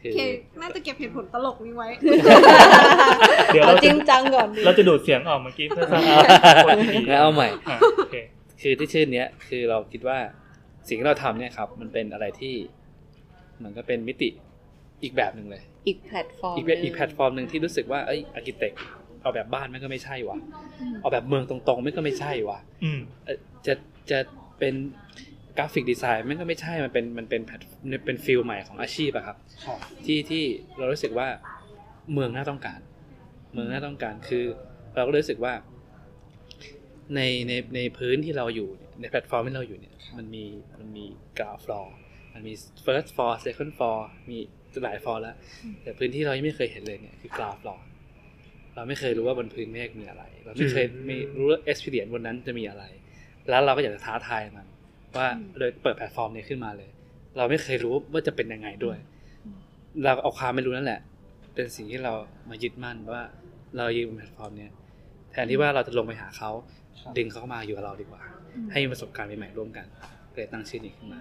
S5: คื
S4: โอ
S5: อ
S4: เคน่าจะเก็บเหตุผลตลกนี้ไว้
S2: เดี๋ยว
S6: เอา
S2: เรา
S6: จ
S2: จะ
S6: ริงจังก่อนดิ
S2: เราจะดูดเสียงออกเมื่อกี้เพื่อสร้างคนดี
S5: แล้วเอาใหม่
S2: อ่ะโอเค
S5: คือที่ชื่อเนี้ยคือเราคิดว่าสิ่งที่เราทำเนี่ยครับ มันเป็นอะไรที่เหมือนก็เป็นมิติอีกแบบหนึ่งเลย
S6: อีกแพลตฟอร์ม
S5: อีกแบบอีกแพลตฟอร์มหนึ่งที่รู้สึกว่าเอ้ยอาร์กิเต็กเอาแบบบ้านมันก็ไม่ใช่วะเอาแบบเมืองตรงๆมันก็ไม่ใช่วะ
S2: อืม
S5: เอ่อจะจะเป็นกราฟิกดีไซน์มันก็ไม่ใช่มันเป็นมันเป็นแพลตเป็นฟิลใหม่ของอาชีพอะครับ ที่ที่เรารู้สึกว่าเมืองน่าต้องการ เมืองน่าต้องการคือ เราก็รู้สึกว่า ในในในพื้นที่เราอยู่เนี่ยในแพลตฟอร์มที่เราอยู่เนี่ย มันมีมันมีกราฟฟลอร์มันมี first floor second floor มีหลายฟลอร์แล้ว แต่พื้นที่เรายังไม่เคยเห็นเลยเนี่ยคือกราฟฟลอร์เราไม่เคยรู้ว่าบนพื้นเมฆมีอะไร เราไม่เคย
S2: อืม
S5: ไม่รู้ว่า experience บนนั้นจะมีอะไร แล้วเราก็อยากจะท้าทายมัน ว่าโดยเปิดแพลตฟอร์มนี้ขึ้นมาเลย เราไม่เคยรู้ว่าจะเป็นยังไงด้วย เราเอาความไม่รู้นั่นแหละ เป็นสิ่งที่เรามายึดมั่นว่าเรายืนบนแพลตฟอร์มเนี้ยแทนที่ว่าเราจะลงไปหาเขา ดึงเขาเข้ามาอยู่กับเราดีกว่า ให้มีประสบการณ์ใหม่ๆร่วมกันเลยตั้งชื่อนี้ขึ้นมา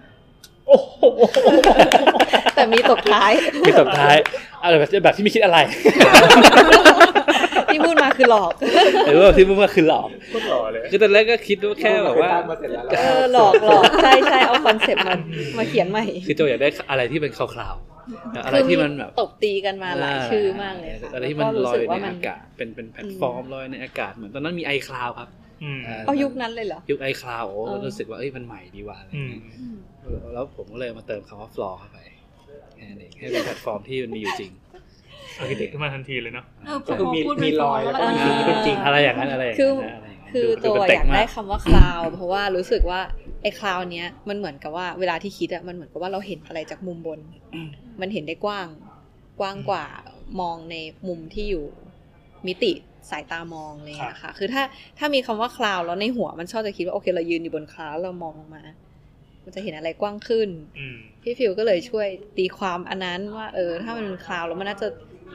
S2: โอ้โห
S6: <laughs> แต่มีตกท้าย
S5: <laughs> มีตบท้ายอะไรแบบแบบที่ไม่คิด
S6: <laughs>
S5: อะไร
S6: ที่พูดมาคือหลอก
S5: หรือว่าที่พูดว่าคือหลอก
S2: โคตรหล่อเลย
S5: คือตอนแรกก็คิดว่าแค่แบบ <laughs> ว่า
S7: ตั้งมาเสร็จแล้วเรา
S6: เออหลอกหลอกใช่ใช่เอาคอนเซปต์มามาเขียนใหม่
S5: คือโจอยากได้อะไรที่เป็นคลาวๆอะไรที่มันแบบ
S6: ตบตีกันมาหลายชื่อมากเลยค่ะ
S5: อะไรที่มันลอยอยู่
S6: แล้วก็รู้สึกว่า
S5: ใน
S6: มัน
S5: อากาศเป็นเป็นแพลตฟอร์มลอยในอากาศเหมือนตอนนั้นมีไอคลาวครับ
S2: อืม
S6: เอายุคนั้นเลยเหรอ
S5: ยุคไอคลาวโอ้
S6: เออ
S5: รู้สึกว่าเอ้ยมันใหม่ดีว่ะอะไร
S2: อืม
S5: เงี้ยแล้วผมก็เลยมาเติมคำว่าฟลอร์เข้าไปแค่นั้นเองให้เป็นแพลตฟอร์มที่มันมีอยู่จริง
S2: อาร์เคเต็กขึ้นมาทันทีเลยเนาะ
S4: เออ
S7: ก็คือมีมีรอยแล้วก็มี
S6: อ่า
S7: สิ่งที่เป็นจริง
S5: อะไรอย่างนั้นอะไรอย่าง
S6: คื
S5: นั้
S6: อน
S5: อะไรย่างนั้น
S6: คือ
S5: ดู
S6: ตัว
S5: เป็น
S6: อ
S5: เต็ก
S6: ยาก
S5: ม
S6: ได้คำว่าคลาวเพราะว่ารู้สึกว่าไอ้คลาวเนี้ยมันเหมือนกับว่าเวลาที่คิดอะมันเหมือนกับว่าเราเห็นอะไรจากมุมบน มันเห็นได้กว้างกว้างกว่ามองในมุมที่อยู่มิติสายตามองอะไรอย่างเลยนะคะคือถ้าถ้ามีคำว่าคลาวแล้วในหัวมันชอบจะคิดว่าโอเคเรายืนอยู่บนคลาวแล้วเรามองลงมา มันจะเห็นอะไรกว้างขึ้น
S2: อืม
S6: พี่ฟิวก็เลยช่วยตีความอันนั้นว่าเออ ถ้ามันเป็นคลาวแล้วมันน่าจะ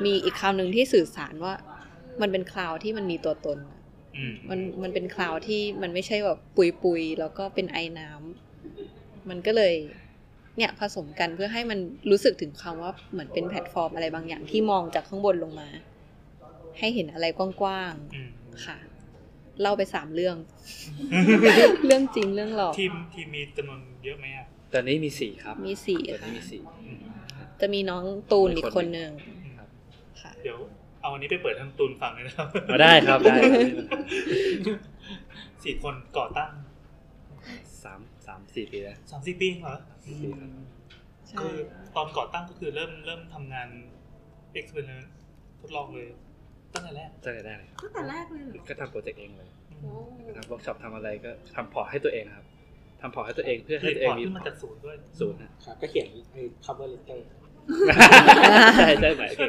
S6: มีอีกคำหนึ่งที่สื่อสารว่า มันเป็นคลาวที่มันมีตัวตน
S2: อืม
S6: มันมันเป็นคลาวด์ที่มันไม่ใช่แบบปุยปุยๆแล้วก็เป็นไอน้ำมันก็เลยเนี่ยผสมกันเพื่อให้มันรู้สึกถึงคำว่าเหมือนเป็นแพลตฟอร์มอะไรบางอย่างที่มองจากข้างบนลงมา ให้เห็นอะไรกว้าง
S2: อืม
S6: ๆค่ะ เล่าไปสามเรื่อง เรื่องจริงเรื่องหลอก
S2: ทีมทีมมีจำนวนเยอะไหมอ่ะ
S5: ตอนนี้มีสี่ครับ
S6: มีสี่
S5: ตอน
S6: ค่ะ
S5: นี้มีสี่
S6: จะมีน้องตูนอีกคนหนึ่ง
S2: เดี๋ยวเอาอันนี้ไปเปิดทางตูนฟังเลยนะครับ
S5: มาได้ครับได้ครับ
S6: <laughs>
S2: <laughs> สี่คนก่อตั้ง
S5: สามสามสี่ปีแล้ว
S2: สามสี่ปีเหรอ
S5: สี่ปีครับ
S6: ใช่
S2: คือตอนก่อตั้งก็คือเริ่มเริ่มทำงานเอ็กซ์เพร์ทดลองเลยตั้งแต่แรก
S5: ตั้งแต่แรกเลยครั
S10: ตั้
S5: บ
S10: งแต่แรกเลยเหรอ
S5: ก็ทำโปรเจกต์เองเลย
S2: อืม
S10: โอ้
S5: ก็ทำเวิร์กช็อปทำอะไรก็ทำพอร์ตให้ตัวเองครับทำพอร์ตให้ตัวเองเพื่อให้
S2: รี
S5: ตั
S2: พ
S5: วเอง
S2: อร์ต
S5: มี
S2: ขึ้นมาจากศูนย์ด้วย
S5: ศูนย์นะ <laughs>
S11: ครับก็เขียนไอ้ cover letter
S5: ใช่ใช่ไหมพี่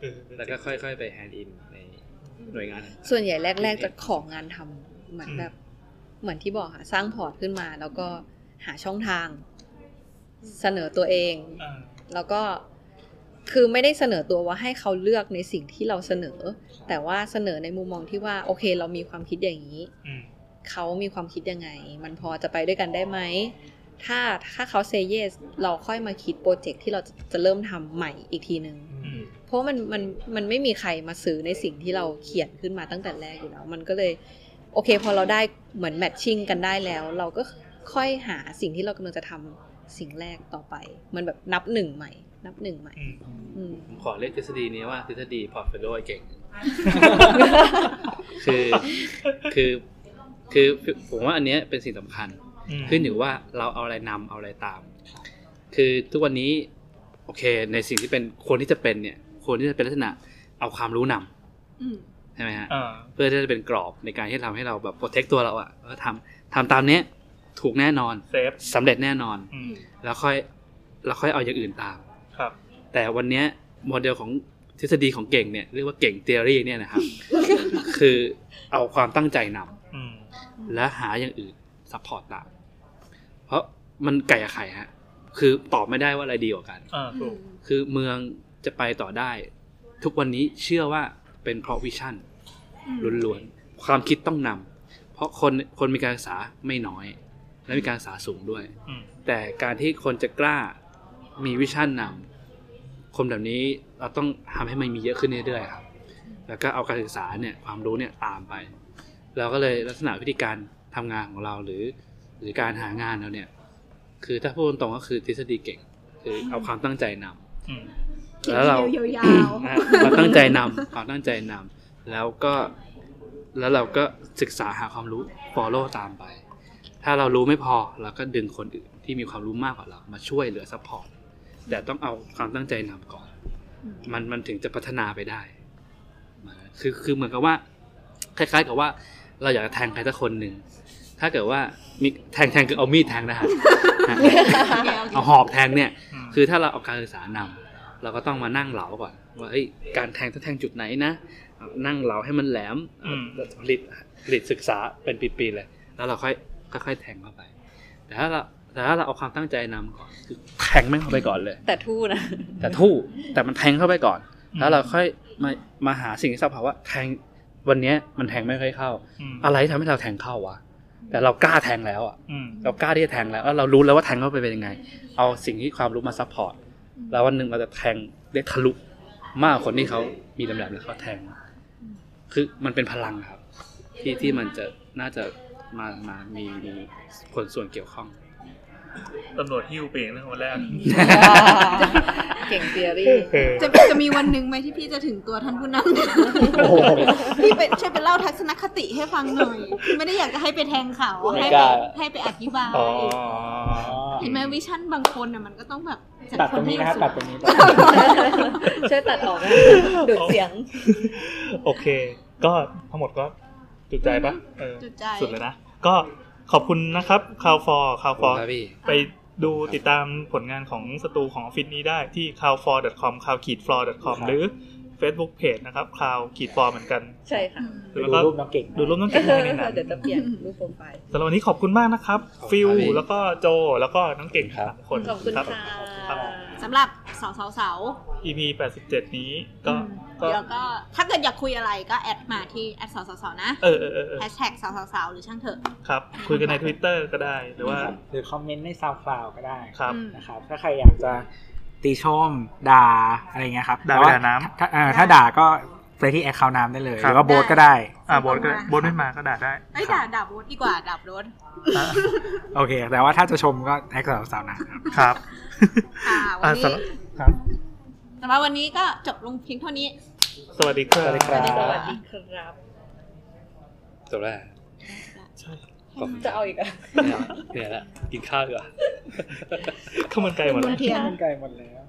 S2: เออ
S5: แล้วก็ค่อยๆไปแฮนด์อินในหน่วยงานต่างๆ
S6: ส่วนใหญ่แรก ๆ จะของงานทำเหมือนแบบเหมือนที่บอกค่ะสร้างพอร์ตขึ้นมา แล้วก็หาช่องทาง เสนอตัวเอง
S2: อ่า
S6: แล้วก็คือไม่ได้เสนอตัวว่าให้เขาเลือกในสิ่งที่เราเสนอ แต่ว่าเสนอในมุมมองที่ว่าโอเค เรามีความคิดอย่างนี้
S2: อืม
S6: เขามีความคิดยังไง มันพอจะไปด้วยกันได้ไหม ถ้าถ้าเขาเซเยสเราค่อยมาคิดโปรเจกต์ที่เราจะจะเริ่มทำใหม่อีกทีนึง
S2: อืม
S6: เพราะมันมันมันไม่มีใครมาซื้อในสิ่งที่เราเขียนขึ้นมาตั้งแต่แรกอยู่แล้ว มันก็เลย โอเค พอเราได้เหมือนแมทชิ่งกันได้แล้ว เราก็ค่อยหาสิ่งที่เรากำลังจะทำสิ่งแรกต่อไป มันแบบนับหนึ่งใหม่ นับหนึ่งใหม่
S2: อืม
S6: อืม <laughs>
S5: ผมขอเรียกทฤษฎีนี้ว่าทฤษฎีพอร์ตโฟลิโอ
S2: <laughs>
S5: เก่ง คือคือคือผมว่าอันเนี้ยเป็นสิ่งสำคัญ
S2: ม
S5: ขึ้นอยู่ว่าเราเอาอะไรนำเอาอะไรตาม คือทุกวันนี้โอเค ในสิ่งที่เป็นคนที่จะเป็นเนี่ยคนที่จะเป็นลักษณะเอาความรู้นำ
S10: อืม
S5: ใช่ไหมฮะ
S2: อ่า
S5: เพื่อที่จะเป็นกรอบในการที่ทำให้เราแบบโปรเทคตัวเราอะแล้วทำทำตามเนี้ยถูกแน่นอน
S2: เซฟ
S5: สำเร็จแน่นอน
S2: อืม
S5: แล้วค่อยแล้วค่อยเอาอย่างอื่นตาม
S2: ครับ
S5: แต่วันเนี้ยโมเดลของทฤษฎีของเก่งเนี่ยเรียกว่าเก่งเทอรี่เนี่ยนะครับ คือเอาความตั้งใจนำ
S2: อืม
S5: และหาอย่างอื่นซัพพอร์ตตาม เพราะมันไก่กับไข่ฮะ คือตอบไม่ได้ว่าอะไรดีกว่ากัน
S2: อ่าถูก
S5: คือเมืองจะไปต่อได้ ทุกวันนี้เชื่อว่าเป็นเพราะวิชั่นล้วนๆ ความคิดต้องนำเพราะคนคนมีการศึกษาไม่น้อย และมีการศึกษาสูงด้วย
S2: อืม
S5: แต่การที่คนจะกล้ามีวิชั่นนำคนแบบนี้เราต้องทำให้มันมีเยอะขึ้นเรื่อยๆครับ แล้วก็เอาการศึกษาเนี่ยความรู้เนี่ยตามไป เราก็เลยลักษณะวิธีการทำงานของเราหรือ หรือการหางานเราเนี่ยคือถ้าพูดตรงๆก็คือทฤษฎีเก่ง คือเอาความตั้งใจนำ
S2: อืม
S5: แล้วเรา
S4: เขียนเดียวยาวๆ
S5: อ่ะเราตั้งใจนำเราตั้งใจนำแล้วก็แล้วเราก็ศึกษาหาความรู้ follow ตามไป ถ้าเรารู้ไม่พอเราก็ดึงคนอื่นที่มีความรู้มากกว่าเรามาช่วยเหลือ support แต่ต้องเอาความตั้งใจนำก่อน มันมันถึงจะพัฒนาไปได้มาคือคือเหมือนกับว่า คล้าย ๆ กับว่าเราอยากจะแทงใครสักคนหนึ่งถ้าเกิดว่ามีแทงแทงคือเอามีดแทงนะ
S4: <laughs>
S5: ฮะ เอาหอกแทงเนี่ย
S2: ม
S5: คือถ้าเราเอาการศึกษานำเราก็ต้องมานั่งเหลาก่อนว่าเอ้ยการแทงต้องแทงจุดไหนนะเอานั่งเหลาให้มันแหลมเอาผลิตผลิตศึกษาเป็นปีๆเลย แล้วเราค่อยค่อยๆแทงเข้าไป แต่ถ้าเราแต่ถ้าเราเอาความตั้งใจนำก่อนคือแทงแม่งเข้าไปก่อนเลย
S6: แต่ทู่นะ <laughs>
S5: แต่ทู่แต่มันแทงเข้าไปก่อน แล้วเราค่อยมามาหาสิ่งที่ซับพอร์ตว่าแทงวันเนี้ยมันแทงไม่ค่อยเข้า
S2: อืม
S5: อะไรที่ทำให้เราแทงเข้าวะแต่เรากล้าแทงแล้วอ่ะ
S2: อืม
S5: เรากล้าที่จะแทงแล้วแล้ว เรารู้แล้วว่าแทงเข้าไปเป็นยังไง เอาสิ่งที่ความรู้มาซัพพอร์ต แล้ววันหนึ่งเราจะแทงได้ทะลุมากกว่าคนที่เขามีลำดับแล้วเขาแทง คือมันเป็นพลังครับ ที่ที่มันจะน่าจะมามามีมีคนส่วนเกี่ยวข้อง
S2: ตำรวจหิ้วเปลี่ยนนะวันแรก
S6: เก่งเทอรี่ <laughs>
S2: เออ
S4: จะจะมีวันหนึ่งไหมที่พี่จะถึงตัวท่านผู้น
S5: โอ้โห
S4: ำ พี่ไปช่วยไปเล่าทัศนคติให้ฟังหน่อยไม่ได้อยากจะให้ไปแทงเขา
S5: ไม่
S4: ให้
S5: ก
S4: ไป
S5: ล้า
S4: ให้ไปอธิบาย
S2: อ๋อ
S4: เห็นไหมวิชั่นบางคนน่ะมันก็ต้องแบบจาก
S11: ตัด
S4: ค
S11: ตร
S4: น
S11: งนี้
S4: ที่
S11: นะครับ
S4: สู
S11: ตั
S4: ง
S11: ดตรงนี้
S6: ช่วยตัดออกนะดูดเสียง
S2: โอเค ก็ทั้งหมดก็จุดใจปะเออ
S4: จุดใจ
S2: สุดเลยนะ ก็ขอบคุณนะครับคาวฟอร์คาวฟอร์
S5: ครับพี่
S2: ไปดูติดตามผลงานของสตูของออฟฟิศนี้ได้ที่ c o w f o r c o m c o w f l o r c o m
S11: ครับ
S2: หรือ Facebook Page นะครับ c o w f o r เหมือนกัน
S6: ใช่ค่ะ
S11: ไปดูรูปน้องเก่งนะ
S2: ดูรูปน้องเก่งในหนั้น
S6: เดี๋ยวจะเปลี่ยนรูปโปรไฟล์
S2: สำหรับวันนี้ขอบคุณมากนะครับ ฟิล
S5: ขอบคุณครับ
S2: แล้วก็โจ แล้วก็น้องเก่ง
S5: ครับ
S2: สามคน
S6: ขอบคุณ
S2: รับ
S6: ค่ะ
S2: ครับ
S4: สำหรับสาวสาวสาว
S2: EP 87 นี้ก็
S4: อืม
S2: ก็
S4: เดี๋ยวก็ถ้าเกิดอยากคุยอะไรก็แอดมาที่แอดสาวสาวสาวนะ
S2: เออเออเออเออ
S4: แฮชแท็กสาวสาวสาวหรือช่างเถอะ
S2: ครับ คุยกันใน Twitter ก็ได้หรือว่า
S11: ครับหรือคอมเมนต์ในซาวคลาวก็ได้
S2: ครับ
S4: อืม
S11: นะครับ ถ้าใครอยากจะ
S3: ตีชมด่าอะไรเงี้ยครับ
S2: ด่า
S3: แต่ว่
S2: ด่าน้ำ
S3: ถ้าเอ่อถ้าด่าก็ ไปที่แอคเคาท์น้ำได้เลย ห
S2: ครับ
S3: รือว่าโบสก็ได้
S2: อ่าโบนก็ได้โบนไม่มาก็ด่าได้ <laughs>
S4: ไอ้ยด่าด่าโบสดีกว่าด่าโบส
S3: โอเค แต่ว่าถ้าจะชมก็แอคสาวสาวๆนะครับ
S2: ครับ
S4: อ่าวั
S2: อ่าน สำ
S4: นี้
S2: หรับครับ
S4: สำหรับวันนี้ก็จบลงเพียงเท่านี้
S2: สวัสดีครับ
S5: สวัสดีครับ
S4: สวัสดี
S6: ครับ
S5: จบแล้วเหรอ
S2: ใช่
S5: ขอบคุณ
S6: จะเอาอีกอ่ะ
S5: เหนื่อยละกินข้าวดีกว่า
S2: ข้าวมันไก่หมดแล้ว
S4: เทียน
S11: มันไกลหมดแล้ว